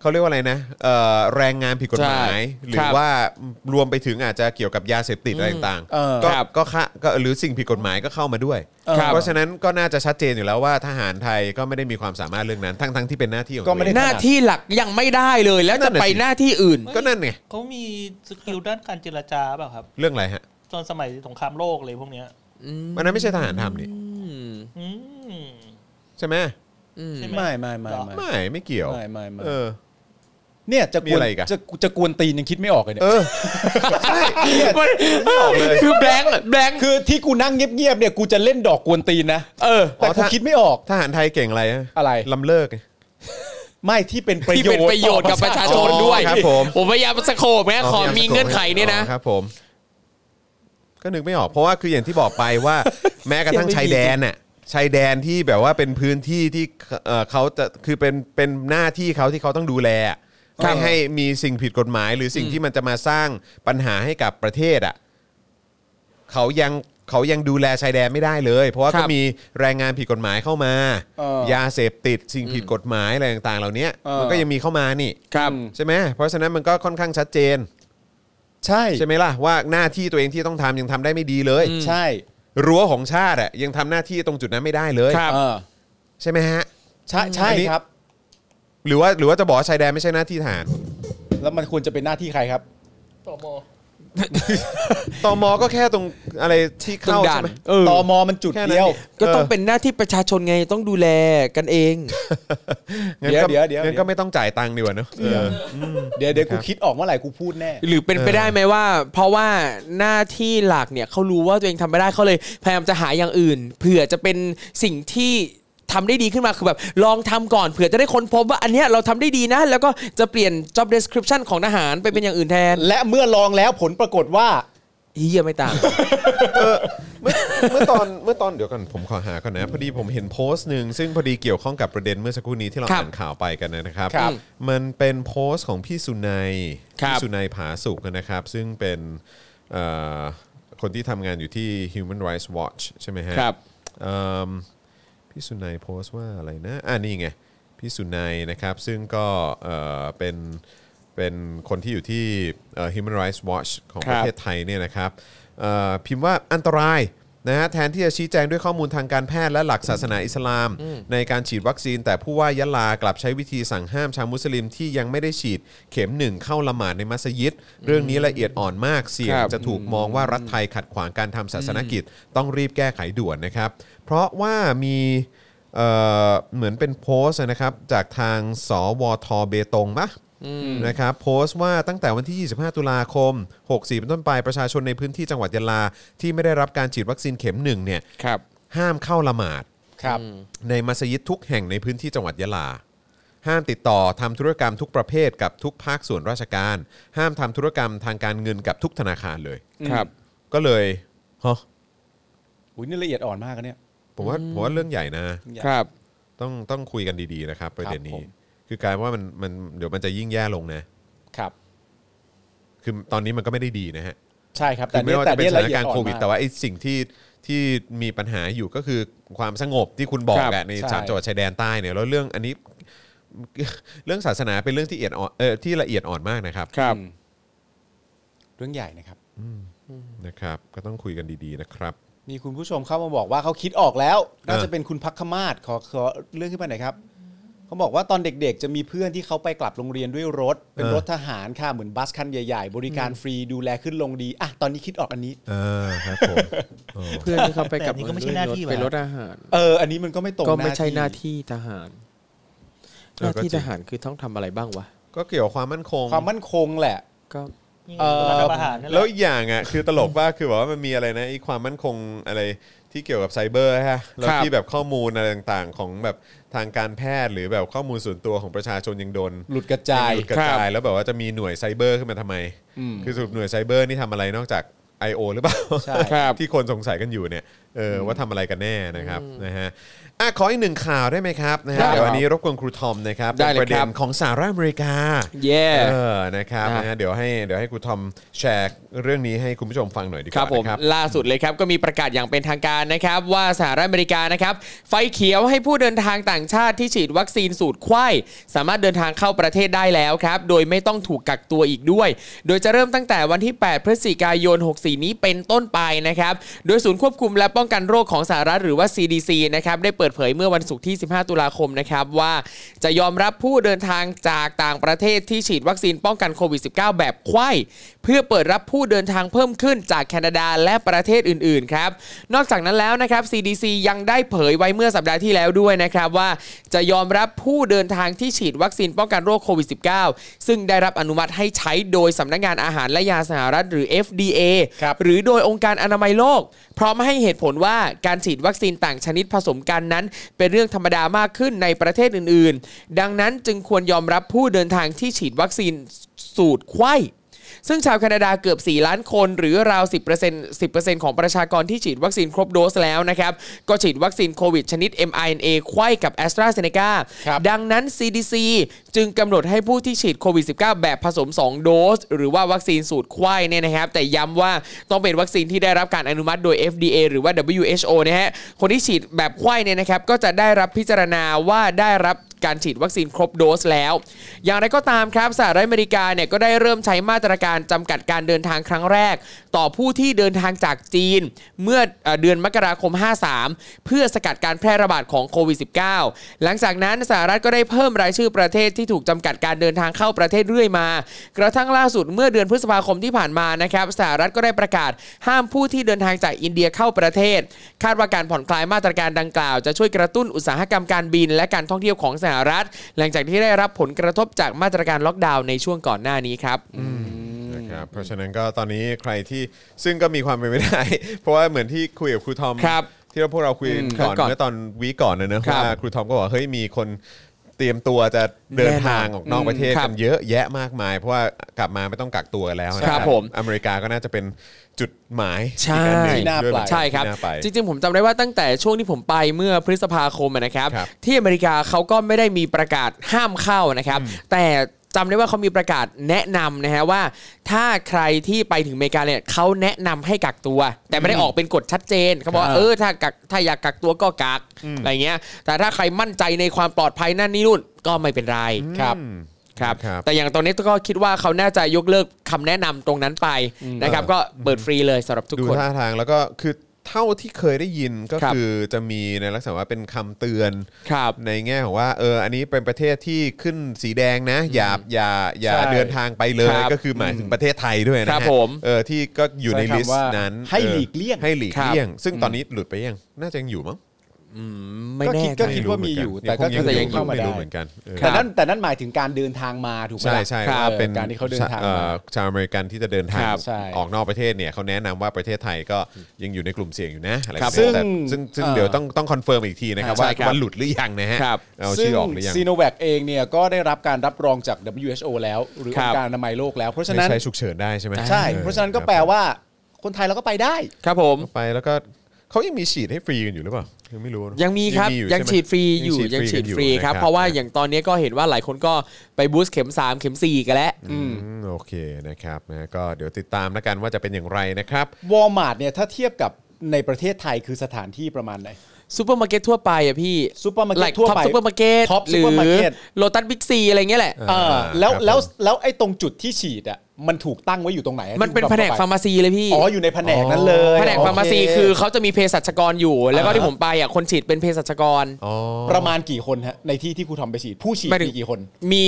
เขาเรียกว่าอะไรนะเอ่อแรงงานผิดกฎหมาย ใช่ หรื ค อ รับ ว่ารวมไปถึงอาจจะเกี่ยวกับยาเสพติดอะไรต่าง เออ ก็ ครับ ก็ค่ะก็หรือสิ่งผิดกฎหมายก็เข้ามาด้วย ครับ เพราะฉะนั้นก็น่าจะชัดเจนอยู่แล้วว่าทหารไทยก็ไม่ได้มีความสามารถเรื่องนั้นทั้งทั้งที่เป็นหน้าที่ของ ก็ไม่ได้ ตัวเ หน้าที่หลักยังไม่ได้เลย แล้วจะไปหน้าที่อื่น องก็นั่นไง เขามีสกิลด้านการเจรจาเปล่าครับ เรื่องอะไรฮะ ตอนสมัยสงครามโลกเลยพวกเนี้ย มันนั้นไม่ใช่ทหารทำนี่ อืม ใช่ไหม ใช่ไหม ไม่ไม่ไม่ อื ไม่ ไม่ไม่เกี่ยว ไม่ไม่ไม่ เออ เนี่ยจะก มี วน อะไรอีกอะ จะจะกวนตีนยังคิดไม่ออกเลยเนี่ เอย อใช่เนี่ย มันคือแบงค์แบงค์ คือที่กูนั่งเงียบๆเนี่ยกูจะเล่นดอกกวนตีนนะ เออ แต่กูคิดไม่ออก ทหารไทยเก่งอะไรฮะ อะไร ลำเลิกไง ไม่ที่เป็นประ ที่ โยช เป็น น์ ประโยชน์กับประชาชน อ๋อ ด้วย ครับผม ผมพยายามสโคบแม้ขอมีเงื่อนไขเนี่ยนะ ครับผมก็นึกไม่ออกเพราะว่าคืออย่างที่บอกไป ว่า แม้กระทั่งชายแดนน่ะชายแดนที่แบบว่าเป็นพื้นที่ที่เอ่อเขาจะคือเป็นเป็นหน้าที่เขาที่เขาต้องดูแลอะ ครั ไม่ บ ให้มีสิ่งผิดกฎหมาย หรือสิ่งที่มันจะมาสร้างปัญหาให้กับประเทศอ่ะเขายังเขายังดูแลชายแดนไม่ได้เลย เพราะว่าก็มีแรงงานผิดกฎหมายเข้ามา ยาเสพติดสิ่งผิดกฎหมายอะไรต่างๆ เหล่านี้มันก็ยังมีเข้ามานี่ ครับ ใช่ไหมเพราะฉะนั้นมันก็ค่อนข้างชัดเจน ใช่ ใช่ไหมล่ะว่าหน้าที่ตัวเองที่ต้องทำยังทำได้ไม่ดีเลย ใช่ รั้วของชาติอะยังทำหน้าที่ตรงจุดนั้นไม่ได้เลย ครับ เออ ใช่ไหมฮะ ใช่ใช่ อันนี้ ครับ หรือว่าหรือว่าจะบอกว่าชายแดนไม่ใช่หน้าที่ทหาร แล้วมันควรจะเป็นหน้าที่ใครครับ ตม ตมก็แค่ตรงอะไรที่ตเข้ารงด่าน ใช่ไหม เออ ตมมันจุด แค่นั้น เดียว นี่ ก็ต้องเป็นหน้าที่ประชาชนไงต้องดูแลกันเอง เอองั้นก็ เดี๋ยวเดี๋ยวเดี๋ยว งั้นก็ไม่ต้องจ่ายตังค์ดีกว่าเนอะเออ เดี๋ยวเดี๋ยว ครั กู บ คิดออกเมื่อไหร่กูพูดแน่ หรือเป็นไปได้ไหมว่า เพราะว่าหน้าที่หลักเนี่ยเขารู้ว่าตัวเองทำไม่ได้เขาเลยพยายามจะหาอย่างอื่นเผื่อจะเป็นสิ่งที่ทำได้ดีขึ้นมาคือแบบ ลองทำก่อนเผื่อจะได้ค้นพบว่าอันเนี้ยเราทำได้ดีนะ แล้วก็จะเปลี่ยน job description ของทหารไปเป็นอย่างอื่นแทน และเมื่อลองแล้วผลปรากฏว่า เฮียไม่ต่าง เมื่อเมื่อตอนเมื่อตอนเดี๋ยวก่อนผมขอหาก่อนนะพอดีผมเห็นโพสต์หนึ่งซึ่งพอดีเกี่ยวข้องกับประเด็นเมื่อสักครู่นี้ที่เรา ครับ อ่านข่าวไปกันนะครับ ครับ มันเป็นโพสต์ของพี่สุนัย ครับ พี่สุนัยผาสุกนะครับ ซึ่งเป็นเอ่อคนที่ทำงานอยู่ที่ Human Rights Watch ใช่ไหมฮะ ครับ เอิ่ม พี่สุนัยโพสต์ว่าอะไรนะ อ่านี่ไง พี่สุนัยนะครับ ซึ่งก็เอ่อเป็นเป็นคนที่อยู่ที่เอ่อ Human Rights Watch ของประเทศไทยเนี่ยนะครับเอ่อพิมพ์ว่าอันตรายนะฮะแทนที่จะชี้แจงด้วยข้อมูลทางการแพทย์และหลักศาสนาอิสลาม ในการฉีดวัคซีน แต่ผู้ว่ายะลากลับใช้วิธีสั่งห้ามชาวมุสลิมที่ยังไม่ได้ฉีดเข็มหนึ่งเข้าละหมาดในมัสยิด เรื่องนี้ละเอียดอ่อนมากเสี่ยง ครับ จะ ถูกมองว่ารัฐไทยขัดขวางการทำศาสนกิจต้องรีบแก้ไขด่วนนะครับ เพราะว่ามีเอ่อเหมือนเป็นโพสต์นะครับจากทางสวทเบตงปะนะครับโพสต์ว่าตั้งแต่วันที่ 25 ตุลาคม 64 เป็นต้นไปประชาชนในพื้นที่จังหวัดยะลา ที่ไม่ได้รับการฉีดวัคซีนเข็มหนึ่งเนี่ย ครับ ห้ามเข้าละหมาด ครับ ในมัสยิดทุกแห่งในพื้นที่จังหวัดยะลา ห้ามติดต่อทำธุรกรรมทุกประเภทกับทุกภาคส่วนราชการ ห้ามทำธุรกรรมทางการเงินกับทุกธนาคารเลย ครับ ก็เลยฮะ อุ้ยนี่ละเอียดอ่อนมากอะเนี่ย ผมว่าผมว่าเรื่องใหญ่นะ ครับ ต้องต้องคุยกันดีๆนะครับ ประเด็น ผ นี้ ม คือกลารว่ามันมันเดี๋ยวมันจะยิ่งแย่ลงนะ ครับ คือตอนนี้มันก็ไม่ได้ดีนะฮะ ใช่ครับ คื แต่ อไม่ เนี่ย ว่า แต่ จะเป็นสเนี่ยถา ละ น เอียด การณ์ อ่อ โคน วิด มา แต่ ก ว่าไอ้สิ่งที่ที่มีปัญหาอยู่ก็คือความสงบที่คุณบอก ครับ แหละใน ใช่ สามจังหวัดชายแดนใต้เนี่ยแล้วเรื่องอันนี้ เรื่องศาสนาเป็นเรื่องที่ละเอียดอ่อนเออที่ละเอียดอ่อนมากนะครับ ครับ อืมเรื่องใหญ่นะครับ นะครับ ก็ต้องคุยกันดีๆนะครับ มีคุณผู้ชมเข้ามาบอกว่าเขาคิดออกแล้ว น่า เออ จะเป็นคุณพักขมาศขอขอเรื่องขึ้นมาหน่อยครับเขาบอกว่าตอนเด็กๆ จะมีเพื่อนที่เขาไปกลับโรงเรียนด้วยรถ เป็นรถทหารค่ะเหมือนบัสคันใหญ่ๆ บริการฟรีดูแลขึ้นลงดีอ่ะตอนนี้คิดออกอันนี้ เออครับผมโอ้ เพื่อนที่เขาไปกับ แต่นี่ก็ไม่ใช่หน้าที่ว่ะ ไปรถอาหาร เออ อันนี้มันก็ไม่ตรง ก็ไม่ใช่ ที่ หน้าที่ทหาร หน้าที่ทหารคือต้องทำอะไรบ้างวะ ก็เกี่ยวกับความมั่นคง ความมั่นคงแหละ ก็ ยิ่ง เอ่อ รัฐประหารนั่นแห แล้ว ละ อีกอย่างอ่ะคือตลกว่าคือแบบว่ามันมีอะไรนะไอ้ความมั่นคงอะไรที่เกี่ยวกับไซเบอร์ฮะแล้ว ครับ ที่แบบข้อมูลอะไรต่างๆ ของแบบทางการแพทย์หรือแบบข้อมูลส่วนตัวของประชาชนยังโดน หลุดกระจาย หลุดกระจายแล้วแบบว่าจะมีหน่วยไซเบอร์ขึ้นมาทำไม คือสรุปหน่วยไซเบอร์นี่ทำอะไรนอกจาก I.O. หรือเปล่า ใช่ ครับ ที่คนสงสัยกันอยู่เนี่ย เออว่าทำอะไรกันแน่นะครับนะฮะอ่ะขออีกหนึ่งข่าวได้ไหมครับนะฮะ ได้ครับ เดี๋ยวอันนี้รบกวนครูทอมนะครับ ได้เลย ป็นประเด็ ครั น บ ของสหรัฐอเมริกา เย่ เออ นะครับ อ่ะ นะฮะเดี๋ยวให้ เดี๋ยวให้ครูทอมแชร์เรื่องนี้ให้คุณผู้ชมฟังหน่อยดีก ครั ว่า บผม นะครับ ล่าสุดเลยครับก็มีประกาศอย่างเป็นทางการนะครับ ว่าสหรัฐอเมริกานะครับ ไฟเขียวให้ผู้เดินทางต่างชาติที่ฉีดวัคซีนสูตรไข้สามารถเดินทางเข้าประเทศได้แล้วครับ โดยไม่ต้องถูกกักตัวอีกด้วย โดยจะเริ่มตั้งแต่วันที่ 8 พฤศจิกายน 64 นี้เป็นต้นไปนะครับ โดยศูนย์ควบคุมและป้องกันโรคของสหรัฐหรือว่า CDC นะครับได้เปิดเผยเมื่อวันศุกร์ที่ 15 ตุลาคมนะครับว่าจะยอมรับผู้เดินทางจากต่างประเทศที่ฉีดวัคซีนป้องกันโควิด -19 แบบไข้เพื่อเปิดรับผู้เดินทางเพิ่มขึ้นจากแคนาดาและประเทศอื่น ๆ ครับ นอกจากนั้นแล้วนะครับ CDC ยังได้เผยไว้เมื่อสัปดาห์ที่แล้วด้วยนะครับว่าจะยอมรับผู้เดินทางที่ฉีดวัคซีนป้องกันโรคโควิด -19 ซึ่งได้รับอนุมัติให้ใช้โดยสำนักงานอาหารและยาสหรัฐหรือ FDA ครับ หรือโดยองค์การอนามัยโลก พร้อมให้เหตุผลว่าการฉีดวัคซีนต่างชนิดผสมกันนั้น เป็นเรื่องธรรมดามากขึ้นในประเทศอื่นๆ ดังนั้นจึงควรยอมรับผู้เดินทางที่ฉีดวัคซีนสูตรไข้ ซึ่งชาวแคนาดาเกือบ 4 ล้านคน หรือราว 10% 10%ของประชากรที่ฉีดวัคซีนครบโดสแล้วนะครับ ก็ฉีดวัคซีนโควิดชนิด mRNA ไข้กับ a s t r a z เซ e c a ครับ ดังนั้น CDC จึงกำหนดให้ผู้ที่ฉีดโควิด -19 แบบผสม 2 โดส หรือว่าวัคซีนสูตรไข้เนี่ยนะครับ แต่ย้ำว่าต้องเป็นวัคซีนที่ได้รับการอนุมัติโดย FDA หรือว่า WHO นะฮะ คนที่ฉีดแบบไข้เนี่ยนะครับ ก็จะได้รับพิจารณาว่าได้รับ การฉีดวัคซีนครบโดสแล้ว อย่างไรก็ตามครับสหรัฐอเมริกาเนี่ยก็ได้เริ่มใช้มาตรการจำกัดการเดินทางครั้งแรก ต่อผู้ที่เดินทางจากจีน เมื่อเอ่อเดือนมกราคม 53 เพื่อสกัดการแพร่ระบาดของโควิด -19 หลังจากนั้นสหรัฐก็ได้เพิ่มรายชื่อประเทศที่ถูกจำกัดการเดินทางเข้าประเทศเรื่อยมา กระทั่งล่าสุดเมื่อเดือนพฤษภาคมที่ผ่านมานะครับสหรัฐก็ได้ประกาศห้ามผู้ที่เดินทางจากอินเดียเข้าประเทศ คาดว่าการผ่อนคลายมาตรการดังกล่าวจะช่วยกระตุ้นอุตสาหกรรมการบิน และการท่องเที่ยวของสหรัฐ หลังจากที่ได้รับผลกระทบจากมาตรการล็อกดาวน์ในช่วงก่อนหน้านี้ครับ นะครับเพราะฉะนั้นก็ตอนนี้ใครที่ซึ่งก็มีความเป็นไปได้ เพราะว่าเหมือนที่คุยกับครูทอม ครับ ที่เราพวกเราคุยกัน ครั ก่ บ อน ก่อน เมื่อตอนวีคก่อนนะเนอะ ครับ ว่าครูทอมก็บอกเฮ้ยมีคนเตรียมตัวจะเดิน แน่นอน ทางออกนอกประเทศ ครั กับ นเยอะแยะมากมาย เพราะว่ากลับมาไม่ต้องกักตัวกันแล้วนะครับ ผม อเมริกาก็น่าจะเป็นจุดหมาย ใช่ อีกอันหนึ่ง ที่น่า ด้วยเหมือนกัไปน ใช่ครับ ที่น่าไป จริงๆ ผมจำได้ว่าตั้งแต่ช่วงที่ผมไปเมื่อพฤษภาคมอะนะครับ ครับ ที่อเมริกาเขาก็ไม่ได้มีประกาศห้ามเข้านะครับ แต่จำได้ว่าเขามีประกาศแนะนำนะฮะว่า ถ้าใครที่ไปถึงอเมริกาเนี่ยเขาแนะนำให้กักตัว แต่ไม่ได้ออกเป็นกฎชัดเจนเขาบอกว่า อ่า เออถ้ากักถ้าอยากกักตัวก็กัก อืม อะไรเงี้ย แต่ถ้าใครมั่นใจในความปลอดภัยนั่นนี่นู่นก็ไม่เป็นไรครับ อืม ครับ ครับ แต่อย่างตอนนี้ก็คิดว่าเขาน่าจะยกเลิกคำแนะนำตรงนั้นไปนะครับ ก็เปิดฟรีเลยสำหรับทุก ดู คน ท่าทางแล้วก็คือเท่าที่เคยได้ยินก็ ครับ คือจะมีในลักษณะว่าเป็นคำเตือน ครับ ในแง่ของว่าเอออันนี้เป็นประเทศที่ขึ้นสีแดงนะ อย่าอย่าอย่า ใช่ เดินทางไปเลย ครับ ก็คือหมายถึงประเทศไทยด้วยนะฮะ ครับผม เออที่ก็อยู่ใน ใช้คำ ลิสต์ ว่า นั้น ให้ ออ หลีกเลี่ยง ให้หลีก ครับ เลี่ยง ซึ่งตอนนี้หลุดไปยังน่าจะยังอยู่มั้ง ไม่ ก็ แน่ คิดก็ ใจ คิด ว่ามีอยู่ เห แต่ น ก็ นค แต่ อ ยังเข้ามา ไม่รู้ ได้ เหมือนกันเออ ครั แต่ บ นั่นแต่นั่นหมายถึงการเดินทางมาถูกไหม ใช่ ล่ะ ใช่ ครับ ว่าเป็น ออการที่เขาเดินทาง เอ่อมาชาวอเมริกันที่จะเดินทาง ครับ ใช่ ออกนอกประเทศเนี่ยเขาแนะนำว่าประเทศไทยก็ยังอยู่ในกลุ่มเสี่ยงอยู่นะอะไร ครับ แนี้แต่ ซึ่ง ซึ่งซึ่ง เอ่อ เดี๋ยวต้องต้องคอนเฟิร์มอีกทีนะครับ ใช่ ว่า ครับ ว่าหลุดหรือยังนะฮะ ครับ เอา ซึ่ ชื่ ง อออกหรือยัง ซีโนแวคเองเนี่ยก็ได้รับการรับรองจาก WHO แล้ว หรือ ค อ รั ง บ ค์การอนามัยโลกแล้ว เพราะฉะ ไม่ นั้น ใช้ฉุกเฉินได้ใช่ไหม ใช่ ออ เพราะฉะนั้นก็ คบ แปลว่าคนไทยเราก็ไปได้ ครับผม ไปแล้วก็เขายังมีฉีดให้ฟรีกันอยู่หรือเปล่ายังไม่รู้เนอะ ยังมีครับ อ ยัง ใไหม ฉีดฟรีอยู่ ยั ยัง ง ฉี ฉี ด ดฟ ฟ รี รี กันอยู่ ครับ น เพราะว่าอย่างตอนนี้ก็เห็นว่าหลายคนก็ไปบูสต์เข็ม 3 เข็ม 4 กันแล้ว อืมโอเคนะครับนะก็เดี๋ยวติดตามแล้วกันว่าจะเป็นอย่างไรนะครับ วอลมาร์ทเนี่ยถ้าเทียบกับในประเทศไทยคือสถานที่ประมาณไหน ซูเปอร์มาร์เก็ตทั่วไปอะพี่ ซูเปอร์มาร์ ห เก็ ลา ต ย ทั่ว ท็อป ไป ซูเปอร์มาร์เก็ต Top หรือ Supermarket โลตัสบิ๊กซีอะไรเงี้ยแหละ เออแล้ว ครับ แล้ว ผม แล้วไอ้ตรงจุดที่ฉีดอ่ะมันถูกตั้งไว้อยู่ตรงไหนอะ มันเป็น ที่ แผนก เข้ไป ฟาร์มาซีเลยพี่ อ๋ออยู่ในแผนกนั้นเลย แผนก โอเค ฟาร์มาซีคือเขาจะมีเภสัชกรอยู่ แล้วก็ที่ผมไปอะคนฉีดเป็นเภสัชกร อ๋อ ประมาณกี่คนฮะในที่ที่ครูทอมไปฉีด ผู้ฉีด หมายถึง มีกี่คน มี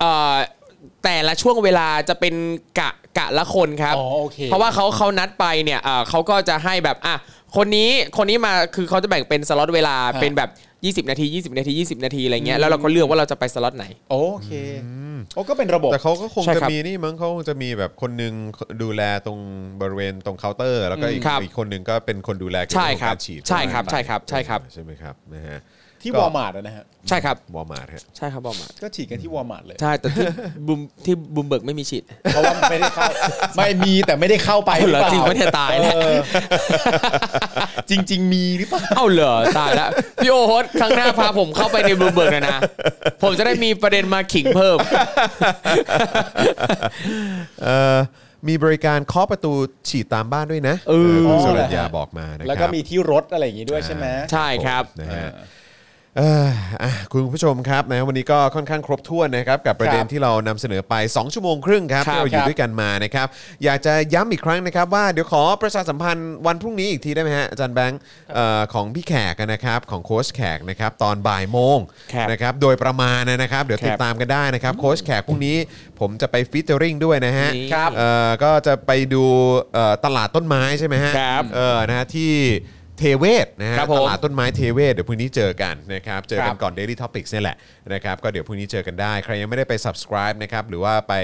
เอ่อแต่ละช่วงเวลาจะเป็นกะกะละคนครับ อ๋อโอเค เพราะว่าเขาเขานัดไปเนี่ยเอ่อเขาก็จะให้แบบอ่ะคนนี้คนนี้มาคือเขาจะแบ่งเป็นสล็อตเวลา ฮะ เป็นแบบ 20 นาที 20 นาที 20 นาทีอะไรเงี้ยแล้วเราก็เลือกว่าเราจะไปสล็อตไหน โอเคโอ้ก็เป็นระบบ แต่เขาก็คง ใช่ จะ ครับ มีนี่มั้งเขาคงจะมีแบบคนหนึงดูแลตรงบริเวณตรงเคาน์เตอร์ แล้วก็อีก ครับ อีกคนหนึงก็เป็นคนดูแลเกี่ยว ใช่ กัคบเรื่องข รั อง บ การฉีด ใช่ครับใช่ครับใช่ครับ ใช่ไหมครับนะฮะ ที่วอลมาร์ทนะฮะ ใช่ครับ วอลมาร์ทฮะ ใช่ครับบอกมา ก็ฉีดกันที่วอลมาร์ทเลย ใช่แต่ ที่ บุมที่บุมเบิกไม่มีฉีด เพราะว่า ไม่ได้เข้า ไม่มีแต่ไม่ได้เข้าไป เอาเหรอ ปล่า จริงปะเนี่ยตายแล้ว ออ จริง ๆ มีหรือเปล่า เอ้าเหรอตายแล้วพี่โอโฮสครั้งหน้าพาผมเข้าไปในบลูเบิร์กนะนะ ผมจะได้มีประเด็นมาขิงเพิ่ม เอ่อมีบริการเคาะประตูฉีดตามบ้านด้วยนะ เออ คุณสุรัญญาบอกมานะครับ แล้วก็มีที่รถอะไรอย่างงี้ด้วยใช่ไหม ใช่ครับ นะฮะเอ่ออ่ะคุณผู้ชมครับนะวันนี้ก็ค่อนข้างครบถ้วนนะครับกับประเด็น ครับ ที่เรานำเสนอไป 2 ชั่วโมงครึ่งครับ ครับ ที่เราอยู่ ครับ ด้วยกันมานะครับ อยากจะย้ำอีกครั้งนะครับ ว่าเดี๋ยวขอประชาสัมพันธ์วันพรุ่งนี้อีกทีได้ไหมฮะอาจารย์แบงค์เอ่อของพี่แขกนะครับของโค้ชแขกนะครับตอนบ่ายโมง ครับ นะครับโดยประมาณนะครับ เดี๋ยควรับ ติดตามกันได้นะครับ โค้ชแขกพรุ่งนี้ผมจะไปฟิชเจอริงด้วยนะฮะ นี่ครับ เอ่อก็จะไปดูเอ่อตลาดต้นไม้ใช่ไหมฮะ ครับ เออนะฮะที่เทเวศนะฮะ ครับผม ตลาดต้นไม้เทเวศเดี๋ยวพรุ่งนี้เจอกันนะครับ เจอกั ครั น บ ก่อน Daily Topics เนี่ยแหละนะครับ ก็เดี๋ยวพรุ่งนี้เจอกันได้ ใครยังไม่ได้ไป subscribe นะครับ หรือว่าไป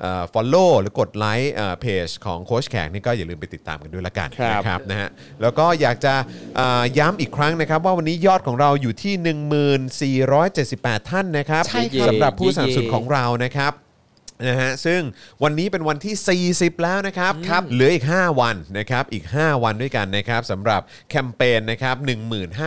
เอ่อ follow หรือกดไลค์เอ่อเพจของโค้ชแขกนี่ก็อย่าลืมไปติดตามกันด้วยละกัน ครับ นะครับ ครับนะฮะแล้วก็อยากจะเอ่อย้ำอีกครั้งนะครับ ว่าวันนี้ยอดของเราอยู่ที่ 1478 ท่านนะครับ ใช่ครับ สำหรับผู้สนับสนุน เย้ ของเรานะครับนะฮะซึ่งวันนี้เป็นวันที่ 40 แล้วนะครับครับเหลืออีก 5 วันนะครับอีก 5 วันด้วยกันนะครับสำหรับแคมเปญนะครับ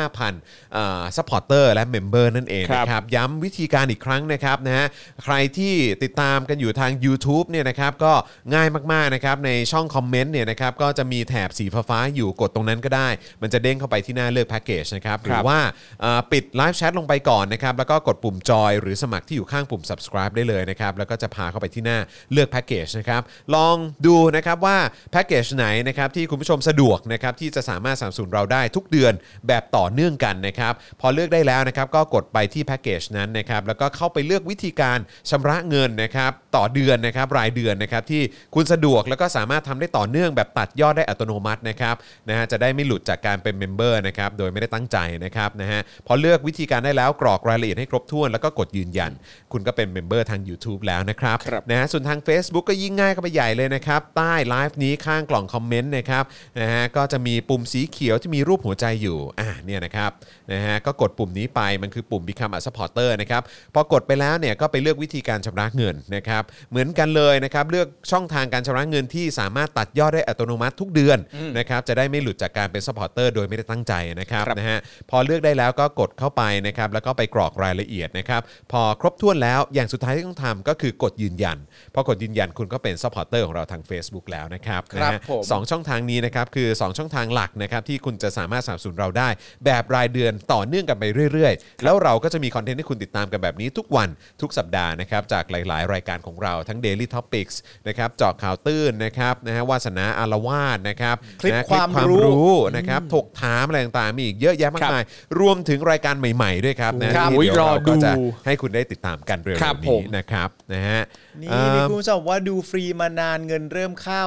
15,000ซัพพอร์เตอร์และเมมเบอร์นั่นเองนะครับ นะครับย้ำวิธีการอีกครั้งนะครับนะฮะใครที่ติดตามกันอยู่ทาง u t u b e เนี่ยนะครับก็ง่ายมากๆนะครับในช่องคอมเมนต์เนี่ยนะครับก็จะมีแถบสีฟ้าๆอยู่กดตรงนั้นก็ได้ มันจะเด้งเข้าไปที่หน้าเลือกแพ็กเกจนะครับหรือว่าเอ่อปิดไลฟ์แชทลงไปก่อนนะครับแล้วก็กดปุ่มจอยหรือสมัครที่อยู่ข้างปุ่ม subscribe ได้เลยนะครับแล้วก็จะพาเข้าไปที่หน้าเลือกแพ็กเกจนะครับลองดูนะครับว่าแพ็กเกจไหนนะครับที่คุณผู้ชมสะดวกนะครับที่จะสามารถสนับสนุนเราได้ทุกเดือนแบบต่อเนื่องกันนะครับ พอเลือกได้แล้วนะครับก็กดไปที่แพ็กเกจนั้นนะครับแล้วก็เข้าไปเลือกวิธีการชำระเงินนะครับต่อเดือนนะครับรายเดือนนะครับที่คุณสะดวกแล้วก็สามารถทำได้ต่อเนื่องแบบตัดยอดได้อัตโนมัตินะครับนะฮะจะได้ไม่หลุดจากการเป็นเมมเบอร์นะครับโดยไม่ได้ตั้งใจนะครับนะฮะพอเลือกวิธีการได้แล้วกรอกรายละเอียดให้ครบถ้วนแล้วก็กดยืนยัน คุณก็เป็นเมมเบอร์ทาง YouTube แล้วนะครับ ครับ นะฮะส่วนทาง Facebook ก็ยิ่งง่ายเข้าไปใหญ่เลยนะครับใต้ไลฟ์นี้ข้างกล่องคอมเมนต์นะครับนะฮะก็จะมีปุ่มสีเขียวที่มีรูปหัวใจอยู่อ่ะเนี่ยนะครับนะฮะก็กดปุ่มนี้ไปมันคือปุ่ม Become a supporter นะครับพอกดไปแล้วเนี่ยก็ไปเลือกวิธีการชำระเงินนะครับเหมือนกันเลยนะครับเลือกช่องทางการชำระเงินที่สามารถตัดยอดได้อัตโนมัติทุกเดือนนะครับจะได้ไม่หลุดจากการเป็น supporter โดยไม่ได้ตั้งใจนะครับนะฮะพอเลือกได้แล้วก็กดเข้าไปนะครับแล้วก็ไปกรอกรายละเอียดนะครับพอครบถ้วนแล้วอย่างสุดท้ายที่ต้องทำก็คือกดยืนยัน พอกดยืนยันคุณก็เป็น supporter ของเราทาง Facebook แล้วนะครับ ครับ นะฮะ ผม สองช่องทางนี้นะครับคือ 2 ช่องทางหลักนะครับที่คุณจะสามารถสนับสนุนเราได้ แบบรายเดือนต่อเนื่องกันไปเรื่อยๆ แล้วเราก็จะมีคอนเทนต์ให้คุณติดตามกันแบบนี้ทุกวันทุกสัปดาห์นะครับจากหลายๆ รายการของเราทั้ง Daily Topics นะครับเจาะข่าวตื้นนะครับนะฮะวาสนาอารวาสนะครับ คลิป นะ ความรู้ นะครับถกถามอะไรต่างๆมีอีกเยอะแยะมากมายรวมถึงรายการใหม่ๆด้วยครับนะที่ อุ๊ย เดี๋ยวเรา รอดู ก็จะให้คุณได้ติดตามกันเร็ว ครับ ๆ ผ นี้ ม นะครับนะฮะ นี่ เอ่ มี อ คุณผู้ชมบอกว่าดูฟรีมานานเงินเริ่มเข้า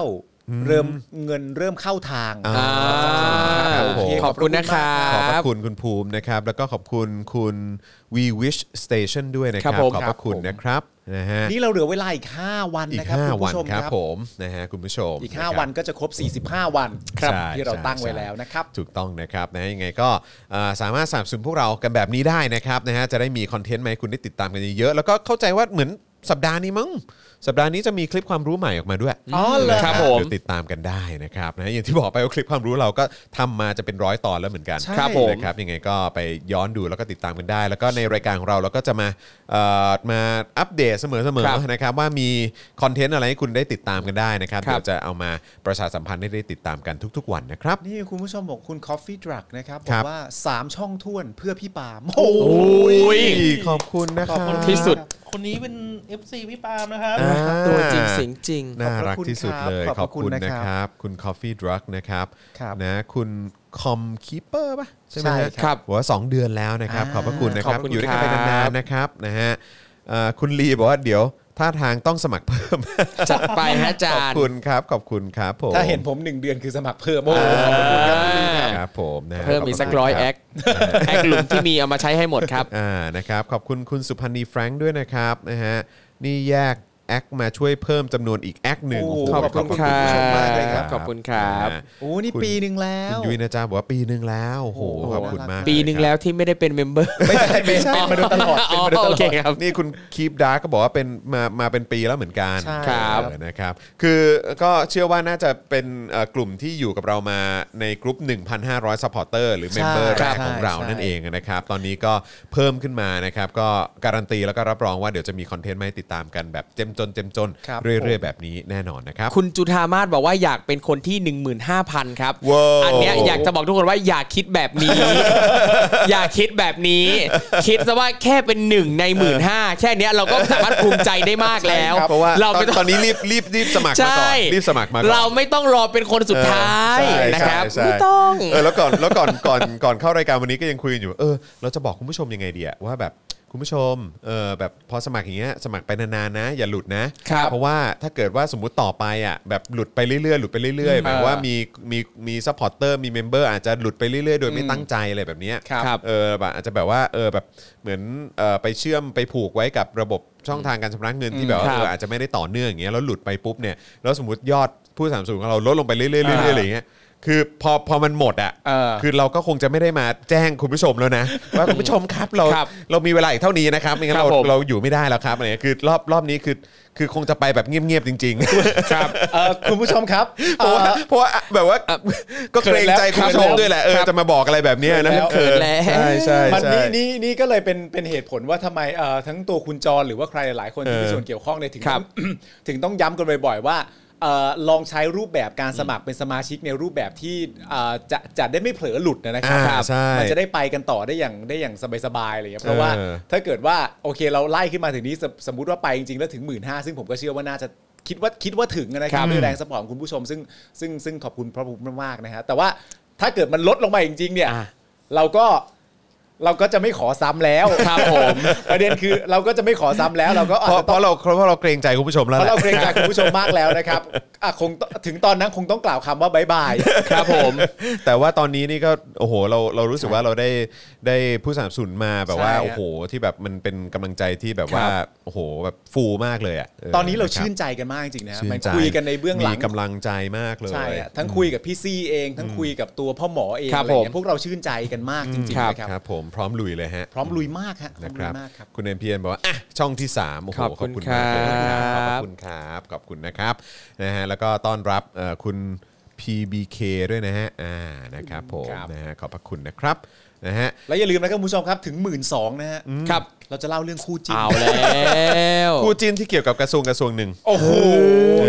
เริ่มเงินเริ่มเข้าทาง อ่า ครับผม ขอบคุณนะครั ขอบพ บ ระคุณคุณภูมินะครับ แล้วก็ขอบคุณคุณ We Wish Station ด้วยนะครับ ครับผม ขอบพระคุณนะครับนะฮะ นี่เราเหลือเวลาอีก 5 วัน อีก นะครับคุณ 5 วัน ผู้ชม ค ค รั รั บบ ผมนะฮะคุณผู้ชอีกมะครับ 5 วันก็จะครบ 45 วัน ครับ ที่เรา ใช่ ตั้งไว้ ใช่ แล้วนะครับ ถูกต้องนะครับนะฮะยังไงก็เอ่อสามารถสนับสนุนพวกเรากันแบบนี้ได้นะครับนะฮะจะได้มีคอนเทนต์มาให้คุณได้ติดตามกันเยอะๆแล้วก็เข้าใจว่าเหมือนสัปดาห์นี้มั้งสัปดาห์นี้จะมีคลิปความรู้ใหม่ออกมาด้วย อ๋อเหรอ นะครับ ผม เดี๋ยวติดตามกันได้นะครับนะฮะอย่างที่บอกไปว่าคลิปความรู้เราก็ทำมาจะเป็นร้อยตอนแล้วเหมือนกัน ใช่ครับผม นะครับยังไงก็ไปย้อนดูแล้วก็ติดตามกันได้ แล้วก็ในรายการของเราเราก็จะมาเอ่อมาอัปเดตเสมอ ครับ ๆนะครับว่ามีคอนเทนต์อะไรให้คุณได้ติดตามกันได้นะครับ ครับ เดี๋ยวจะเอามาประชาสัมพันธ์ให้ได้ติดตามกันทุก ๆ วันนะครับ นี่คุณผู้ชมบอกคุณ Coffee Drug นะครับบ ค อ รั ก บ ว่า 3 ช่องท่วนเพื่อพี่ปาล์มโ โอ้ย ขอบคุณนะค ขอบ รับ คุณ ที่สุด คนนี้เป็น FC พี่ปาล์มนะครับ อ่า ตัวจริงเสียงจริง น่ารักที่สุดเลย ข ข อ อ บบ คุณ คุณ ครับ นะครับ คุณ Coffee Drug นะครับ ครับ นะคุณคอมคีเปอร์ป่ะ ใช่ไหม ใช่ ฮะ ครับ บอกว่า 2 เดือนแล้วนะครับ อ่า ขอบพระคุณนะครับ ขอบคุณ อยู่ด้วยกันไป ครับ นานๆนะครับนะฮะเอ่อคุณลีบอกว่าเดี๋ยวท่าทางต้องสมัครเพิ่ม จัดไปฮะอาจา ขอบ รย์ คุณครับ ขอบคุณครับผม ถ้าเห็นผม 1 เดือนคือสมัครเพิ่มโอ้ อ่า ขอบคุณครับคุณลีครับ ครับผมนะฮะ เพิ่ม ขบ อีก พะ สัก คุณ ร้อย คบ แอคแอคหลุมที่มีเอามาใช้ให้หมดครับ อ่านะครับขอบคุณคุณสุพันธ์นีแฟรงค์ด้วยนะครับนะฮะนี่แยกแอ แอคมาช่วยเพิ่มจำนวนอีกแอคหนึ่ง โอ้โห โโห ขอบคุณครั ณผู้ชม บ มากเลยครับ ขอบคุณครับ นะฮะ โอ้นี่ คุณ ปีหนึ่งแล้ คุณวยุ้ยนะจ๊ะบอกว่าปีหนึ่งแล้วโอ้โห โอ้โห ขอบคุณมาก ปีหนึ่งแล้วที่ไม่ได้เป็นเมมเบอร์ ไม่ใช่ไม่ใช่มาโดยตลอดเป็นมาโดยต โอ ลอ เค ด ครับ นี่คุณคีปดาร์ก็บอกว่าเป็นมามาเป็นปีแล้วเหมือนกัน ใช่ ครับ เออนะครับ คือก็เชื่อว่าน่าจะเป็นเอ่อกลุ่มที่อยู่กับเรามาในกลุ่ม1,500ซัพพอร์เตอร์หรือเมมเบอร์ ใช่ แรกของ ใช่ เรา ใช่ นั่นเองนะครับ ตอนนี้ก็เพิ่มขึ้นมานะครับ ก็การันตีแล้วก็รับรองว่าเดี๋ยวจะมีคอนเทนต์มาให้ติดตามกันแบบเจ้มจนเจ้มจน ครับ เรื่อย ๆ แบบนี้แน่นอนนะครับ คุณจุธามาศบอกว่าอยากเป็นคนที่ 15,000 ครับ ว้าว อันเนี้ยอยากจะบอกทุกคนว่าอย่าคิดแบบ นี้ อย่าคิดแบบนี้ คิดซะว่าแค่เป็นหนึ่งในหมื่นห้าแค่เนี้ยเราก็สามารถภูมิใจได้มากแล้ว ครับเพราะว่า เรา ตอน ไม่ต้อง ตอนนี้รีบรีบรีบสมัครมา ใช่ ก่อนรีบสมัครมาก่อน เราไม่ต้องรอเป็นคนสุดท้าย เออใช่ นะครับ ใช่ใช่ ไม่ต้อง เออแล้วก่อน แล้วก่อนก่อนก่อนเข้ารายการวันนี้ก็ยังคุยกันอยู่ว่าเออเราจะบอกคุณผู้ชมยังไงดีอะว่าแบบคุณผู้ชมเออแบบพอสมัครอย่างเงี้ยสมัครไปนานๆนะ อย่าหลุดนะ ครับ เพราะว่าถ้าเกิดว่าสมมุติต่อไปอ่ะแบบหลุดไปเรื่อยๆหลุดไปเรื่อยๆหมายว่ามีมีมีซัพพอร์เตอร์มีเมมเบอร์อาจจะหลุดไปเรื่อยๆ โดยไม่ตั้งใจอะไรแบบเนี้ย ครับ เออแบบอาจจะแบบว่าเออแบบเหมือนเออไปเชื่อมไปผูกไว้กับระบบช่องทางการชำระเงินที่แบบว่า ครับ เอออาจจะไม่ได้ต่อเนื่องอย่างเงี้ยแล้วหลุดไปปุ๊บเนี่ยแล้วสมมติยอดผู้สนับสนุนของเราลดลงไปเรื่อยๆ เรื่อยๆ อ่า อะไรอย่างเงี้ย คือพอพอมันหมดอ่ะ เออ คือเราก็คงจะไม่ได้มาแจ้งคุณผู้ชมแล้วนะ ว่าคุณผู้ชมครับเรา ครับ เรามีเวลาอีกเท่านี้นะครับไม่งั้นเรา ครับผม เราอยู่ไม่ได้แล้วครับอะไรเงี้ยคือรอบรอบนี้คือคือคงจะไปแบบเงียบๆจริง ๆ ครับ เอ่อคุณผู้ชมครับ เพราะว่า เอ่อ เพราะว่าแบบว่าก็เกรงใจ เขินแล้คุวณผู้ชม ครับ ด้วยแหละเออจะมาบอกอะไรแบบเนี้ยนะ เขินแล้ว เขิน แล้ว ใช่ใช่ มัน ใช่ นี่นี่นี่ก็เลยเป็นเป็นเหตุผลว่าทำไมเอ่อทั้งตัวคุณจรหรือว่าใครหลายคนที่ เออ มีส่วนเกี่ยวข้องเนี่ยถึง ครั ต้อบ ง ถึงต้องย้ำกันบ่อยๆว่าเอ่อลองใช้รูปแบบการสมัครเป็นสมาชิกในรูปแบบที่เอ่อจะจะได้ไม่เผลอหลุดนะนะครับ อ่า ครับ ใช่ มันจะได้ไปกันต่อได้อย่างได้อย่างสบายๆอะไรอย่างเงี้ยเพราะว่า เออ ถ้าเกิดว่าโอเคเราไล่ขึ้นมาถึงนี้สมสมมติว่าไปจริงๆแล้วถึงหมื่นห้าซึ่งผมก็เชื่อว่าน่าจะคิดว่าคิดว่าถึงนะครับด้วยแรงสปอร์ตของคุณผู้ชม ซึ่งซึ่งซึ่งขอบคุณพระบุญมากๆนะฮะแต่ว่าถ้าเกิดมันลดลงมาจริงๆเนี่ย อ่ะ เราก็เราก็จะไม่ขอซ้ำแล้ว ครับผม ประเด็นคือเราก็จะไม่ขอซ้ำแล้ว เราก็อาจ เพราะ จะ เพ ต้อง ราะเราเพราะเราเกรงใจคุณผู้ชมแล้ว เพ แห ราะ ละ เราเกรงใจคุณผู้ชมมากแล้วนะครับอ่ะคงต้องถึงตอนนั้นคงต้องกล่าวคำว่าบายบาย ครับผม แต่ว่าตอนนี้นี่ก็โอ้โหเราเรารู้สึกว่าเราได้ได้ผู้สนับสนุนมาแบบว่า ใช่ฮะ โอ้โหที่แบบมันเป็นกำลังใจที่แบบว่าโอ้โหแบบฟูมากเลยอ่ะ ตอนนี้เราชื่น ใจ ใจกันมากจริงๆนะ ชื่ มัน ใจ คุยกันในเบื้องหลัง มีกำลังใจมากเลย ใช่อะทั้งคุยกับพี่ซี่เอง ทั้งคุยกับตัวพ่อหมอเอง ครับอะไรอย่างเงี้ ผม ยพวกเราชื่นใจกันมากจริง ครั ๆ บ นะครับ ครับผมพร้อมลุยเลยฮะ พร้อมลุยมากฮะพร้อ นะ ม ค ลุ รั ย บ มากครับ คุณเอ็มเพียนบอกว่าอ่ะช่องที่3โอ้โห ขอบ ข คุ อบ ณ คุณมากเลยนะครับข ครั อ บบ คุณครับขอบคุณนะครับนะฮะแล้วก็ต้อนรับเอ่อคุณ PBK ด้วยนะฮะอ่านะครับผม ครับ นะฮะขอบพระคุณนะครับนะฮะ แล้วอย่าลืมนะครับคุณผู้ชมครับถึงหมื่นสองนะฮะ ครับ เราจะเล่าเรื่องคู่จิ้น เอาแล้ว คู่จิ้นที่เกี่ยวกับกระทรวงกระทรวงหนึ่ง โอ้โห เอ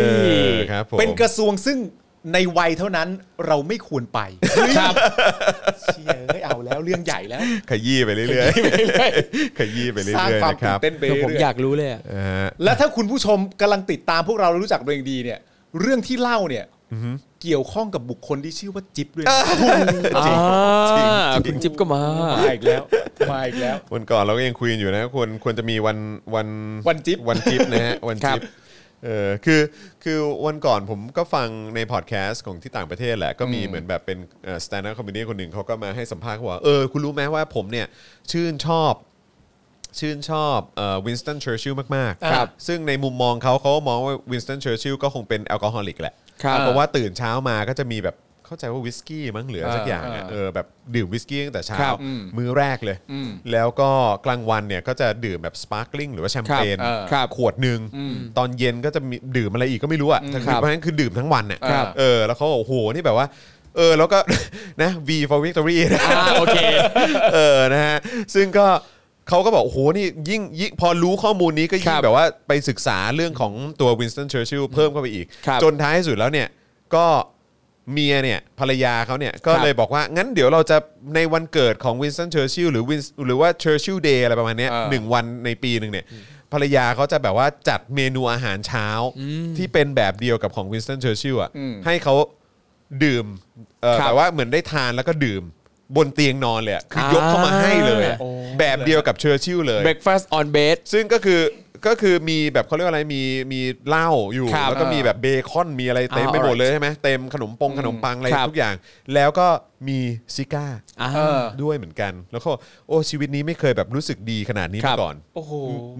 อครับผม เป็นกระทรวงซึ่งในวัยเท่านั้นเราไม่ควรไป ครับ เชียเอ้ยเอาแล้วเรื่องใหญ่แล้ว ขยี้ไปเรื่อยๆขยี้ไปเรื่อย สร้าง ๆ ความ นะค ตื่ รั น บ เต้นไป คือผม เรื่อ อยาย กรู้เลยอะ เออ ๆและถ้าคุณผู้ชมกำลังติดตามพวกเรารู้จักเราอย่างดีเนี่ย เรื่องที่เล่าเนี่ยเกี่ยวข้องกับบุคคลที่ชื่อว่าจิ๊บด้วยนะ จริง จคุริงจริง ณจิ๊บก็มา มาอีกแล้วมาอีกแล้ว วันก่อนเราก็ยังคุยกันอยู่นะควรควรจะมีวันวัน วันจิ๊บ วันจิ๊บนะฮะวันจิ๊บเออคือคือวันก่อนผมก็ฟังในพอดแคสต์ของที่ต่างประเทศแหละ ก็มีเหมือนแบบเป็นสแตนด์อัพคอมเมดี้คนหนึ่งเขาก็มาให้สัมภาษณ์เขาว่าเออคุณรู้ไหมว่าผมเนี่ยชื่นชอบ ชื่นชอบวินสตันเชอร์ชิลมากๆ ครับ ซึ่งในมุมมองเขาเขาก็มองว่าวินสตันเชอร์ชิลก็คงเป็นแอลกอฮอลิกแหละ ครับ เพราะว่าตื่นเช้ามาก็จะมีแบบเข้าใจว่าวิสกี้มั้งเหลือสักอย่างอะ อ่า เออแบบดื่มวิสกี้ตั้งแต่เช้า ครับ มื้อแรกเลย แล้วก็กลางวันเนี่ยก็จะดื่มแบบสปาร์คลิงหรือว่าแชมเปญ ครับเออครับ ขวดหนึ่งตอนเย็นก็จะมีดื่มอะไรอีกก็ไม่รู้อ่ะแต่ ครั คือบ เพราะฉะนั้นคือดื่มทั้งวันอ่ะ ครับ เออแล้วเขาบอกโอ้โหนี่แบบว่า เออแล้วก็ นะ V for Victory นะ อ่าโอเค เออ นะฮะ ซึ่งก็เขาก็บอกโอ้โห นี่ยิ่งยิ่งพอรู้ข้อมูลนี้ก็ยิ่ ค ง รับ แบบว่าไปศึกษาเรื่องของตัววินสตันเชอร์ชิลเพิ่มเข้าไปอีก ครับ จนท้ายสุดแล้วเนี่ย ก็เมียเนี่ย ภรรยาเขาเนี่ย ก็ ครับ เลยบอกว่า งั้นเดี๋ยวเราจะในวันเกิดของวินสตันเชอร์ชิลหรือวินหรือว่าเชอร์ชิลเดย์อะไรประมาณเนี้ย เออ หนึ่งวันในปีหนึ่งเนี่ย ภรรยาเขาจะแบบว่าจัดเมนูอาหารเช้าที่เป็นแบบเดียวกับของวินสตันเชอร์ชิลอ่ะให้เขาดื่มเอ่อ ครับ แต่ว่าเหมือนได้ทานแล้วก็ดื่มบนเตียงนอนเลยอะ คือยกเข้ามา อ่า ให้เลยอะแบบเดียวกับเชอร์ชิลเลย breakfast on bed ซึ่งก็คือ ก็คือมีแบบเขาเรียกว่าอะไรมีมีเหล้าอยู่ ครับ แล้วก็มีแบบเบคอนมีอะไรเต็มไปหมดเลยใช่ไหมเต็มขนมปงขนมปังอะไร ครับ ทุกอย่าง แล้วก็มีซิก้า อ่า เออ ด้วยเหมือนกัน แล้วก็โอ้ชีวิตนี้ไม่เคยแบบรู้สึกดีขนาดนี้ ครับมาก่อน โอ้โห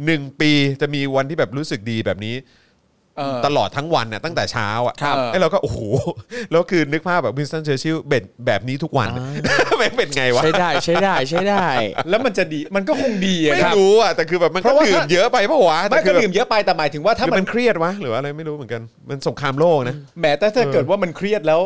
หนึ่งปีจะมีวันที่แบบรู้สึกดีแบบนี้ เออ ตลอดทั้งวันน่ะตั้งแต่เช้าอ่ะ ครับ ไอ้เราก็โอ้โห แล้วคือนึกภาพแบบวินสตันเชอร์ชิลแบบแบบนี้ทุกวันแม่งเป็นไงวะ ใช้ได้ใช้ได้ใช้ได้ แล้วมันจะดีมันก็คงดีอะ ไม่ ครับ รู้อ่ะแต่คือแบบมัน เพ ก็ ราะว่า ดื่ม ถ้า เยอะไปปะวะ ไม่ แต่คื ก็ อแบบ ดื่มเยอะไปแต่หมายถึงว่า หรื ถ้า อ มั มัน นเครียดวะหรือว่าอะไรไม่รู้เหมือนกัน มันสงครามโลกนะ แหมแต่ถ้าเกิดว่ามันเครียดแล้ว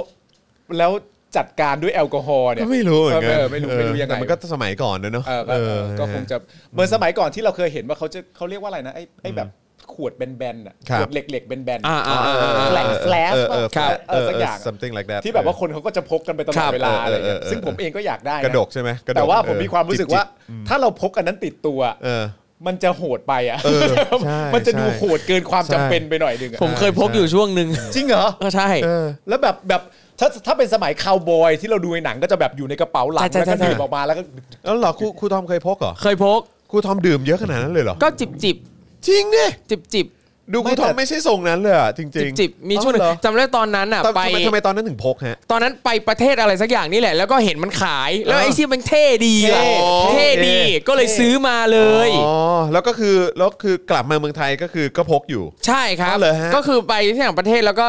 แล้วจัดการด้วยแอลกอฮอล์เนี่ย ก็ไม่รู้เหมือนกัน เออไม่รู้ไม่รู้ เออ ยังไง แต่มันก็สมัยก่อนนะเนอะ เออเออเออก็คงจะเหมือนสมัยก่อนที่เราเคยเห็นว่าเขาจะเขาเรียกว่าอะไรนะไอ้ไอ้แบบขวดแบนๆอ่ะขวดเหล็กๆแบนๆ อ่าอ่าอ่า เออ อ่า แหลกแฟลช เออเออ ครับ เออ เออสักอย่าง something like that ที่แบบว่าคนเขาก็จะพกกันไปตคลอ รั ด บ เวลาอะไรอย่างเงี้ เออเออเออ ยซึ่งผมเองก็อยากได้น กระดกใช่ไหมกระดก แต่ว่า เอ ผม อ มีความรู้สึกว่า จิบ ถ้าเราพกอันนั้นติดตัว ๆเออ มันจะโหดไปอ่ะ เออใช่ มันจะดู ใช่ โหดเกินความ ใช่ จำเป็นไปหน่อยหนึงอะ ผมเคยพกอยู่ช่วงหนึ่ง จริงเหรอ ก็ใช่ เออ แล้วแบบแบบถ้าถ้าเป็นสมัยคาวบอยที่เราดูในหนังก็จะแบบอยู่ในกระเป๋าหลัง ใช่ใช่ แล้วก็ ใช่ ดื่มออกมาแล้วก็ แล้วเหรอครูครูทอมเคยพกเหรอ เคยพก ครูทอมดื่มเยอะขนาดนั้นเลยเหรอ ก็จิบจิบ จริงดิ จิบจิบ ดูครูทอม ไม่แต่ ไม่ใช่ทรงนั้นเลยอะจริงจ จิ ริ บ ง จิบมีช่วงหนึ่ง อ๋อเหรอ จำได้ตอนนั้นอ่ะ ตอน ไป ทำไมทำไมตอนนั้นถึงพกฮะ ตอนนั้นไปประเทศอะไรสักอย่างนี่แหละ แล้วก็เห็นมันขายแล้ว เออ ไอ้ที่มันเท่ดีอะ เท่ เท่ดี เท่ ก็เลยซื้อมาเลย อ๋อแล้วก็คือแล้วคือกลับมาเมืองไทยก็คือก็พกอยู่ ใช่ครับ อ๋อเหรอฮะ ก็คือไปที่ต่างประเทศแล้วก็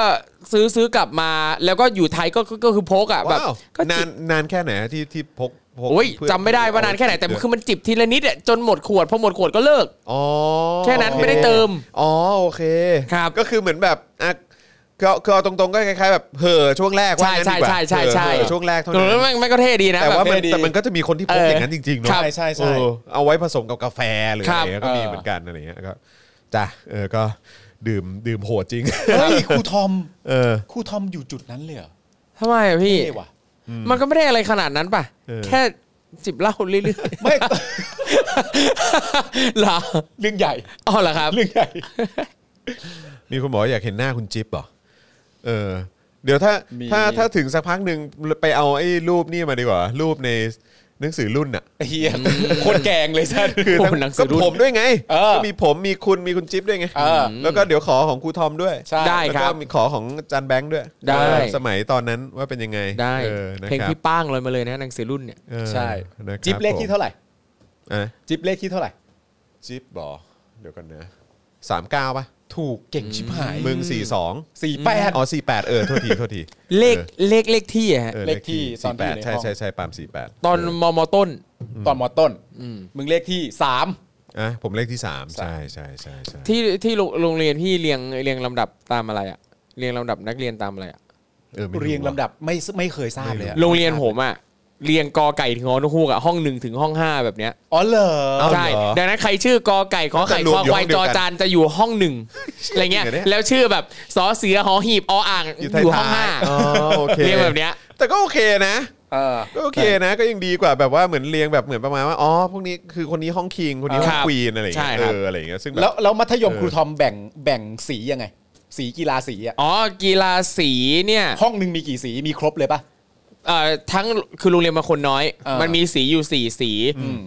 ซื้อซื้อกลับมา แล้วก็อยู่ไทยก็ก็ก็คือพกอ่ะแบบ ว้าว ก็ นา จิ น บ นานแค่ไหนฮะที่ที่พกพก โอ้ย เพื่อ จำไม่ได้ว่านานแค่ไหน แต่คือมันจิบทีละนิดอะจนหมดขวดพอหมดขวดก็เลิก อ๋อ แค่นั้น โอ ไม่ได้เติม อ๋อโอเค ครับ ก็คือเหมือนแบบอ่ะคือเอาคือเอาตรงๆก็คล้ายๆแบบเห่อช่วงแรกว่างั้น ใช่ ดีกว่า ใช่ใช่ใช่ เห่อช่วงแรกเท่า เออนั้น มันมันก็เท่ดีนะ แต่ แบบ ว่ามัน เท่ดี แต่มันก็จะมีคนที่พก เออ อ อ ย่างนั้นจริงๆเนาะ ครับใช่ใช่ เออเอาไว้ผสมกับกาแฟหรือ ครัอะบ ไรก็มี เออ เหมือนกันอะไรเงี้ยก็จ้ะเออก็ดื่มดื่มโหดจริง เฮ้ยครูทอม เออ ครูทอมอยู่จุดนั้นเลยเหรอ ทำไมอะพี่ เท่ว่ะ มันก็ไม่ได้อะไรขนาดนั้นป่ะ เออ แค่จิบเหล้าเรื่อย ไม่ ๆ เหรอ เรื่องใหญ่ อ๋อเหรอครับ เรื่องใหญ่ มีคนบอกว่าอยากเห็นหน้าคุณจิ๊บเหรอเออ เดี๋ยวถ้า มี ถ้าถ้าถึงสักพักหนึ่งไปเอาไอ้รูปนี่มาดีกว่า รูปในหนังสือรุ่นน่ะ เฮียโคตรแกงเลยสัส คือทั้ง โอ้หนังสื ก็ อรุ่น ผมด้วยไง เออ ก็มีผมมีคุณมีคุณจิ๊บด้วยไง เออ แล้วก็เดี๋ยวขอของครูทอมด้วย ใช่ ได้ แล้ว ครั ก็ บ มีขอของอาจานแบงค์ด้วย ได้ เออสมัยตอนนั้นว่าเป็นยังไง ได้ ออนะ เพลง ครับ พี่ป้างลอยมาเลยนะหนังสือรุ่นเนี่ย เออ ใช่ นะครับ จิ๊บเลขที่เท่าไหร่ ผมอ่ะ จิ๊บเลขที่เท่าไหร่ จิ๊บบอเดี๋ยวกันนะสามเก้าป่ะ ถูกเก่งชิบหาย มึงสี่สอง สี่แปด อ๋อสี่แปดเออ โทษที โทษที เลขเลขเลขที่อะฮะ ออ เลขที่ตอนที่ แปด อยู่ใน ใช่ ห้อง ใช่ใช่ปาล์มสี่แปด ตอนมมต้น ตอนมอต้น มึงเลขที่สาม อ่ะผมเลขที่สาม สาม ใช่ใช่ใช่ใช่ ที่ที่โรงโรงเรียนพี่เรียงเรียงลำดับตามอะไรอะเรียงลำดับนักเรียนตามอะไรอะ ออไม่ เรียง ว่ะ ลำดับไม่ไม่เคยทราบเลยอะ โรงเรียนผมอะเรียงกอไก่ถึงฮอนกฮูกอะห้องหนึ่งถึงห้องห้าแบบเนี้ย อ๋อเหรอ เอาเหรอ ใช่ดังนั้นใครชื่อกอไก่ขอไข่ จะรวม คอควายจออยู่ห้องเดียวกัน จานจะอยู่ห้องห นึ่งอะไรเงี้ย จริงเหรอเนี่ย แล้วชื่อแบบสอเสือหอหีบออ่างอยู่ห้องห้า อ๋อโอเค เรียงแบบเนี้ย แต่ก็โอเคนะ เออ ก็โอเคนะก็ยังดีกว่าแบบว่าเหมือนเรียงแบบเหมือนประมาณว่าอ๋อพวกนี้คือคนนี้ห้องคิงคนนี้ห้อง ครับ ควีนอะไรอย่างเงี้ย ใช่ค เอ รับ ออะไรอย่างเงี้ยซึ่งบบ แล้วแล้วมัธยม เออ ครูทอมแบ่งแบ่งสียังไง สีกีฬาสีอะ อ๋อกีฬาสีเนี่ย ห้องหนึ่งมีกี่สีมีครบเลยปะ เอ่อทั้งคือโรงเรียนมาคนน้อย เออ มันมีสีอยู่สี่สี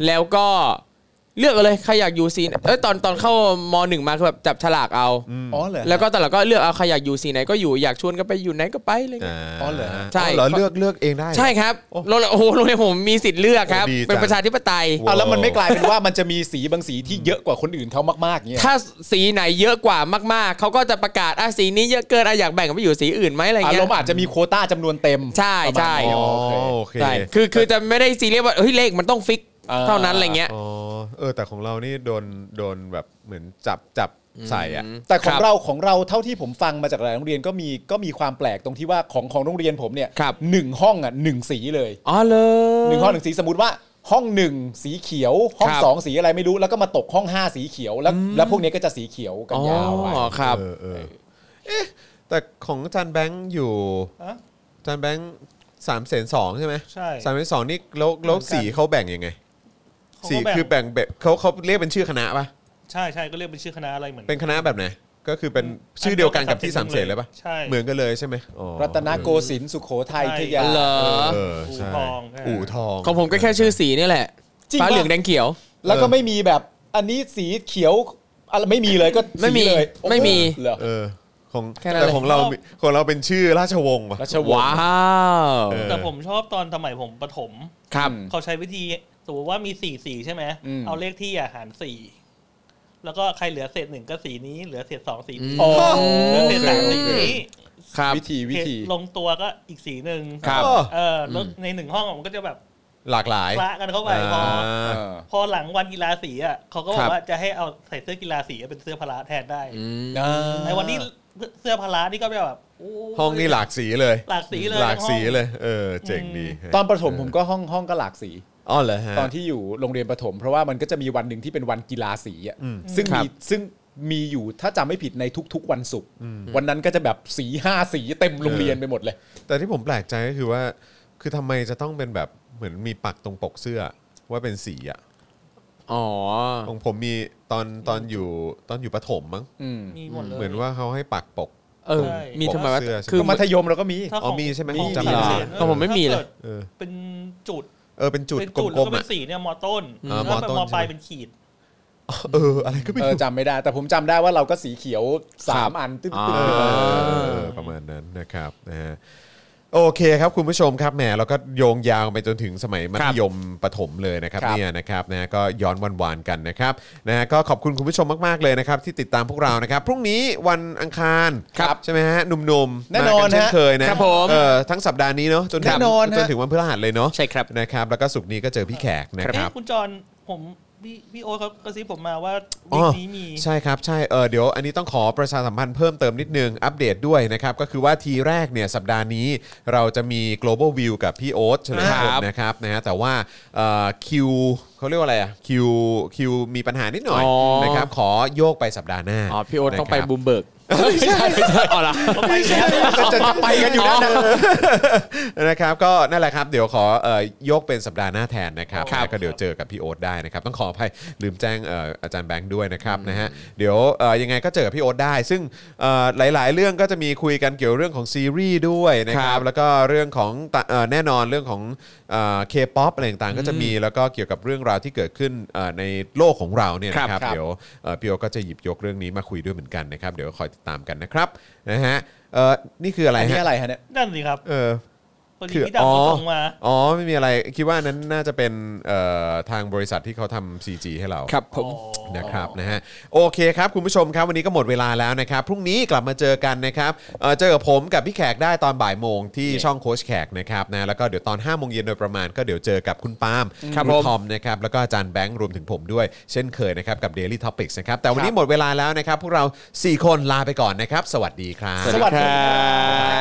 แล้วก็เลือกเอาเลยใครอยากอยู่สีเอ้ยตอนตอนเข้ามหนึ่งมาคือแบบจับฉลากเอา ๋อเหรอ แล้วก็แต่ละก็เลือกเอาใครอยากอยู่สีไหนก็อยู่อยากชวนก็ไปอยู่ไหนก็ไปอะไรเลย อ๋อเหรอ ใช่ เหรอเลือกเลือกเองได้เหรอ ใช่ครับโรงโอ้โหโรงเรียนผมมีสิทธิ์เลือกครับ โอ้ดีจัง เป็นประชาธิปไตย เอาแล้วมันไม่กลายเป็นว่ามันจะมีสีบางสีที่เยอะกว่าคนอื่นเขามากๆเงี้ย ถ้าสีไหนเยอะกว่ามากๆ เขาก็จะประกาศอ่ะสีนี้เยอะเกินอ่ะอยากแบ่งกันไปอยู่สีอื่นไหมอะไร อา เงี้ ร ย มณ์อาจจะมีโควต้าจำนวนเต็ม ใช่ใช่ ประมาณนี้ อ๋อ โอโอเคเค ใช่คือคือจะไม่ได้ซีเรียสว่าเฮ้ยเลขมันต้องฟิก อ่า เท่านั้นอะไรเงี้ย อ๋อเออแต่ของเรานี่โดนโดนแบบเหมือนจับจับใส่อ่ะ แต่คของ รับ เราของเราเท่าที่ผมฟังมาจากหลายโรงเรียนก็มีก็มีความแปลกตรงที่ว่าของของโรงเรียนผมเนี่ย ครับ หนึ่งห้องอ่ะหนึ่งสีเลย อ๋อเลย หนึ่งห้องหนึ่งสีสมมติว่าห้องหนึ่งสีเขียว ห้อง ครับ สองสีอะไรไม่รู้แล้วก็มาตกห้องห้าสีเขียวแล้วแล้วพวกนี้ก็จะสีเขียวกัน อ๋อย าวไป ครับ เออเออเอ๊ะแต่ของอาจานแบงค์อยู่ ฮะ อาจานแบงค์สามเสนสองใช่ไหม ใช่ สามเสนสองนี่แล้วแล้ว เหมือนกัน สีเขาแบ่งยังไง เขา สี ก็แบ่ง คือแบ่งแบบเขาเขาเรียกเป็นชื่อคณะปะ ใช่ใช่ก็เรียกเป็นชื่อคณะอะไรเหมือน เป็นคณะแบบไหนก็คือเป็นชื่อเดียวกันกับที่สามเสนเลยปะ ใช่ เหมือนกันเลยใช่ไหมอ๋อ รัตนโกสินทร์สุโขทัยทยา เหรอ เออใช่ อู่ทองใช่ อู่ทอง ของผมก็แค่ชื่อสีนี่แหละ จริง ฟ้า ปะ เหลืองแดงเขียว แล้วก็ไม่มีแบบอันนี้สีเขียว อะไรไม่มีเลยก็สี ไม่มี เลย ไม่มี เหรอ เออของ แค่นั้น แต่ เลย ของเรามีของเราเป็นชื่อราชวงศ์ว่ะ ราชวง ว้า ศ์ ว เออ แต่ผมชอบตอนสมัยผมประถม ครับ เขาใช้วิธีสมมติว่ามีสี่สีใช่ไหม เอาเลขที่อ่ะหารสี่ แล้วก็ใครเหลือเศษหนึ่งก็สีนี้ เหลือเศษสองสีนี้ อ๋อ เหลือเศษสามสีนี้ ครับ วิธีวิ เศษ ธี ลงตัวก็อีกสีหนึ่ง ครับ เออแล้วในหนึ่งห้องอะมันก็จะแบบ หลากหลาย คละกันเข้าไปพอ เอ อ่า อ พอหลังวันกีฬาสีอ่ะเขาก็บอ ครั ก บ ว่าจะให้เอาใส่เสื้อกีฬาสีเป็นเสื้อพละแทนได้ อ่า ในวันที่เสื้อพละนี่ก็แบบโย ห้องนี่หลากสีเลย หลากสีเลย หลากสี ทั้งห้อง เลยเออเจ๋งดี ตอนประถมผมก็ห้องห้องก็หลากสี อ๋อเหรอฮะ ตอนที่อยู่โรงเรียนประถม เพราะว่ามันก็จะมีวันหนึ่งที่เป็นวันกีฬาสีอ่ะซึ่ง ครั มี บ ซึ่งมีอยู่ถ้าจำไม่ผิดในทุก ๆ วันศุกร์วันนั้นก็จะแบบสีห้าสีเต็มโรงเรียนไปหมดเลย แต่ที่ผมแปลกใจก็คือว่า คือทำไมจะต้องเป็นแบบเหมือนมีปักตรงปกเสื้อว่าเป็นสีอะ อ๋อ ของผมมีตอนตอนอยู่ตอนอยู่ประถมมั้ง อืม มีหมดเลย เหมือนว่าเขาให้ปักปก เออ มีทำไมวะ เสื้อใช่ไหม คือ ก็มัธยมเราก็มี ถ้าข อ๋อ อง มีใช่ไหม ของ จำได้ สี ของผมไม่มีเลย ถ้ากิด เออ เป็นจุด เออเป็นจุด เป็น ก จุดแล้ ล ว ม ก็ ๆ เป็ อะ นสีเนี่ยมอต้น อ่าม แล้วเป็น ต้น มอปลาย ใช่ไหม เป็นขีด เอออะไรก็ไม่ เออ รู้ จำไม่ได้ แต่ผมจำได้ว่าเราก็สีเขียวสามอันตึ๊บ อ่า ตึ๊บ เออประมาณนั้นนะครับนะฮะโอเคครับคุณผู้ชมครับแหมเราก็โยงยาวไปจนถึงสมัยมัธยมปฐมเลยนะครับเนี่ยนะครับนะฮะก็ย้อนวันวานๆกันนะครับนะฮะก็ขอบคุณคุณผู้ชมมากๆเลยนะครับที่ติดตามพวกเรานะครับพรุ่งนี้วันอังคาร ครับ ใช่ไหมฮะหนุ่มๆ แน่นอน มากัเช่น ฮะ เคยนะครับ ผม เออทั้งสัปดาห์นี้เนาะจนถึง แน่นอนฮะ จนถึงวันพฤหัสเลยเนาะ ใช่ครับ นะครับ แล้วก็สุกร์นี้ก็เจอพี่แขกนะค เอ๊ะ รับ คุณจอนผมพี่พี่โอ๊ตเขากระซิบผมมาว่า อ๋ วี อ คนี้มี ใช่ครับใช่เออเดี๋ยวอันนี้ต้องขอประชาสัมพันธ์เพิ่มเติมนิดนึงอัปเดตด้วยนะครับ ก็คือว่าทีแรกเนี่ยสัปดาห์นี้เราจะมี global view กับพี่โอ๊ตเฉลิมพคลรับ นะครับนะฮะแต่ว่าเอ่อคิวเขาเรียกว่าอะไรอะคิวคิวมีปัญหานิดหน่อย อ๋อ นะครับขอโยกไปสัปดาห์หน้า อ๋อ พี่โอ๊ตต้องไป นะครับ บูมเบิร์กไม่ใช่ไม่ใช่อ๋อละ ไม่ใช่ จะจะไปกันอยู่แล้วนะ นะครับก็นั่นแหละครับ เดี๋ยวขอเอ่อยกเป็นสัปดาห์หน้าแทนนะครับ ครับ นะก็เดี๋ยวเจอกับพี่โอ๊ตได้นะครับ ต้องขออภัยลืมแจ้งเอ่ออาจารย์แบงค์ด้วยนะครับนะฮะเดี๋ยวเอ่อยังไงก็เจอกับพี่โอ๊ตได้ ซึ่งเอ่อหลาย ๆ เรื่องก็จะมีคุยกันเกี่ยวเรื่องของซีรีส์ด้วยนะค ค รั รับ บ แล้วก็เรื่องของตะเอ่อแน่นอนเรื่องของเคป๊อปอะไรต่างๆ ก็จะมีแล้วก็เกี่ยวกับเรื่องราวที่เกิดขึ้นเอ่อในโลกของเราเนี่ยนะค ครั รับบ ครับ เดี๋ยวเอ่อพี่โอ๊ตก็จะหยิบยกเรื่องนี้มาคุยด้วยเหมือนกันนะครับเดี๋ยวคอยติดตามกันนะครับนะฮะเอ่อนี่คืออะไร อันนี้ ฮะ อะไรฮะเนี่ย นั่นสิครับ เออ พอดี คือ พี่ดำเขาส่งมา อ๋อ ไม่มีอะไร คิดว่านั้นน่าจะเป็นเอ่อทางบริษัทที่เขาทำ CG ให้เรา ครับผม นะครับนะฮะโอเคครับ คุณผู้ชมครับ วันนี้ก็หมดเวลาแล้วนะครับ พรุ่งนี้กลับมาเจอกันนะครับเอ่อเจอกับผมกับพี่แขกได้ตอนบ่ายโมงที่ช่องโคชแขกนะครับนะแล้วก็เดี๋ยวตอน5้าโมงเย็นโดยประมาณก็เดี๋ยวเจอกับคุณปาล์ม ครับ ณ ผม ทอมนะครับแล้วก็อาจารย์แบงค์รวมถึงผมด้วย เช่นเคยนะครับกับ Daily Topics นะครับแต่วันนี้หมดเวลาแล้วนะครับ พวกเรา 4 คนลาไปก่อนนะครับ สวัสดีครับ สวัสดีครับ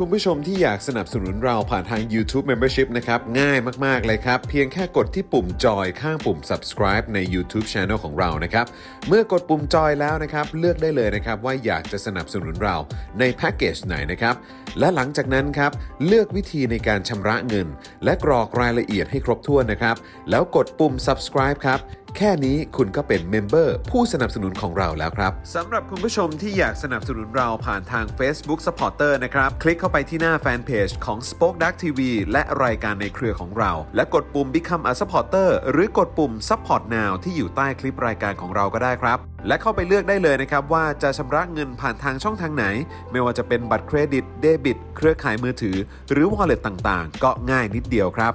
คุณผู้ชมที่อยากสนับสนุนเราผ่านทาง YouTube Membership นะครับง่ายมาก ๆ เลยครับ เพียงแค่กดที่ปุ่มจอยข้างปุ่ม subscribe ใน YouTube Channel ของเรานะครับเมื่อกดปุ่มจอยแล้วนะครับเลือกได้เลยนะครับว่าอยากจะสนับสนุนเราในแพ็กเกจไหนนะครับและหลังจากนั้นครับเลือกวิธีในการชำระเงิน และกรอกรายละเอียดให้ครบถ้วนนะครับแล้วกดปุ่ม subscribe ครับ แค่นี้คุณก็เป็นเมมเบอร์ผู้สนับสนุนของเราแล้วครับสำหรับคุณผู้ชมที่อยากสนับสนุนเราผ่านทาง Facebook Supporter นะครับ คลิกเข้าไปที่หน้าแฟนเพจของ Spoke Dark TV และรายการในเครือของเรา และกดปุ่ม Become a Supporter หรือกดปุ่ม Support Now ที่อยู่ใต้คลิปรายการของเราก็ได้ครับ และเข้าไปเลือกได้เลยนะครับ ว่าจะชำระเงินผ่านทางช่องทางไหน ไม่ว่าจะเป็นบัตรเครดิตเดบิตเครือข่ายมือถือ หรือ Wallet ต่างๆ ก็ง่ายนิดเดียวครับ